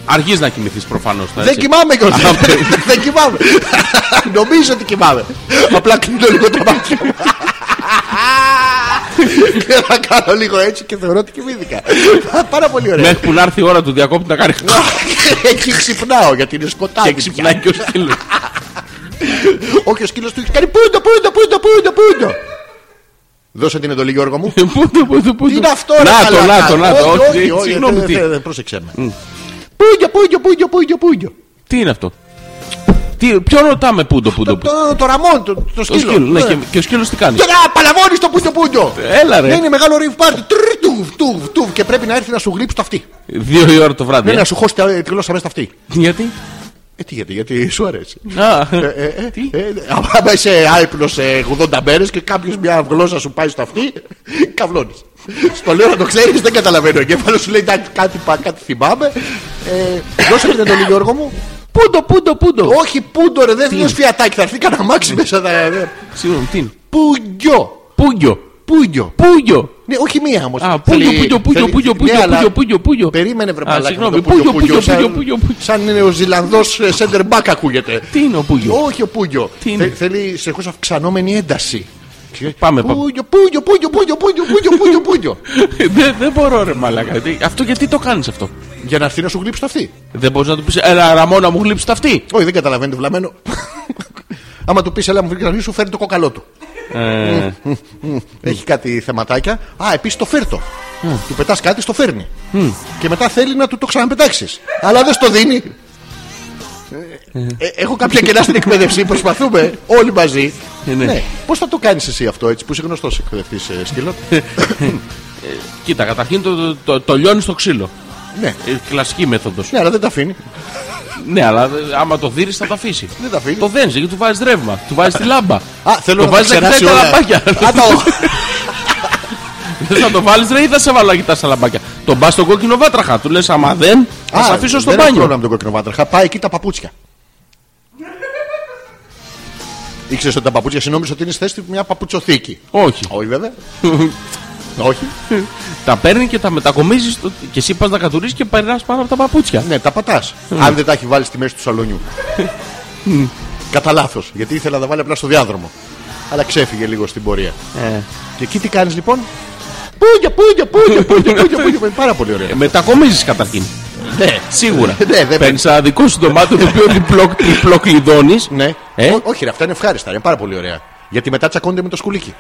Speaker 2: Αρχίζεις να κοιμηθείς προφανώς.
Speaker 1: Δεν κοιμάμαι κιόλας.
Speaker 2: Α, ναι.
Speaker 1: Δεν κοιμάμαι. Νομίζω ότι κοιμάμαι. Απλά κλείνω λίγο τα μάτια μου. Και θα κάνω λίγο έτσι και θεωρώ ότι κοιμήθηκα. Πάρα πολύ ωραία.
Speaker 2: Μέχρι που να έρθει η ώρα του διακόπτη να κάνει.
Speaker 1: Ναι. Εκεί ξυπνάω γιατί είναι σκοτάδι.
Speaker 2: Και
Speaker 1: πια.
Speaker 2: ξυπνάει και ο σκύλος.
Speaker 1: Όχι, ο σκύλος του έχει κάνει πούντο, πούντο, πούντο, πούντο, πούντο. Δώσε την εντολή, Γιώργο μου.
Speaker 2: Ε, Πού το, πού το, πού
Speaker 1: Τι είναι αυτό, ρε
Speaker 2: Να το,
Speaker 1: μαλάκα.
Speaker 2: να το, να το.
Speaker 1: Όχι,
Speaker 2: Όχι,
Speaker 1: όχι, όχι,
Speaker 2: συγγνώμη,
Speaker 1: δεν-
Speaker 2: τι-
Speaker 1: δεν- δεν- Πρόσεξε με. Πούντιο, πούντιο, πούντιο, πούντιο, πούντιο.
Speaker 2: Τι είναι αυτό. Τι, ποιο ρωτάμε πούντο, πούντο,
Speaker 1: Το-
Speaker 2: πούντο.
Speaker 1: το- Το ραμόν, το- το
Speaker 2: Το σκύλο.
Speaker 1: σκύλο.
Speaker 2: Ναι,
Speaker 1: Ε.
Speaker 2: και, και ο σκύλος τι κάνει.
Speaker 1: Τώρα παλαβώνεις το πούντιο, πούντιο.
Speaker 2: Έλα
Speaker 1: Ναι,
Speaker 2: ρε.
Speaker 1: είναι μεγάλο ρίβ πάρτι. Τρρρ, Τουβ, τουβ, τουβ. Και πρέπει να έρθει να σου γλύψει το
Speaker 2: Ε.
Speaker 1: αυτή.
Speaker 2: Δύο η ώρα το βράδυ.
Speaker 1: Ναι,
Speaker 2: ε.
Speaker 1: να σου χώσει τα- τη γλώσσα μέσα στο αυτή.
Speaker 2: Γιατί.
Speaker 1: Ε, τι γιατί, γιατί σου αρέσει.
Speaker 2: Α,
Speaker 1: Ε, ε, ε,
Speaker 2: τι.
Speaker 1: ε, Άμα είσαι άϊπνος 80 μέρες και κάποιος μια γλώσσα σου πάει στο αυτή, καβλώνεις. Στο λέω να το ξέρεις, δεν καταλαβαίνω. Ο εγκέφαλος σου λέει «Εντάξει, κάτι, πα- κάτι θυμάμαι. Ε, δώσε την εντολή, Γιώργο μου.
Speaker 2: Πούντο, πούντο, πούντο.
Speaker 1: Όχι, πούντο ρε, δεν είναι φιατάκι, θα έρθει κανένα μάξι
Speaker 2: Ναι.
Speaker 1: μέσα. Θα...
Speaker 2: Συγγνώμη, τι είναι.
Speaker 1: Πούντιο.
Speaker 2: Πούγιο.
Speaker 1: Πούντιο.
Speaker 2: πούγιο.
Speaker 1: Ναι, όχι μία όμως.
Speaker 2: Α, πούγιο, πούγιο, πούγιο, πούγιο, πούγιο, πούγιο, πούγιο, πούγιο.
Speaker 1: Ναι, Περίμενε, βρε
Speaker 2: Α,
Speaker 1: μαλάκα,
Speaker 2: συγγνώμη,
Speaker 1: με το πούγιο,
Speaker 2: πούγιο,
Speaker 1: πούγιο,
Speaker 2: πούγιο,
Speaker 1: σαν-
Speaker 2: πúγιο, πúγιο.
Speaker 1: Σαν είναι ο Ζηλανδός σέντερ μπακ ακούγεται.
Speaker 2: Τι είναι ο πούγιο.
Speaker 1: Όχι ο Πούγιο.
Speaker 2: Τι είναι?
Speaker 1: Θε- θέλει συνεχώς αυξανόμενη ένταση.
Speaker 2: Πάμε, πάμε.
Speaker 1: Πούγιο, Πούγιο, Πούγιο, Πούγιο, Πούγιο, Πούγιο, Πούγιο, Πούγιο.
Speaker 2: Δεν δεν μπορώ ρε μαλάκα. Τι- Αυτό γιατί το κάνεις αυτό.
Speaker 1: Για να έρθει να σου γλύψει το αυτή.
Speaker 2: Δεν μπορείς να του πεις Ελά, Ραμόνα μου γλύψει τα αυτή.
Speaker 1: Όχι, δεν καταλαβαίνει το βλαμμένο. Άμα του πεις, έλα μου βρει να σου φέρει το κοκαλό του.
Speaker 2: Ε.
Speaker 1: Έχει κάτι θεματάκια. Α, επίσης το φέρτο. Του πετάς κάτι, στο φέρνει. Και μετά θέλει να του το ξαναπετάξεις. Αλλά δεν στο δίνει. Ε, ε, έχω κάποια κενά στην εκπαίδευση. Προσπαθούμε όλοι μαζί.
Speaker 2: Ε, ναι.
Speaker 1: Πώς θα το κάνεις εσύ αυτό έτσι που είσαι γνωστός εκπαιδευτής ε, σκύλο.
Speaker 2: Κοίτα, καταρχήν το, το, το, το λιώνεις στο ξύλο.
Speaker 1: ναι.
Speaker 2: Ε, κλασική μέθοδος.
Speaker 1: Ναι, αλλά δεν τα αφήνει.
Speaker 2: ναι, αλλά ε, άμα το δίνεις θα τα αφήσει.
Speaker 1: Δεν τα αφήνεις.
Speaker 2: Το δένει γιατί του βάζεις ρεύμα, του βάζεις τη λάμπα.
Speaker 1: Α, θέλω
Speaker 2: το
Speaker 1: να
Speaker 2: βάζεις
Speaker 1: τα
Speaker 2: να
Speaker 1: ξεράσει
Speaker 2: κοιτάει τα
Speaker 1: όλα.
Speaker 2: λαμπάκια.
Speaker 1: Α, τα-
Speaker 2: Θες να το βάλεις ρε ή θα σε βάλω να κοιτάς τα λαμπάκια. Τον πα στον κόκκινο βάτραχα. Του λες άμα δεν, θα σε
Speaker 1: Α,
Speaker 2: αφήσω στο
Speaker 1: δεν έχω
Speaker 2: μπάνιο.
Speaker 1: πρόβλημα με τον κόκκινο βάτραχα. Πάει εκεί τα παπούτσια. Ήξερες ότι τα παπούτσια συνόμιζε ότι είναι στη θέση του μια παπουτσοθήκη.
Speaker 2: Όχι.
Speaker 1: Όχι, βέβαια. Όχι.
Speaker 2: τα παίρνει και τα μετακομίζει στο... και εσύ πας να κατουρίσει και περνάς πάνω από τα παπούτσια.
Speaker 1: Ναι, τα πατάς. Αν δεν τα έχει βάλει στη μέση του σαλονιού. Κατά λάθος. Γιατί ήθελα να τα βάλει απλά στο διάδρομο. Αλλά ξέφυγε λίγο στην πορεία.
Speaker 2: Ε.
Speaker 1: Και εκεί τι κάνεις λοιπόν. Πούγια, πούγια, πούγια, πούγια, πούγια, πούγια. Είναι Πάρα πολύ
Speaker 2: Ε,
Speaker 1: ωραία.
Speaker 2: Μετακομίζεις καταρχήν.
Speaker 1: Ναι,
Speaker 2: Σίγουρα.
Speaker 1: Ναι, δεν
Speaker 2: Παίρνεις ένα δικό σου δωμάτιο το οποίο διπλο- διπλοκλειδώνει.
Speaker 1: Ναι.
Speaker 2: Ε?
Speaker 1: Ό, όχι, ρε, αυτά είναι ευχάριστα. Είναι πάρα πολύ ωραία. Γιατί μετά τσακώνεται με το σκουλίκι.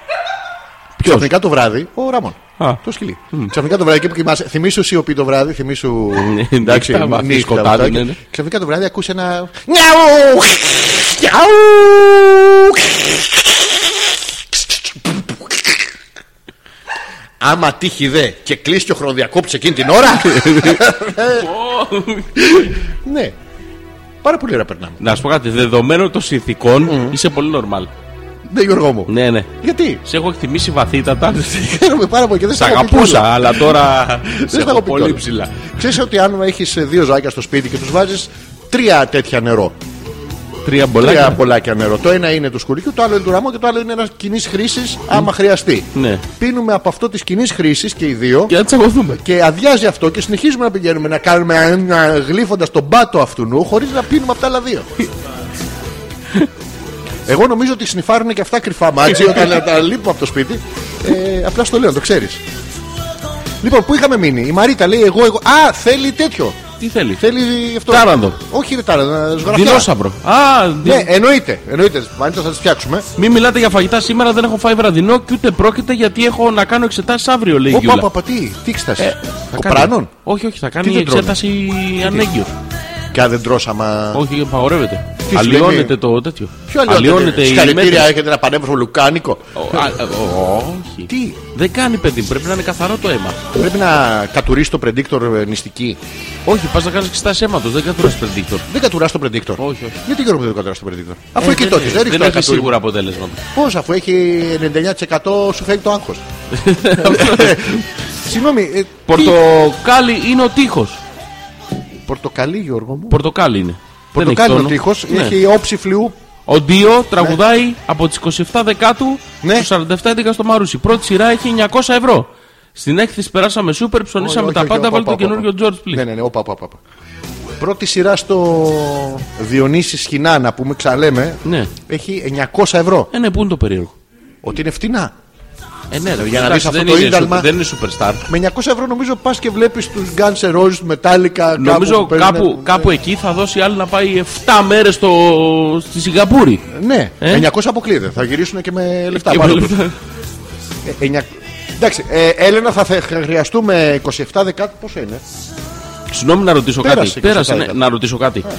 Speaker 2: Ποιος?
Speaker 1: Ξαφνικά το βράδυ, ο Ράμον.
Speaker 2: Α.
Speaker 1: Το σκυλί. Ξαφνικά το βράδυ και που κοιμάσαι. Θυμήσου σιωπή το βράδυ, θυμήσου.
Speaker 2: Ναι, εντάξει, άμα
Speaker 1: νύχτα,
Speaker 2: σκοτάδι,
Speaker 1: αυτά.
Speaker 2: ναι, ναι.
Speaker 1: Ξαφνικά το βράδυ ακούς ένα. Νιάου! Νιάου! Άμα τύχει δε και κλείσει και ο χρονοδιακόπτη εκείνη την ώρα. ναι. Πάρα πολύ ωραία περνάμε.
Speaker 2: Να σου πω κάτι, δεδομένο των συνθηκών είσαι πολύ normal.
Speaker 1: Ναι, Γιώργο μου.
Speaker 2: Ναι, ναι.
Speaker 1: Γιατί?
Speaker 2: Σε έχω εκτιμήσει βαθύτατα.
Speaker 1: Χαίρομαι πάρα πολύ και δεν
Speaker 2: Σ'
Speaker 1: σ' έχω πει
Speaker 2: αγαπούσα,
Speaker 1: κιόλας.
Speaker 2: αλλά τώρα σε
Speaker 1: Δεν σ'
Speaker 2: έχω
Speaker 1: έχω πει
Speaker 2: πολύ
Speaker 1: κιόλας.
Speaker 2: ψηλά.
Speaker 1: Ξέρεις ότι αν έχει δύο ζωάκια στο σπίτι και τους βάζεις τρία τέτοια νερό.
Speaker 2: Τρία
Speaker 1: Τρία
Speaker 2: μπολάκια.
Speaker 1: πολλάκια νερό. Το ένα είναι του σκουρικιού, το άλλο είναι του ραμού και το άλλο είναι ένας κοινής χρήσης άμα χρειαστεί.
Speaker 2: Ναι.
Speaker 1: Πίνουμε από αυτό της κοινής χρήσης και οι δύο.
Speaker 2: Και να τσακωθούμε.
Speaker 1: Και αδειάζει αυτό και συνεχίζουμε να πηγαίνουμε να κάνουμε γλύφοντας τον πάτο αυτού νου χωρίς να πίνουμε από τα άλλα δύο. Εγώ νομίζω ότι συνειφάρουν και αυτά κρυφά μάτσι όταν τα λείπω από το σπίτι. Ε, απλά στο λέω, να το ξέρεις. Λοιπόν, πού είχαμε μείνει. Η Μαρίτα λέει: Εγώ, εγώ. Α, θέλει τέτοιο.
Speaker 2: Τι θέλει.
Speaker 1: Θέλει αυτό.
Speaker 2: Τάραντο.
Speaker 1: Όχι, ρε τάραντο. Σγραφιά.
Speaker 2: Δεινόσαυρο. Α, δι-
Speaker 1: Ναι, εννοείται. Εννοείται. Μαρίτα, θα τις φτιάξουμε.
Speaker 2: Μην μιλάτε για φαγητά σήμερα, δεν έχω φάει βραδινό και ούτε πρόκειται γιατί έχω να κάνω εξετάσεις αύριο, λέει η
Speaker 1: Ωπα,
Speaker 2: Γιούλα.
Speaker 1: παπα, τι, τι εξετάσεις.
Speaker 2: Ε, θα κάνει-
Speaker 1: Κοπράνων.
Speaker 2: Όχι, όχι, θα
Speaker 1: Τι
Speaker 2: κάνει
Speaker 1: δεν τρώνε?
Speaker 2: εξέταση ανέγκυο.
Speaker 1: Και αν δεν τρώσαμε.
Speaker 2: Όχι, απαγορεύεται.
Speaker 1: Τι σου
Speaker 2: Αλλιώνεται
Speaker 1: λέει?
Speaker 2: το τέτοιο.
Speaker 1: Ποιο αλλιώ.
Speaker 2: Αλλιώνεται η
Speaker 1: Συγχαρητήρια,
Speaker 2: μέτρη.
Speaker 1: έχετε ένα πανέμορφο λουκάνικο.
Speaker 2: Ο- α, ε, ο- Όχι.
Speaker 1: Τι,
Speaker 2: Δεν κάνει παιδί, πρέπει να είναι καθαρό το αίμα.
Speaker 1: πρέπει να κατουρίσει το predictor ε, νηστική.
Speaker 2: Όχι, πας να κάνεις εξετάσει αίματο, δεν καθαρό predictor.
Speaker 1: Δεν κατουράς το predictor.
Speaker 2: Όχι, όχι.
Speaker 1: Γιατί Γιώργο δεν το κατουράς το predictor. Αφού
Speaker 2: Ε,
Speaker 1: εκεί
Speaker 2: δεν-
Speaker 1: τότε, δεν ρίχνει
Speaker 2: Δεν
Speaker 1: το
Speaker 2: έχει
Speaker 1: κατουρί.
Speaker 2: σίγουρα αποτέλεσματα.
Speaker 1: Πώς, αφού έχει 99% σου φέρει το άγχος. Συγγνώμη, ε, τι-
Speaker 2: Πορτοκάλι είναι ο τείχος.
Speaker 1: πορτοκαλί Γιώργο μου.
Speaker 2: Πορτοκάλι είναι. Δεν έχει
Speaker 1: Πορτοκάλι ο
Speaker 2: τόνο.
Speaker 1: τείχος,
Speaker 2: Ναι.
Speaker 1: έχει όψη φλοιού.
Speaker 2: Ο Ντίο τραγουδάει από τις 27 Δεκάτου
Speaker 1: Ναι.
Speaker 2: στο 47 11 στο Μαρούσι. Πρώτη σειρά έχει 900 ευρώ. Στην έκθεση περάσαμε σούπερ, ψωνίσαμε
Speaker 1: Όχι,
Speaker 2: τα
Speaker 1: όχι,
Speaker 2: πάντα,
Speaker 1: όπα,
Speaker 2: βάλει το
Speaker 1: όπα,
Speaker 2: καινούριο
Speaker 1: όπα.
Speaker 2: George Plink.
Speaker 1: Ναι, ναι, ναι, όπα, όπα, όπα. Πρώτη σειρά στο Διονύσης Σχοινά, να πούμε, ξαλέμε.
Speaker 2: Ναι.
Speaker 1: Έχει 900 ευρώ.
Speaker 2: Ε, ναι, πού είναι το περίεργο.
Speaker 1: Ότι είναι φτηνά.
Speaker 2: Ε, ναι, ρε,
Speaker 1: Για να
Speaker 2: εντάξει,
Speaker 1: δεις αυτό
Speaker 2: δεν
Speaker 1: το
Speaker 2: είναι
Speaker 1: ίνταλμα.
Speaker 2: σου- Δεν είναι superstar.
Speaker 1: Με 900 ευρώ νομίζω πας και βλέπεις τους Guns N' Roses, του Metallica. κάπου
Speaker 2: Νομίζω
Speaker 1: που Ναι.
Speaker 2: κάπου,
Speaker 1: παίζουν-
Speaker 2: κάπου, εκεί θα δώσει άλλη να πάει 7 μέρες στο... στη Σιγκαπούρη.
Speaker 1: Ναι,
Speaker 2: Ε?
Speaker 1: 900 αποκλείεται. Θα γυρίσουν και με λεφτά.
Speaker 2: Και
Speaker 1: πάνω
Speaker 2: με
Speaker 1: τους.
Speaker 2: λεφτά.
Speaker 1: Ε, εννια- Εντάξει, ε, Έλενα, θα θε- θα χρειαστούμε 27 δεκάτου. Πόσο είναι.
Speaker 2: Συγγνώμη να ρωτήσω
Speaker 1: Πέρασε
Speaker 2: κάτι.
Speaker 1: 27
Speaker 2: Πέρασε, ναι,
Speaker 1: δεκάτου.
Speaker 2: να ρωτήσω κάτι.
Speaker 1: Δεν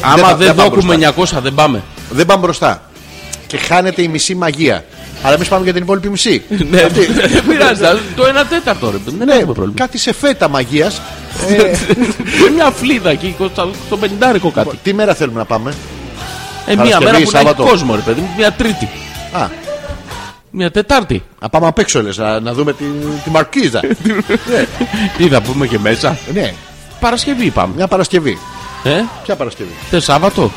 Speaker 2: Άμα
Speaker 1: πα-
Speaker 2: δεν
Speaker 1: δεν πάμε
Speaker 2: δόκουμε 900, δεν πάμε.
Speaker 1: Δεν πάμε μπροστά. Και χάνεται η μισή μαγεία. Αλλά εμείς πάμε για την υπόλοιπη μισή.
Speaker 2: Ναι,
Speaker 1: Αυτή.
Speaker 2: δεν πειράζει. Το 1 τέταρτο ρε.
Speaker 1: Ναι.
Speaker 2: Δεν έχουμε πρόβλημα.
Speaker 1: Κάτι σε φέτα μαγείας.
Speaker 2: μια φλίδα εκεί κοντά- στο πεντάρικο κάτι.
Speaker 1: Λοιπόν, Τι μέρα θέλουμε να πάμε.
Speaker 2: Ε, μια
Speaker 1: Λοιπόν, Παρασκευή,
Speaker 2: μέρα που να έχει
Speaker 1: Σάββατο.
Speaker 2: κόσμο, ρε παιδί μου. Μια Τρίτη.
Speaker 1: Α,
Speaker 2: Μια Τετάρτη.
Speaker 1: να πάμε απ' έξω, λες, να, να δούμε τη, τη Μαρκίζα.
Speaker 2: Τι θα πούμε και μέσα.
Speaker 1: ναι,
Speaker 2: Παρασκευή πάμε.
Speaker 1: μια Παρασκευή.
Speaker 2: Ε,
Speaker 1: Ποια Παρασκευή.
Speaker 2: θε Σάββατο.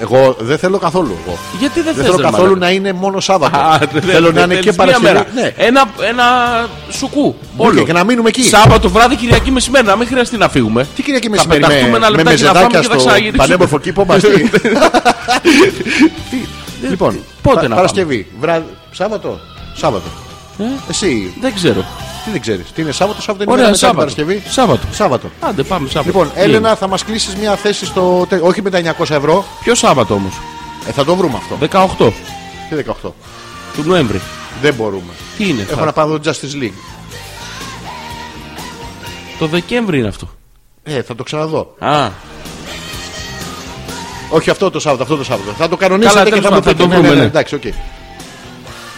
Speaker 1: Εγώ δεν θέλω καθόλου. Εγώ.
Speaker 2: Γιατί δεν,
Speaker 1: Δεν
Speaker 2: θες,
Speaker 1: θέλω
Speaker 2: ρε,
Speaker 1: καθόλου
Speaker 2: μαλάκα?
Speaker 1: να είναι μόνο Σάββατο.
Speaker 2: Α, δεν-
Speaker 1: θέλω
Speaker 2: δεν
Speaker 1: να είναι
Speaker 2: θέλεις
Speaker 1: και
Speaker 2: μια
Speaker 1: Παρασκευή.
Speaker 2: μέρα.
Speaker 1: Ναι.
Speaker 2: Ένα, ένα σουκού. Όλο.
Speaker 1: και να μείνουμε εκεί.
Speaker 2: Σάββατο βράδυ, Κυριακή μεσημέρι. Να μην χρειαστεί να φύγουμε.
Speaker 1: Τι κυρία και
Speaker 2: Θα
Speaker 1: μεσημέρι
Speaker 2: πεταχτούμε
Speaker 1: με,
Speaker 2: ένα
Speaker 1: με
Speaker 2: λεπτάκι να φάμε
Speaker 1: μεζεδάκια
Speaker 2: και θα
Speaker 1: στο
Speaker 2: ξαγυρίξουμε.
Speaker 1: πανέμορφο κήπο μας. Τι. Τι. Λοιπόν,
Speaker 2: πότε
Speaker 1: Πα-
Speaker 2: να
Speaker 1: Παρασκευή, βράδυ, Σάββατο. Σάββατο.
Speaker 2: Ε,
Speaker 1: Εσύ,
Speaker 2: δεν ξέρω.
Speaker 1: τι δεν ξέρεις. Τι είναι Σάββατο, Σάββατο είναι
Speaker 2: Ωραία,
Speaker 1: η μέρα μετά την
Speaker 2: Σάββατο. Ε,
Speaker 1: Παρασκευή.
Speaker 2: Σάββατο.
Speaker 1: Σάββατο.
Speaker 2: Άντε, πάμε Σάββατο.
Speaker 1: Λοιπόν, Έλενα, θα μας κλείσει μια θέση στο. τε- Όχι με τα 900 ευρώ.
Speaker 2: Ποιο Σάββατο όμως.
Speaker 1: Ε, θα το βρούμε αυτό.
Speaker 2: 18
Speaker 1: Τι 18.
Speaker 2: του Νοέμβρη.
Speaker 1: Δεν μπορούμε.
Speaker 2: Τι είναι,
Speaker 1: Έχω
Speaker 2: Ε, θα-
Speaker 1: να πάω να δω Justice League.
Speaker 2: το Δεκέμβρη είναι αυτό.
Speaker 1: Ε, θα το ξαναδώ.
Speaker 2: Α,
Speaker 1: Όχι αυτό το Σάββατο, αυτό το Σάββατο. Θα το κανονίσετε
Speaker 2: Καλά,
Speaker 1: και
Speaker 2: τέλος
Speaker 1: θα μου
Speaker 2: πάντων,
Speaker 1: πείτε.
Speaker 2: θα το
Speaker 1: Ναι,
Speaker 2: βρούμε,
Speaker 1: ναι, ναι,
Speaker 2: ναι.
Speaker 1: εντάξει, οκ.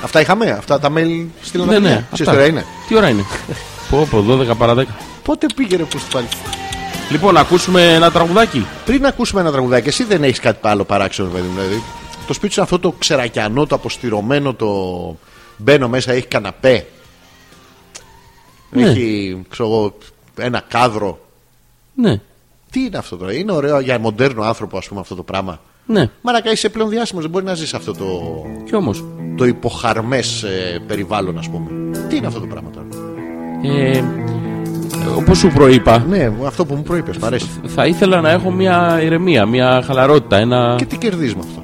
Speaker 1: Αυτά είχαμε, αυτά τα mail στείλαμε.
Speaker 2: ναι, ναι.
Speaker 1: Σε
Speaker 2: αυτά.
Speaker 1: ιστορία είναι.
Speaker 2: Τι ώρα είναι. πω, πω, 12 παρα 10.
Speaker 1: Πότε πήγε ρε πούστη πάλι.
Speaker 2: Λοιπόν, ακούσουμε ένα τραγουδάκι.
Speaker 1: Πριν ακούσουμε ένα τραγουδάκι, εσύ δεν έχεις κάτι άλλο παράξενο, παιδί μου. Δηλαδή, το σπίτι σου είναι αυτό το ξερακιανό, το αποστηρωμένο, το μπαίνω μέσα, έχει καναπέ.
Speaker 2: Ναι.
Speaker 1: Έχει, ξέρω εγώ, ένα κάδρο.
Speaker 2: Ναι,
Speaker 1: Τι είναι αυτό τώρα, είναι ωραίο για μοντέρνο άνθρωπο, ας πούμε, αυτό το πράγμα.
Speaker 2: ναι.
Speaker 1: Μαρακα, είσαι πλέον διάσημος, δεν μπορεί να ζεις αυτό το,
Speaker 2: Κι όμως.
Speaker 1: το υποχαρμές περιβάλλον, ας πούμε. Τι είναι αυτό το πράγμα τώρα.
Speaker 2: Ε, Όπως σου προείπα,
Speaker 1: Ναι, αυτό που μου προείπες, μ' αρέσει.
Speaker 2: θα ήθελα να έχω μια ηρεμία, μια χαλαρότητα. Ένα...
Speaker 1: Και
Speaker 2: Και,
Speaker 1: τι κερδίζεις με αυτό.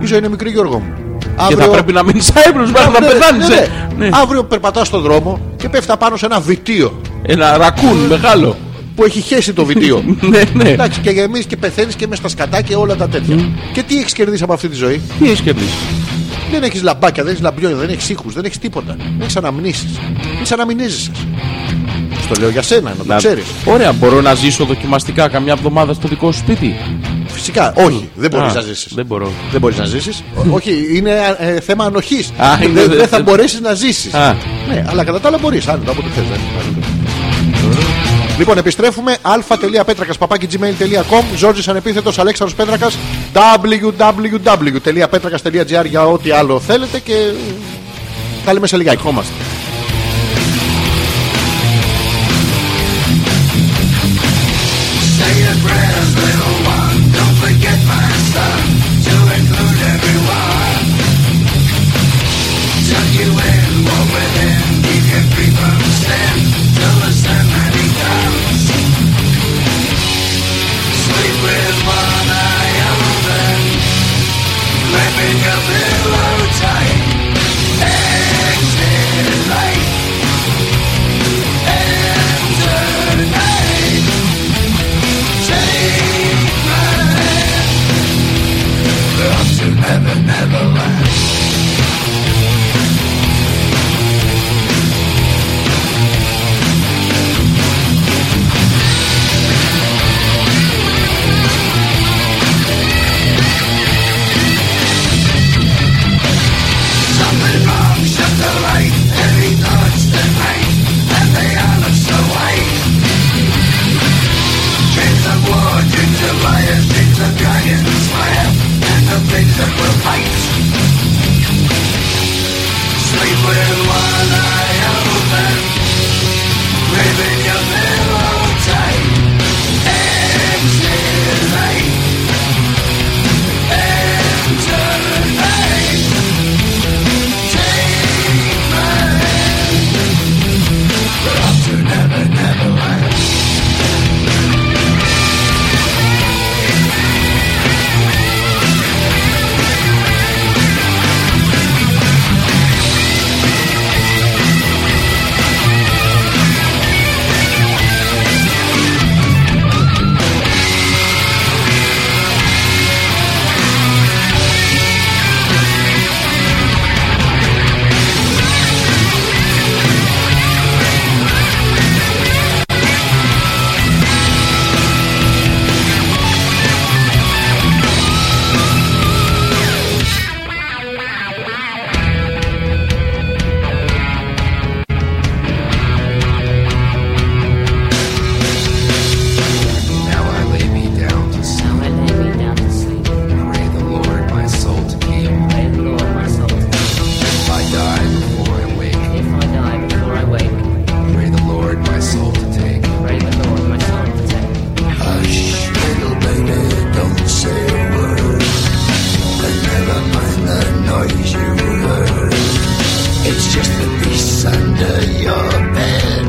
Speaker 1: Η ζωή είναι μικρή, Γιώργο μου.
Speaker 2: θα πρέπει να μείνεις άϊπνος μέχρι να ε.
Speaker 1: Ναι, ναι,
Speaker 2: πεθάνεις.
Speaker 1: ναι, ναι. Αύριο περπατάς στον δρόμο και πέφτα πάνω σε ένα βιτίο
Speaker 2: Ένα ρακούν μεγάλο.
Speaker 1: που έχει χέσει το βιτίο.
Speaker 2: ναι, ναι.
Speaker 1: Εντάξει, και εμεί και πεθαίνεις και μες στα σκατά και όλα τα τέτοια. Και τι έχεις κερδίσει από αυτή τη ζωή.
Speaker 2: Τι έχεις κερδίσει.
Speaker 1: Δεν έχεις λαμπάκια, δεν έχεις λαμπιόνια, δεν έχεις ήχους, δεν έχεις τίποτα. Δεν έχεις αναμνήσεις. Είσαι αναμνήσει Στο λέω για σένα, να το ξέρεις.
Speaker 2: Ωραία, μπορώ να ζήσω δοκιμαστικά καμιά εβδομάδα στο δικό σου σπίτι.
Speaker 1: Φυσικά, όχι, δεν μπορείς
Speaker 2: Α,
Speaker 1: να ζήσεις.
Speaker 2: Δεν μπορώ.
Speaker 1: Δεν μπορείς να ζήσεις. Όχι, είναι ε, θέμα ανοχής.
Speaker 2: Α,
Speaker 1: Δεν
Speaker 2: είναι-
Speaker 1: δεν θα
Speaker 2: δεν-
Speaker 1: μπορέσεις να ζήσεις.
Speaker 2: Α.
Speaker 1: Ναι, αλλά κατά τα άλλα μπορείς. Άνετα, όποτε θες. ναι. Λοιπόν, επιστρέφουμε αλφα.πέτρακα παπάκι.gmail.com Ζόρζης ανεπίθετος Αλέξανδρος Πέτρακας www.πέτρακα.gr για ό,τι άλλο θέλετε και. Τα λέμε σε λιγάκι.
Speaker 2: Ερχόμαστε.
Speaker 3: Sleep with one eye open. Now I lay me down to sleep.
Speaker 5: Now I lay me down to sleep.
Speaker 3: Pray the Lord my soul to keep.
Speaker 5: Pray the Lord my soul to keep.
Speaker 3: If I die before I wake,
Speaker 5: If I die before I wake,
Speaker 3: pray the Lord my soul to take.
Speaker 5: pray the Lord my soul to take.
Speaker 3: Hush, little baby, don't say a word. But never mind the noise you heard. It's just the beast under your bed.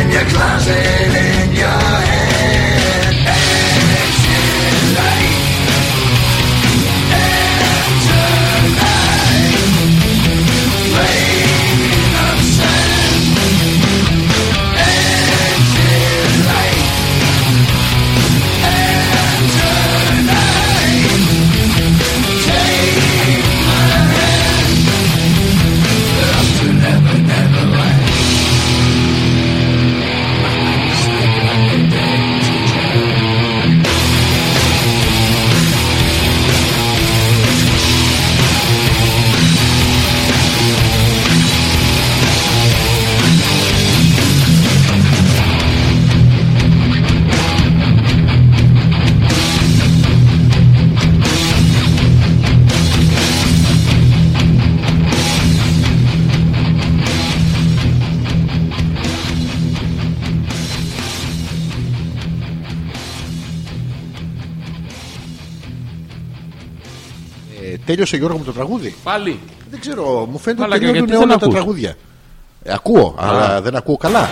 Speaker 3: In your closet, in your head. Exit light.
Speaker 1: Ε, τέλειωσε Γιώργο με το τραγούδι.
Speaker 2: Πάλι.
Speaker 1: Δεν ξέρω, μου φαίνεται
Speaker 2: Μαλάκα,
Speaker 1: ότι τελειώνουν
Speaker 2: γιατί δεν
Speaker 1: όλα τα
Speaker 2: ακούς.
Speaker 1: τραγούδια. Ε, ακούω, αλλά δεν ακούω καλά.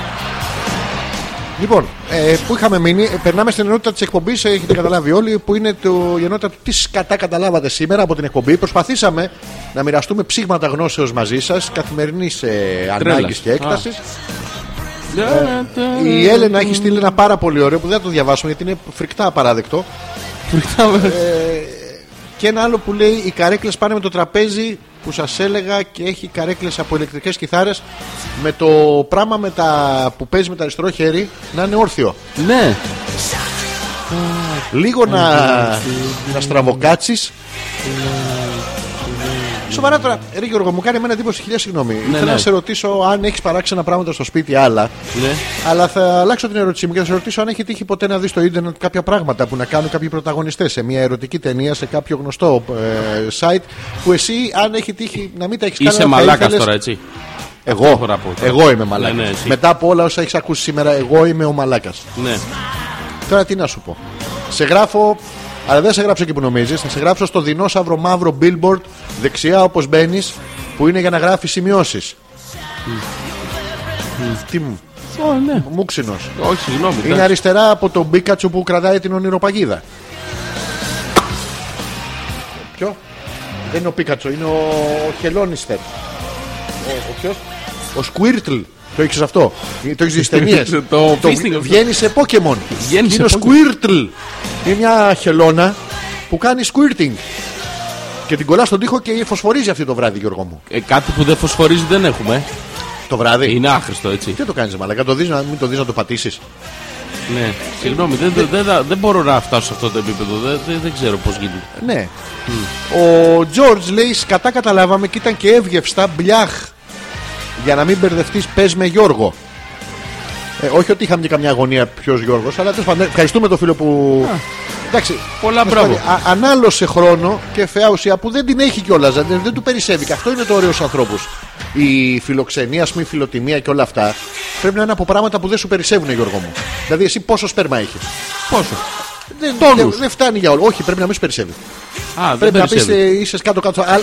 Speaker 1: Λοιπόν, ε, που είχαμε μείνει, ε, περνάμε στην ενότητα της εκπομπής. Έχετε καταλάβει όλοι που είναι το, η ενότητα του τι σκατά καταλάβατε σήμερα από την εκπομπή. Προσπαθήσαμε να μοιραστούμε ψήγματα γνώσεως μαζί σας, καθημερινής ε, ανάγκης και έκταση.
Speaker 2: Ναι,
Speaker 1: Ε, Η Έλενα έχει στείλει ένα πάρα πολύ ωραίο που δεν θα το διαβάσουμε γιατί είναι φρικτά απαράδεκτο. Ε, Και ένα άλλο που λέει: Οι καρέκλες πάνε με το τραπέζι που σας έλεγα και έχει καρέκλες από ηλεκτρικές κιθάρες με το πράγμα με τα... που παίζει με το αριστερό χέρι να είναι όρθιο.
Speaker 2: Ναι.
Speaker 1: Λίγο να, να στραβοκάτσεις. Σοβαρά τώρα, ρε Γιώργο, μου κάνει εμένα εντύπωση χιλιάς συγγνώμη. Ήθελα
Speaker 2: ναι.
Speaker 1: να σε ρωτήσω αν έχεις παράξενα πράγματα στο σπίτι άλλα.
Speaker 2: Ναι.
Speaker 1: Αλλά θα αλλάξω την ερώτησή μου και θα σε ρωτήσω αν έχει τύχει ποτέ να δεις στο ίντερνετ κάποια πράγματα που να κάνουν κάποιοι πρωταγωνιστές σε μια ερωτική ταινία, σε κάποιο γνωστό ε, site που εσύ, αν έχει τύχει να μην τα έχεις κάνει.
Speaker 2: Είσαι
Speaker 1: αλλά θα
Speaker 2: μαλάκας
Speaker 1: ήθελες-
Speaker 2: τώρα, έτσι.
Speaker 1: Εγώ,
Speaker 2: έχω να πω τώρα.
Speaker 1: εγώ είμαι μαλάκας.
Speaker 2: Ναι, ναι, εσύ.
Speaker 1: Μετά από όλα όσα έχεις ακούσει σήμερα, εγώ είμαι ο μαλάκας.
Speaker 2: Ναι.
Speaker 1: Τώρα τι να σου πω. Σε γράφω, αλλά δεν σε γράψω εκεί που νομίζεις. Θα σε γράψω στο δεινόσαυρο μαύρο billboard δεξιά όπως μπαίνεις, που είναι για να γράφεις σημειώσεις. Τι μου,
Speaker 2: Ω, ναι.
Speaker 1: μου ξυνός.
Speaker 2: Όχι, συγγνώμη.
Speaker 1: Είναι
Speaker 2: εντάξει.
Speaker 1: αριστερά από τον Μπίκατσο που κρατάει την ονειροπαγίδα. Ποιο? Δεν είναι ο Πίκατσο, είναι ο Χελόνιστερ. Ο, ο ποιος? Ο Σκουίρτλ. Το ήξερε αυτό. Το έχεις δει στις ταινίες.
Speaker 2: Το feasting αυτό.
Speaker 1: βγαίνει σε Pokémon.
Speaker 2: Βγαίνει σε
Speaker 1: είναι ο
Speaker 2: Pokemon.
Speaker 1: Squirtle. Είναι μια χελώνα που κάνει squirting. Και την κολλάς στον τοίχο και φωσφορίζει αυτή το βράδυ, Γιώργο μου.
Speaker 2: Ε, κάτι που δεν φωσφορίζει δεν έχουμε. ε.
Speaker 1: Το βράδυ.
Speaker 2: Είναι άχρηστο έτσι.
Speaker 6: Τι το κάνεις, Μαλακά, το δεις, να μην το δεις να το πατήσεις.
Speaker 2: Ναι. Συγγνώμη, δεν,
Speaker 1: Ε.
Speaker 2: δεν, δεν, δεν μπορώ να φτάσω σε αυτό το επίπεδο. Δεν, δεν, δεν ξέρω πώς γίνεται.
Speaker 1: Ναι. Ο Τζορτζ λέει σκατά καταλάβαμε και ήταν και εύγευστα μπλιάχ. Για να μην μπερδευτείς, πες με Γιώργο. Ε, όχι ότι είχαμε και καμιά αγωνία ποιος Γιώργος, αλλά τέλος πάντων ευχαριστούμε τον φίλο που. Εντάξει,
Speaker 2: Πολλά
Speaker 1: να σου
Speaker 2: μπράβο.
Speaker 1: πω, α- ανάλωσε χρόνο και φαιά ουσία που δεν την έχει κιόλας, δεν, δεν του περισσεύει. Και αυτό είναι το ωραίο στους ανθρώπους. Η φιλοξενία, ας πούμε, η φιλοτιμία και όλα αυτά πρέπει να είναι από πράγματα που δεν σου περισσεύουν, Γιώργο μου. Δηλαδή, εσύ πόσο σπέρμα έχεις.
Speaker 2: Πόσο.
Speaker 1: Δεν, δεν,
Speaker 2: Τόνους.
Speaker 1: δεν φτάνει για όλο. Όχι, πρέπει να μην σου περισσεύει.
Speaker 2: Α, δεν
Speaker 1: Πρέπει να πεις
Speaker 2: περισσεύει.
Speaker 1: είσαι κάτω-κάτω. Αλλά,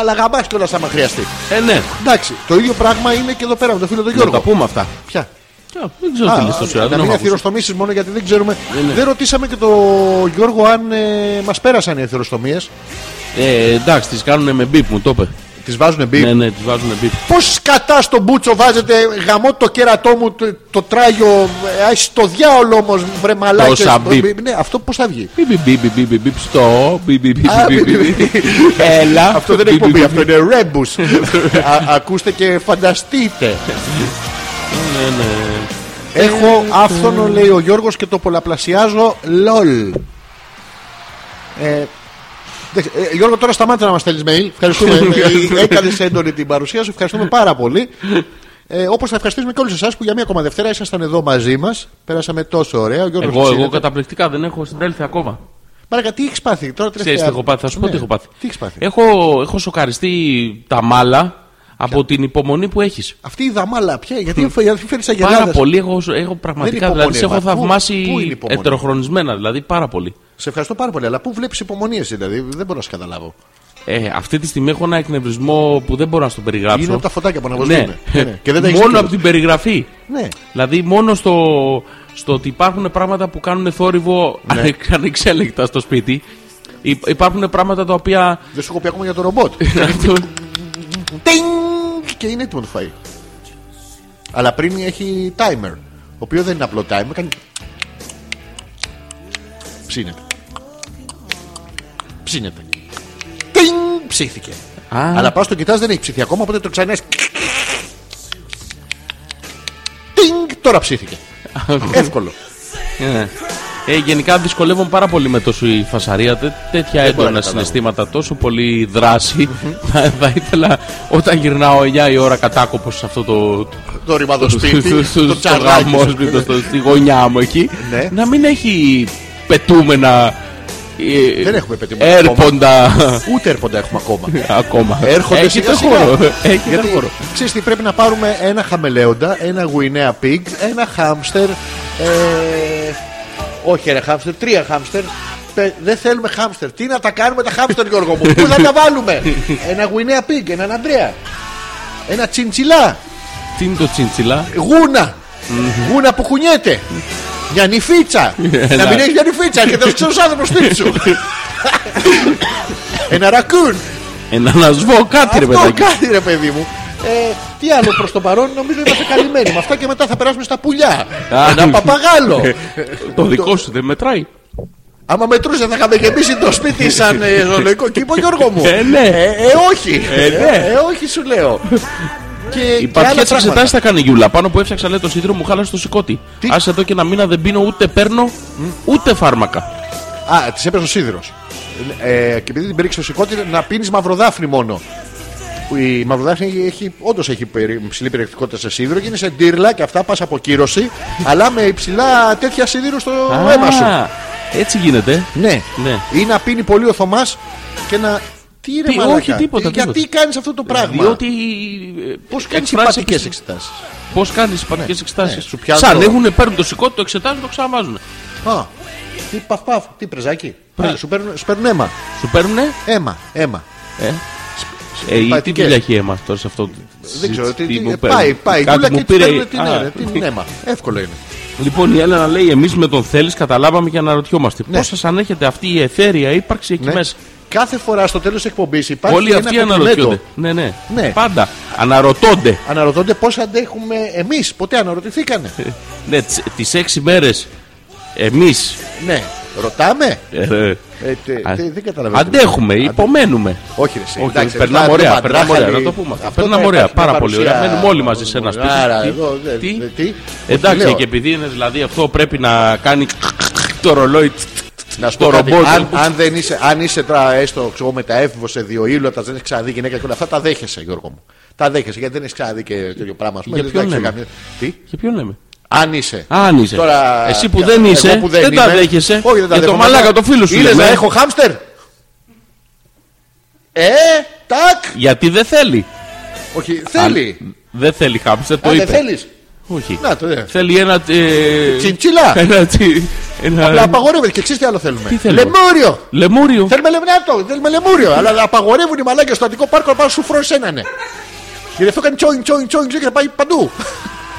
Speaker 1: αλλά γαμπά κιόλας άμα χρειαστεί.
Speaker 2: Ε, ναι.
Speaker 1: Εντάξει, το ίδιο πράγμα είναι και εδώ πέρα με τον φίλο τον
Speaker 2: Να
Speaker 1: Γιώργο.
Speaker 2: τα πούμε αυτά.
Speaker 1: Πια.
Speaker 2: Α, Δεν ξέρω
Speaker 1: Α,
Speaker 2: τι λες τόσο.
Speaker 1: να
Speaker 2: Δεν
Speaker 1: μην
Speaker 2: έχω ακούσει.
Speaker 1: αθυροστομήσει μόνο γιατί δεν ξέρουμε.
Speaker 2: ναι.
Speaker 1: Δεν ρωτήσαμε και τον Γιώργο αν ε, μας πέρασαν οι αθυροστομίε.
Speaker 2: Ε, εντάξει, τις κάνουν με μπίπ μου, το είπε.
Speaker 1: Τις βάζουν μπι.
Speaker 2: Ναι, ναι, τις βάζουν μπίπ.
Speaker 1: Πώ κατά στον μπούτσο βάζετε γαμό το κέρατό μου, το, το τράγιο. ε, ας, στο διάολο όμως, βρε μαλάκες.
Speaker 2: Τόσα μπιπ.
Speaker 1: μπιπ. Ναι, αυτό πώς θα βγει.
Speaker 2: Μπίπ, μπίπ, μπίπ, μπίπ, μπίπ, μπίπ, στο. Μπίπ, μπίπ, μπίπ,
Speaker 1: Α,
Speaker 2: μπίπ, μπιπ,
Speaker 1: μπιπ,
Speaker 2: μπιπ. Έλα.
Speaker 1: Αυτό δεν
Speaker 2: Μπιπ,
Speaker 1: είναι εκπομπή,
Speaker 2: μπιπ,
Speaker 1: αυτό είναι ρέμπους. Α, Ακούστε και φανταστείτε.
Speaker 2: Ναι, Ε, ναι.
Speaker 1: Έχω άφθονο λέει ο Γιώργος και το πολλαπλασιάζω LOL ε, εντάξει, ε, Γιώργο τώρα σταμάτα να μας στέλνεις mail Ευχαριστούμε Ε, Έκανες έντονη την παρουσία σου Ευχαριστούμε πάρα πολύ ε, Όπως θα ευχαριστήσουμε και όλους εσάς που για μία ακόμα Δευτέρα Ήσασταν εδώ μαζί μας Πέρασαμε τόσο ωραία Ο Γιώργος
Speaker 2: Εγώ,
Speaker 1: μας
Speaker 2: εγώ
Speaker 1: είδατε.
Speaker 2: καταπληκτικά δεν έχω συντέλθει ακόμα.
Speaker 1: Μαρακα, τι έχεις πάθει τώρα
Speaker 2: Ξέρεις τι
Speaker 1: τελευταία-
Speaker 2: έχω πάθει, θα σου πω
Speaker 1: Ναι.
Speaker 2: τι έχω πάθει.
Speaker 1: Τι έχεις πάθει
Speaker 2: Έχω, έχω σοκαριστεί τα μάλα από την υπομονή που έχεις.
Speaker 1: Αυτή η δαμάλα πια Γιατί φέρεις αγελάδες
Speaker 2: Πάρα πολύ, έχω, έχω πραγματικά,
Speaker 1: υπομονή,
Speaker 2: δηλαδή σε έχω
Speaker 1: μα. Πού- πού είναι η
Speaker 2: θαυμάσει
Speaker 1: υπομονή?
Speaker 2: ετεροχρονισμένα, δηλαδή πάρα πολύ.
Speaker 1: Σε ευχαριστώ πάρα πολύ Αλλά πού βλέπεις υπομονίες δηλαδή Δεν μπορώ να σε καταλάβω
Speaker 2: Ε, αυτή τη στιγμή έχω ένα εκνευρισμό που δεν μπορώ να στον περιγράψω.
Speaker 1: Είναι από τα φωτάκια που
Speaker 2: ναι.
Speaker 1: αναβοσβήνουν Και δεν τα έχεις
Speaker 2: Μόνο
Speaker 1: δει
Speaker 2: από την περιγραφή.
Speaker 1: Ναι.
Speaker 2: Δηλαδή μόνο στο, στο ότι υπάρχουν πράγματα που κάνουν θόρυβο
Speaker 1: Ναι.
Speaker 2: ανε- ανεξέλεγκτα στο σπίτι. Υ- Υπάρχουν πράγματα τα οποία.
Speaker 1: Δεν σου έχω πει ακόμα για το ρομπότ. Τινγκ! και είναι έτοιμο το φαΐ. Αλλά πριν έχει timer. Ο οποίος δεν είναι απλό timer, κάνει. Ψήνεται. Ψήνεται. Τινγκ! Ψήθηκε.
Speaker 2: Α,
Speaker 1: Αλλά πας το κοιτάς, δεν έχει ψηθεί ακόμα, οπότε το ξανά. Τινγκ! Τώρα ψήθηκε. Εύκολο.
Speaker 2: ναι. ε, γενικά δυσκολεύομαι πάρα πολύ με τόση φασαρία, τέ- τέτοια
Speaker 1: μπορώ να
Speaker 2: έντονα
Speaker 1: καταλάβω.
Speaker 2: συναισθήματα, τόσο πολύ δράση. θα, θα ήθελα όταν γυρνάω 9 η ώρα κατάκοπος σε αυτό το,
Speaker 1: Το ρημάδο σπίτι,
Speaker 2: στο- στο-
Speaker 1: το
Speaker 2: στο γάμο
Speaker 1: τσαγάκι.
Speaker 2: σπίτι, στο- στη γωνιά μου εκεί,
Speaker 1: Ναι.
Speaker 2: να μην έχει πετούμενα. ε,
Speaker 1: Δεν έχουμε πετύχει.
Speaker 2: Έρποντα
Speaker 1: Ούτε έρποντα έχουμε ακόμα.
Speaker 2: ακόμα.
Speaker 1: Έρχονται
Speaker 2: Έχει
Speaker 1: σιγά
Speaker 2: Ε, το
Speaker 1: σιγά.
Speaker 2: χώρο. Έχει το
Speaker 1: Γιατί,
Speaker 2: χώρο.
Speaker 1: Ξέρεις τι πρέπει να πάρουμε ένα χαμελέοντα Ένα γουινέα πιγκ Ένα χάμστερ ε, Όχι ένα χάμστερ, τρία χάμστερ Πε- Δεν θέλουμε χάμστερ Τι να τα κάνουμε τα χάμστερ Γιώργο μου Πού θα τα βάλουμε Ένα γουινέα πιγκ, έναν Αντρέα Ένα τσιντσιλά
Speaker 2: Τι είναι το τσίντσιλα.
Speaker 1: Γούνα Γούνα που κουνιέται Μια νυφίτσα Να μην έχεις μια νυφίτσα Και δεν ξέρεις άνθρωπος τι σου Ένα ρακούν
Speaker 2: Ένα να σβώ κάτι ρε
Speaker 1: αυτό
Speaker 2: παιδάκι.
Speaker 1: κάτι ρε παιδί μου. Ε, τι άλλο προς το παρόν, νομίζω είμαστε καλυμμένοι. Με αυτά και μετά θα περάσουμε στα πουλιά.
Speaker 2: Α,
Speaker 1: Ένα
Speaker 2: ναι.
Speaker 1: παπαγάλο.
Speaker 2: Το δικό σου δεν μετράει.
Speaker 1: Άμα μετρούσε, θα είχαμε γεμίσει το σπίτι σαν ε, ζωολογικό κήπο, Γιώργο μου.
Speaker 2: Ε, ναι.
Speaker 1: Ε, ε, όχι.
Speaker 2: Ε, ναι.
Speaker 1: Ε, όχι, σου λέω. Και,
Speaker 2: Οι
Speaker 1: και άλλα
Speaker 2: παρτιέ
Speaker 1: πράγματα.
Speaker 2: εξετάσει θα κάνει η Γιούλα. Πάνω που έψαξα λέει το σίδηρο μου χάλασε το σηκώτη.
Speaker 1: Τι?
Speaker 2: Άσε εδώ και ένα μήνα δεν πίνω ούτε παίρνω ούτε φάρμακα.
Speaker 1: Α, τη έπαιζε ο σίδηρος. Ε, και επειδή την πήρε στο σηκώτη, να πίνεις μαυροδάφνη μόνο. Που Η μαυροδάφνη έχει, όντως έχει περι- υψηλή περιεκτικότητα σε σίδηρο και είναι σε ντύρλα και αυτά πας αποκύρωση, αλλά με υψηλά τέτοια σίδηρο στο αίμα σου.
Speaker 2: Α, Έτσι γίνεται.
Speaker 1: Ναι.
Speaker 2: Ναι.
Speaker 1: Ή να πίνει πολύ ο Θωμάς και να. Τι ρε
Speaker 2: Τι,
Speaker 1: μαλάκα,
Speaker 2: όχι, τίποτα,
Speaker 1: τι- Γιατί
Speaker 2: τίποτα.
Speaker 1: κάνεις αυτό το πράγμα.
Speaker 2: Διότι. ε,
Speaker 1: Πώς κάνεις υπατικέ εξετάσεις.
Speaker 2: Πώς κάνεις υπατικέ εξετάσει.
Speaker 1: ναι, σου πιάνουν
Speaker 2: Σαν
Speaker 1: το-
Speaker 2: έχουν, παίρνουν το σηκώτη, το εξετάζουν, το ξαναβάζουν.
Speaker 1: Α. Τι παφ παφ, τι πρεζάκι. Α, σου, παίρνουν, σου παίρνουν αίμα.
Speaker 2: Σου παίρνουνε.
Speaker 1: Αίμα, αίμα.
Speaker 2: Ε, ή τι
Speaker 1: Υπατικές.
Speaker 2: δουλειά έχει αίμα αυτό σε αυτό.
Speaker 1: Δεν ξέρω τι, τι-
Speaker 2: μου παίρνει.
Speaker 1: πάει, πάει.
Speaker 2: Κάτι
Speaker 1: Κάτι
Speaker 2: μου
Speaker 1: και
Speaker 2: πήρε-
Speaker 1: πήρε... την,
Speaker 2: Α.
Speaker 1: αίρε, την αίμα. ναι, Εύκολο είναι.
Speaker 2: Λοιπόν, η Έλενα λέει: Εμείς με τον θέλει, καταλάβαμε και αναρωτιόμαστε. Πώς Πώς σας ανέχεται αυτή η εθέρια ύπαρξη εκεί
Speaker 1: Ναι.
Speaker 2: μέσα.
Speaker 1: Κάθε φορά στο τέλος της εκπομπής υπάρχει.
Speaker 2: Όλοι
Speaker 1: ένα
Speaker 2: αυτοί
Speaker 1: κομπλιμέντο.
Speaker 2: αναρωτιόνται. Ναι, ναι,
Speaker 1: Ναι.
Speaker 2: Πάντα αναρωτώνται.
Speaker 1: Αναρωτώνται πώς αντέχουμε εμείς. Ποτέ αναρωτηθήκανε.
Speaker 2: Ναι, τις έξι μέρες εμείς.
Speaker 1: ναι. Ρωτάμε. Ε, τε- τε- δεν καταλαβαίνω.
Speaker 2: Αντέχουμε,
Speaker 1: Αντε-
Speaker 2: υπομένουμε.
Speaker 1: Όχι, ρε, εσύ,
Speaker 2: Όχι,
Speaker 1: εντάξει,
Speaker 2: περνάμε
Speaker 1: δεν
Speaker 2: ωραία,
Speaker 1: παντράχαλη.
Speaker 2: περνάμε ωραία, να το πούμε.
Speaker 1: Αυτό
Speaker 2: Περνάμε
Speaker 1: τώρα
Speaker 2: ωραία,
Speaker 1: υπάρχει μια
Speaker 2: πάρα πολύ ωραία.
Speaker 1: παρουσία
Speaker 2: Μένουμε όλοι μαζί σε ένα σπίτι.
Speaker 1: μουγάρα,
Speaker 2: Τι-
Speaker 1: εδώ, δε-
Speaker 2: τι- Ε,
Speaker 1: δε- τι. Όχι,
Speaker 2: Εντάξει,
Speaker 1: λέω.
Speaker 2: και επειδή είναι δηλαδή αυτό πρέπει να κάνει το ρολόι.
Speaker 1: Να σου
Speaker 2: το
Speaker 1: πω κάτι,
Speaker 2: ρομπότ.
Speaker 1: αν, αν, δεν είσαι, αν είσαι τώρα έστω ξέρω, μεταέφηβο σε δύο ήλιο, τα δεν έχεις ξαναδεί γυναίκα και όλα αυτά, τα δέχεσαι, Γιώργο μου. Τα δέχεσαι γιατί δεν έχεις ξαναδεί και τέτοιο πράγμα. ας πούμε,
Speaker 2: Για
Speaker 1: λες,
Speaker 2: ποιον
Speaker 1: εντάξει,
Speaker 2: λέμε?
Speaker 1: καμία- Τι?
Speaker 2: Και ποιον λέμε.
Speaker 1: Αν είσαι.
Speaker 2: Αν είσαι.
Speaker 1: Τώρα,
Speaker 2: Εσύ που
Speaker 1: κα-
Speaker 2: δεν
Speaker 1: εγώ
Speaker 2: είσαι,
Speaker 1: που
Speaker 2: δεν τα
Speaker 1: είμαι.
Speaker 2: δέχεσαι.
Speaker 1: Όχι, δεν τα
Speaker 2: Για το
Speaker 1: δέχομαι.
Speaker 2: μαλάκα, το φίλο σου
Speaker 1: Είδες
Speaker 2: λέμε,
Speaker 1: να
Speaker 2: ε.
Speaker 1: έχω χάμστερ. Ε, τάκ.
Speaker 2: Γιατί δεν θέλει.
Speaker 1: Όχι, θέλει.
Speaker 2: Αν- Δεν θέλει χάμψε, το
Speaker 1: Αν δεν
Speaker 2: είπε.
Speaker 1: θέλεις.
Speaker 2: Όχι.
Speaker 1: Να το δε.
Speaker 2: Θέλει ένα. ε,
Speaker 1: Τσιντσίλα.
Speaker 2: Ένα. τσι- ένα-
Speaker 1: Αλλά απαγορεύεται και ξέρεις τι άλλο θέλουμε.
Speaker 2: Τι θέλουμε?
Speaker 1: Λεμούριο.
Speaker 2: Λεμούριο.
Speaker 1: Θέλουμε λεμνάτο, θέλουμε λεμούριο. Αλλά απαγορεύουν οι μαλάκια στο Αττικό Πάρκο να πάνε σου φρόνει έναν. Γιατί αυτό κάνει τσόιν, τσόιν, τσόιν, τσόιν και πάει παντού.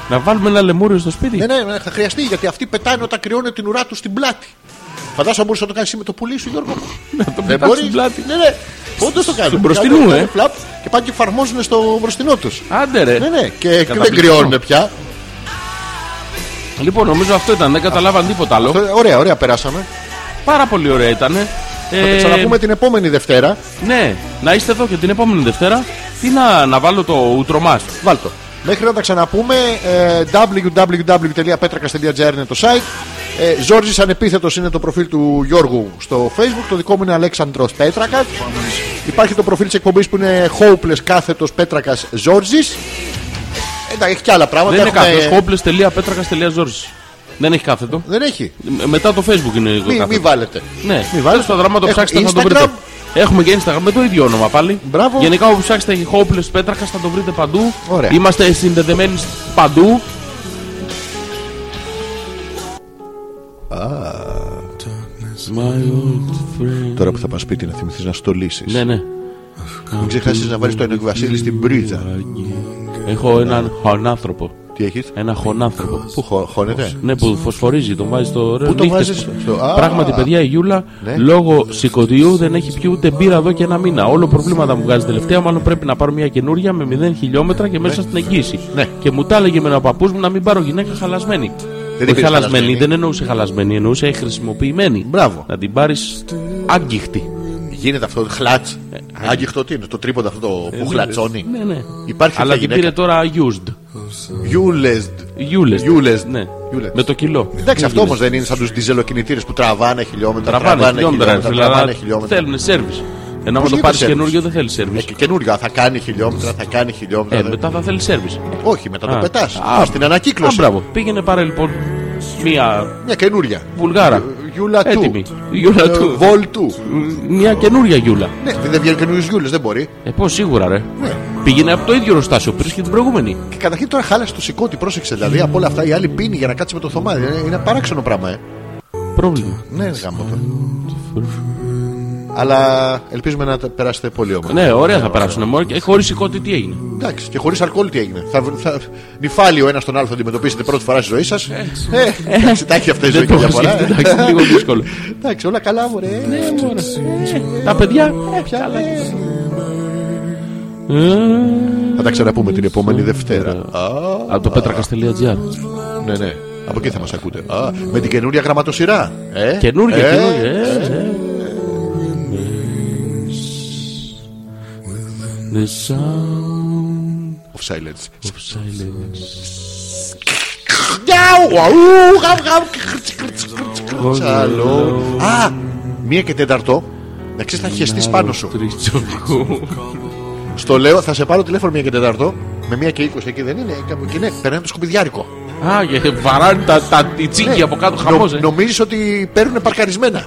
Speaker 2: Να βάλουμε ένα λεμούριο στο σπίτι.
Speaker 1: ναι, ναι, ναι, θα χρειαστεί γιατί αυτοί πετάνε όταν κρυώνουν την ουρά τους στην πλάτη. Φαντάζομαι μπορούσε να το κάνεις με το πουλί σου, Γιώργο.
Speaker 2: το
Speaker 1: Δεν
Speaker 2: πετάξεις στην πλάτη.
Speaker 1: Ναι, ναι. Όντως το κάνουν.
Speaker 2: μπροστινού,
Speaker 1: Κάνουν,
Speaker 2: ε.
Speaker 1: κάνουν Φλαπ και πάνε και εφαρμόζουν στο μπροστινό τους.
Speaker 2: Άντε ρε.
Speaker 1: Ναι, ναι, και δεν
Speaker 2: Καταπληκτικό.
Speaker 1: κρυώνουν πια.
Speaker 2: Λοιπόν, νομίζω αυτό ήταν. Δεν καταλάβαν τίποτα άλλο.
Speaker 1: Ε, Ωραία, ωραία, περάσαμε.
Speaker 2: Πάρα πολύ ωραία ήταν.
Speaker 1: Θα
Speaker 2: Ε.
Speaker 1: τα ξαναπούμε την επόμενη Δευτέρα.
Speaker 2: ναι, να είστε εδώ και την επόμενη Δευτέρα. Τι να, να βάλω το ούτρο μας.
Speaker 1: Βάλτο. Μέχρι να τα ξαναπούμε, ε, www.petrakas.gr είναι το site. Ε, Ζόρζης Ανεπίθετος είναι το προφίλ του Γιώργου στο facebook. Το δικό μου είναι Αλέξανδρος Πέτρακας. Υπάρχει το προφίλ της εκπομπής που είναι Hopeless κάθετος Πέτρακας Ζόρζης. Ε, Εντάξει, έχει και άλλα πράγματα.
Speaker 2: Δεν είναι
Speaker 1: Έχουμε-
Speaker 2: κάθετο. Hopeless.petrakas.george. Δεν έχει κάθετο.
Speaker 1: Δεν έχει.
Speaker 2: Ε, Μετά το facebook είναι το
Speaker 1: Μην μη
Speaker 2: κάθετο.
Speaker 1: βάλετε.
Speaker 2: Ναι,
Speaker 1: Μη βάλετε.
Speaker 2: στο δράμα το
Speaker 1: Έχουμε
Speaker 2: ψάξετε θα το
Speaker 1: Instagram.
Speaker 2: βρείτε. Έχουμε και Instagram με το ίδιο όνομα πάλι.
Speaker 1: Μπράβο.
Speaker 2: Γενικά όπου ψάξετε έχει Hopeless Πέτρακας θα το βρείτε παντού.
Speaker 1: Ωραία.
Speaker 2: Είμαστε συνδεδεμένοι σ- παντού.
Speaker 1: Τώρα που θα πας σπίτι να θυμηθείς να στολίσεις.
Speaker 2: Ναι, ναι.
Speaker 1: Μην ξεχάσεις να βάλεις το Ενοκ Βασίλη στην πρίτζα.
Speaker 2: Έχω έναν χωνάνθρωπο.
Speaker 1: Τι έχεις.
Speaker 2: Ένα χωνάνθρωπο.
Speaker 1: Πού χω- χώνεται.
Speaker 2: Ναι, που φωσφορίζει, τον βάζεις στο ρεύμα.
Speaker 1: το βάζεις? Στο- Α.
Speaker 2: Πράγματι, παιδιά, η Γιούλα
Speaker 1: Ναι.
Speaker 2: λόγω σηκωτιού δεν έχει πιει ούτε μπύρα εδώ και ένα μήνα. Όλο προβλήματα μου βγάζει τελευταία. Μάλλον πρέπει να πάρω μια καινούρια με 0 χιλιόμετρα και μέσα στην εγγύηση.
Speaker 1: Ναι.
Speaker 2: Και μου τα έλεγε με ένα παππούς μου να μην πάρω γυναίκα χαλασμένη.
Speaker 1: την
Speaker 2: Όχι
Speaker 1: πήρες
Speaker 2: χαλασμένη,
Speaker 1: χαλασμένη.
Speaker 2: δεν εννοούσε χαλασμένη, εννοούσε χρησιμοποιημένη.
Speaker 1: Μπράβο.
Speaker 2: Να την πάρεις άγγιχτη.
Speaker 1: Γίνεται αυτό το χλάτ. Άγγιχτο τι είναι, το τρίποντα αυτό το που χλατσώνει.
Speaker 2: Ε. Ναι, ναι.
Speaker 1: Υπάρχει
Speaker 2: Αλλά
Speaker 1: Αλλά
Speaker 2: την
Speaker 1: γυναίκα.
Speaker 2: πήρε τώρα used.
Speaker 1: Γιούλεσντ.
Speaker 2: Γιούλες.
Speaker 1: Γιούλες.
Speaker 2: Ναι.
Speaker 1: Γιούλες.
Speaker 2: Με το κιλό.
Speaker 1: Εντάξει, αυτό όμως δεν είναι σαν τους διζελοκινητήρες που τραβάνε χιλιόμετρα.
Speaker 2: Τραβάνε χιλιόμετρα.
Speaker 1: τραβάνε
Speaker 2: Δηλαδή
Speaker 1: χιλιόμετρα.
Speaker 2: θέλουν σερβις. Ενώ άμα
Speaker 1: Πώς
Speaker 2: το
Speaker 1: γίνεται
Speaker 2: πάρεις
Speaker 1: service?
Speaker 2: καινούριο δεν θέλει
Speaker 1: Ε,
Speaker 2: σερβις.
Speaker 1: και καινούργια, θα κάνει χιλιόμετρα, θα κάνει
Speaker 2: Ε,
Speaker 1: χιλιόμετρα. δεν-
Speaker 2: μετά θα θέλει σερβις.
Speaker 1: Όχι, μετά το
Speaker 2: Α.
Speaker 1: πετάς.
Speaker 2: Α,
Speaker 1: Στην ανακύκλωση.
Speaker 2: Α, μπράβο. Πήγαινε πάρε λοιπόν μία
Speaker 1: Μια καινούρια. Ε,
Speaker 2: βουλγάρα.
Speaker 1: Γιούλα του.
Speaker 2: Έτοιμη. Γιούλα
Speaker 1: Ε,
Speaker 2: του.
Speaker 1: Βολ του.
Speaker 2: Μια καινούρια γιούλα.
Speaker 1: Ναι, δεν βγαίνουν καινούριε γιούλες, δεν μπορεί.
Speaker 2: Ε, πώς σίγουρα ρε.
Speaker 1: Ναι.
Speaker 2: Πήγαινε από το ίδιο ροστάσιο πριν και την προηγούμενη.
Speaker 1: Και καταρχήν τώρα χάλασε το σηκώτη, πρόσεξε. Δηλαδή από όλα αυτά η άλλη πίνει για να κάτσει με το θωμάδι. Είναι είναι παράξενο πράγμα, ε.
Speaker 2: Πρόβλημα.
Speaker 1: Ναι, γάμο το. Αλλά ελπίζουμε να τα περάσετε πολύ όμορφα.
Speaker 2: Ναι, ωραία θα περάσουν μόνο και χωρί σηκώτη τι έγινε.
Speaker 1: Εντάξει, και χωρίς αλκοόλ τι έγινε. Θα, θα νυφάλει ο ένας τον άλλο, θα αντιμετωπίσετε πρώτη φορά στη ζωή σας. Ε, εντάξει, τα έχει αυτέ η ζωή
Speaker 2: Δεν το
Speaker 1: καμιά
Speaker 2: έχω
Speaker 1: φορά.
Speaker 2: σκεφτεί,
Speaker 1: ε.
Speaker 2: εντάξει, λίγο δύσκολο.
Speaker 1: Εντάξει, όλα καλά, μωρέ.
Speaker 2: Ε, ωραία. Ε, Τα παιδιά, ε,
Speaker 1: Πια,
Speaker 2: καλά.
Speaker 1: ε.
Speaker 2: Ε,
Speaker 1: Θα τα ξαναπούμε την επόμενη Δευτέρα.
Speaker 2: Ναι.
Speaker 1: Α,
Speaker 2: Από το petrakas.gr
Speaker 1: ναι, ναι. Από εκεί θα μας ακούτε. Α, με την καινούρια γραμματοσυρά. Ε,
Speaker 2: Καινούργια,
Speaker 1: ε,
Speaker 2: καινούργια. ε,
Speaker 1: ε.
Speaker 2: ε. The sound
Speaker 1: Of silence.
Speaker 2: of silence.
Speaker 1: Γιάου, αού, γαμ, γαμ, κρτς, κρτς, κρτς, κρτς, άλλο. Α, μία και τέταρτο. Να ξέρεις, θα χεστείς πάνω σου.
Speaker 2: Τριτσοκού.
Speaker 1: Στο λέω, θα σε πάρω τηλέφωνο μία και τέταρτο. Με μία και είκοσι εκεί δεν είναι. Κάπου εκεί ναι, περνάει το σκουπιδιάρικο.
Speaker 2: Α, και βαράνε τα, τα τη τσίκη από κάτω χαμός, ε.
Speaker 1: Νομίζεις ότι παίρνουν παρκαρισμένα.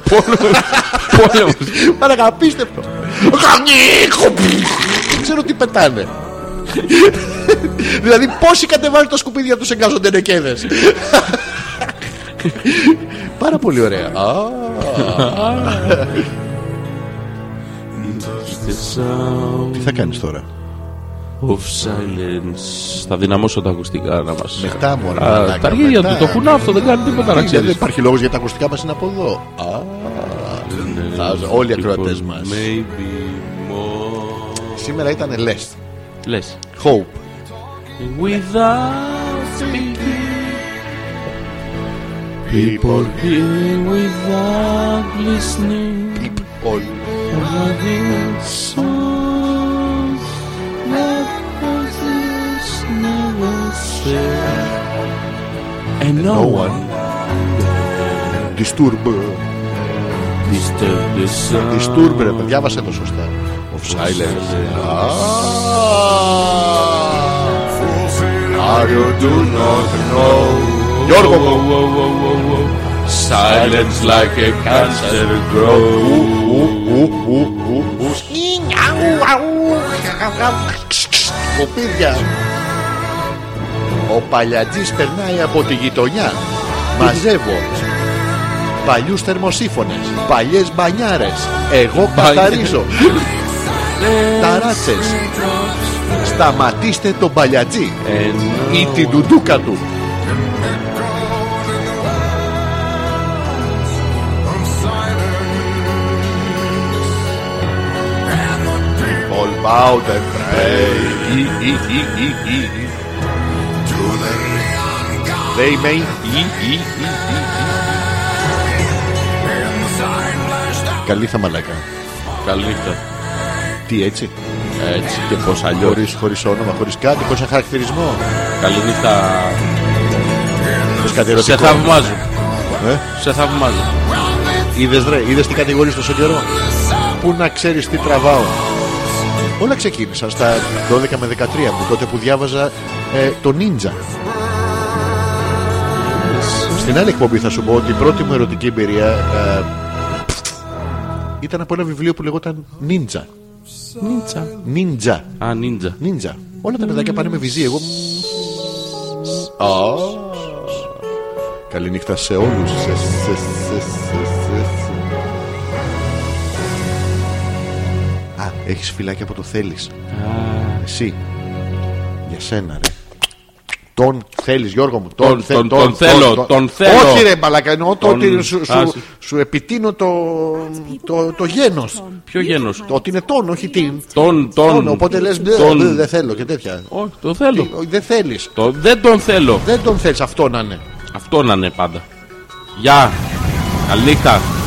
Speaker 2: Πόλεμος.
Speaker 1: Μάρακα, απίστευτο. Γαμνίκο. Δεν ξέρω τι πετάνε. δηλαδή, πόσοι κατεβάζουν τα σκουπίδια τους εγκάζονται νεκέδες. Πάρα πολύ ωραία. Α,
Speaker 2: The sound
Speaker 1: Τι θα κάνεις τώρα.
Speaker 2: of silence. Θα δυναμώσω τα ακουστικά να μας...
Speaker 1: Μετά μωρά.
Speaker 2: Α, Τα αργίδια του το έχουν αυτό, δεν κάνει τίποτα να
Speaker 1: ε. Δεν
Speaker 2: ξέρεις.
Speaker 1: υπάρχει λόγος γιατί τα ακουστικά μας είναι από εδώ. Α, Φαντάζομαι, όλοι οι
Speaker 2: People
Speaker 1: ακροατές μας.
Speaker 2: Maybe more.
Speaker 1: Σήμερα ήταν Less
Speaker 2: Λες.
Speaker 1: Hope
Speaker 2: Without speaking,
Speaker 1: People
Speaker 2: hearing without listening,
Speaker 1: All
Speaker 2: having songs that voices never said. And no
Speaker 1: No
Speaker 2: one
Speaker 1: one Disturb
Speaker 2: disturbed the sound.
Speaker 1: Disturb ρε παιδιά, διάβασε το σωστά Of silence Ah, you do not know Γιώργο μου
Speaker 2: Whoa, whoa, whoa, whoa. Silence like a cancer grows.
Speaker 1: Σκοπίδια Ο παλιατζής περνάει από τη γειτονιά Μαζεύω Παλιούς θερμοσύφωνες Παλιές μπανιάρες Εγώ καθαρίζω Ταράτσες Σταματήστε τον παλιατζή Ή την ντουντούκα του All about the They may Καλή θα μαλακά
Speaker 2: Καλή νύχτα.
Speaker 1: Τι έτσι
Speaker 2: Έτσι και πως αλλιώς.
Speaker 1: Χωρίς, χωρίς όνομα, χωρίς κάτι, χωρίς ένα χαρακτηρισμό
Speaker 2: Καλή νύχτα.
Speaker 1: Χωρίς κάτι
Speaker 2: Σε
Speaker 1: ερωτικό
Speaker 2: θαυμάζω.
Speaker 1: Ε?
Speaker 2: Σε θαυμάζω.
Speaker 1: Είδες ρε, είδες τι κατηγορείς τόσο καιρό Πού να ξέρεις τι τραβάω Όλα ξεκίνησαν στα 12 με 13 μου Τότε που διάβαζα ε, το Ninja Στην άλλη εκπομπή θα σου πω ότι η πρώτη μου ερωτική εμπειρία ε, Ήταν από ένα βιβλίο που λεγόταν Ninja
Speaker 2: Νίτσα.
Speaker 1: Ninja
Speaker 2: Α, νίντζα.
Speaker 1: Ninja Όλα τα παιδάκια πάνε με βυζί Εγώ Καληνύχτα σε όλους Σε- σε- σε- σε- σε- σε. Α, έχεις φυλάκι από το θέλεις Εσύ Για σένα ρε τον θέλεις Γιώργο μου
Speaker 2: Τον-
Speaker 1: θε-
Speaker 2: τον- τον θέλω, τον θέλω.
Speaker 1: Όχι ρε μπαλακα εννοώ το
Speaker 2: Τον-
Speaker 1: ότι σου, σου,
Speaker 2: Άσε.
Speaker 1: σου επιτείνω το, το, το γένος
Speaker 2: Ποιο γένος.
Speaker 1: Το ότι είναι τον όχι την
Speaker 2: Τον,
Speaker 1: Τον,
Speaker 2: τον.
Speaker 1: Ναι, οπότε λες «Μπλε,
Speaker 2: τον-
Speaker 1: μπλε, δεν θέλω και τέτοια
Speaker 2: Όχι, το θέλω.
Speaker 1: Τι, Δεν θέλεις
Speaker 2: Το, δεν τον θέλω.
Speaker 1: Δεν τον θες αυτό να είναι.
Speaker 2: Αυτό να είναι πάντα. Γεια. Καλή νύχτα.